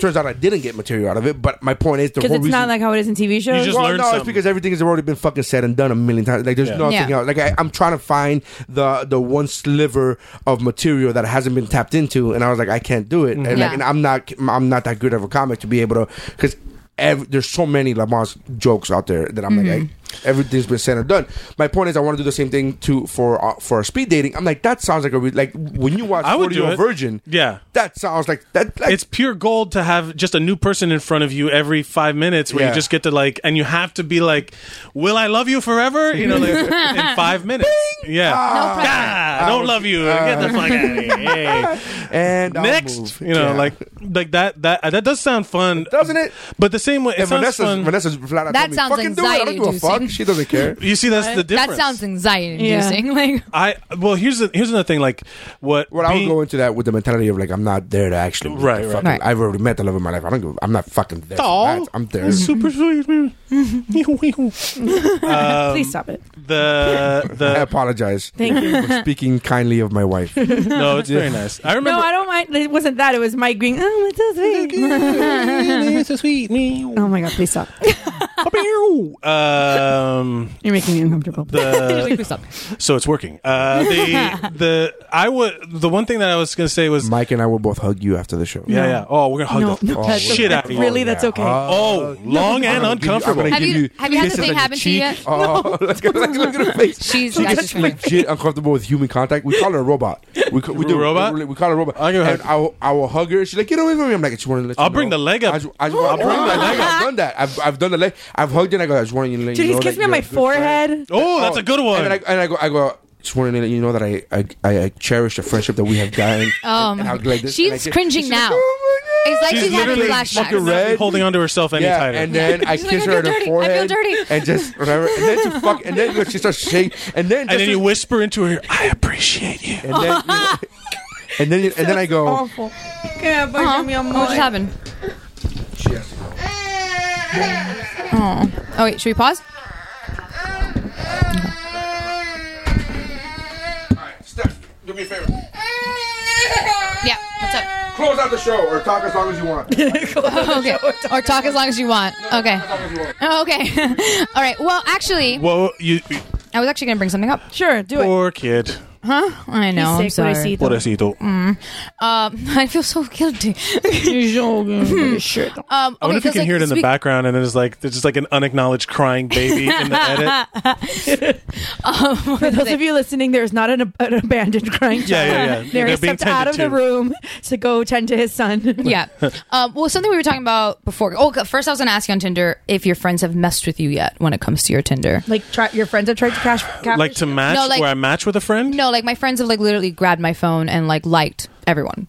Speaker 2: Turns out I didn't get material out of it, but my point is the whole
Speaker 8: Because it's
Speaker 2: reason.
Speaker 8: not like how it is in TV shows.
Speaker 4: You just
Speaker 2: well,
Speaker 4: learn
Speaker 2: no, it's
Speaker 4: something.
Speaker 2: because everything has already been fucking said and done a million times. Like there's
Speaker 4: Yeah.
Speaker 2: nothing
Speaker 3: Yeah.
Speaker 2: else. Like I, I'm trying to find the the one sliver of material that hasn't been tapped into, and I was like, I can't do it. And,
Speaker 3: Yeah.
Speaker 2: like, and I'm not I'm not that good of a comic to be able to because. ev- there's so many Lamar's jokes out there that I'm like, I, everything's been said and done. My point is, I want to do the same thing too for uh, for speed dating. I'm like, that sounds like a re- like when you watch
Speaker 4: I would
Speaker 2: Forty
Speaker 4: do
Speaker 2: Year Old
Speaker 4: it.
Speaker 2: Virgin.
Speaker 4: Yeah.
Speaker 2: that sounds like that. Like,
Speaker 4: it's pure gold to have just a new person in front of you every five minutes where
Speaker 2: Yeah.
Speaker 4: you just get to like and you have to be like will i love you forever you know like in five minutes yeah
Speaker 2: Ah. No
Speaker 4: Ah, I don't love you get the fuck out of here Hey.
Speaker 2: and I'll
Speaker 4: next
Speaker 2: move.
Speaker 4: you know
Speaker 2: Yeah.
Speaker 4: like like that that that does sound fun
Speaker 2: Doesn't it?
Speaker 4: but the same way it
Speaker 2: And
Speaker 4: sounds
Speaker 2: Vanessa's,
Speaker 4: fun
Speaker 2: Vanessa's flat out
Speaker 3: That
Speaker 2: told me,
Speaker 3: sounds
Speaker 2: fucking do it. I don't give a
Speaker 3: anxiety-inducing.
Speaker 2: fuck. She doesn't care.
Speaker 4: you see that's the difference
Speaker 3: That sounds anxiety inducing. Like
Speaker 4: i well here's the, here's another thing like what
Speaker 2: Well, I would
Speaker 4: being-
Speaker 2: go into that with the mentality of like I'm not there to actually meet
Speaker 4: Right,
Speaker 2: the
Speaker 4: right.
Speaker 2: fucking-
Speaker 3: Right.
Speaker 2: I've already met the love of my life. I don't. Give, I'm not fucking there. for
Speaker 4: Aw.
Speaker 2: that. I'm there.
Speaker 4: That's super sweet
Speaker 7: Please stop it.
Speaker 4: Um, the
Speaker 2: I
Speaker 4: the
Speaker 2: apologize. Thank you for speaking kindly of my wife.
Speaker 4: no it's very nice i remember
Speaker 7: No, I don't mind. It wasn't that. It was Mike being, oh, it's so sweet. oh my God, please stop.
Speaker 4: Oh, um
Speaker 7: You're making me uncomfortable.
Speaker 4: the
Speaker 11: Please stop.
Speaker 4: so it's working uh the the i would the one thing that i was gonna say was
Speaker 2: Mike and I will both hug you after the show.
Speaker 4: yeah yeah oh we're gonna hug
Speaker 7: No,
Speaker 4: the
Speaker 7: no,
Speaker 4: f-
Speaker 7: that's
Speaker 4: shit
Speaker 7: okay.
Speaker 4: out of you
Speaker 7: Really, that's okay.
Speaker 4: oh long and uncomfortable
Speaker 3: Have you- have you had this thing happen to you yet?
Speaker 2: Oh, look, at- look at- look at her face.
Speaker 3: She's-
Speaker 2: she
Speaker 3: that's
Speaker 2: gets
Speaker 3: just funny.
Speaker 2: legit uncomfortable with human contact. We call her a robot. We, ca- we do
Speaker 4: Robot?
Speaker 2: We, call her a robot.
Speaker 4: I'll give her a
Speaker 2: and I will, I will hug her. She's like, get away from me. I'm like, I just want to let
Speaker 4: I'll
Speaker 2: you
Speaker 4: bring
Speaker 2: know.
Speaker 4: the leg up.
Speaker 2: I will bring the leg up. I've done that. I've, I've done the leg. I've hugged her and I go, I just want you to let
Speaker 7: Dude,
Speaker 2: you know.
Speaker 7: he's kissed
Speaker 2: that
Speaker 7: me
Speaker 2: you're
Speaker 7: on my
Speaker 2: a good friend.
Speaker 7: forehead.
Speaker 4: oh that's a good one
Speaker 2: And then I, and I go, I go. Just wanted to let you know that I I, I I cherish the friendship that we have gotten.
Speaker 3: Oh,
Speaker 2: And
Speaker 3: my-
Speaker 2: I'll go like this,
Speaker 3: she's
Speaker 2: and I get-
Speaker 3: cringing
Speaker 2: she's
Speaker 3: now.
Speaker 2: Like, oh my God.
Speaker 3: it's like she's, having
Speaker 4: literally
Speaker 2: fucking
Speaker 3: flashbacks.
Speaker 2: red.
Speaker 4: holding onto herself any
Speaker 2: yeah,
Speaker 4: tighter
Speaker 2: and then I
Speaker 3: She's
Speaker 2: kiss
Speaker 3: like,
Speaker 2: her
Speaker 3: I
Speaker 2: on the
Speaker 3: feel dirty, I feel
Speaker 2: forehead,
Speaker 3: dirty.
Speaker 2: and just whatever, and then to fuck, and then she starts shaking, and then
Speaker 4: and
Speaker 2: just
Speaker 4: then you
Speaker 2: to-
Speaker 4: whisper into her i appreciate you
Speaker 2: and then, and then, and then I go,
Speaker 7: Awful. Yeah, but
Speaker 3: Huh?
Speaker 7: me on
Speaker 3: What just
Speaker 7: my.
Speaker 3: happened? Oh. Oh wait, should we pause?
Speaker 2: Steph, do me a favor,
Speaker 3: Yeah. What's up?
Speaker 2: close out the show or talk as long as you want.
Speaker 3: Okay. Or talk as long as you want. Okay. Oh, okay. All right. Well, actually,
Speaker 4: well you
Speaker 3: I was actually gonna bring something up.
Speaker 7: Sure, do it.
Speaker 4: poor kid
Speaker 3: I know. I'm
Speaker 7: He's sick,
Speaker 3: sorry.
Speaker 7: what I see, though.
Speaker 4: Pobrecito.
Speaker 3: Um, I feel so guilty. um,
Speaker 4: I wonder if you can hear it in the background, and then it's like there's just like an unacknowledged crying baby in the edit. Yeah,
Speaker 7: For those of you listening, there's not an, an abandoned crying child.
Speaker 4: yeah, yeah.
Speaker 7: Mary stepped out of the room to go tend to his son.
Speaker 3: yeah. Um, well, something we were talking about before. Oh, okay, first I was gonna ask you on Tinder if your friends have messed with you yet when it comes to your Tinder.
Speaker 7: like, try, your friends have tried to cash. cash
Speaker 4: Like to match
Speaker 3: No, like-
Speaker 4: where I match with a friend.
Speaker 3: No, like my friends have like literally grabbed my phone and like liked everyone.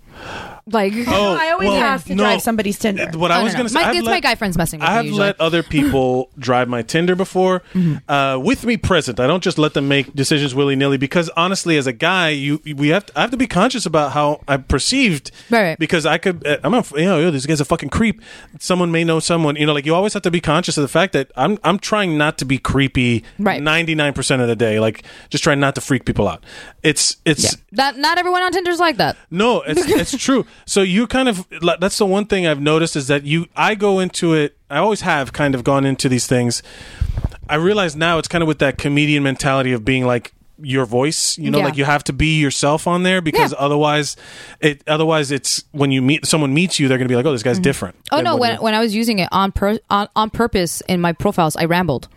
Speaker 3: Like,
Speaker 4: Oh,
Speaker 7: I always
Speaker 4: well,
Speaker 7: ask to
Speaker 4: no.
Speaker 7: drive somebody's Tinder.
Speaker 4: What I
Speaker 3: no,
Speaker 4: was
Speaker 3: no.
Speaker 4: going to say,
Speaker 3: My-
Speaker 4: I've
Speaker 3: it's my guy friends messing with
Speaker 4: I
Speaker 3: me
Speaker 4: have
Speaker 3: usually. Mm-hmm.
Speaker 4: let other people drive my Tinder before, uh, with me present. I don't just let them make decisions willy nilly because honestly, as a guy, you we have to, I have to be conscious about how I'm perceived.
Speaker 3: Right.
Speaker 4: Because I could, uh, I'm not, you know, yo, this guy's a fucking creep. Someone may know someone. You know, like you always have to be conscious of the fact that I'm I'm trying not to be creepy.
Speaker 3: Right.
Speaker 4: 99 percent of the day, like just trying not to freak people out. It's it's
Speaker 3: yeah. That not everyone on Tinder's like that.
Speaker 4: no, it's it's true. So you kind of like, that's the one thing I've noticed is that you I go into it. I always have kind of gone into these things. I realize now it's kind of with that comedian mentality of being like your voice. You know,
Speaker 3: Yeah.
Speaker 4: like you have to be yourself on there because
Speaker 3: Yeah.
Speaker 4: otherwise, it otherwise it's when you meet someone meets you, they're gonna be like, oh, this guy's different.
Speaker 3: Oh
Speaker 4: than
Speaker 3: no,
Speaker 4: what
Speaker 3: when
Speaker 4: you-
Speaker 3: when I was using it on per, on on purpose in my profiles, I rambled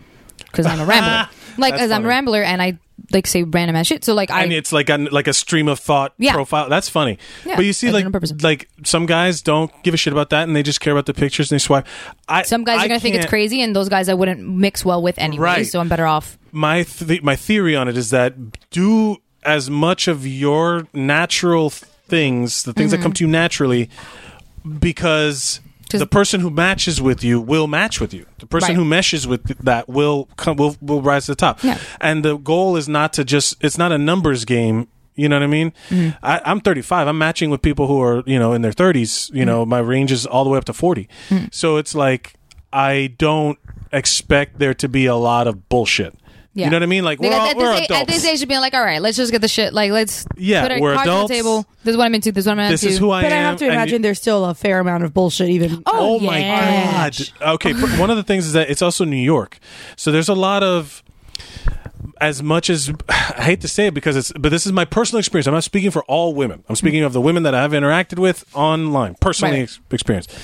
Speaker 3: because I'm a rambler. like,
Speaker 4: That's
Speaker 3: as I'm a
Speaker 4: funny.
Speaker 3: rambler and I like say random ass shit. So like I,
Speaker 4: and it's like a, like a stream of thought
Speaker 3: Yeah.
Speaker 4: profile. That's funny.
Speaker 3: Yeah,
Speaker 4: but you see,
Speaker 3: I did it
Speaker 4: like
Speaker 3: on purpose.
Speaker 4: like some guys don't give a shit about that, and they just care about the pictures and they swipe. I,
Speaker 3: some guys
Speaker 4: I
Speaker 3: are gonna think it's
Speaker 4: can't-
Speaker 3: crazy, and those guys I wouldn't mix well with anyway.
Speaker 4: Right.
Speaker 3: So I'm better off.
Speaker 4: my th- my theory on it is that do as much of your natural things, the things that come to you naturally, because
Speaker 3: Mm-hmm. Just-
Speaker 4: the person who matches with you will match with you. The person
Speaker 3: Right.
Speaker 4: who meshes with that will come, will will rise to the top.
Speaker 3: Yeah.
Speaker 4: And the goal is not to just it's not a numbers game. You know what I mean?
Speaker 3: Mm-hmm.
Speaker 4: I, I'm 35. I'm matching with people who are you know in their 30s.
Speaker 3: Mm-hmm.
Speaker 4: You know my range is all the way up to 40. So it's like I don't expect there to be a lot of bullshit.
Speaker 3: Yeah.
Speaker 4: You know what I mean? Like,
Speaker 3: Like,
Speaker 4: we're, all,
Speaker 3: at,
Speaker 4: we're
Speaker 3: this age, at
Speaker 4: adults.
Speaker 3: this age of being like, all right, let's just get the shit. Like, let's
Speaker 4: Yeah,
Speaker 3: put our
Speaker 4: we're
Speaker 3: cards
Speaker 4: adults.
Speaker 3: on the table. This is what I'm into. This is what I'm not
Speaker 4: this
Speaker 3: into.
Speaker 4: is who I
Speaker 7: but I
Speaker 4: am.
Speaker 7: have to
Speaker 4: and
Speaker 7: imagine
Speaker 4: you-
Speaker 7: there's still a fair amount of bullshit. Even
Speaker 4: Oh,
Speaker 3: yeah.
Speaker 4: my god. Okay, but one of the things is that it's also New York. So there's a lot of as much as I hate to say it because it's but this is my personal experience. I'm not speaking for all women. I'm speaking of the women that I have interacted with online, personally
Speaker 3: Right.
Speaker 4: ex- experienced.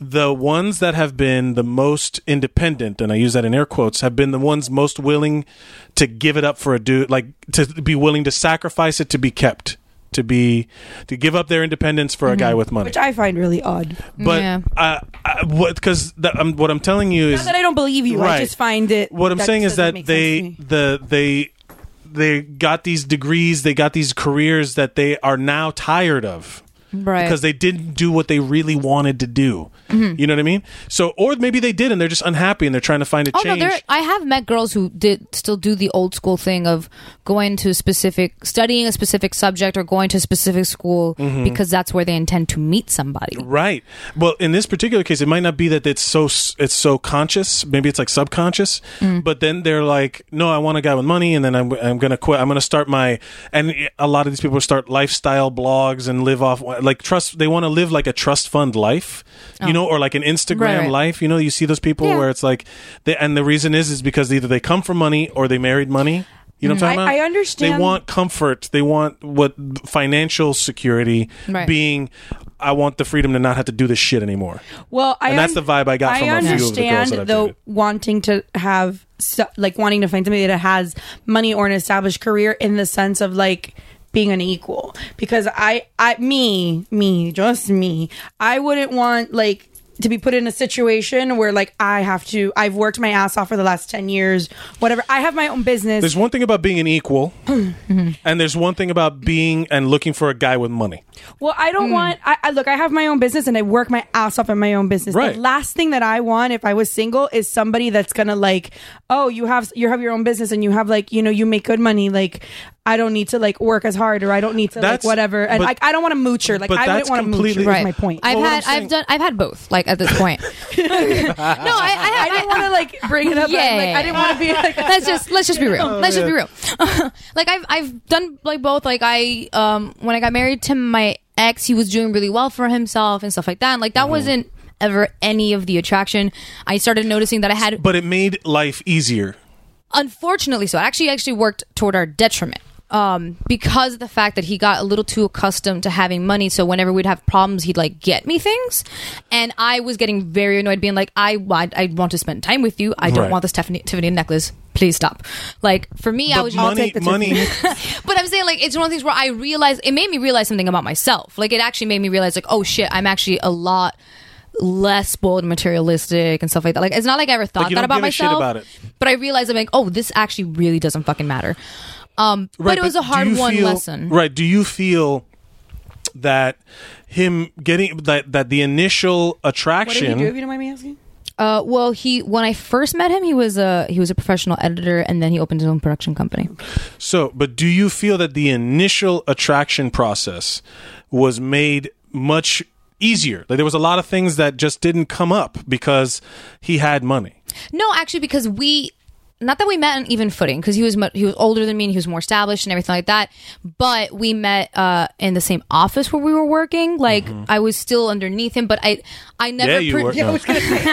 Speaker 4: the ones that have been the most independent, and I use that in air quotes, have been the ones most willing to give it up for a dude, like to be willing to sacrifice it to be kept, to be to give up their independence for a guy
Speaker 3: Mm-hmm.
Speaker 4: with money.
Speaker 7: which I find really odd.
Speaker 4: but
Speaker 3: Yeah.
Speaker 4: I, I, what because um, what I'm telling you
Speaker 7: Not
Speaker 4: is
Speaker 7: that I don't believe you.
Speaker 4: Right.
Speaker 7: I just find it.
Speaker 4: what I'm
Speaker 7: that
Speaker 4: saying is that
Speaker 7: doesn't make sense to
Speaker 4: they
Speaker 7: me.
Speaker 4: the they they got these degrees, they got these careers that they are now tired of.
Speaker 3: Right.
Speaker 4: Because they didn't do what they really wanted to do.
Speaker 7: Mm-hmm.
Speaker 4: You know what I mean? So or maybe they did and they're just unhappy and they're trying to find a
Speaker 3: Oh
Speaker 4: change.
Speaker 3: no, there. I have met girls who did still do the old school thing of going to a specific, studying a specific subject or going to a specific school
Speaker 4: Mm-hmm.
Speaker 3: because that's where they intend to meet somebody.
Speaker 4: Right. Well, in this particular case, it might not be that it's so it's so conscious. Maybe it's like subconscious. But then they're like, "No, I want a guy with money," and then I'm I'm gonna quit. I'm gonna start my and a lot of these people start lifestyle blogs and live off like trust. They want to live like a trust fund life, you know, or like an Instagram
Speaker 3: Right, right.
Speaker 4: life. You know, you see those people
Speaker 3: Yeah.
Speaker 4: where it's like, they, and the reason is is because either they come from money or they married money. You know what I'm talking
Speaker 7: I-
Speaker 4: about?
Speaker 7: I understand-
Speaker 4: They want comfort. They want what financial security
Speaker 3: Right.
Speaker 4: being I want the freedom to not have to do this shit anymore.
Speaker 7: Well, I
Speaker 4: And that's the vibe I got from a few of the girls that
Speaker 7: understand
Speaker 4: I've
Speaker 7: though
Speaker 4: dated.
Speaker 7: wanting to have so- like wanting to find somebody that has money or an established career in the sense of like being an equal because I I me me just me I wouldn't want like to be put in a situation where like I have to I've worked my ass off for the last 10 years whatever I have my own business
Speaker 4: There's one thing about being an equal,
Speaker 3: Mm-hmm.
Speaker 4: and there's one thing about being and looking for a guy with money.
Speaker 7: Well, I
Speaker 4: Hmm.
Speaker 7: don't want. I, I look. I have my own business, and I work my ass off in my own business.
Speaker 4: Right.
Speaker 7: The last thing that I want, if I was single, is somebody that's gonna like, oh, you have you have your own business, and you have like, you know, you make good money. Like, I don't need to like work as hard, or I don't need to
Speaker 4: That's-
Speaker 7: like whatever. And
Speaker 4: but-
Speaker 7: like, I don't want to moocher. Like,
Speaker 4: but
Speaker 7: I
Speaker 4: that's
Speaker 7: wouldn't want to moocher.
Speaker 4: completely-
Speaker 7: Is
Speaker 4: Right.
Speaker 7: my point.
Speaker 3: I've
Speaker 4: Well, what
Speaker 3: had,
Speaker 4: I'm
Speaker 3: I've done, I've had both. Like at this point. no, I, I,
Speaker 7: I
Speaker 3: have.
Speaker 7: didn't want to like bring it up. Yeah,
Speaker 3: Yeah.
Speaker 7: like, I didn't want to be like.
Speaker 3: let's just let's just be real.
Speaker 4: Oh,
Speaker 3: let's just be real. like I've I've done like both. Like I um when I got married to my ex, he was doing really well for himself and stuff like that. And, like that
Speaker 4: Mm-hmm.
Speaker 3: wasn't ever any of the attraction. I started noticing that I had
Speaker 4: But it made life easier.
Speaker 3: unfortunately so it actually actually worked toward our detriment um, because of the fact that he got a little too accustomed to having money so whenever we'd have problems he'd like get me things and i was getting very annoyed being like i i, I want to spend time with you i don't
Speaker 4: Right.
Speaker 3: want this tiffany, tiffany necklace please stop like for me i
Speaker 4: But
Speaker 3: was just
Speaker 4: money, money.
Speaker 3: but I'm saying like it's one of those things where I realized it made me realize something about myself. Like it actually made me realize like oh shit, I'm actually a lot less bold and materialistic and stuff like that. Like it's not like I ever thought
Speaker 4: you
Speaker 3: that
Speaker 4: don't
Speaker 3: about
Speaker 4: give a shit
Speaker 3: myself.
Speaker 4: about it.
Speaker 3: But I realized I'm like oh this actually really doesn't fucking matter. Um, but
Speaker 4: Right,
Speaker 3: it was a
Speaker 4: do
Speaker 3: hard
Speaker 4: you
Speaker 3: one
Speaker 4: feel-
Speaker 3: lesson.
Speaker 4: Right? Do you feel that him getting that that the initial
Speaker 7: What did
Speaker 4: attraction?
Speaker 7: he do? If you don't mind me asking.
Speaker 3: Uh, well, he when I first met him, he was a he was a professional editor, and then he opened his own production company.
Speaker 4: So, but do you feel that the initial attraction process was made much easier? Like there was a lot of things that just didn't come up because he had money.
Speaker 3: No, actually, because we not that we met on even footing because he was mu- he was older than me and he was more established and everything like that. But we met uh, in the same office where we were working. Like I was still underneath him, but I I never
Speaker 4: Mm-hmm. Yeah, you
Speaker 3: per-
Speaker 4: were.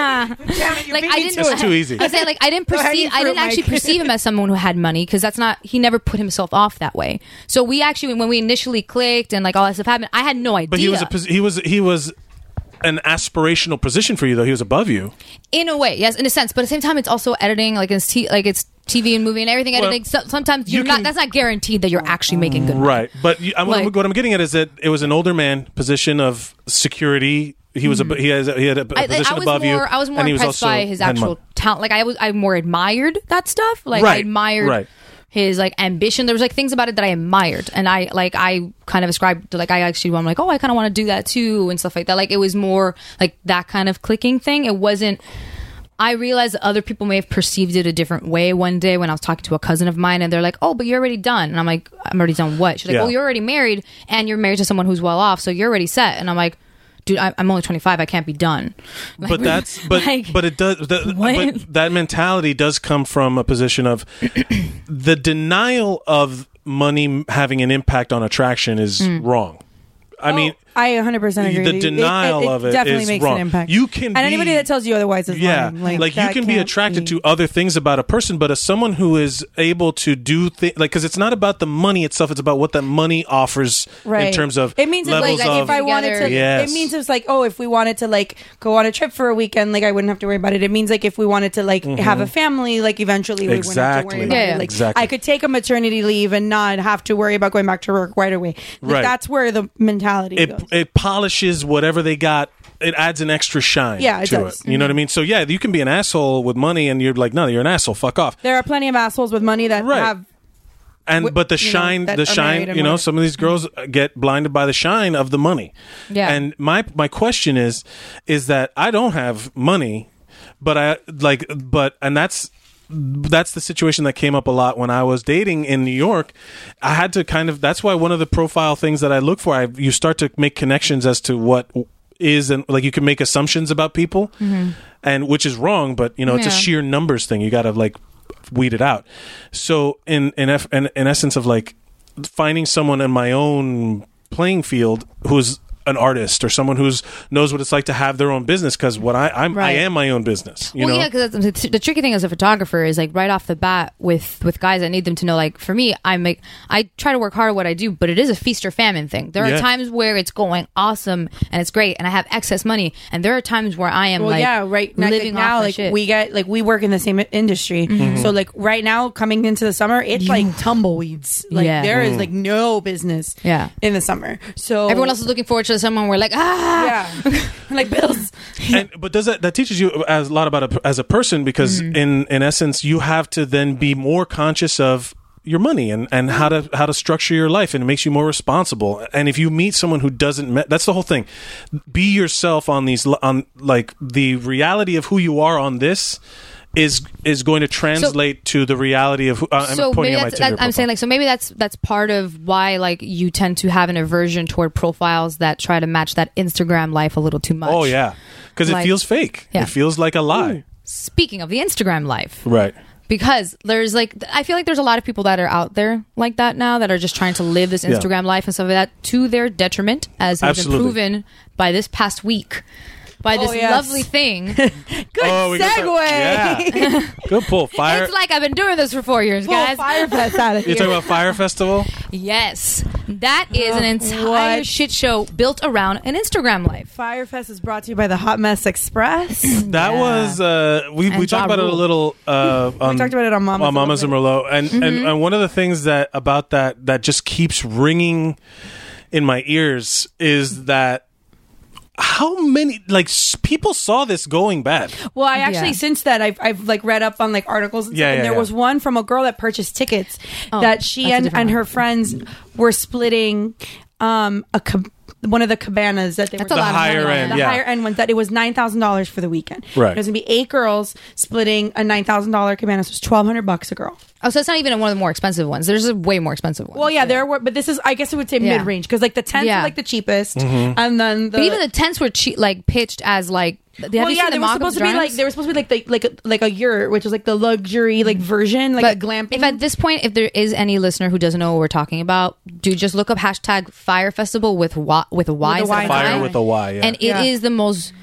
Speaker 4: no.
Speaker 3: like I didn't.
Speaker 4: to it. It's too easy.
Speaker 3: I say like I didn't
Speaker 7: hanging
Speaker 3: perceive. I didn't
Speaker 7: fruit,
Speaker 3: actually
Speaker 7: Mike.
Speaker 3: perceive him as someone who had money because that's not. He never put himself off that way. So we actually when we initially clicked and like all that stuff happened, I had no idea.
Speaker 4: But he was a posi- he was he was an aspirational position for you though. He was above you.
Speaker 3: in a way, yes, in a sense. But at the same time, it's also editing. Like it's t- like it's TV and movie and everything.
Speaker 4: Well,
Speaker 3: editing. So, sometimes
Speaker 4: you
Speaker 3: you're not.
Speaker 4: can-
Speaker 3: That's not guaranteed that you're actually making good. money.
Speaker 4: Right. But you, I'm,
Speaker 3: Like-
Speaker 4: what I'm getting at is that it was an older man position of security. He was a, he has he had a, a
Speaker 3: Mm-hmm. I, I-
Speaker 4: position
Speaker 3: I was
Speaker 4: above
Speaker 3: more.
Speaker 4: you.
Speaker 3: I was more
Speaker 4: and he was
Speaker 3: impressed
Speaker 4: also
Speaker 3: by his
Speaker 4: had
Speaker 3: actual
Speaker 4: money.
Speaker 3: talent. Like I was. I more admired that stuff. Like I
Speaker 4: Right,
Speaker 3: admired.
Speaker 4: right.
Speaker 3: His like ambition, there was like things about it that I admired, and I like I kind of ascribed like I actually I'm like oh I kind of want to do that too and stuff like that. Like it was more like that kind of clicking thing. It wasn't I realized that other people may have perceived it a different way one day when I was talking to a cousin of mine, and they're like, "Oh, but you're already done," and I'm like, "I'm already done what?" She's like,
Speaker 4: Yeah.
Speaker 3: "Well, you're already married, and you're married to someone who's well off, so you're already set," and I'm like. Dude, I, I'm only 25. I can't be done. Like,
Speaker 4: but that's but
Speaker 3: like,
Speaker 4: but it does the,
Speaker 3: what?
Speaker 4: but that mentality does come from a position of the
Speaker 7: Hmm.
Speaker 4: denial of money having an impact on attraction is wrong i mean
Speaker 7: I 100% agree.
Speaker 4: the
Speaker 7: with you.
Speaker 4: denial of it
Speaker 7: definitely
Speaker 4: is
Speaker 7: makes
Speaker 4: wrong.
Speaker 7: an impact.
Speaker 4: You can
Speaker 7: and
Speaker 4: be-
Speaker 7: anybody that tells you otherwise is
Speaker 4: yeah,
Speaker 7: lying.
Speaker 4: like, you
Speaker 7: that
Speaker 4: can be
Speaker 7: can't
Speaker 4: attracted
Speaker 7: be-
Speaker 4: to other things about a person, but as someone who is able to do things, like because it's not about the money itself; it's about what that money offers in terms of
Speaker 7: it means it's
Speaker 4: levels
Speaker 7: like, like,
Speaker 4: of
Speaker 7: if I wanted to,
Speaker 3: Together.
Speaker 4: Yes.
Speaker 7: it means it's like oh, if we wanted to like go on a trip for a weekend, like I wouldn't have to worry about it. It means like if we wanted to like have a family, like eventually we
Speaker 4: Mm-hmm. Exactly.
Speaker 7: wouldn't have to worry about
Speaker 3: Yeah, yeah.
Speaker 7: it. Like
Speaker 4: Exactly.
Speaker 7: I could take a maternity leave and not have to worry about going back to work right away. Like,
Speaker 4: Right.
Speaker 7: That's where the mentality
Speaker 4: it
Speaker 7: goes.
Speaker 4: it polishes whatever they got. It adds an extra shine
Speaker 7: Yeah, it
Speaker 4: to
Speaker 7: does. Mm-hmm.
Speaker 4: it. You know what I mean? So yeah, you can be an asshole with money, and you're like, no, you're an asshole. Fuck off.
Speaker 7: There are plenty of assholes with money that
Speaker 4: Right.
Speaker 7: have
Speaker 4: and
Speaker 7: Wh-
Speaker 4: but the
Speaker 7: you know,
Speaker 4: shine
Speaker 7: that
Speaker 4: the
Speaker 7: are married
Speaker 4: shine
Speaker 7: and
Speaker 4: you know
Speaker 7: whatever.
Speaker 4: some of these girls uh, get blinded by the shine of the money
Speaker 3: Yeah.
Speaker 4: and my my question is is that i don't have money but i like but and that's that's the situation that came up a lot when I was dating in New York. I had to kind of that's why one of the profile things that I look for, I you start to make connections as to what is and like you can make assumptions about people,
Speaker 7: Mm-hmm.
Speaker 4: and which is wrong. But you know, it's a
Speaker 3: Yeah.
Speaker 4: sheer numbers thing. You got to like weed it out. So in in, eff- in in essence of like finding someone in my own playing field who's an artist or someone who's knows what it's like to have their own business because what I I'm, I
Speaker 3: Right.
Speaker 4: am my own business. You
Speaker 3: well,
Speaker 4: know,
Speaker 3: yeah, because the, the tricky thing as a photographer is like right off the bat with with guys, I need them to know. Like for me, I'm like I try to work hard at what I do, but it is a feast or famine thing. There
Speaker 4: Yeah.
Speaker 3: are times where it's going awesome and it's great, and I have excess money, and there are times where I am
Speaker 7: Well,
Speaker 3: like
Speaker 7: yeah, right now,
Speaker 3: living
Speaker 7: now
Speaker 3: off my
Speaker 7: like
Speaker 3: shit. Mm-hmm.
Speaker 7: we get like we work in the same industry, so like right now coming into the summer, it's like tumbleweeds. Like
Speaker 3: Yeah.
Speaker 7: there is like no business,
Speaker 3: Yeah.
Speaker 7: in the summer. So
Speaker 3: Everyone else is looking forward to someone. We're like, ah,
Speaker 7: Oh. yeah, like bills.
Speaker 4: and, but does that that teaches you as a lot about a, as a person because
Speaker 3: Mm-hmm.
Speaker 4: in in essence you have to then be more conscious of your money and, and how
Speaker 3: Mm-hmm.
Speaker 4: to how to structure your life and it makes you more responsible and if you meet someone who doesn't met, that's the whole thing be yourself on these l- on like the reality of who you are on this is is going to translate to the reality of who uh, I'm
Speaker 3: so maybe
Speaker 4: pointing at my
Speaker 3: that's, that,
Speaker 4: Tinder
Speaker 3: I'm saying
Speaker 4: profile.
Speaker 3: like so maybe that's that's part of why like you tend to have an aversion toward profiles that try to match that Instagram life a little too much.
Speaker 4: oh yeah because it
Speaker 3: Like-
Speaker 4: feels fake
Speaker 3: Yeah.
Speaker 4: it feels like a lie
Speaker 3: Speaking of the Instagram life,
Speaker 4: right
Speaker 3: because there's like th- I feel like there's a lot of people that are out there like that now that are just trying to live this
Speaker 4: Yeah.
Speaker 3: Instagram life and stuff like that to their detriment, as has
Speaker 4: Absolutely.
Speaker 3: been proven by this past week. By this
Speaker 7: Oh, yes.
Speaker 3: lovely thing,
Speaker 7: Good
Speaker 4: Oh, we got that.
Speaker 7: segue.
Speaker 4: Yeah. Good pull. Fire.
Speaker 3: it's like I've been doing this for four years,
Speaker 7: Pull
Speaker 3: guys.
Speaker 7: Firefest out of
Speaker 4: You're talking
Speaker 7: here.
Speaker 4: about Fire Festival?
Speaker 3: Yes, that is an entire
Speaker 7: What?
Speaker 3: shit show built around an Instagram life.
Speaker 7: Firefest is brought to you by the Hot Mess Express.
Speaker 4: That
Speaker 3: Yeah.
Speaker 4: was uh, we
Speaker 3: And
Speaker 4: we talked
Speaker 3: Ja
Speaker 4: about it a
Speaker 3: Rule.
Speaker 4: little. Uh, on,
Speaker 7: talked about it on Mamas
Speaker 4: on
Speaker 7: a little Mm-hmm.
Speaker 4: Mamas and Merlot, and, and and one of the things that about that that just keeps ringing in my ears is that how many like s- people saw this going bad.
Speaker 7: Well, I actually
Speaker 3: Yeah.
Speaker 7: since that I've, I've like read up on like articles and,
Speaker 4: Yeah,
Speaker 7: stuff, and
Speaker 4: yeah,
Speaker 7: there
Speaker 4: yeah.
Speaker 7: was one from a girl that purchased tickets that she
Speaker 3: that's a
Speaker 7: and,
Speaker 3: different
Speaker 7: and
Speaker 3: one.
Speaker 7: her friends were splitting um a cab- one of the cabanas that they
Speaker 3: That's
Speaker 7: were
Speaker 3: a lot of money.
Speaker 4: higher end,
Speaker 7: the
Speaker 4: yeah.
Speaker 7: higher end ones that it was nine thousand dollars for the weekend.
Speaker 4: Right.
Speaker 7: It was gonna be eight girls splitting a nine thousand dollar cabana, so it's twelve hundred bucks a girl.
Speaker 3: Oh, so it's not even one of the more expensive ones. There's a way more expensive one.
Speaker 7: Well, yeah, there were, but this is I guess it would say
Speaker 3: Yeah.
Speaker 7: mid range because like the tents
Speaker 3: Yeah.
Speaker 7: are like the cheapest, and then the
Speaker 3: but even the tents were che- like pitched as like. Have
Speaker 7: well,
Speaker 3: you seen
Speaker 7: yeah,
Speaker 3: the
Speaker 7: they were
Speaker 3: mock-up
Speaker 7: supposed to be
Speaker 3: drawings?
Speaker 7: like they were supposed to be like the, like a, like a yurt, which is like the luxury like version, like a glamping.
Speaker 3: If at this point, if there is any listener who doesn't know what we're talking about, do just look up hashtag Fire Festival with wa- with a Y.
Speaker 7: With a
Speaker 3: instead of
Speaker 7: Y.
Speaker 3: an
Speaker 7: Fire
Speaker 3: I.
Speaker 4: with a Y, yeah.
Speaker 3: And it is the
Speaker 7: Yeah.
Speaker 3: most.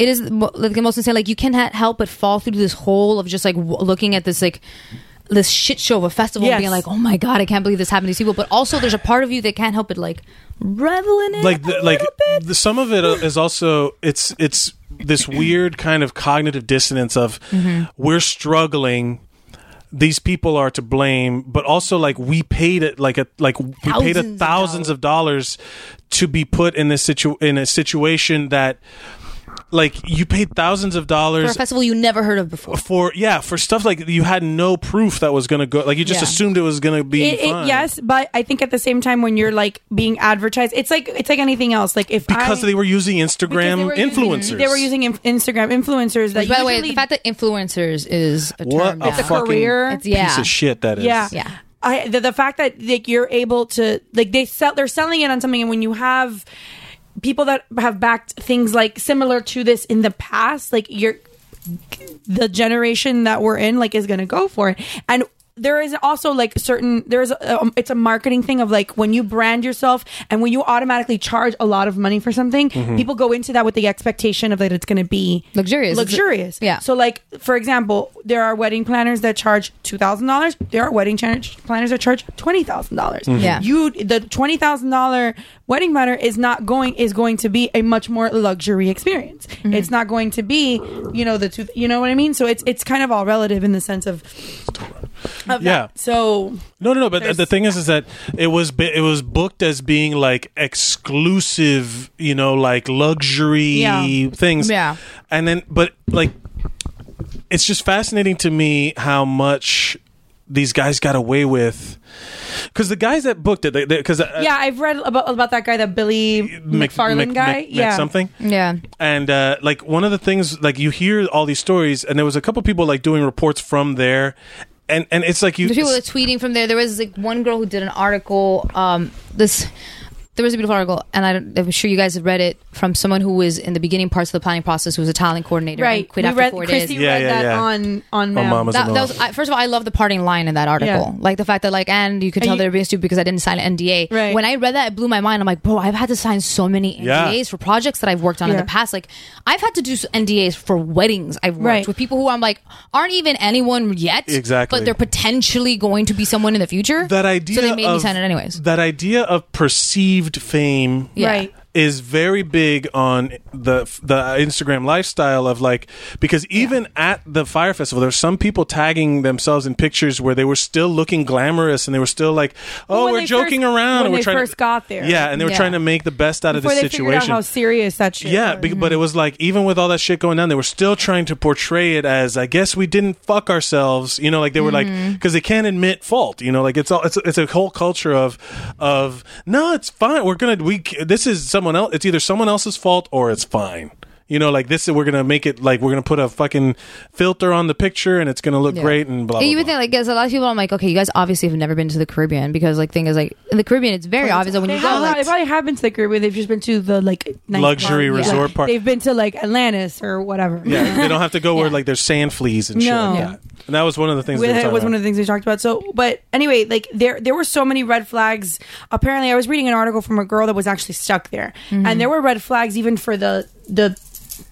Speaker 3: It is the mo- like the most insane. Like you cannot help but fall through this hole of just like w- looking at this like this shit show of a festival and
Speaker 7: Yes.
Speaker 3: being like, oh my god, I can't believe this happened to these people. But also, there's a part of you that can't help but like revel in it.
Speaker 4: like the,
Speaker 3: a
Speaker 4: like
Speaker 3: little bit.
Speaker 4: the, some of it uh, is also it's it's this weird kind of cognitive dissonance of
Speaker 7: Mm-hmm.
Speaker 4: we're struggling these people are to blame but also like we paid it like a like we paid a
Speaker 3: Thousands of
Speaker 4: thousands of dollars to be put in this situ in a situation that like you paid thousands of
Speaker 3: for
Speaker 4: dollars
Speaker 3: a festival you never heard of before.
Speaker 4: for yeah for stuff like you had no proof that was gonna go like you just
Speaker 3: Yeah.
Speaker 4: assumed it was gonna be
Speaker 7: It- it-
Speaker 4: fine.
Speaker 7: yes, but I think at the same time when you're like being advertised, it's like it's like anything else. Like if
Speaker 4: because
Speaker 7: I,
Speaker 4: they were using
Speaker 7: because they
Speaker 4: Instagram
Speaker 7: were using-
Speaker 4: influencers
Speaker 7: they were using inf- Instagram influencers. That
Speaker 3: By the way,
Speaker 7: usually-
Speaker 3: the fact that influencers is a
Speaker 4: what
Speaker 3: term
Speaker 4: a
Speaker 3: now.
Speaker 4: fucking
Speaker 7: career.
Speaker 3: It's- yeah.
Speaker 4: piece of shit that is
Speaker 7: yeah,
Speaker 3: Yeah.
Speaker 7: I the, the fact that like you're able to like they sell they're selling it on something, and when you have people that have backed things like similar to this in the past, like you're the generation that we're in like is going to go for it and there is also like certain there's a, um, it's a marketing thing of like when you brand yourself and when you automatically charge a lot of money for something
Speaker 4: Mm-hmm.
Speaker 7: people go into that with the expectation of that it's going to be
Speaker 3: Luxurious.
Speaker 7: luxurious
Speaker 3: Yeah.
Speaker 7: so like for example there are wedding planners that charge $2000 there are wedding chan- planners that charge $20000 dollars
Speaker 3: Yeah.
Speaker 7: you the $20000 wedding planner is not going is going to be a much more luxury experience
Speaker 3: Mm-hmm.
Speaker 7: it's not going to be you know the two you know what i mean so it's it's kind of all relative in the sense of of
Speaker 4: Yeah.
Speaker 7: that. So
Speaker 4: No, no, no. But
Speaker 7: There's-
Speaker 4: the thing is, is that it was bi- it was booked as being like exclusive, you know, like luxury
Speaker 7: Yeah.
Speaker 4: things.
Speaker 3: Yeah.
Speaker 4: And then, but like, it's just fascinating to me how much these guys got away with. Because the guys that booked it, because
Speaker 7: yeah, I've read about about that guy, that Billy McFarland guy. yeah,
Speaker 4: something.
Speaker 3: Yeah.
Speaker 4: And uh, like one of the things, like you hear all these stories, and there was a couple people like doing reports from there, and and it's like you.
Speaker 3: There's people that are tweeting from there. There was like one girl who did an article. Um, this there was a beautiful article, and I don't, I'm sure you guys have read it from someone who was in the beginning parts of the planning process, who was a talent coordinator, and
Speaker 7: right?
Speaker 3: Quit
Speaker 7: we
Speaker 3: after
Speaker 7: read
Speaker 3: four days.
Speaker 7: Christy
Speaker 4: Yeah,
Speaker 7: read
Speaker 4: yeah,
Speaker 7: that
Speaker 4: yeah.
Speaker 7: on on um,
Speaker 4: On
Speaker 7: Ma'am.
Speaker 4: Mama's
Speaker 3: That,
Speaker 4: and
Speaker 3: that
Speaker 4: all.
Speaker 3: was I, first of all, I love the parting line in that article,
Speaker 7: Yeah.
Speaker 3: like the fact that like, and you could
Speaker 7: And
Speaker 3: tell
Speaker 7: you-
Speaker 3: they were being stupid because I didn't sign an NDA.
Speaker 7: Right.
Speaker 3: When I read that, it blew my mind. I'm like, bro, I've had to sign so many NDAs
Speaker 4: Yeah.
Speaker 3: for projects that I've worked on in
Speaker 7: Yeah.
Speaker 3: the past. Like, I've had to do s- NDAs for weddings I've worked
Speaker 7: Right.
Speaker 3: with people who I'm like aren't even anyone yet,
Speaker 4: Exactly.
Speaker 3: but they're potentially going to be someone in the future.
Speaker 4: that idea
Speaker 3: so they made
Speaker 4: of,
Speaker 3: me sign it anyways.
Speaker 4: That idea of perceived fame
Speaker 3: Yeah.
Speaker 7: Right.
Speaker 4: is very big on the the Instagram lifestyle of like because even at the fire festival there's some people tagging themselves in pictures where they were still looking glamorous and they were still like oh
Speaker 7: Well, when
Speaker 4: we're
Speaker 7: they
Speaker 4: joking
Speaker 7: first-
Speaker 4: around
Speaker 7: when
Speaker 4: and we're
Speaker 7: they
Speaker 4: trying
Speaker 7: first
Speaker 4: to,
Speaker 7: got there.
Speaker 4: yeah and they were
Speaker 3: Yeah.
Speaker 4: trying to make the best out
Speaker 7: Before
Speaker 4: of
Speaker 7: they
Speaker 4: the
Speaker 7: figured out
Speaker 4: situation
Speaker 7: how serious that shit.
Speaker 4: yeah,
Speaker 7: was.
Speaker 4: be- but it was like even with all that shit going down, they were still trying to portray it as I guess we didn't fuck ourselves, you know, like they were like because they can't admit fault, you know, like it's all it's, it's a whole culture of of no, it's fine. We're gonna we c- this is someone else. It's either someone else's fault or it's fine. You know, like this, we're gonna make it like we're gonna put a fucking filter on the picture and it's gonna look great and blah. blah
Speaker 3: even
Speaker 4: blah.
Speaker 3: think like guess a lot of people I'm like okay you guys obviously have never been to the Caribbean because like thing is like in the Caribbean it's very obvious that when
Speaker 7: They,
Speaker 3: you go
Speaker 7: have, they
Speaker 3: like
Speaker 7: probably have been to the Caribbean. They've just been to the like nice
Speaker 4: Luxury
Speaker 7: part.
Speaker 4: resort
Speaker 7: Like,
Speaker 4: part.
Speaker 7: They've been to like Atlantis or whatever.
Speaker 4: yeah, they don't have to go where like there's sand fleas and shit
Speaker 7: No.
Speaker 4: like that. And that was one of the things.
Speaker 7: With
Speaker 4: they were
Speaker 7: it
Speaker 4: talking
Speaker 7: was
Speaker 4: about.
Speaker 7: one of the things we talked about. So, but anyway, like there there were so many red flags. Apparently, I was reading an article from a girl that was actually stuck there,
Speaker 3: Mm-hmm.
Speaker 7: and there were red flags even for the the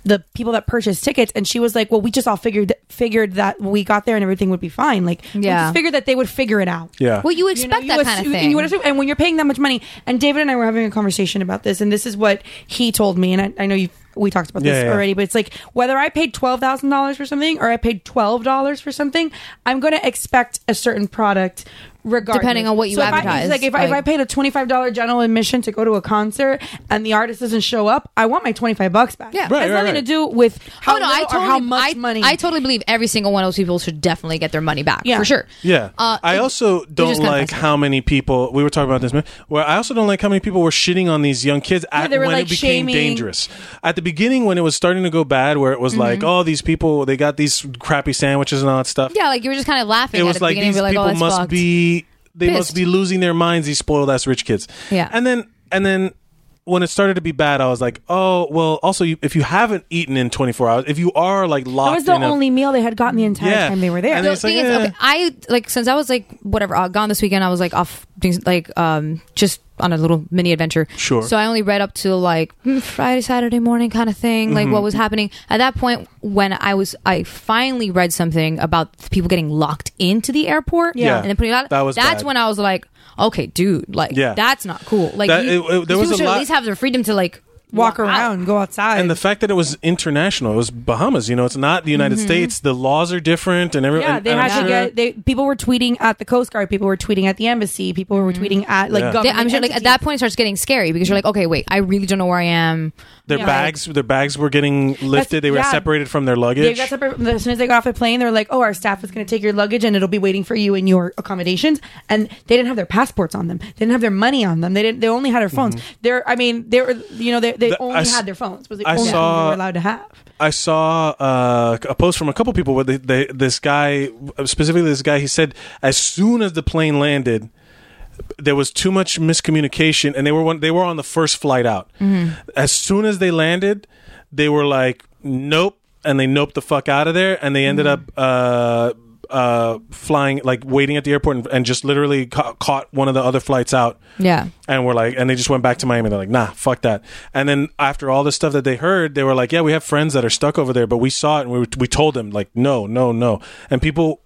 Speaker 7: the people that purchased tickets. And she was like, "Well, we just all figured figured that when we got there and everything would be fine. Like, we
Speaker 3: Yeah.
Speaker 7: just figured that they would figure it out."
Speaker 4: yeah.
Speaker 3: well you
Speaker 7: You
Speaker 3: expect
Speaker 7: know,
Speaker 3: that
Speaker 7: you
Speaker 3: kind
Speaker 7: assume-
Speaker 3: of thing
Speaker 7: you would assume- and when you're paying that much money, and David and I were having a conversation about this, and this is what he told me, and I, I know you we talked about
Speaker 4: Yeah,
Speaker 7: this
Speaker 4: yeah.
Speaker 7: already, but it's like whether I paid twelve thousand dollars for something or I paid twelve dollars for something, I'm going to expect a certain product. Regardless.
Speaker 3: Depending on what you
Speaker 7: So if I-
Speaker 3: advertise,
Speaker 7: like if, I, if
Speaker 3: like-
Speaker 7: I paid a twenty five dollar general admission to go to a concert and the artist doesn't show up, I want my twenty five bucks back.
Speaker 3: Yeah.
Speaker 7: it
Speaker 3: Right,
Speaker 7: has
Speaker 4: right,
Speaker 7: nothing
Speaker 4: right.
Speaker 7: to do with how
Speaker 3: oh no I
Speaker 7: little
Speaker 3: totally
Speaker 7: or how much
Speaker 3: I,
Speaker 7: money.
Speaker 3: I totally believe every single one of those people should definitely get their money back
Speaker 7: Yeah.
Speaker 3: for sure Uh,
Speaker 4: Yeah. I
Speaker 3: it- they're
Speaker 4: also don't
Speaker 3: just kinda
Speaker 4: like
Speaker 3: fascinating.
Speaker 4: how many people we were talking about this minute, where I also don't like how many people were shitting on these young kids at,
Speaker 7: they were,
Speaker 4: when
Speaker 7: like,
Speaker 4: it became
Speaker 7: shaming.
Speaker 4: dangerous. At the beginning when it was starting to go bad where it was
Speaker 3: Mm-hmm.
Speaker 4: like, oh, these people they got these crappy sandwiches and all that stuff.
Speaker 3: yeah like you were just kind of laughing
Speaker 4: it
Speaker 3: at
Speaker 4: was
Speaker 3: the
Speaker 4: like
Speaker 3: beginning
Speaker 4: these
Speaker 3: be like,
Speaker 4: people
Speaker 3: oh, that's
Speaker 4: must
Speaker 3: fucked.
Speaker 4: be they must
Speaker 3: Pissed.
Speaker 4: be losing their minds these spoiled ass rich kids.
Speaker 3: Yeah.
Speaker 4: And then and then when it started to be bad, I was like, "Oh, well." Also, you, if you haven't eaten in 24 hours, if you are like
Speaker 7: that
Speaker 4: locked,
Speaker 7: was the
Speaker 4: in a-
Speaker 7: only meal they had gotten the entire
Speaker 4: Yeah.
Speaker 7: time they were there.
Speaker 4: And
Speaker 3: the
Speaker 4: it's like,
Speaker 3: thing is,
Speaker 4: eh.
Speaker 3: okay, I like since I was like whatever uh, gone this weekend. I was like off, doing, like um, just on a little mini adventure.
Speaker 4: Sure.
Speaker 3: So I only read up to like mm, Friday, Saturday morning kind of thing. Like
Speaker 4: Mm-hmm.
Speaker 3: what was happening at that point when I was I finally read something about people getting locked into the airport.
Speaker 4: Yeah.
Speaker 3: And then putting it out.
Speaker 4: That was
Speaker 3: that's
Speaker 4: bad.
Speaker 3: when I was like, okay, dude, like
Speaker 4: Yeah.
Speaker 3: that's not cool. Like
Speaker 4: That-
Speaker 3: you,
Speaker 4: it- it- there
Speaker 3: these
Speaker 4: was
Speaker 3: people
Speaker 4: a
Speaker 3: should
Speaker 4: lot-
Speaker 3: at least have the freedom to like out.
Speaker 7: walk around, go outside,
Speaker 4: and the fact that it was international, it was Bahamas. You know, it's not the United States. The laws are different, and everything.
Speaker 7: Mm-hmm. Yeah, they had to get. They, people were tweeting at the Coast Guard. People were tweeting at the embassy. People were tweeting at like.
Speaker 4: Mm-hmm. Yeah.
Speaker 7: government
Speaker 3: Yeah, I'm sure like at
Speaker 7: entities.
Speaker 3: that point it starts getting scary because you're like, okay, wait, I really don't know where I am.
Speaker 4: their
Speaker 7: yeah.
Speaker 4: bags. Their bags were getting lifted. They were
Speaker 7: yeah.
Speaker 4: separated from their
Speaker 7: They
Speaker 4: luggage.
Speaker 7: got separate, as soon as they got off the plane, they were like, "Oh, our staff is going to take your luggage and it'll be waiting for you in your accommodations." And they didn't have their passports on them. They didn't have their money on them. They didn't. They only had their phones. They're. I mean, they were. You know, they, they
Speaker 4: Mm-hmm. The-
Speaker 7: only
Speaker 4: I s-
Speaker 7: had their phones. Was the
Speaker 4: I
Speaker 7: only thing
Speaker 4: saw-
Speaker 7: they were allowed to have.
Speaker 4: I saw uh, a post from a couple people where they, they, this guy, specifically this guy, he said as soon as the plane landed, there was too much miscommunication, and they were one, they were on the first flight out. As soon as they landed, they were like, "Nope," and they noped the fuck out of there, and they ended up. Uh, uh, flying, like waiting at the airport, and, and just literally ca- caught one of the other flights out.
Speaker 3: Yeah.
Speaker 4: And we're like, and they just went back to Miami. They're like, nah, fuck that. And then after all the stuff that they heard, they were like, yeah, we have friends that are stuck over there, but we saw it and we, were, we told them, like, no, no, no. And people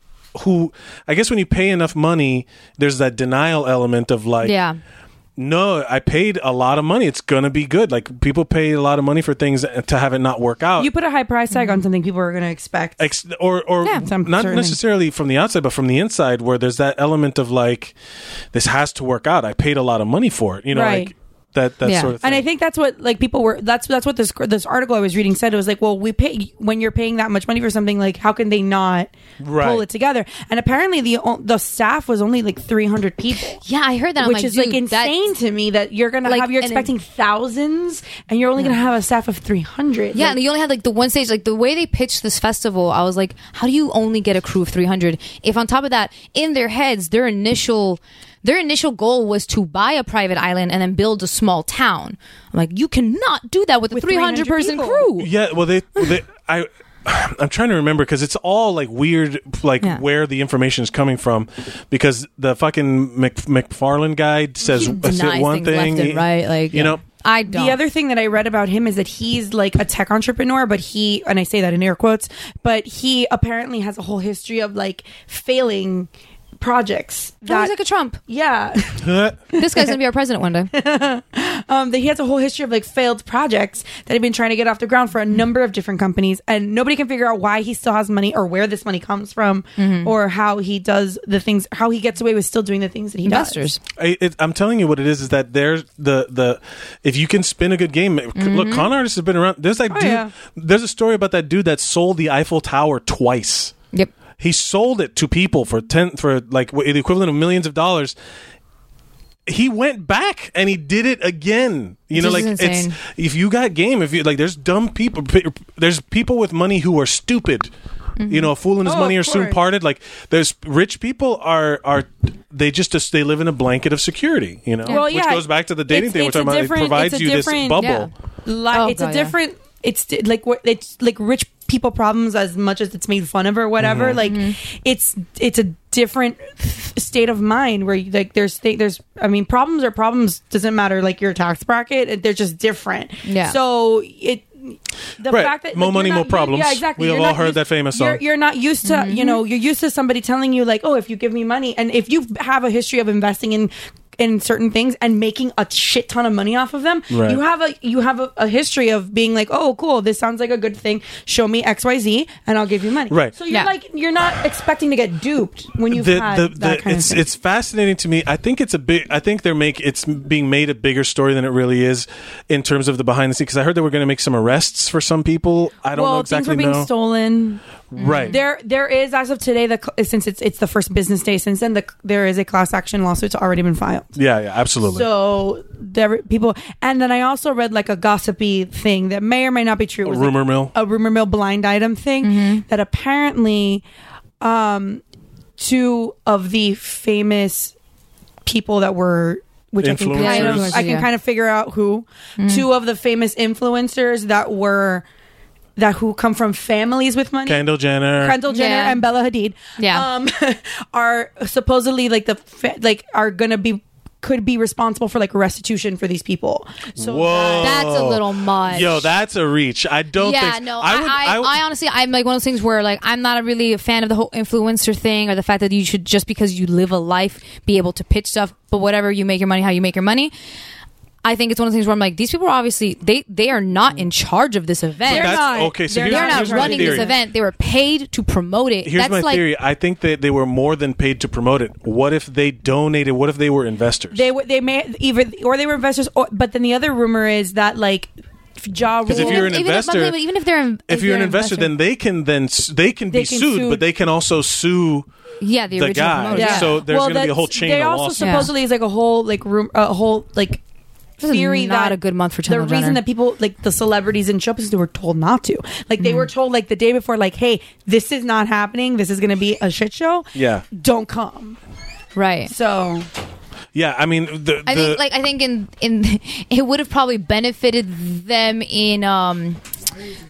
Speaker 4: who, I guess when you pay enough money, there's that denial element of like,
Speaker 3: Yeah.
Speaker 4: no, I paid a lot of money. It's going to be good. Like, people pay a lot of money for things to have it not work out.
Speaker 7: You put a high price tag
Speaker 4: Mm-hmm.
Speaker 7: on something people are going to expect.
Speaker 4: Ex- or or
Speaker 3: Yeah.
Speaker 7: Some
Speaker 4: not
Speaker 7: certain-
Speaker 4: necessarily from the outside, but from the inside, where there's that element of like, this has to work out. I paid a lot of money for it, you know,
Speaker 7: Right.
Speaker 4: like that that
Speaker 3: Yeah.
Speaker 4: sort of thing.
Speaker 7: And I think that's what like people were. That's that's what this this article I was reading said. It was like, well, we pay when you're paying that much money for something. Like, how can they not
Speaker 4: Right.
Speaker 7: pull it together? And apparently, the o- the staff was only like 300 people.
Speaker 3: Yeah, I heard that. I'm
Speaker 7: Which
Speaker 3: like,
Speaker 7: is like
Speaker 3: dude, that's-
Speaker 7: insane to me that you're gonna
Speaker 3: Like,
Speaker 7: have you're
Speaker 3: and-
Speaker 7: expecting thousands and you're only gonna have a staff of 300.
Speaker 3: Yeah,
Speaker 7: Like,
Speaker 3: and you only had like the one stage. Like the way they pitched this festival, I was like, how do you only get a crew of 300? If on top of that, in their heads, their initial their initial goal was to buy a private island and then build a small town. I'm like, you cannot do that with a
Speaker 7: With
Speaker 3: 300 person
Speaker 7: 300
Speaker 3: crew.
Speaker 4: Yeah, well, they, they I, I'm trying to remember because it's all like weird, like
Speaker 3: Yeah.
Speaker 4: where the information is coming from, because the fucking Mc, McFarland guy says
Speaker 3: Denies
Speaker 4: said one
Speaker 3: things
Speaker 4: thing,
Speaker 3: left and right. Like
Speaker 4: you
Speaker 3: yeah.
Speaker 4: know,
Speaker 3: I don't.
Speaker 7: The other thing that I read about him is that he's like a tech entrepreneur, but he, and I say that in air quotes, but he apparently has a whole history of like failing projects.
Speaker 3: Oh,
Speaker 7: That,
Speaker 3: he's like a Trump.
Speaker 7: yeah.
Speaker 3: This guy's gonna be our president one day.
Speaker 7: Um, that he has a whole history of like failed projects that he'd been trying to get off the ground for a number of different companies, and nobody can figure out why he still has money or where this money comes from or how he does the things, how he gets away with still doing the things that he
Speaker 3: Investors.
Speaker 7: does.
Speaker 4: I, it, I'm telling you what it is is that there's the the if you can spin a good game. Look,
Speaker 3: Mm-hmm.
Speaker 4: con artists have been around. There's
Speaker 3: Oh,
Speaker 4: that dude.
Speaker 7: yeah.
Speaker 4: There's a story about that dude that sold the Eiffel Tower twice.
Speaker 3: Yep.
Speaker 4: He sold it to people for ten for like wh- the equivalent of millions of dollars. He went back and he did it again. You know,
Speaker 3: This
Speaker 4: like
Speaker 3: is
Speaker 4: it's
Speaker 3: insane.
Speaker 4: if you got game, if you like, there's dumb people. p- There's people with money who are stupid. You know, a fool and his
Speaker 7: Oh,
Speaker 4: money
Speaker 7: of
Speaker 4: are soon
Speaker 7: course.
Speaker 4: parted. Like there's rich people are are they just, just they live in a blanket of security. You know,
Speaker 7: Well,
Speaker 4: which
Speaker 7: yeah,
Speaker 4: goes back to the dating
Speaker 7: it's-
Speaker 4: thing we're
Speaker 7: it's a
Speaker 4: talking about. It
Speaker 7: different-
Speaker 4: provides
Speaker 7: it's a
Speaker 4: you this
Speaker 7: different-
Speaker 4: bubble.
Speaker 3: yeah.
Speaker 7: Li-
Speaker 3: Oh,
Speaker 7: it's
Speaker 3: God,
Speaker 7: a
Speaker 3: yeah.
Speaker 7: different. It's di- like what it's like rich people problems as much as it's made fun of or whatever.
Speaker 4: Mm-hmm.
Speaker 7: Like
Speaker 3: Mm-hmm.
Speaker 7: it's it's a different state of mind where you, like there's th- there's I mean problems are problems doesn't matter like your tax bracket it- they're just different.
Speaker 3: Yeah.
Speaker 7: So it. The
Speaker 4: Right.
Speaker 7: fact that
Speaker 4: More
Speaker 7: like, you're
Speaker 4: money,
Speaker 7: not-
Speaker 4: more
Speaker 7: you-
Speaker 4: problems.
Speaker 7: Yeah, exactly.
Speaker 4: We have
Speaker 7: You're
Speaker 4: all
Speaker 7: not
Speaker 4: heard
Speaker 7: used-
Speaker 4: that famous song.
Speaker 7: You're, you're not used to you know you're used to somebody telling you like oh if you give me money and if you have a history of investing in in certain things and making a shit ton of money off of them
Speaker 4: Right.
Speaker 7: you have a you have a, a history of being like oh cool this sounds like a good thing show me xyz and i'll give you money
Speaker 4: Right.
Speaker 7: so you're
Speaker 3: Yeah.
Speaker 7: like you're not expecting to get duped when you've had that kind
Speaker 4: it's
Speaker 7: of thing.
Speaker 4: it's fascinating to me. I think it's a big. I think they're make it's being made a bigger story than it really is in terms of the behind the scenes. Because I heard they were going to make some arrests for some people. I don't
Speaker 7: well
Speaker 4: know
Speaker 7: things were
Speaker 4: exactly.
Speaker 7: being
Speaker 4: no.
Speaker 7: stolen
Speaker 4: Right.
Speaker 7: There, there is as of today the cl- since it's it's the first business day since then the, there is a class action lawsuit's already been filed.
Speaker 4: yeah. Yeah. Absolutely.
Speaker 7: So there people, and then I also read like a gossipy thing that may or may not be true. It
Speaker 4: a
Speaker 7: was,
Speaker 4: rumor
Speaker 7: like,
Speaker 4: mill.
Speaker 7: a rumor mill blind item thing that apparently, um, two of the famous people that were. Which I can, kind of,
Speaker 4: Influencers.
Speaker 7: I can kind of figure out who. Two of the famous influencers that were, that who come from families with money.
Speaker 4: Kendall Jenner.
Speaker 7: Kendall Jenner
Speaker 3: Yeah.
Speaker 7: and Bella Hadid.
Speaker 3: Yeah.
Speaker 7: um, are supposedly like the fa- like are gonna be could be responsible for like restitution for these people. So
Speaker 4: Whoa.
Speaker 3: That's a little much.
Speaker 4: Yo, that's a reach. I don't
Speaker 3: yeah,
Speaker 4: think.
Speaker 3: no, I, I, I,
Speaker 4: would-
Speaker 3: honestly, I'm like one of those things where like I'm not really a fan of the whole influencer thing or the fact that you should just because you live a life be able to pitch stuff. But whatever, you make your money how you make your money. I think it's one of the things where I'm like, these people are obviously they they are not in charge of this event.
Speaker 4: that's,
Speaker 7: not.
Speaker 4: okay. So
Speaker 7: They're
Speaker 4: here's,
Speaker 3: They're not
Speaker 4: here's my
Speaker 3: running this
Speaker 4: theory.
Speaker 3: event. They were paid to promote it.
Speaker 4: Here's
Speaker 3: that's
Speaker 4: my
Speaker 3: like
Speaker 4: theory. I think that they were more than paid to promote it. What if they donated? What if they were investors?
Speaker 7: they were they may either or they were investors, or, but then the other rumor is that like Ja Rule.
Speaker 4: 'Cause if you're an
Speaker 3: even if- but
Speaker 4: investor-
Speaker 3: even if they're an-
Speaker 4: if you're an investor, then they can then s- they can
Speaker 7: They
Speaker 4: be
Speaker 7: can
Speaker 4: sued,
Speaker 7: sue-
Speaker 4: but they can also sue
Speaker 3: yeah, the,
Speaker 4: the
Speaker 3: original
Speaker 4: guy.
Speaker 3: promoter,
Speaker 4: Yeah.
Speaker 3: Yeah.
Speaker 4: Oh, So there's gonna be a
Speaker 7: that's-
Speaker 4: whole chain
Speaker 7: They
Speaker 4: of
Speaker 7: also
Speaker 4: lawsuits.
Speaker 7: supposedly is like a whole like room a whole like.
Speaker 3: This is
Speaker 7: Theory
Speaker 3: not
Speaker 7: that
Speaker 3: a good month for
Speaker 7: the
Speaker 3: Kendall
Speaker 7: reason
Speaker 3: Jenner.
Speaker 7: that people like the celebrities and show because they were told not to. Like
Speaker 3: Mm.
Speaker 7: they were told like the day before, like, hey, this is not happening. This is going to be a shit show.
Speaker 4: Yeah.
Speaker 7: don't come.
Speaker 3: right.
Speaker 7: So
Speaker 4: Yeah, I mean, the,
Speaker 3: I
Speaker 4: the-
Speaker 3: think like I think in in it would have probably benefited them in um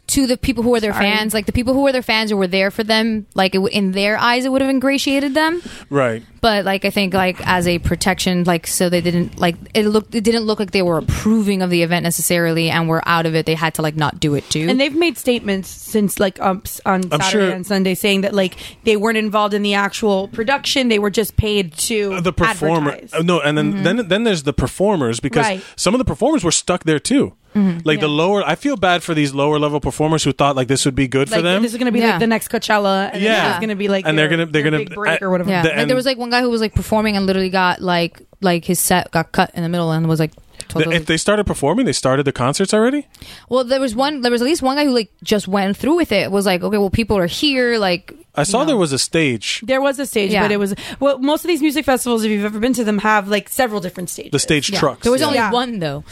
Speaker 3: to the people who were their fans. Like the people who were their fans or were there for them. Like it, w- in their eyes, it would have ingratiated them.
Speaker 4: Right.
Speaker 3: But like I think like as a protection, like so they didn't like it looked. It didn't look like they were approving of the event necessarily, and were out of it. They had to like not do it too.
Speaker 7: And they've made statements since like um, s- on
Speaker 4: I'm
Speaker 7: Saturday
Speaker 4: sure-
Speaker 7: and Sunday saying that like they weren't involved in the actual production; they were just paid to
Speaker 4: the performer
Speaker 7: advertise.
Speaker 4: uh, no and
Speaker 3: Mm-hmm.
Speaker 4: then, then then there's the performers because
Speaker 7: Right.
Speaker 4: some of the performers were stuck there too
Speaker 3: Mm-hmm.
Speaker 4: like the lower i feel bad for these lower level performers who thought like this would be good
Speaker 7: like,
Speaker 4: for them
Speaker 7: This is going to be
Speaker 3: Yeah.
Speaker 7: like the next Coachella. And
Speaker 4: Yeah.
Speaker 7: it's going to be like
Speaker 4: And they're
Speaker 7: their-
Speaker 4: gonna- they're
Speaker 7: their
Speaker 4: gonna-
Speaker 7: big break
Speaker 4: I-
Speaker 7: or whatever.
Speaker 3: yeah,
Speaker 4: the-
Speaker 3: like
Speaker 4: and-
Speaker 3: there was like one guy who was like performing and literally got like like his set got cut in the middle and was like
Speaker 4: The-
Speaker 3: totally
Speaker 4: if they started performing they started the concerts already
Speaker 3: Well, there was one. There was at least one guy who like just went through with it. Was like, okay, well, people are here. Like,
Speaker 4: i saw
Speaker 3: No.
Speaker 4: there was a stage
Speaker 7: There was a stage,
Speaker 3: Yeah.
Speaker 7: but it was well. Most of these music festivals, if you've ever been to them, have like several different stages.
Speaker 4: the stage
Speaker 3: yeah.
Speaker 4: trucks
Speaker 3: There was
Speaker 4: yeah.
Speaker 3: only
Speaker 7: Yeah.
Speaker 3: one though,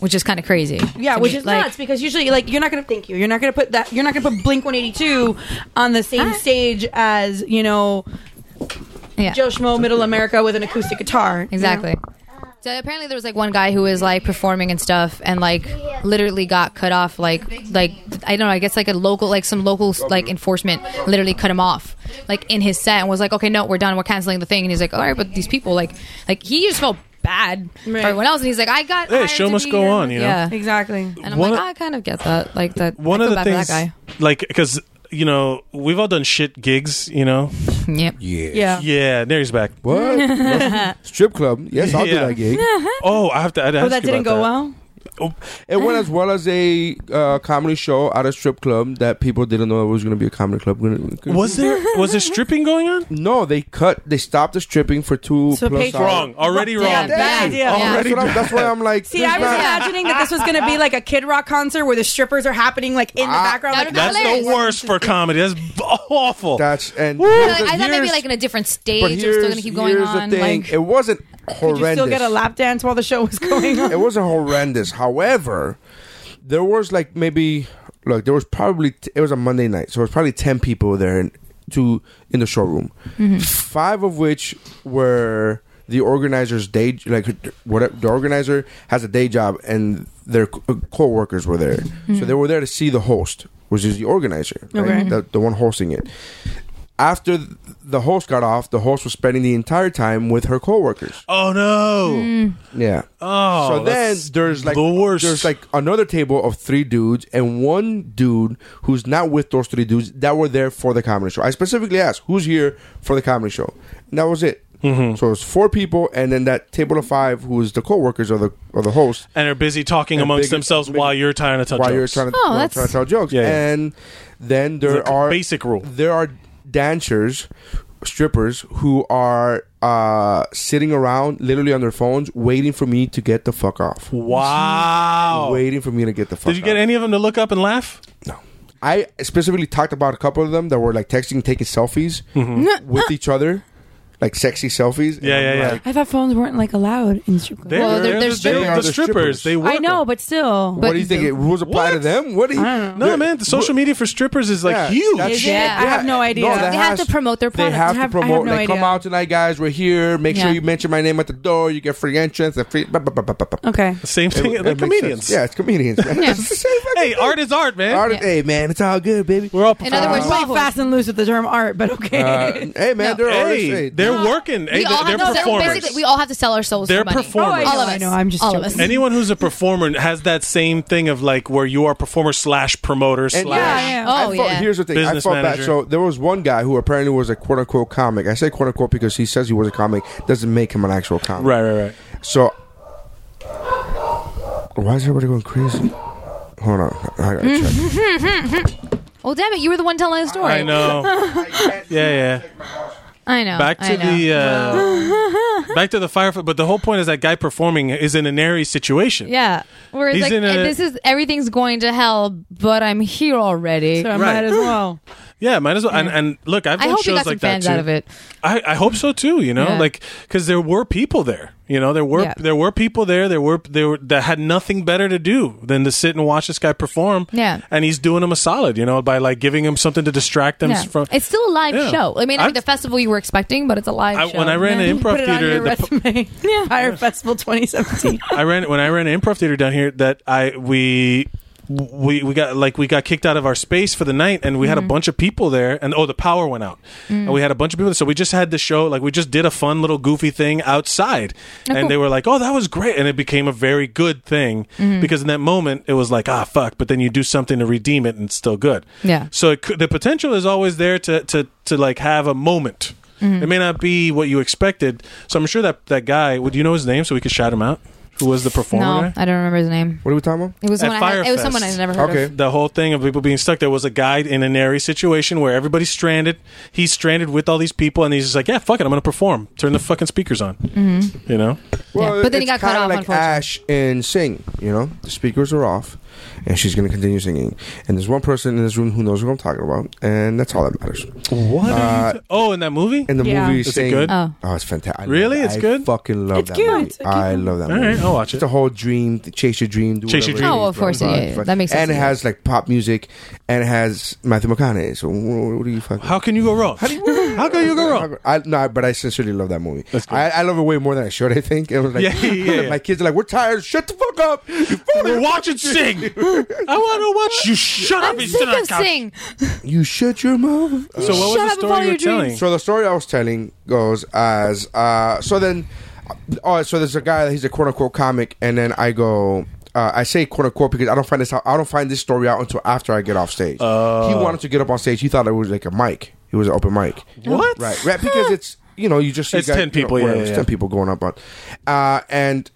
Speaker 3: which is kind of crazy.
Speaker 7: Yeah,
Speaker 3: to
Speaker 7: which
Speaker 3: me.
Speaker 7: is nuts because usually, like, you're not gonna thank you. You're not gonna put that. You're not gonna put Blink 182 on the same
Speaker 3: Hi.
Speaker 7: stage as you know
Speaker 3: Yeah,
Speaker 7: Joe Schmo, Middle America with an acoustic guitar. you know?
Speaker 3: exactly. So apparently there was like one guy who was like performing and stuff, and like literally got cut off. Like, like I don't know. I guess like a local, like some local like enforcement literally cut him off, like in his set, and was like, okay, no, we're done. We're canceling the thing. And he's like, all right, but these people, like, like he just felt bad for everyone else, and he's like, I got.
Speaker 4: Hey,
Speaker 3: hired
Speaker 4: show
Speaker 3: to
Speaker 4: must
Speaker 3: be
Speaker 4: go
Speaker 3: here.
Speaker 4: on, you know?
Speaker 3: Yeah.
Speaker 7: Exactly.
Speaker 3: And I'm
Speaker 4: One
Speaker 3: like, "Ah,
Speaker 4: of-
Speaker 3: I kind of get that. Like that.
Speaker 4: one
Speaker 3: I feel
Speaker 4: of the
Speaker 3: bad
Speaker 4: things
Speaker 3: for that
Speaker 4: like because you know we've all done shit gigs you know
Speaker 3: guy. Yep.
Speaker 7: Yeah.
Speaker 4: yeah nary's back
Speaker 2: What? Strip club? Yes, I'll do
Speaker 4: Yeah.
Speaker 2: that gig.
Speaker 4: oh i have to I'd ask
Speaker 7: Oh, that
Speaker 4: you
Speaker 7: didn't
Speaker 4: about
Speaker 7: go
Speaker 4: that. Oh,
Speaker 7: well.
Speaker 2: It went as well as a uh, comedy show at a strip club that people didn't know it was going to be a comedy club.
Speaker 4: was there was there stripping going on
Speaker 2: No, they cut. They stopped the stripping for two
Speaker 7: So
Speaker 2: plus
Speaker 7: Patreon-
Speaker 2: hours.
Speaker 4: wrong already
Speaker 3: Yeah,
Speaker 4: wrong
Speaker 3: bad
Speaker 2: Hey,
Speaker 3: idea.
Speaker 2: That's,
Speaker 4: Already
Speaker 2: what I'm,
Speaker 4: bad.
Speaker 2: that's why I'm like.
Speaker 7: See,
Speaker 2: there's
Speaker 7: I was
Speaker 2: not-
Speaker 7: imagining that this was gonna be like a Kid Rock concert where the strippers are happening like in the
Speaker 2: Ah.
Speaker 7: background.
Speaker 3: That
Speaker 7: like,
Speaker 3: would've been
Speaker 4: that's the
Speaker 3: Hilarious.
Speaker 4: worst for comedy that's awful
Speaker 2: That's and
Speaker 3: I
Speaker 2: here's
Speaker 3: thought-
Speaker 2: the-
Speaker 3: I thought maybe
Speaker 2: here's-
Speaker 3: like in a different
Speaker 2: but
Speaker 3: stage. They're
Speaker 2: here's,
Speaker 3: still gonna keep going
Speaker 2: here's
Speaker 3: on.
Speaker 2: the thing.
Speaker 3: Like,
Speaker 2: it wasn't
Speaker 7: Did
Speaker 2: horrendous.
Speaker 7: you still get a lap dance while the show was going on?
Speaker 2: it wasn't horrendous. However, there was like maybe look, there was probably it was a Monday night, so it was probably ten people there in to in the showroom. Five of which were the organizer's day, like whatever the organizer has a day job, and their co- uh, co-workers were there, so they were there to see the host, which is the organizer, right? the, the one hosting it. After th- the host got off, the host was spending the entire time with her coworkers.
Speaker 4: oh no
Speaker 3: Mm.
Speaker 2: Yeah.
Speaker 4: Oh,
Speaker 2: So then
Speaker 4: that's
Speaker 2: there's like
Speaker 4: the worst.
Speaker 2: there's like another table of three dudes and one dude who's not with those three dudes that were there for the comedy show. I specifically asked who's here for the comedy show, and that was it.
Speaker 4: Mm-hmm.
Speaker 2: So it was four people, and then that table of five who is the co-workers or the or the host
Speaker 4: and are busy talking
Speaker 2: And
Speaker 4: amongst
Speaker 2: big-
Speaker 4: themselves
Speaker 2: big-
Speaker 4: while you're trying to tell
Speaker 2: while
Speaker 4: jokes.
Speaker 2: you're trying to,
Speaker 3: Oh,
Speaker 2: while
Speaker 3: that's-
Speaker 2: trying to tell jokes.
Speaker 4: Yeah, yeah.
Speaker 2: And then there
Speaker 4: The
Speaker 2: are
Speaker 4: basic rule.
Speaker 2: There are dancers, strippers who are uh, sitting around literally on their phones waiting for me to get the fuck off.
Speaker 4: wow.
Speaker 2: Waiting for me to get the fuck.
Speaker 4: Oh. Did you get
Speaker 2: off.
Speaker 4: any of them to look up and laugh?
Speaker 2: I specifically talked about a couple of them that were like texting, taking selfies with each other, like sexy selfies. And
Speaker 4: Mm-hmm. Yeah,
Speaker 2: I'm
Speaker 4: yeah, yeah.
Speaker 2: like,
Speaker 7: I thought phones weren't like allowed in strip clubs.
Speaker 4: They're,
Speaker 3: Well, they're- they're
Speaker 4: the- they-
Speaker 2: They are
Speaker 4: the
Speaker 2: the
Speaker 4: strippers.
Speaker 2: strippers.
Speaker 4: They work
Speaker 7: I know, but still.
Speaker 2: what do you think? It rules apply to
Speaker 4: What?
Speaker 2: them? What do you?
Speaker 4: them. No, man. The social media for strippers is like
Speaker 2: Yeah,
Speaker 4: huge.
Speaker 2: that's-
Speaker 3: Is it? Yeah.
Speaker 7: I have no idea.
Speaker 2: that
Speaker 3: They have to promote their
Speaker 2: They
Speaker 3: product.
Speaker 2: have
Speaker 7: I
Speaker 2: to
Speaker 7: have- I have
Speaker 2: promote.
Speaker 7: no
Speaker 2: like, come
Speaker 7: idea.
Speaker 2: out tonight, guys. We're here. Make sure
Speaker 3: Yeah.
Speaker 2: you mention my name at the door. You get free entrance. And free. Bah, bah, bah, bah, bah, bah.
Speaker 7: okay.
Speaker 4: Same
Speaker 2: It-
Speaker 4: thing.
Speaker 2: it
Speaker 4: like
Speaker 2: makes
Speaker 4: comedians.
Speaker 2: sense. Yeah, it's comedians. Man. It's the same fucking
Speaker 4: Hey,
Speaker 2: thing.
Speaker 4: art is art, man.
Speaker 2: Art-
Speaker 3: Yeah.
Speaker 2: Hey, man, it's all good, baby.
Speaker 4: We're all
Speaker 3: in other words,
Speaker 7: We're playing
Speaker 3: Bravo.
Speaker 7: fast and loose with the term art, but okay.
Speaker 2: Uh, hey, man, they're artists.
Speaker 4: Hey, they're working. Hey,
Speaker 3: we all
Speaker 4: they're,
Speaker 3: have to
Speaker 4: they're
Speaker 3: sell, basically we
Speaker 4: performers.
Speaker 3: all have to sell our souls.
Speaker 4: They're
Speaker 3: for money.
Speaker 4: performers. Oh, I
Speaker 3: all
Speaker 7: know,
Speaker 3: of us.
Speaker 7: I know, I'm just
Speaker 3: all of
Speaker 7: joking.
Speaker 3: us.
Speaker 4: Anyone who's a performer has that same thing of like where you are performer slash promoter
Speaker 2: And-
Speaker 4: slash.
Speaker 3: yeah.
Speaker 2: I
Speaker 3: Oh,
Speaker 2: felt-
Speaker 3: yeah.
Speaker 2: Here's the thing. I
Speaker 4: Business
Speaker 2: felt bad.
Speaker 4: manager.
Speaker 2: So there was one guy who apparently was a quote unquote comic. I say quote unquote because he says he was a comic. Doesn't make him an actual comic.
Speaker 4: Right, right, right.
Speaker 2: So why is everybody going crazy? Hold on. I gotta
Speaker 3: Mm-hmm.
Speaker 2: check.
Speaker 3: Oh damn it! You were the one telling the story.
Speaker 4: I know. yeah, yeah.
Speaker 3: I know.
Speaker 4: back to
Speaker 3: I know.
Speaker 4: the uh, back to the firefight. But the whole point is that guy performing is in an airy situation.
Speaker 3: Yeah. Where it's
Speaker 4: He's
Speaker 3: like
Speaker 4: in a-
Speaker 3: this is everything's going to hell, but I'm here already.
Speaker 7: so I
Speaker 4: Right.
Speaker 7: might as well.
Speaker 4: yeah, might as well. And, and look, I've
Speaker 3: I
Speaker 4: done
Speaker 3: hope you
Speaker 4: shows
Speaker 3: got some
Speaker 4: like that
Speaker 3: fans
Speaker 4: too.
Speaker 3: out of it.
Speaker 4: I, I hope so too. You know,
Speaker 3: Yeah.
Speaker 4: like because there were people there. You know, there were
Speaker 3: Yeah.
Speaker 4: there were people there. There were there were, that had nothing better to do than to sit and watch this guy perform.
Speaker 3: Yeah.
Speaker 4: and he's doing them a solid. You know, by like giving him something to distract them
Speaker 3: Yeah.
Speaker 4: from.
Speaker 3: It's still a live
Speaker 4: Yeah.
Speaker 3: show. I mean, I
Speaker 4: I've-
Speaker 3: mean, the festival you were expecting, but it's a live
Speaker 4: I,
Speaker 3: show.
Speaker 4: when I ran
Speaker 3: Yeah.
Speaker 4: an improv
Speaker 7: Put it on
Speaker 4: theater,
Speaker 7: your
Speaker 4: the,
Speaker 7: resume. Fire Festival 2017.
Speaker 4: I ran when I ran an improv theater down here that I we we we got like we got kicked out of our space for the night and we had a bunch of people there and oh the power went out and we had a bunch of people so we just had the show like we just did a fun little goofy thing outside and they were like oh that was great and it became a very good thing because in that moment it was like ah fuck but then you do something to redeem it and it's still good
Speaker 3: Yeah.
Speaker 4: so it could, the potential is always there to to to like have a moment
Speaker 3: Mm-hmm.
Speaker 4: it may not be what you expected so I'm sure that that guy would you know his name so we could shout him out who was the performer
Speaker 3: No,
Speaker 4: there?
Speaker 3: I don't remember his name.
Speaker 2: What are we talking about?
Speaker 3: It was
Speaker 4: At
Speaker 3: someone. I had, it was
Speaker 4: Firefest.
Speaker 3: someone I never heard
Speaker 2: Okay.
Speaker 3: of.
Speaker 4: the whole thing of people being stuck. There was a guy in an airy situation where everybody's stranded. He's stranded with all these people, and he's just like, "Yeah, fuck it, I'm gonna perform. Turn the fucking speakers on." Mm-hmm. You know,
Speaker 2: Well,
Speaker 3: Yeah, but then he
Speaker 2: it's
Speaker 3: got cut
Speaker 2: kinda
Speaker 3: off,
Speaker 2: Like
Speaker 3: unfortunately.
Speaker 2: Ash and Sing, you know, the speakers are off, and she's going to continue singing. And there's one person in this room who knows what I'm talking about, and that's all that matters.
Speaker 4: what? oh, in that movie.
Speaker 2: And the
Speaker 7: Yeah.
Speaker 2: movie
Speaker 4: Is it
Speaker 2: Sing,
Speaker 4: good?
Speaker 3: Oh.
Speaker 2: it's fantastic.
Speaker 4: Really? It's good?
Speaker 2: Fucking love
Speaker 7: It's
Speaker 2: that
Speaker 7: cute.
Speaker 2: movie.
Speaker 7: It's a cute
Speaker 2: I love that
Speaker 4: All
Speaker 2: movie.
Speaker 4: right, I'll
Speaker 2: It's
Speaker 4: watch it.
Speaker 2: the whole dream, chase your dream, do
Speaker 4: Chase your
Speaker 2: whatever it
Speaker 3: dream.
Speaker 2: is,
Speaker 3: Oh, of course,
Speaker 2: blah, blah,
Speaker 3: yeah, yeah,
Speaker 2: blah.
Speaker 3: that makes
Speaker 2: And
Speaker 3: sense,
Speaker 2: it
Speaker 3: yeah.
Speaker 2: has like pop music, and it has Matthew McConaughey. So what, what do you fucking?
Speaker 4: How can you go wrong? How, can you go wrong?
Speaker 2: I no, but I sincerely love that movie.
Speaker 4: That's good.
Speaker 2: I, I love it way more than I should. I think. It was like,
Speaker 4: Yeah, yeah, yeah.
Speaker 2: my kids are like, "We're tired. Shut the fuck up." You phony."
Speaker 4: We're watching Sing. I want to watch you. Shut up
Speaker 3: I'm
Speaker 4: and sit
Speaker 3: sick
Speaker 4: on
Speaker 3: of
Speaker 4: the couch.
Speaker 3: sing.
Speaker 2: You shut your mouth.
Speaker 3: Shut
Speaker 4: So what
Speaker 3: up
Speaker 4: was the
Speaker 3: and
Speaker 4: story
Speaker 3: follow
Speaker 4: you were
Speaker 3: your dreams.
Speaker 4: telling?
Speaker 2: So the story I was telling goes as uh, so then, oh, so there's a guy that he's a quote unquote comic, and then I go. Uh, I say "quote unquote" because I don't find this out. I don't find this story out until after I get off stage.
Speaker 4: Oh.
Speaker 2: he wanted to get up on stage. He thought it was like a mic. It was an open mic.
Speaker 4: What?
Speaker 2: Right, right. Because it's you know you just you
Speaker 4: It's 10
Speaker 2: you know,
Speaker 4: people, yeah,
Speaker 2: whatever,
Speaker 4: yeah,
Speaker 2: it's
Speaker 4: yeah.
Speaker 2: ten people going up on, uh, and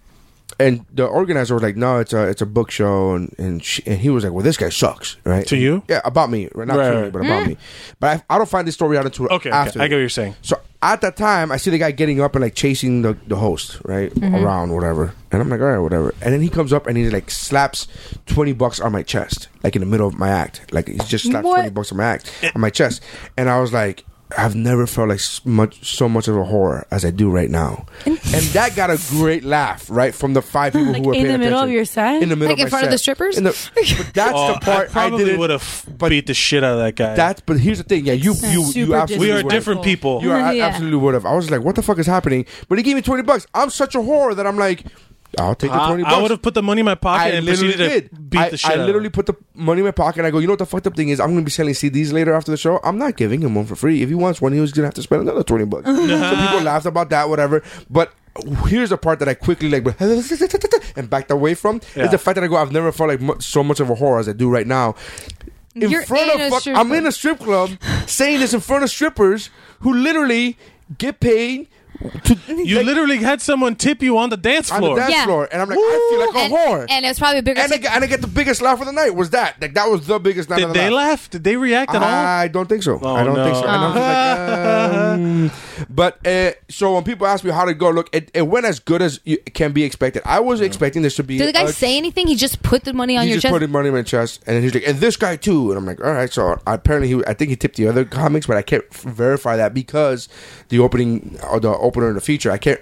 Speaker 2: and the organizer was like, no, it's a it's a book show, and and, she, and he was like, well, this guy sucks, right?
Speaker 4: To you?
Speaker 2: yeah, about me, right? Not
Speaker 4: Right,
Speaker 2: to me,
Speaker 4: right.
Speaker 2: but about me. But I, I don't find this story out until
Speaker 4: Okay, okay,
Speaker 2: after
Speaker 4: I get
Speaker 2: that.
Speaker 4: what you're saying.
Speaker 2: So at that time, I see the guy getting up and like chasing the, the host, right? Around, whatever. And I'm like, all right, whatever. And then he comes up and he like slaps 20 bucks on my chest, like in the middle of my act. Like he just slapped 20 bucks on my act, on my chest. And I was like, I've never felt like s- much, so much of a horror as I do right now, and that got a great laugh, right, from the five people who were
Speaker 7: in
Speaker 2: paying
Speaker 7: the middle of
Speaker 2: attention.
Speaker 7: your set?
Speaker 2: in the middle
Speaker 3: Like
Speaker 2: of
Speaker 3: in
Speaker 2: my
Speaker 3: front of
Speaker 2: set.
Speaker 3: the strippers?
Speaker 2: In the- but that's
Speaker 4: Oh,
Speaker 2: the part
Speaker 4: I probably
Speaker 2: didn't-
Speaker 4: would have beat the shit out of that guy.
Speaker 2: That's but here's the thing, yeah, you you you absolutely
Speaker 4: we are
Speaker 2: would've.
Speaker 4: different people.
Speaker 2: You are,
Speaker 3: Yeah.
Speaker 2: absolutely would have. I was like, what the fuck is happening? But he gave me 20 bucks. I'm such a whore that I'm like, I'll take the
Speaker 4: I,
Speaker 2: 20 bucks.
Speaker 4: would have put the money in my pocket
Speaker 2: I
Speaker 4: and
Speaker 2: literally
Speaker 4: proceeded
Speaker 2: did.
Speaker 4: to beat
Speaker 2: I,
Speaker 4: the shit
Speaker 2: I
Speaker 4: out of
Speaker 2: literally
Speaker 4: him.
Speaker 2: put the money in my pocket and I go, you know what the fucked up thing is? I'm going to be selling CDs later after the show. I'm not giving him one for free. If he wants one, he was going to have to spend another 20 bucks. so people laughed about that, whatever. But here's the part that I quickly like and backed away from
Speaker 4: Yeah.
Speaker 2: is the fact that I go, I've never felt like mu- so much of a whore as I do right now. In
Speaker 3: You're
Speaker 2: front
Speaker 3: in a
Speaker 2: of fuck,
Speaker 3: strip
Speaker 2: I'm
Speaker 3: club.
Speaker 2: in a strip club saying this in front of strippers who literally get paid to
Speaker 4: You literally had someone tip you on the dance
Speaker 2: on
Speaker 4: floor.
Speaker 2: the dance
Speaker 3: Yeah.
Speaker 2: floor, and I'm like, I feel like a
Speaker 3: and,
Speaker 2: whore.
Speaker 3: and it's probably a bigger.
Speaker 2: And I,
Speaker 3: Ticket.
Speaker 2: got- and I get the biggest laugh of the night was that. Like that was the biggest laugh
Speaker 4: Did
Speaker 2: of the
Speaker 4: they
Speaker 2: night.
Speaker 4: laugh? Did they react at all?
Speaker 2: I don't think so.
Speaker 4: Oh,
Speaker 2: I don't think so.
Speaker 4: no.
Speaker 2: And I'm
Speaker 3: Oh.
Speaker 2: just like, um, but uh, so when people ask me how to go, look, it, it went as good as you, it can be expected. I was expecting this to be.
Speaker 3: Did the guy
Speaker 2: a-
Speaker 3: say anything? He just put the money on
Speaker 2: he
Speaker 3: your
Speaker 2: just
Speaker 3: chest.
Speaker 2: put his money in my chest, and he's like, "And this guy too." And I'm like, "All right." So apparently, he I think he tipped the other comics, but I can't f- verify that because the opening or the opener and the feature, I can't.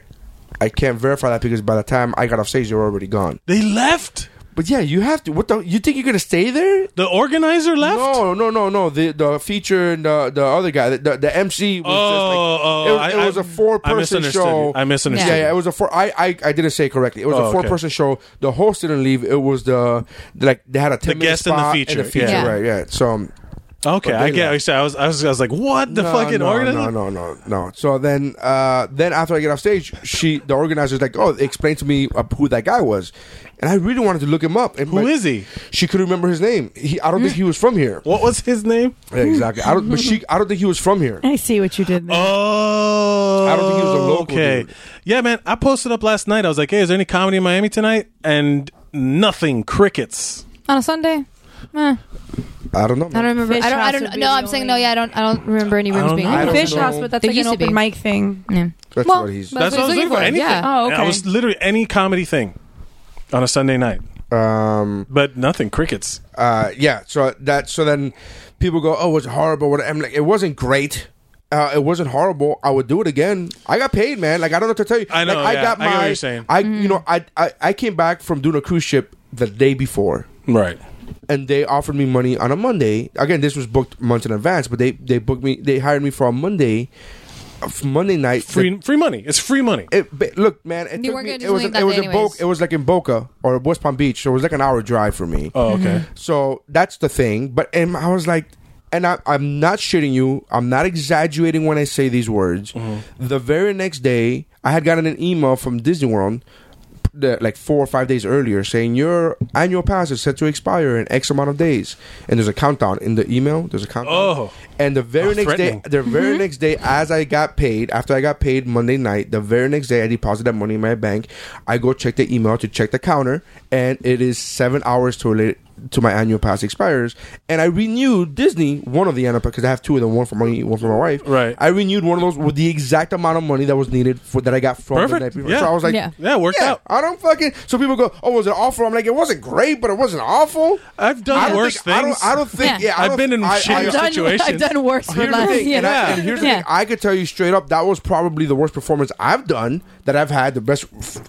Speaker 2: I can't verify that because by the time I got off stage, they were already gone.
Speaker 4: They left.
Speaker 2: But yeah, you have to. What the? You think you're gonna stay there?
Speaker 4: The organizer left.
Speaker 2: No, no, no, no. The the feature and the the other guy, the the, the MC was
Speaker 4: Oh,
Speaker 2: just
Speaker 4: oh,
Speaker 2: like it was,
Speaker 4: I-
Speaker 2: it was
Speaker 4: I-
Speaker 2: a four
Speaker 4: I
Speaker 2: person
Speaker 4: misunderstood
Speaker 2: show.
Speaker 4: you. I misunderstood
Speaker 2: Yeah,
Speaker 4: you.
Speaker 2: yeah, it was a four. I I, I didn't say it correctly. It was
Speaker 4: Oh,
Speaker 2: a
Speaker 4: okay.
Speaker 2: four person show. The host didn't leave. It was the like they had a ten minute
Speaker 4: guest and the
Speaker 2: spot
Speaker 4: feature,
Speaker 2: the feature,
Speaker 3: yeah.
Speaker 2: right? Yeah. So um,
Speaker 4: Okay,
Speaker 2: But they
Speaker 4: I get. what you're saying. I was, I was, I was like, what the
Speaker 2: no,
Speaker 4: fucking
Speaker 2: no,
Speaker 4: organizer?
Speaker 2: No, no, no, no. So then, uh, then after I get off stage, she the organizer's like, oh, explain to me uh, who that guy was, and I really wanted to look him up. And
Speaker 4: Who is he?
Speaker 2: She couldn't remember his name. He, I don't think he was from here.
Speaker 4: What was his name?
Speaker 2: Yeah, exactly. I don't. But she. I don't think he was from here.
Speaker 7: I see what you did there.
Speaker 4: Oh,
Speaker 2: I don't think he was a local
Speaker 4: Okay,
Speaker 2: dude.
Speaker 4: yeah, man. I posted up last night. I was like, hey, is there any comedy in Miami tonight? And nothing. Crickets.
Speaker 3: on a Sunday. Eh,
Speaker 2: I don't know. Man.
Speaker 3: I don't remember.
Speaker 7: Fish
Speaker 3: I don't. I
Speaker 7: house
Speaker 3: don't.
Speaker 7: would be
Speaker 3: No,
Speaker 7: the
Speaker 3: I'm saying no.
Speaker 7: only-
Speaker 3: Yeah, I don't. I don't remember any
Speaker 4: I
Speaker 3: rooms
Speaker 4: don't
Speaker 3: being.
Speaker 4: know.
Speaker 2: I
Speaker 3: open.
Speaker 2: don't
Speaker 7: Fish
Speaker 2: know.
Speaker 7: house, but that's
Speaker 3: There
Speaker 7: like
Speaker 3: used
Speaker 7: an
Speaker 3: to be.
Speaker 7: open mic thing.
Speaker 3: Yeah.
Speaker 2: That's
Speaker 3: Well,
Speaker 2: what he's.
Speaker 3: but- That's what I was looking for,
Speaker 4: Anything.
Speaker 3: yeah.
Speaker 7: Oh, okay.
Speaker 4: I was literally any comedy thing on a Sunday night,
Speaker 2: Um.
Speaker 4: but nothing. Crickets.
Speaker 2: Uh. Yeah. So that. So then, people go, "Oh, it's horrible." What I'm like, it wasn't great. Uh, it wasn't horrible. I would do it again. I got paid, man. Like I don't know what to tell you.
Speaker 4: I know,
Speaker 2: Like,
Speaker 4: yeah.
Speaker 2: I got
Speaker 4: I
Speaker 2: my.
Speaker 4: get what you're saying.
Speaker 2: I-
Speaker 3: Mm-hmm.
Speaker 2: You know. I, I. I came back from doing a cruise ship the day before.
Speaker 4: Right.
Speaker 2: and they offered me money on a Monday. Again, this was booked months in advance, but they they booked me. They hired me for a Monday of Monday night.
Speaker 4: Free, free money. It's free money.
Speaker 2: It, but look, man, it,
Speaker 3: You
Speaker 2: took
Speaker 3: weren't
Speaker 2: me,
Speaker 3: gonna
Speaker 2: it
Speaker 3: just
Speaker 2: was
Speaker 3: leave
Speaker 2: in-
Speaker 3: that
Speaker 2: it was
Speaker 3: day
Speaker 2: in Boca.
Speaker 3: anyways.
Speaker 2: It was like in Boca or West Palm Beach, so it was like an hour drive for me.
Speaker 4: oh, okay.
Speaker 3: Mm-hmm.
Speaker 2: So that's the thing. But and I was like, and I, I'm not shitting you. I'm not exaggerating when I say these words.
Speaker 4: Mm-hmm.
Speaker 2: The very next day, I had gotten an email from Disney World. The, like four or five days earlier, saying your annual pass is set to expire in X amount of days, and there's a countdown in the email. There's a countdown.
Speaker 4: Oh.
Speaker 2: and the very
Speaker 4: Oh,
Speaker 2: next day,
Speaker 4: threatening.
Speaker 2: the very
Speaker 3: Mm-hmm.
Speaker 2: next day, as I got paid, after I got paid Monday night, the very next day I deposited that money in my bank. I go check the email to check the counter, and it is seven hours to relate to my annual pass expires. And I renewed Disney one of the annual because I have two of them, one for money, one for my wife.
Speaker 4: Right.
Speaker 2: I renewed one of those with the exact amount of money that was needed for that I got from
Speaker 4: Perfect.
Speaker 2: the night before.
Speaker 4: Yeah.
Speaker 2: So I was like,
Speaker 3: Yeah.
Speaker 4: Yeah, it worked out.
Speaker 2: I don't fucking. So people go, "Oh, was it awful?" I'm like, "It wasn't great, but it wasn't awful."
Speaker 4: I've done
Speaker 2: I don't
Speaker 4: worse
Speaker 2: think, I
Speaker 4: things.
Speaker 2: don't, I don't think.
Speaker 3: Yeah.
Speaker 2: Yeah, I
Speaker 4: I've
Speaker 2: don't-
Speaker 4: been in
Speaker 2: I- I-
Speaker 4: shitty I've done- situations. I've done
Speaker 3: worse
Speaker 2: Here's the thing, and I, and here's the
Speaker 3: Yeah.
Speaker 2: thing. I could tell you straight up that was probably the worst performance I've done that I've had. The best,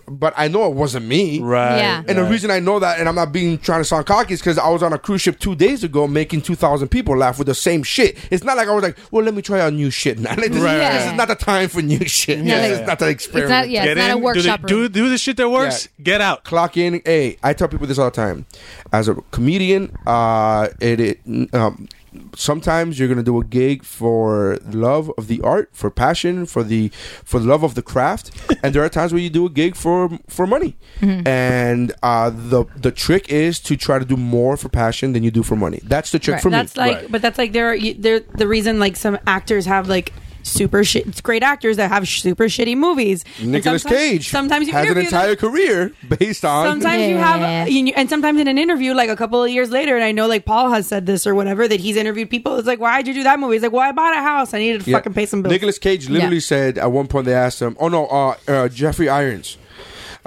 Speaker 2: but I know it wasn't me.
Speaker 4: Right.
Speaker 3: Yeah.
Speaker 2: And the reason I know that, and I'm not being trying to sound cocky, is because I was on a cruise ship two days ago making two thousand people laugh with the same shit. It's not like I was like, well, let me try out new shit. Now. This,
Speaker 4: Right,
Speaker 3: right,
Speaker 2: this
Speaker 3: right.
Speaker 2: is not the time for new shit.
Speaker 3: Yeah.
Speaker 2: This is not the
Speaker 3: It's
Speaker 2: experiment.
Speaker 3: not, yeah, it's
Speaker 4: Get
Speaker 3: not a
Speaker 4: in, do, the,
Speaker 3: workshop
Speaker 4: do,
Speaker 3: room.
Speaker 4: do the shit that works,
Speaker 2: Yeah.
Speaker 4: get out.
Speaker 2: clock in. Hey, I tell people this all the time. As a comedian, uh, it, it um, sometimes you're gonna do a gig for love of the art, for passion, for the for the love of the craft, and there are times where you do a gig for for money.
Speaker 7: Mm-hmm.
Speaker 2: And uh, the the trick is to try to do more for passion than you do for money. That's the trick
Speaker 3: Right.
Speaker 2: for
Speaker 7: That's
Speaker 2: me.
Speaker 7: like,
Speaker 4: Right.
Speaker 7: but that's like there. Are, you- there, the reason like some actors have like super shit. It's great actors that have super shitty movies. And
Speaker 2: Nicolas
Speaker 7: sometimes-
Speaker 2: Cage
Speaker 7: Sometimes you
Speaker 2: has an
Speaker 7: interview them.
Speaker 2: entire career based on
Speaker 7: Sometimes you have, you- and sometimes in an interview, like a couple of years later, and I know like Paul has said this or whatever that he's interviewed people. It's like, why'd you do that movie? He's like, well, I bought a house. I needed to fucking pay some bills.
Speaker 2: Nicholas Cage literally said at one point they asked him, "Oh no, uh, uh, Jeffrey Irons."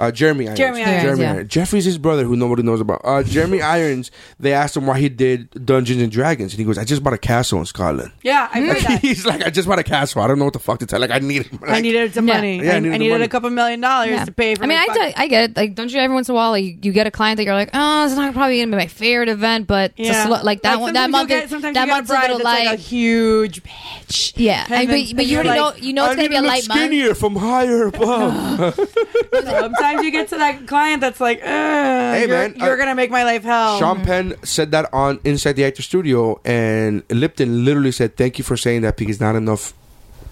Speaker 2: Uh, Jeremy Irons.
Speaker 7: Jeremy Irons,
Speaker 2: Jeremy
Speaker 3: yeah.
Speaker 2: Irons. Jeffrey's his brother, who nobody knows about. Uh, Jeremy Irons. They asked him why he did Dungeons and Dragons, and he goes, "I just bought a castle in Scotland."
Speaker 7: yeah, I heard that.
Speaker 2: He's like, "I just bought a castle. I don't know what the fuck to tell. Like, I need it. Like,
Speaker 7: I needed some
Speaker 3: Yeah.
Speaker 7: money.
Speaker 2: Yeah, I
Speaker 7: I, I
Speaker 2: needed
Speaker 7: needed,
Speaker 2: the money.
Speaker 7: a couple million dollars
Speaker 3: Yeah.
Speaker 7: to pay. For
Speaker 3: I mean,
Speaker 7: my
Speaker 3: I,
Speaker 7: fucking-
Speaker 3: do- I get it. Like, don't you every once in a while like, you get a client that you're like, oh, it's not probably gonna be my favorite event, but it's a
Speaker 7: Yeah.
Speaker 3: sl- like that one, that
Speaker 7: sometimes
Speaker 3: month,
Speaker 7: you'll
Speaker 3: it-
Speaker 7: get- sometimes
Speaker 3: that
Speaker 7: you get a
Speaker 3: month's a
Speaker 7: bride
Speaker 3: little
Speaker 7: that's like,
Speaker 3: light.
Speaker 7: a huge bitch.
Speaker 3: yeah,
Speaker 7: And
Speaker 3: and,
Speaker 7: then-
Speaker 3: but, but
Speaker 7: and
Speaker 3: you
Speaker 7: you're
Speaker 3: already know
Speaker 7: like,
Speaker 3: you know it's
Speaker 2: I
Speaker 3: gonna
Speaker 2: need
Speaker 3: be a
Speaker 2: to look
Speaker 3: light month.
Speaker 2: skinnier from higher above.
Speaker 7: Sometimes you get to that client that's like, hey you're,
Speaker 2: man,
Speaker 7: you're
Speaker 2: uh,
Speaker 7: gonna make my life hell.
Speaker 2: Sean Penn said that on Inside the Actor Studio, and Lipton literally said, "Thank you for saying that because not enough."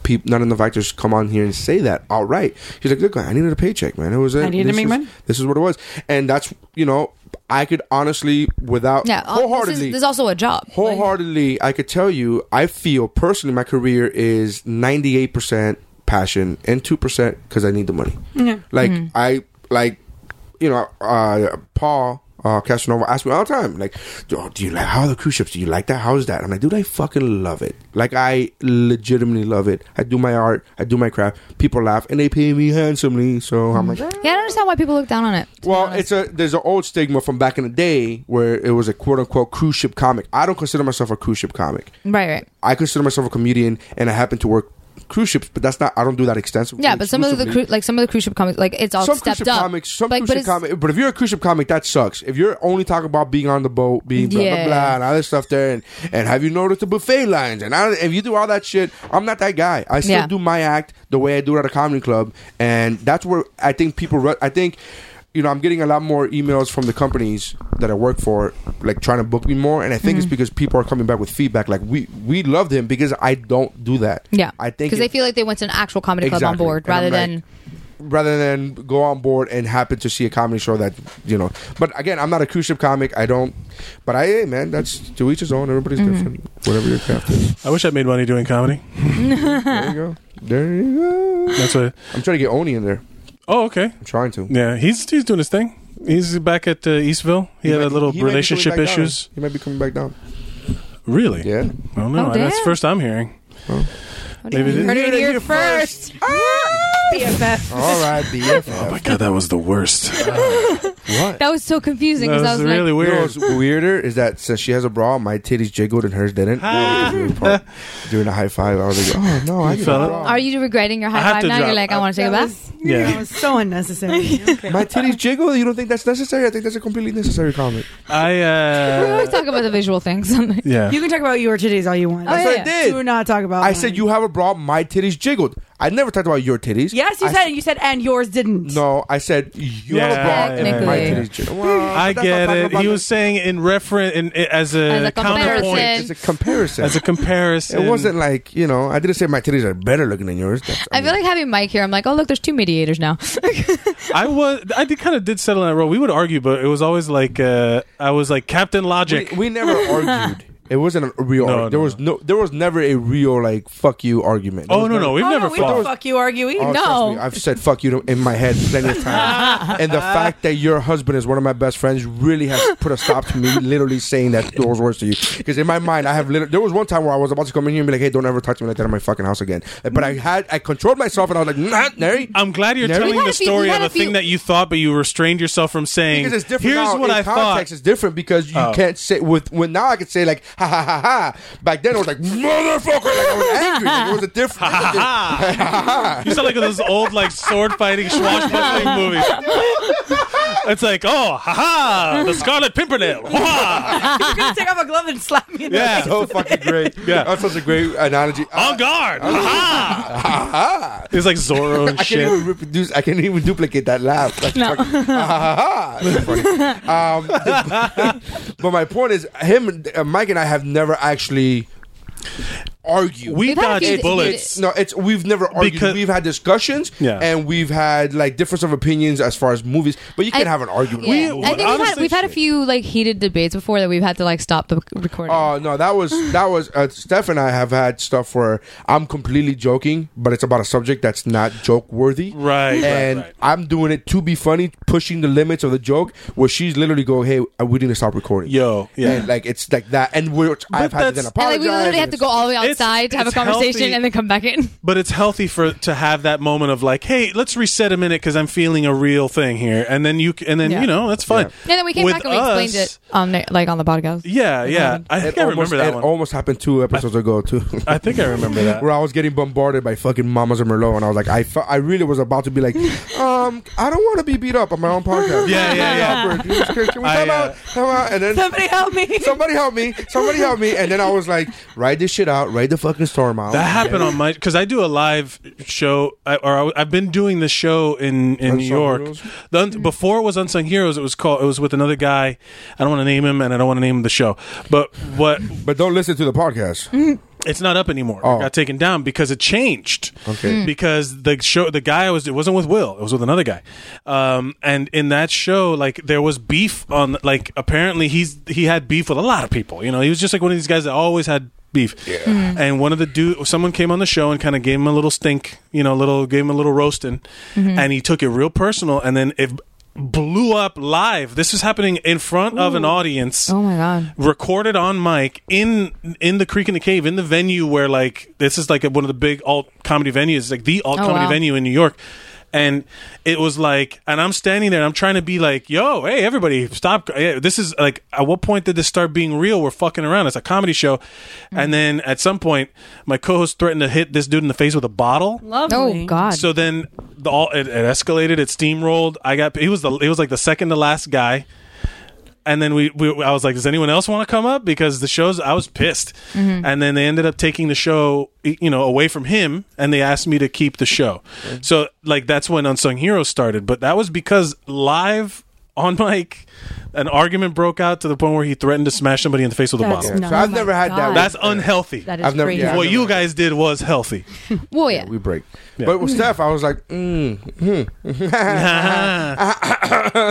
Speaker 2: peop not enough actors come on here and say that outright. He's like, look, I needed a paycheck, man. It was it.
Speaker 7: I needed to
Speaker 2: This
Speaker 7: make
Speaker 2: is-
Speaker 7: money."
Speaker 2: This is what it was, and that's you know, I could honestly, without
Speaker 3: Yeah, uh, this is,
Speaker 2: wholeheartedly,
Speaker 3: this is also a job.
Speaker 2: wholeheartedly, I could tell you, I feel personally, my career is ninety eight percent passion and two percent because I need the money. Like I like, you know, uh, Paul. Uh, Casanova asked me all the time, like, "Oh, do you like how are the cruise ships? Do you like that? How's that? I'm like, dude, I fucking love it. Like, I legitimately love it. I do my art, I do my craft. People laugh, and they pay me handsomely. So I'm like,
Speaker 3: Yeah, I don't understand why people look down on it. to be
Speaker 2: well, it's
Speaker 3: honest.
Speaker 2: a there's an old stigma from back in the day where it was a quote unquote cruise ship comic. I don't consider myself a cruise ship comic.
Speaker 3: right, right.
Speaker 2: I consider myself a comedian, and I happen to work cruise ships, but that's not. I don't do that extensively.
Speaker 3: Yeah, but some of the cru-
Speaker 2: exclusively.
Speaker 3: like some of the cruise ship comics, like it's all
Speaker 2: some cruise
Speaker 3: stepped
Speaker 2: ship
Speaker 3: up.
Speaker 2: comics, some
Speaker 3: like,
Speaker 2: cruise ship
Speaker 3: but it's-
Speaker 2: comic. But if you're a cruise ship comic, that sucks. If you're only talking about being on the boat, being blah blah
Speaker 3: Yeah.
Speaker 2: blah, and all this stuff there, and, and have you noticed the buffet lines? And I, if you do all that shit, I'm not that guy. I still
Speaker 3: Yeah.
Speaker 2: do my act the way I do it at a comedy club, and that's where I think people. Re- I think. You know, I'm getting a lot more emails from the companies that I work for, like trying to book me more, and I think
Speaker 3: Mm-hmm.
Speaker 2: it's because people are coming back with feedback. Like we we loved him because I don't do that.
Speaker 3: Yeah,
Speaker 2: I think
Speaker 3: because
Speaker 2: it-
Speaker 3: they feel like they went to an actual comedy club on
Speaker 2: Exactly.
Speaker 3: board
Speaker 2: And I'm
Speaker 3: rather
Speaker 2: like,
Speaker 3: than
Speaker 2: rather than go on board and happen to see a comedy show that you know. But again, I'm not a cruise ship comic. I don't. But I, hey, man, that's to each his own. Everybody's different. Whatever your craft is.
Speaker 4: I wish I made money doing comedy.
Speaker 2: There you go. There you go.
Speaker 4: That's what.
Speaker 2: I'm trying to get Oni in there.
Speaker 4: Oh, okay.
Speaker 2: I'm trying to.
Speaker 4: Yeah, he's he's doing his thing. He's back at uh, Eastville. He, had
Speaker 2: might
Speaker 4: a
Speaker 2: be-
Speaker 4: little
Speaker 2: he might be coming
Speaker 4: relationship
Speaker 2: back down.
Speaker 4: issues.
Speaker 2: He might be coming back down.
Speaker 4: Really?
Speaker 2: Yeah.
Speaker 4: I don't know.
Speaker 3: Oh,
Speaker 4: That's
Speaker 3: damn.
Speaker 4: first I'm hearing.
Speaker 3: damn.
Speaker 4: Maybe
Speaker 3: You
Speaker 4: they-
Speaker 3: heard it
Speaker 7: Heard it
Speaker 3: here
Speaker 7: here first.
Speaker 3: first.
Speaker 7: BFF.
Speaker 2: All right, BFF.
Speaker 12: Oh my god, that was the worst.
Speaker 2: What?
Speaker 3: That was so confusing because I was
Speaker 4: really
Speaker 3: like,
Speaker 2: You know
Speaker 4: weird.
Speaker 2: what's weirder is that since she has a bra, my titties jiggled and hers didn't. That was the weird part. During the high five, I was like, "Oh no, I didn't."
Speaker 4: fell out?
Speaker 3: "Are you regretting your
Speaker 4: I
Speaker 3: high
Speaker 4: have
Speaker 3: five
Speaker 4: to
Speaker 3: now?"
Speaker 4: drop-
Speaker 3: You're like, "I,
Speaker 4: I-
Speaker 3: want to take a
Speaker 7: That
Speaker 3: bath."
Speaker 7: was-
Speaker 4: Yeah.
Speaker 7: That was so unnecessary. Okay.
Speaker 2: My titties jiggle. You don't think that's necessary? I think that's a completely necessary comment.
Speaker 4: I
Speaker 3: we always
Speaker 4: uh
Speaker 3: talk about the visual things. yeah.
Speaker 4: yeah.
Speaker 7: You can talk about your titties all you want.
Speaker 3: Oh,
Speaker 2: That's
Speaker 3: yeah,
Speaker 2: what I did.
Speaker 7: Do not talk about.
Speaker 2: I
Speaker 7: mine.
Speaker 2: said you have a bra. My titties jiggled. I never talked about your titties.
Speaker 7: Yes, you
Speaker 2: I
Speaker 7: said.
Speaker 2: s-
Speaker 7: and you said, and yours didn't.
Speaker 2: No, I said you have a bra and my
Speaker 3: Technically.
Speaker 2: titties jiggled. Well,
Speaker 4: I
Speaker 2: that's not
Speaker 4: get
Speaker 2: talking
Speaker 4: it.
Speaker 2: about
Speaker 4: He
Speaker 2: the-
Speaker 4: was saying in reference in, as a,
Speaker 3: As a
Speaker 4: counterpoint,
Speaker 3: comparison.
Speaker 2: It's a comparison.
Speaker 4: as a comparison.
Speaker 2: it wasn't like you know. I didn't say my titties are better looking than yours. That's,
Speaker 3: I feel like having Mike here. I'm like, "Oh, look, there's two mediators now."
Speaker 4: I was. I did kind of did settle in that role. We would argue, but it was always like uh, I was like Captain Logic.
Speaker 2: we, we never argued. It wasn't a real.
Speaker 4: No,
Speaker 2: argument. there
Speaker 4: no,
Speaker 2: was no. There was never a real like fuck you argument. There
Speaker 4: oh
Speaker 2: was
Speaker 4: no,
Speaker 2: never-
Speaker 4: no, we've
Speaker 7: Oh,
Speaker 4: never
Speaker 7: no, we don't
Speaker 4: fought.
Speaker 7: fuck you argue either.
Speaker 2: Oh, trust
Speaker 3: No.
Speaker 2: me, I've said fuck you to- in my head plenty of times. and the fact that your husband is one of my best friends really has put a stop to me literally saying that those words to you. Because in my mind, I have literally, there was one time where I was about to come in here and be like, hey, don't ever talk to me like that in my fucking house again. But I had, I controlled myself and I was like, nah, Nary.
Speaker 4: I'm glad you're
Speaker 2: Never- We
Speaker 4: telling
Speaker 3: had
Speaker 4: the
Speaker 3: a few-
Speaker 4: story
Speaker 3: we had
Speaker 4: of a
Speaker 3: a few-
Speaker 4: thing that you thought, but you restrained yourself from saying.
Speaker 2: Because it's different.
Speaker 4: Here's
Speaker 2: now.
Speaker 4: what
Speaker 2: In
Speaker 4: I
Speaker 2: context,
Speaker 4: thought.
Speaker 2: It's different because you
Speaker 4: Oh.
Speaker 2: can't say with when now I could say like ha ha ha ha. Back then it was like motherfucker. Like I was angry. Like, it was a different.
Speaker 4: You sound like those old like sword fighting swashbuckling movies. It's like, oh, haha, the Scarlet Pimpernel. Wah!
Speaker 7: You're gonna take off a glove and slap me. In the
Speaker 4: Yeah,
Speaker 7: face.
Speaker 2: so fucking great.
Speaker 4: Yeah.
Speaker 2: that's such a great analogy.
Speaker 4: on guard. Haha. It's like Zorro and
Speaker 2: I can't
Speaker 4: shit.
Speaker 2: even reproduce. I can't even duplicate that laugh. That's fucking- ha, ha, ha. That's funny. Um, but my point is, him, uh, Mike, and I have never actually argued.
Speaker 4: We
Speaker 3: We've had a few-
Speaker 4: dodged bullets.
Speaker 2: no, it's we've never argued.
Speaker 4: Because-
Speaker 2: we've had discussions,
Speaker 4: Yeah.
Speaker 2: and we've had like difference of opinions as far as movies. But you
Speaker 3: I-
Speaker 2: can have an argument. about
Speaker 3: Yeah. I
Speaker 2: movies.
Speaker 3: think we've had,
Speaker 4: honestly-
Speaker 3: we've had a few like heated debates before that we've had to like stop the recording.
Speaker 2: Oh no, that was that was uh, Steph and I have had stuff where I'm completely joking, but it's about a subject that's not joke worthy.
Speaker 4: Right, right,
Speaker 2: And
Speaker 4: right.
Speaker 2: I'm doing it to be funny, pushing the limits of the joke, where she's literally going, "Hey, uh, we need to stop recording."
Speaker 4: Yo, yeah.
Speaker 2: And, like it's like that, and we're, I've had to then
Speaker 3: and
Speaker 4: that's-
Speaker 3: like
Speaker 2: apologize.
Speaker 3: we literally have to go all the way
Speaker 4: It's-
Speaker 3: outside to have a
Speaker 4: it's
Speaker 3: conversation
Speaker 4: healthy.
Speaker 3: and then come back in.
Speaker 4: but it's healthy for to have that moment of like, hey, let's reset a minute because I'm feeling a real thing here, and then you c- and then
Speaker 7: Yeah.
Speaker 4: you know that's fine.
Speaker 3: And then we came
Speaker 4: With
Speaker 3: back and we explained
Speaker 4: us-
Speaker 3: it on the- like on the podcast.
Speaker 4: Yeah, yeah. I think I
Speaker 2: almost,
Speaker 4: remember that
Speaker 2: Mm-hmm. it
Speaker 4: one.
Speaker 2: almost happened two episodes ago too.
Speaker 4: I think I remember that.
Speaker 2: where I was getting bombarded by fucking mamas and Merlot, and I was like, I, fe- I really was about to be like, um, I don't want to be beat up on my own podcast.
Speaker 4: Yeah, yeah, yeah.
Speaker 2: Awkward. You just- Can, can we
Speaker 4: I,
Speaker 2: time
Speaker 4: uh,
Speaker 2: out? Time out, and then
Speaker 7: Somebody help me.
Speaker 2: somebody help me, somebody help me, and then I was like, ride this shit out, ride the fucking storm out.
Speaker 4: That happened on my because I do a live show, I, or I, have been doing this show in in
Speaker 2: Unsung
Speaker 4: New York.
Speaker 2: Heroes?
Speaker 4: The un- before it was Unsung Heroes, it was called. It was with another guy. I don't want to name him, and I don't want to name the show. But what
Speaker 2: But don't listen to the podcast.
Speaker 4: Mm, It's not up anymore.
Speaker 2: Oh.
Speaker 4: It got taken down because it changed.
Speaker 2: Okay. Mm.
Speaker 4: Because the show, the guy I was, it wasn't with Will. It was with another guy. Um, and in that show, like there was beef on. Like apparently he's he had beef with a lot of people. You know, he was just like one of these guys that always had beef. Yeah.
Speaker 2: Hmm.
Speaker 4: And one of the dude, someone came on the show and kind of gave him a little stink. You know, a little gave him a little roasting, and he took it real personal. And then it blew up live. This is happening in front of an audience
Speaker 3: Oh my god.
Speaker 4: recorded on mic in in the creek in the cave in the venue where like this is like one of the big alt comedy venues like the alt
Speaker 3: Oh,
Speaker 4: comedy
Speaker 3: wow.
Speaker 4: venue in new york and it was like and i'm standing there and i'm trying to be like yo hey everybody stop Yeah, this is like at what point did this start being real we're fucking around it's a comedy show
Speaker 3: Mm.
Speaker 4: and then at some point my co-host threatened to hit this dude in the face with a bottle
Speaker 3: Oh god.
Speaker 4: so then the all it, it escalated, it steamrolled. I got he was the he was like the second to last guy. And then we, we I was like, does anyone else want to come up? Because the show's I was pissed.
Speaker 3: Mm-hmm.
Speaker 4: And then they ended up taking the show you know away from him and they asked me to keep the show.
Speaker 3: Mm-hmm.
Speaker 4: So like that's when Unsung Heroes started. But that was because live on mic an argument broke out to the point where he threatened to smash somebody in the face with a
Speaker 7: That's
Speaker 4: bottle.
Speaker 7: nuts.
Speaker 2: so I've never had that.
Speaker 3: God.
Speaker 4: That's unhealthy.
Speaker 3: that is
Speaker 2: I've never-
Speaker 3: crazy.
Speaker 2: yeah.
Speaker 4: what you guys did was healthy.
Speaker 3: Well, yeah.
Speaker 2: we break. But with Steph, I was like, mm,
Speaker 3: Uh-huh.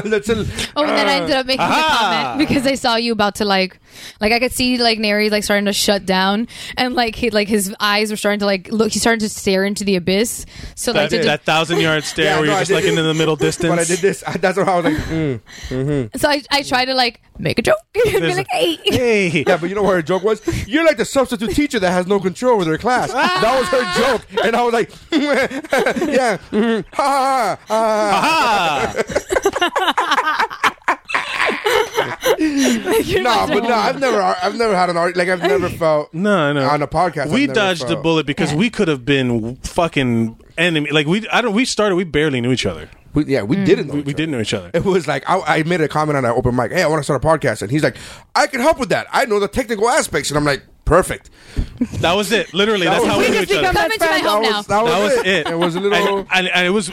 Speaker 2: mm. That's a,
Speaker 3: Oh, and then I ended up making a comment because I saw you about to like, like I could see like Neri like starting to shut down, and like he like his eyes were starting to like look. He started to stare into the abyss. So like
Speaker 4: That,
Speaker 3: to
Speaker 4: that thousand yard stare
Speaker 2: Yeah,
Speaker 4: where
Speaker 2: no,
Speaker 4: you're
Speaker 2: I
Speaker 4: just
Speaker 2: did
Speaker 4: like
Speaker 2: it.
Speaker 4: in the middle distance.
Speaker 2: But I did this. I, that's what I was like. Mm,
Speaker 3: So I, I try to like make a joke and be
Speaker 4: There's
Speaker 3: like, hey.
Speaker 4: a- Hey,
Speaker 2: Yeah, but you know what her joke was? You're like the substitute teacher that has no control over their class. That was her joke, and I was like, yeah, mhm, ha ha ha, ha.
Speaker 4: Ah!
Speaker 2: No, but no, I've never, I've never had an art. Like I've never felt
Speaker 4: No, no.
Speaker 2: on a podcast.
Speaker 4: we
Speaker 2: I've never
Speaker 4: dodged the
Speaker 2: felt-
Speaker 4: bullet because we could have been fucking enemy. Like we, I don't. We started. We barely knew each other.
Speaker 2: We, yeah, we didn't. Know
Speaker 4: Mm. We,
Speaker 2: each
Speaker 4: we
Speaker 2: other.
Speaker 4: didn't know each other.
Speaker 2: It was like I, I made a comment on an open mic. Hey, I want to start a podcast, and he's like, I can help with that. I know the technical aspects, and I'm like, perfect.
Speaker 4: That was it. Literally, that's
Speaker 2: was-
Speaker 4: how
Speaker 2: We
Speaker 4: we knew
Speaker 2: just
Speaker 4: each other.
Speaker 3: Come into my home
Speaker 2: that
Speaker 3: now.
Speaker 2: was that was,
Speaker 4: That was it.
Speaker 2: It was a little.
Speaker 4: and, and, and it was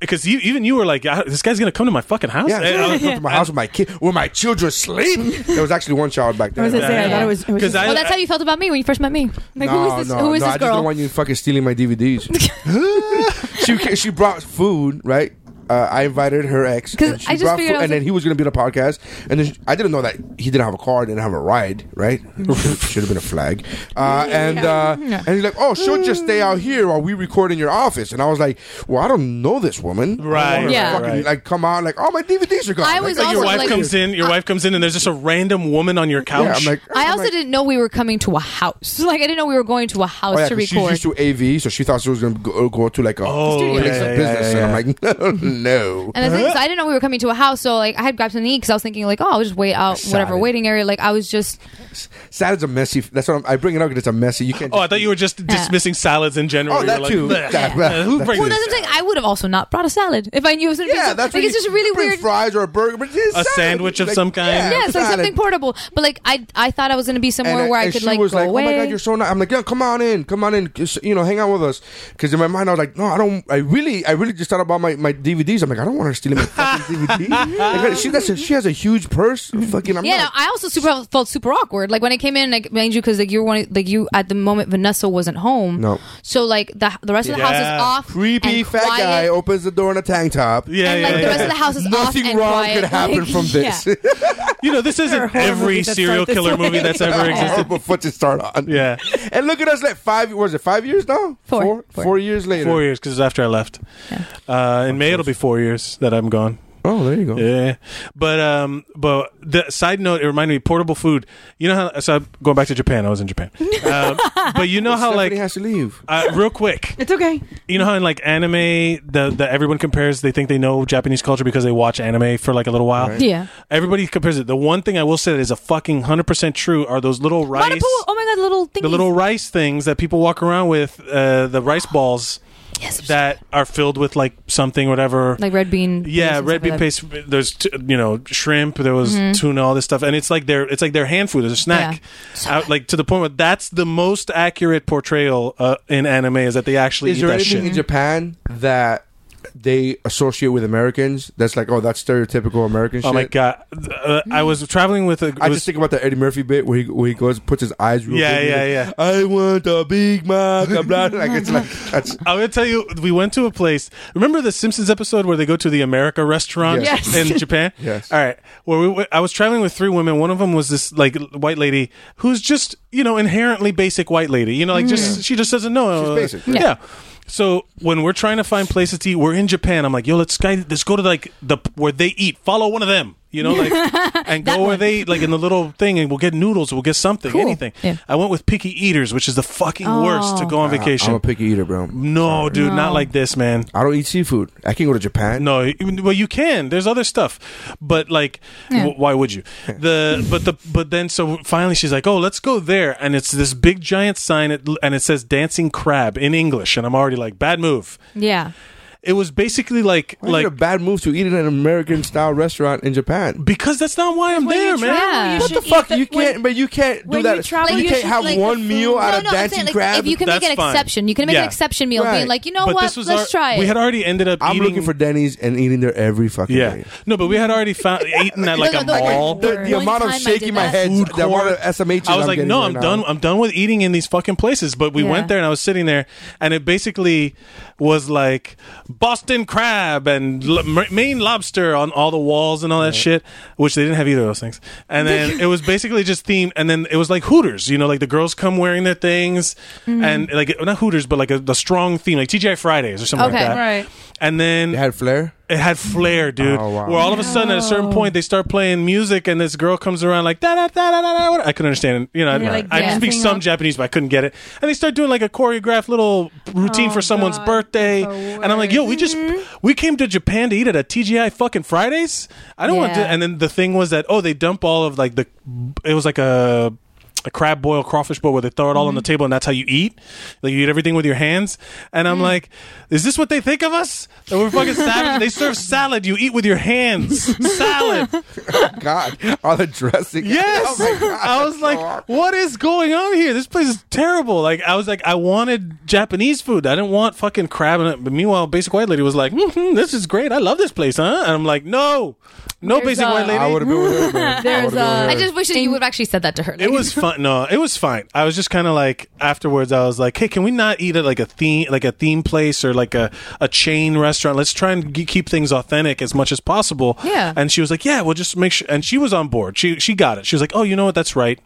Speaker 4: because you, even you were like, "Ah, "This guy's gonna come to my fucking house."
Speaker 2: yeah,
Speaker 4: And
Speaker 2: I
Speaker 4: I
Speaker 2: was going to my house with my kid, where my children sleep. There was actually one child back there.
Speaker 7: I was gonna say, I
Speaker 3: Yeah.
Speaker 7: thought it was. It was
Speaker 4: 'Cause
Speaker 7: just-
Speaker 4: I-
Speaker 3: Well, that's how you felt about me when you first met me. Like,
Speaker 2: no,
Speaker 3: who is this?
Speaker 2: no,
Speaker 3: who is
Speaker 2: no,
Speaker 3: this
Speaker 2: I just don't
Speaker 3: girl?
Speaker 2: want you fucking stealing my DVDs. she ca- she brought food, right? Uh, I invited her ex,
Speaker 3: 'Cause
Speaker 2: and she
Speaker 3: I just
Speaker 2: brought food,
Speaker 3: figured I was
Speaker 2: and then
Speaker 3: like-
Speaker 2: he was gonna be on a podcast, and then she- I didn't know that he didn't have a car, didn't have a ride, right?
Speaker 3: Mm-hmm.
Speaker 2: Should have been a flag. Uh, and uh, and he's like, "Oh, she'll just stay
Speaker 3: Mm.
Speaker 2: out here while we record in your office," and I was like, "Well, I don't know this woman, I don't
Speaker 4: Right,
Speaker 2: want her to
Speaker 3: Yeah.
Speaker 2: fucking,
Speaker 4: right.
Speaker 2: Like, come out, like, oh, my DVDs are gone.
Speaker 3: I
Speaker 2: Like,
Speaker 3: was
Speaker 2: like, uh,
Speaker 4: your
Speaker 3: also,
Speaker 4: wife
Speaker 3: like-
Speaker 4: comes in. Your wife comes in, and there's just a random woman on your
Speaker 2: yeah,
Speaker 4: couch.
Speaker 2: I'm like,
Speaker 3: I
Speaker 2: I'm
Speaker 3: also
Speaker 2: like-
Speaker 3: didn't know we were coming to a house. Like, I didn't know we were going to a house
Speaker 2: Oh, yeah,
Speaker 3: to
Speaker 2: 'cause she's
Speaker 3: record.
Speaker 2: used to AV, so she thought she was going to go, go to like a
Speaker 4: Oh,
Speaker 2: place
Speaker 4: yeah,
Speaker 2: of
Speaker 4: yeah,
Speaker 2: business.
Speaker 4: yeah, yeah.
Speaker 2: And I'm like, no.
Speaker 3: And the thing is, I didn't know we were coming to a house, so like I had grabbed something to eat because I was thinking like, oh, I'll just wait out whatever
Speaker 2: Salad.
Speaker 3: waiting area. Like I was just
Speaker 2: Salad is a messy. That's what I'm, I bring it up because it's a messy. You can't.
Speaker 4: oh, I
Speaker 2: just
Speaker 4: thought you were just dismissing salads in general.
Speaker 2: Oh,
Speaker 4: You
Speaker 2: that
Speaker 4: were like,
Speaker 2: too.
Speaker 4: "Bleh."
Speaker 2: That-
Speaker 4: Uh, Who
Speaker 2: that-
Speaker 4: brings
Speaker 3: well, that's
Speaker 4: this?
Speaker 3: what I'm saying. I would have also not brought a salad if I knew it was going to be.
Speaker 2: Yeah,
Speaker 3: so-
Speaker 2: that's
Speaker 3: like
Speaker 2: what
Speaker 3: it's
Speaker 2: you-
Speaker 3: just really
Speaker 2: bring
Speaker 3: weird.
Speaker 2: Fries or a burger, but it's just
Speaker 4: A
Speaker 2: salad.
Speaker 4: sandwich of
Speaker 2: Like,
Speaker 4: some kind.
Speaker 2: Yeah,
Speaker 3: Yeah, it's like
Speaker 2: salad.
Speaker 3: something portable. But like I, I thought I was going to be somewhere
Speaker 2: And I-
Speaker 3: where I
Speaker 2: and
Speaker 3: could
Speaker 2: she
Speaker 3: like
Speaker 2: was
Speaker 3: go
Speaker 2: like,
Speaker 3: away.
Speaker 2: "Oh my god, you're so nice!" I'm like, "Yeah, come on in, come on in, just, you know, hang out with us." Because in my mind, I was like, "No, I don't. I really, I really just thought about my, my DVDs. I'm like, I don't want her stealing my fucking DVD. Like, she, that's a, she has a huge purse. Fucking, I'm
Speaker 3: yeah, no,
Speaker 2: not.
Speaker 3: I also super felt super awkward. Like when I came in, like mind you, because like you were one, like you at the moment Vanessa wasn't home.
Speaker 2: No.
Speaker 3: so like the the rest of the house is
Speaker 4: Yeah.
Speaker 3: off.
Speaker 2: creepy
Speaker 3: and
Speaker 2: fat
Speaker 3: quiet.
Speaker 2: guy opens the door in a tank top.
Speaker 4: Yeah,
Speaker 3: and
Speaker 4: yeah,
Speaker 3: like the
Speaker 4: yeah.
Speaker 3: rest of the house is off
Speaker 2: Nothing
Speaker 3: and
Speaker 2: wrong
Speaker 3: quiet.
Speaker 2: could happen
Speaker 3: Like,
Speaker 2: from this.
Speaker 3: yeah.
Speaker 4: You know, this isn't
Speaker 7: horror
Speaker 4: every
Speaker 7: movies that
Speaker 4: serial
Speaker 7: start this
Speaker 4: killer
Speaker 7: way.
Speaker 4: movie that's ever existed.
Speaker 2: horrible foot to start on.
Speaker 4: Yeah.
Speaker 2: And look at us like five was it five years now?
Speaker 3: Four.
Speaker 2: Four,
Speaker 3: Four.
Speaker 2: Four years later.
Speaker 4: Four years, because after I left, uh, in May it'll be four years that I'm gone.
Speaker 2: Oh, there you go.
Speaker 4: Yeah, but um, but the side note, it reminded me portable food. You know how? So I'm going back to Japan, I was in Japan. Um, but you know how
Speaker 2: Stephanie
Speaker 4: like
Speaker 2: has to leave.
Speaker 4: uh, real quick,
Speaker 7: it's okay.
Speaker 4: you know how in like anime, the the everyone compares. They think they know Japanese culture because they watch anime for like a little while.
Speaker 3: Yeah.
Speaker 4: everybody compares it. The one thing I will say that is a fucking hundred percent true are those little rice,
Speaker 3: Manapu, oh my god, little thing.
Speaker 4: the little rice things that people walk around with, uh, the rice balls
Speaker 3: yes, they're so
Speaker 4: that are filled with like something, whatever.
Speaker 3: like red bean.
Speaker 4: Yeah,
Speaker 3: and
Speaker 4: red
Speaker 3: stuff like Mm-hmm.
Speaker 4: bean paste. There's t- you know shrimp. There was tuna, all this stuff, and it's like their it's like their hand food. It's a snack. Out, like to the point where that's the most accurate portrayal uh, in anime is that they actually
Speaker 2: Is
Speaker 4: eat
Speaker 2: there
Speaker 4: that
Speaker 2: anything
Speaker 4: shit.
Speaker 2: in Japan that they associate with Americans? That's like, oh, that's stereotypical American shit.
Speaker 4: oh my god! Uh, I was traveling with a. it
Speaker 2: I
Speaker 4: was-
Speaker 2: just think about the Eddie Murphy bit where he, where he goes, puts his eyes real
Speaker 4: Yeah,
Speaker 2: big,
Speaker 4: yeah,
Speaker 2: he's
Speaker 4: yeah.
Speaker 2: like, I want a Big Mac. I'm not, like, it's like, that's,
Speaker 4: I'm gonna tell you, we went to a place. Remember the Simpsons episode where they go to the America restaurant
Speaker 2: Yes.
Speaker 4: in Japan?
Speaker 2: Yes.
Speaker 4: All right. Where we, went- I was traveling with three women. One of them was this like white lady who's just you know inherently basic white lady. You know, like just she just doesn't know.
Speaker 2: Mm. She's basic,
Speaker 4: Yeah.
Speaker 2: right?
Speaker 4: So when we're trying to find places to eat, we're in Japan. I'm like, yo, let's guy, let's go to like the where they eat. Follow one of them. You know, like and go where they eat, like in the little thing, and we'll get noodles, we'll get something, anything.
Speaker 3: Yeah.
Speaker 4: I went with picky eaters, which is the fucking worst to go on vacation.
Speaker 2: I'm a picky eater, bro.
Speaker 4: No, dude, not like this, man.
Speaker 2: I don't eat seafood. I can go to Japan.
Speaker 4: No, you- well, you can. There's other stuff, but like, w- why would you? The but the but then so finally she's like, oh, let's go there, and it's this big giant sign, it- and it says dancing crab in English, and I'm already like, bad move.
Speaker 3: that. Yeah.
Speaker 4: It was basically like
Speaker 2: Why is
Speaker 4: like
Speaker 2: it a bad move to eat in an American style restaurant in Japan?
Speaker 4: because that's not why I'm
Speaker 7: When
Speaker 4: there,
Speaker 7: you
Speaker 4: man.
Speaker 3: Yeah.
Speaker 7: travel, you
Speaker 3: What
Speaker 2: What
Speaker 7: should
Speaker 2: the
Speaker 7: eat
Speaker 2: fuck?
Speaker 7: the-
Speaker 2: you
Speaker 7: when-
Speaker 2: can't, but you can't do
Speaker 7: when
Speaker 2: that.
Speaker 7: you travel,
Speaker 2: you
Speaker 7: you
Speaker 2: can't
Speaker 7: should
Speaker 2: have
Speaker 7: like the
Speaker 2: one meal
Speaker 7: food.
Speaker 2: out
Speaker 3: No,
Speaker 2: of
Speaker 3: no, I'm
Speaker 2: dancing
Speaker 3: saying like
Speaker 2: crab.
Speaker 3: if you can make
Speaker 4: That's
Speaker 3: an
Speaker 4: fine.
Speaker 3: exception, you can make
Speaker 4: Yeah.
Speaker 3: an exception meal,
Speaker 2: Right.
Speaker 3: being like, you know
Speaker 4: but
Speaker 3: what,
Speaker 4: this was
Speaker 3: let's
Speaker 4: our-
Speaker 3: try it.
Speaker 4: We had already ended up.
Speaker 2: I'm
Speaker 4: eating,
Speaker 2: looking for Denny's and eating there every fucking
Speaker 4: Yeah,
Speaker 2: day.
Speaker 4: no, but we had already found eaten at like
Speaker 3: no,
Speaker 4: a
Speaker 3: no, like-
Speaker 4: mall.
Speaker 2: The, the
Speaker 3: One
Speaker 2: amount of
Speaker 3: time I did
Speaker 2: shaking my
Speaker 3: that.
Speaker 2: head,
Speaker 4: food
Speaker 2: the amount
Speaker 4: court.
Speaker 2: of SMHs
Speaker 4: I was like,
Speaker 2: getting
Speaker 4: no,
Speaker 2: right
Speaker 4: I'm
Speaker 2: now.
Speaker 4: done. I'm done with eating in these fucking places. But we
Speaker 3: Yeah.
Speaker 4: went there, and I was sitting there, and it basically was like Boston crab and lo- Ma- Maine lobster on all the walls and all that shit, which they didn't have either of those things. And then it was basically just themed, and then it was like Hooters. You know, like the girls come wearing their things,
Speaker 3: Mm-hmm.
Speaker 4: and like not Hooters, but like a, the strong theme, like TGI Fridays or something
Speaker 3: Okay.
Speaker 4: like that.
Speaker 7: Right.
Speaker 4: And then
Speaker 2: They had flair.
Speaker 4: It had flair, dude.
Speaker 2: Oh, wow.
Speaker 4: Where all of a sudden, at a certain point, they start playing music, and this girl comes around like da da da da da. da. what- I couldn't understand. You know, I,
Speaker 7: like
Speaker 4: I can speak
Speaker 7: dancing
Speaker 4: some
Speaker 7: up.
Speaker 4: Japanese, but I couldn't get it. And they start doing like a choreographed little routine for someone's birthday, and I'm like, yo, we just we came to Japan to eat at a TGI fucking Fridays. I don't want to.
Speaker 13: Yeah.
Speaker 4: And then the thing was that oh, they dump all of like the it was like a a crab boil, crawfish boil, where they throw it all on the table, and that's how you eat. Like you eat everything with your hands. And I'm like, is this what they think of us? That we're fucking savage? they serve salad. You eat with your hands. salad.
Speaker 2: God, all the dressing.
Speaker 4: Yes.
Speaker 2: Oh my God,
Speaker 4: I was
Speaker 2: that's
Speaker 4: like,
Speaker 2: so hard.
Speaker 4: what is going on here? This place is terrible. Like I was like, I wanted Japanese food. I didn't want fucking crab. And but meanwhile, basic white lady was like, hmm this is great. I love this place, huh? And I'm like, no, no,
Speaker 3: There's
Speaker 4: basic
Speaker 3: a-
Speaker 4: white lady.
Speaker 2: I would have been with her. man. I
Speaker 3: There's
Speaker 2: would've been with
Speaker 3: a.
Speaker 2: her.
Speaker 3: I just wish that you would have actually said that to her.
Speaker 4: It was fun. No, it was fine. I was just kind of like afterwards. I was like, "Hey, can we not eat at like a theme, like a theme place or like a, a chain restaurant? Let's try and g- keep things authentic as much as possible."
Speaker 3: Yeah.
Speaker 4: And she was like, "Yeah, we'll just make sure." And she was on board. She she got it. She was like, "Oh, you know what? That's right.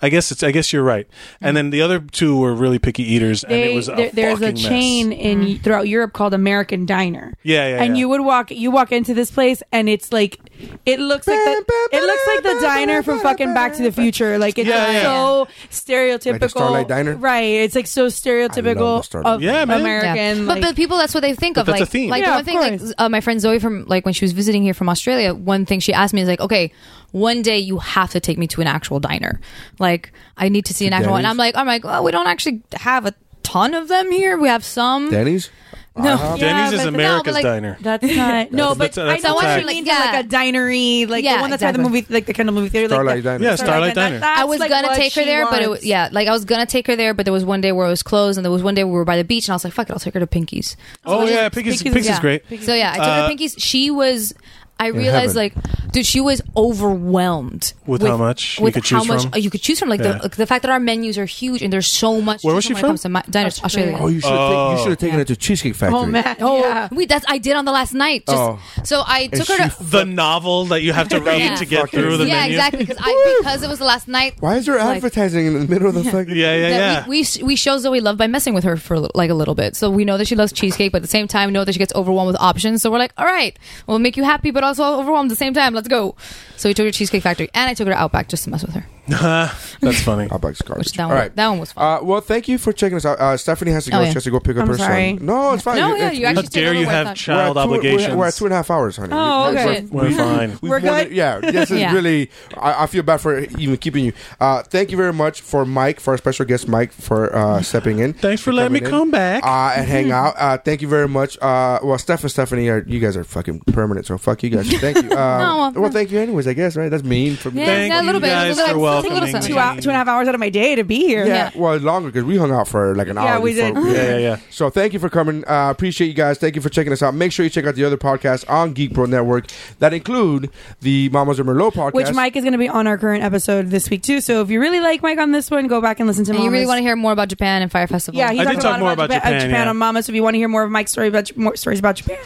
Speaker 4: I guess it's. I guess you're right." And then the other two were really picky eaters, and
Speaker 7: They,
Speaker 4: it was a
Speaker 7: there- there's a
Speaker 4: fucking mess.
Speaker 7: chain in
Speaker 3: Mm.
Speaker 7: throughout Europe called American Diner.
Speaker 4: Yeah, yeah,
Speaker 7: And
Speaker 4: yeah.
Speaker 7: you would walk, you walk into this place, and it's like, it looks like the, it looks like the diner from fucking Back to the Future. Like it's
Speaker 4: Yeah, yeah.
Speaker 7: so stereotypical.
Speaker 2: Starlight Diner?
Speaker 7: right? It's like so stereotypical
Speaker 2: Starlight
Speaker 7: of
Speaker 4: Diner. Yeah, man.
Speaker 7: American.
Speaker 3: but
Speaker 7: like-
Speaker 3: but people, that's what they think of.
Speaker 4: that's
Speaker 3: Like,
Speaker 4: a theme.
Speaker 3: like
Speaker 7: Yeah,
Speaker 3: the one
Speaker 7: of
Speaker 3: thing, like
Speaker 7: course.
Speaker 3: uh, my friend Zoe from like when she was visiting here from Australia, one thing she asked me is like, okay, one day you have to take me to an actual diner. Like, I need to see an actual one. And I'm like, I'm like, oh, we don't actually have a ton of them here. We have some.
Speaker 2: Denny's. Uh-huh.
Speaker 3: no.
Speaker 4: Denny's is
Speaker 3: but- no, but
Speaker 4: America's
Speaker 3: like-
Speaker 4: diner.
Speaker 7: That's not no, but
Speaker 4: that's- that's
Speaker 7: I know
Speaker 4: a
Speaker 7: what
Speaker 4: tag.
Speaker 7: you mean.
Speaker 3: Yeah.
Speaker 7: Like a dinery, like
Speaker 3: Yeah,
Speaker 7: the one that's by the
Speaker 3: exactly.
Speaker 7: movie, like the kind of movie theater,
Speaker 2: Starlight
Speaker 7: like the,
Speaker 2: Diner.
Speaker 4: Yeah, Starlight
Speaker 7: That-
Speaker 4: Diner.
Speaker 7: that's
Speaker 3: I was
Speaker 7: like
Speaker 3: gonna
Speaker 7: what
Speaker 3: take her
Speaker 7: she
Speaker 3: there, but it was,
Speaker 7: wants.
Speaker 3: yeah, like I was gonna take her there, but there was one day where it was closed, and there was one day we were by the beach, and I was like, "Fuck it, I'll take her to Pinkies."
Speaker 4: Oh yeah, Pinky's, Pinky's,
Speaker 3: yeah.
Speaker 4: is great.
Speaker 3: So yeah, I took
Speaker 4: Uh,
Speaker 3: her to Pinkies. She was. I realized, like,
Speaker 2: heaven.
Speaker 3: dude, she was overwhelmed
Speaker 4: With how much you
Speaker 3: with
Speaker 4: could
Speaker 3: how
Speaker 4: choose
Speaker 3: much
Speaker 4: from?
Speaker 3: uh, you could choose from. Like
Speaker 4: Yeah.
Speaker 3: the, like, the fact that our menus are huge and there's so much. to
Speaker 4: Where was
Speaker 3: choose
Speaker 4: she
Speaker 3: when
Speaker 4: from?
Speaker 3: It comes to my diners, Australia.
Speaker 2: Oh, you should have
Speaker 4: Oh.
Speaker 2: taken it to Cheesecake Factory.
Speaker 7: Oh man,
Speaker 3: Oh,
Speaker 7: yeah.
Speaker 3: wait, that's I did on the last night. Just,
Speaker 2: Oh.
Speaker 3: So I
Speaker 2: And
Speaker 3: took her
Speaker 2: she
Speaker 3: to.
Speaker 4: The novel that you have to read
Speaker 3: Yeah.
Speaker 4: to get
Speaker 2: Fucking-
Speaker 4: through the
Speaker 3: yeah,
Speaker 4: menu.
Speaker 3: exactly. Because I because it was the last night.
Speaker 2: Why is there
Speaker 3: like,
Speaker 2: advertising in the middle of the fucking?
Speaker 4: Yeah,
Speaker 3: that
Speaker 4: yeah, yeah.
Speaker 3: We, we we show Zoe love by messing with her for a li- like a little bit. So we know that she loves cheesecake, but at the same time know that she gets overwhelmed with options. So we're like, all right, we'll make you happy, but also overwhelmed at the same time. Let's go. So we took her to Cheesecake Factory, and I took her to Outback just to mess with her.
Speaker 4: That's funny.
Speaker 2: Outback's garbage.
Speaker 3: Which that
Speaker 2: All
Speaker 3: one-
Speaker 2: right.
Speaker 3: that one was
Speaker 2: Uh, well, thank you for checking us out. Uh, Stephanie has to go.
Speaker 3: Oh,
Speaker 2: She
Speaker 3: yeah.
Speaker 2: has to go pick up
Speaker 7: I'm
Speaker 2: her
Speaker 7: sorry.
Speaker 2: son. No, it's fine.
Speaker 3: No, yeah,
Speaker 2: it's-
Speaker 3: you actually
Speaker 4: How dare you have
Speaker 2: we're at
Speaker 4: child
Speaker 2: two- we're-
Speaker 4: obligations?
Speaker 2: We're at two and a half hours, honey.
Speaker 7: Oh,
Speaker 2: We're-
Speaker 7: okay.
Speaker 2: we're-
Speaker 4: We're fine.
Speaker 2: We've more
Speaker 7: We're
Speaker 2: than-
Speaker 7: good?
Speaker 2: yeah, this is
Speaker 3: Yeah.
Speaker 2: really. I, I feel bad for even keeping you. Uh, thank you very much for Mike, for our special guest Mike, for uh, stepping in.
Speaker 4: Thanks for letting me
Speaker 2: coming in,
Speaker 4: come back.
Speaker 2: uh, and hang out. Uh, thank you very much. Uh, well, Steph and Stephanie, are, you guys are fucking permanent, so fuck you guys. Thank you. Uh,
Speaker 3: No,
Speaker 2: well, thank you anyways. I guess right. That's mean for me.
Speaker 3: Yeah,
Speaker 4: Thank
Speaker 3: yeah, a
Speaker 4: you
Speaker 3: little bit,
Speaker 4: guys
Speaker 3: a little,
Speaker 4: for
Speaker 3: bit, a
Speaker 4: welcoming
Speaker 3: little
Speaker 4: me.
Speaker 3: bit.
Speaker 7: two out, two and a half hours out of my day to be here.
Speaker 2: Yeah, well, longer because we hung out for like an hour.
Speaker 7: Yeah, we did.
Speaker 2: before-
Speaker 4: Yeah, yeah, yeah.
Speaker 2: So thank you for coming. Uh, appreciate you guys. Thank you for checking us out. Make sure you check out the other podcasts on Geek Bro Network that include the Mamas and Merlot podcast.
Speaker 7: Which Mike is going to be on our current episode this week too. So if you really like Mike on this one, go back and listen to.
Speaker 3: And you really
Speaker 7: Mama's.
Speaker 3: want to hear more about Japan and Fire Festival?
Speaker 7: Yeah, he
Speaker 4: I
Speaker 7: talked
Speaker 4: did
Speaker 7: a
Speaker 4: talk
Speaker 7: lot
Speaker 4: more about
Speaker 7: Japan, uh,
Speaker 4: Japan,
Speaker 7: Japan
Speaker 4: yeah.
Speaker 7: on Mama. So if you want to hear more of Mike's story about more stories about Japan,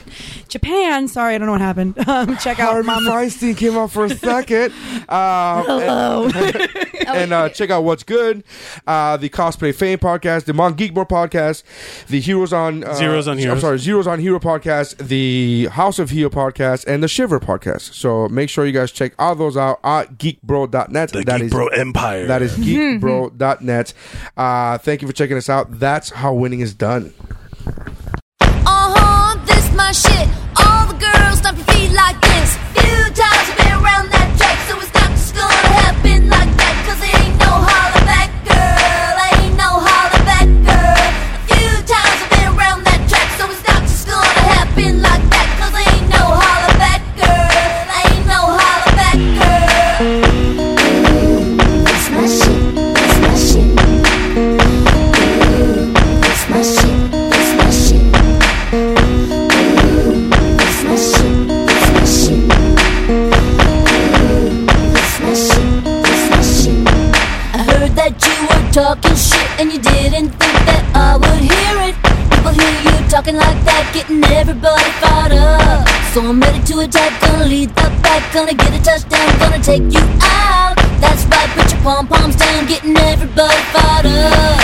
Speaker 7: Japan. Sorry, I don't know what happened. Um, check out
Speaker 2: Harvey
Speaker 7: Mama.
Speaker 2: Weinstein came out for a second. Uh, Hello. And, and, uh, check out What's Good, uh, the Cosplay Fame podcast, the Mon Geekmore podcast, the Heroes on... Uh,
Speaker 4: Zeros on
Speaker 2: I'm
Speaker 4: Heroes.
Speaker 2: sorry, Zeros on Hero podcast, the House of Hero podcast, and the Shiver podcast. So make sure you guys check all those out at geekbro.net.
Speaker 4: The
Speaker 2: That
Speaker 4: Geek
Speaker 2: is-
Speaker 4: Bro Empire.
Speaker 2: That is geekbro.net. Uh, thank you for checking us out. That's how winning is done.
Speaker 14: Uh-huh, this my shit. All the girls stomp your feet like this. Few times you've been around that track, so it's not just gonna happen like that. Cause there ain't no holler back, girl. Ain't no holler back, girl. A few times you've been around that track, so it's not just gonna happen like that. Cause there ain't no holler back, girl. Ain't no holler back, girl. It's my shit. It's my shit. It's my shit. It's my shit. It's my shit. It's my shit. It's my shit. It's my shit. I heard that you were talking shit and you didn't think that I would hear it. People hear you talking like that, getting everybody fired up. So I'm ready to attack, gonna lead the back, gonna get a touchdown, gonna take you out. That's right, put your pom poms down, getting everybody fired up.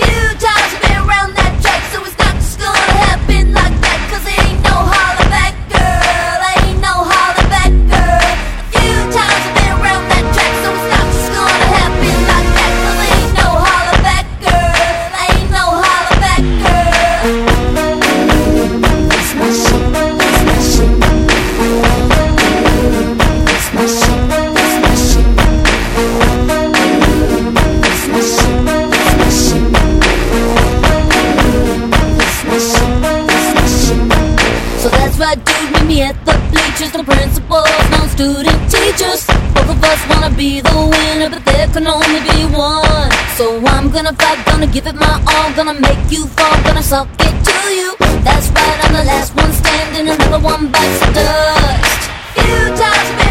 Speaker 14: Few times I've been around that track, so it's not just gonna happen like that, cause there ain't no holler back, girl. me at the bleachers. The principals, no student teachers. Both of us wanna be the winner, but there can only be one. So I'm gonna fight, gonna give it my all, gonna make you fall, gonna suck it to you. That's right, I'm the last one standing, another one bites the dust. You touch me.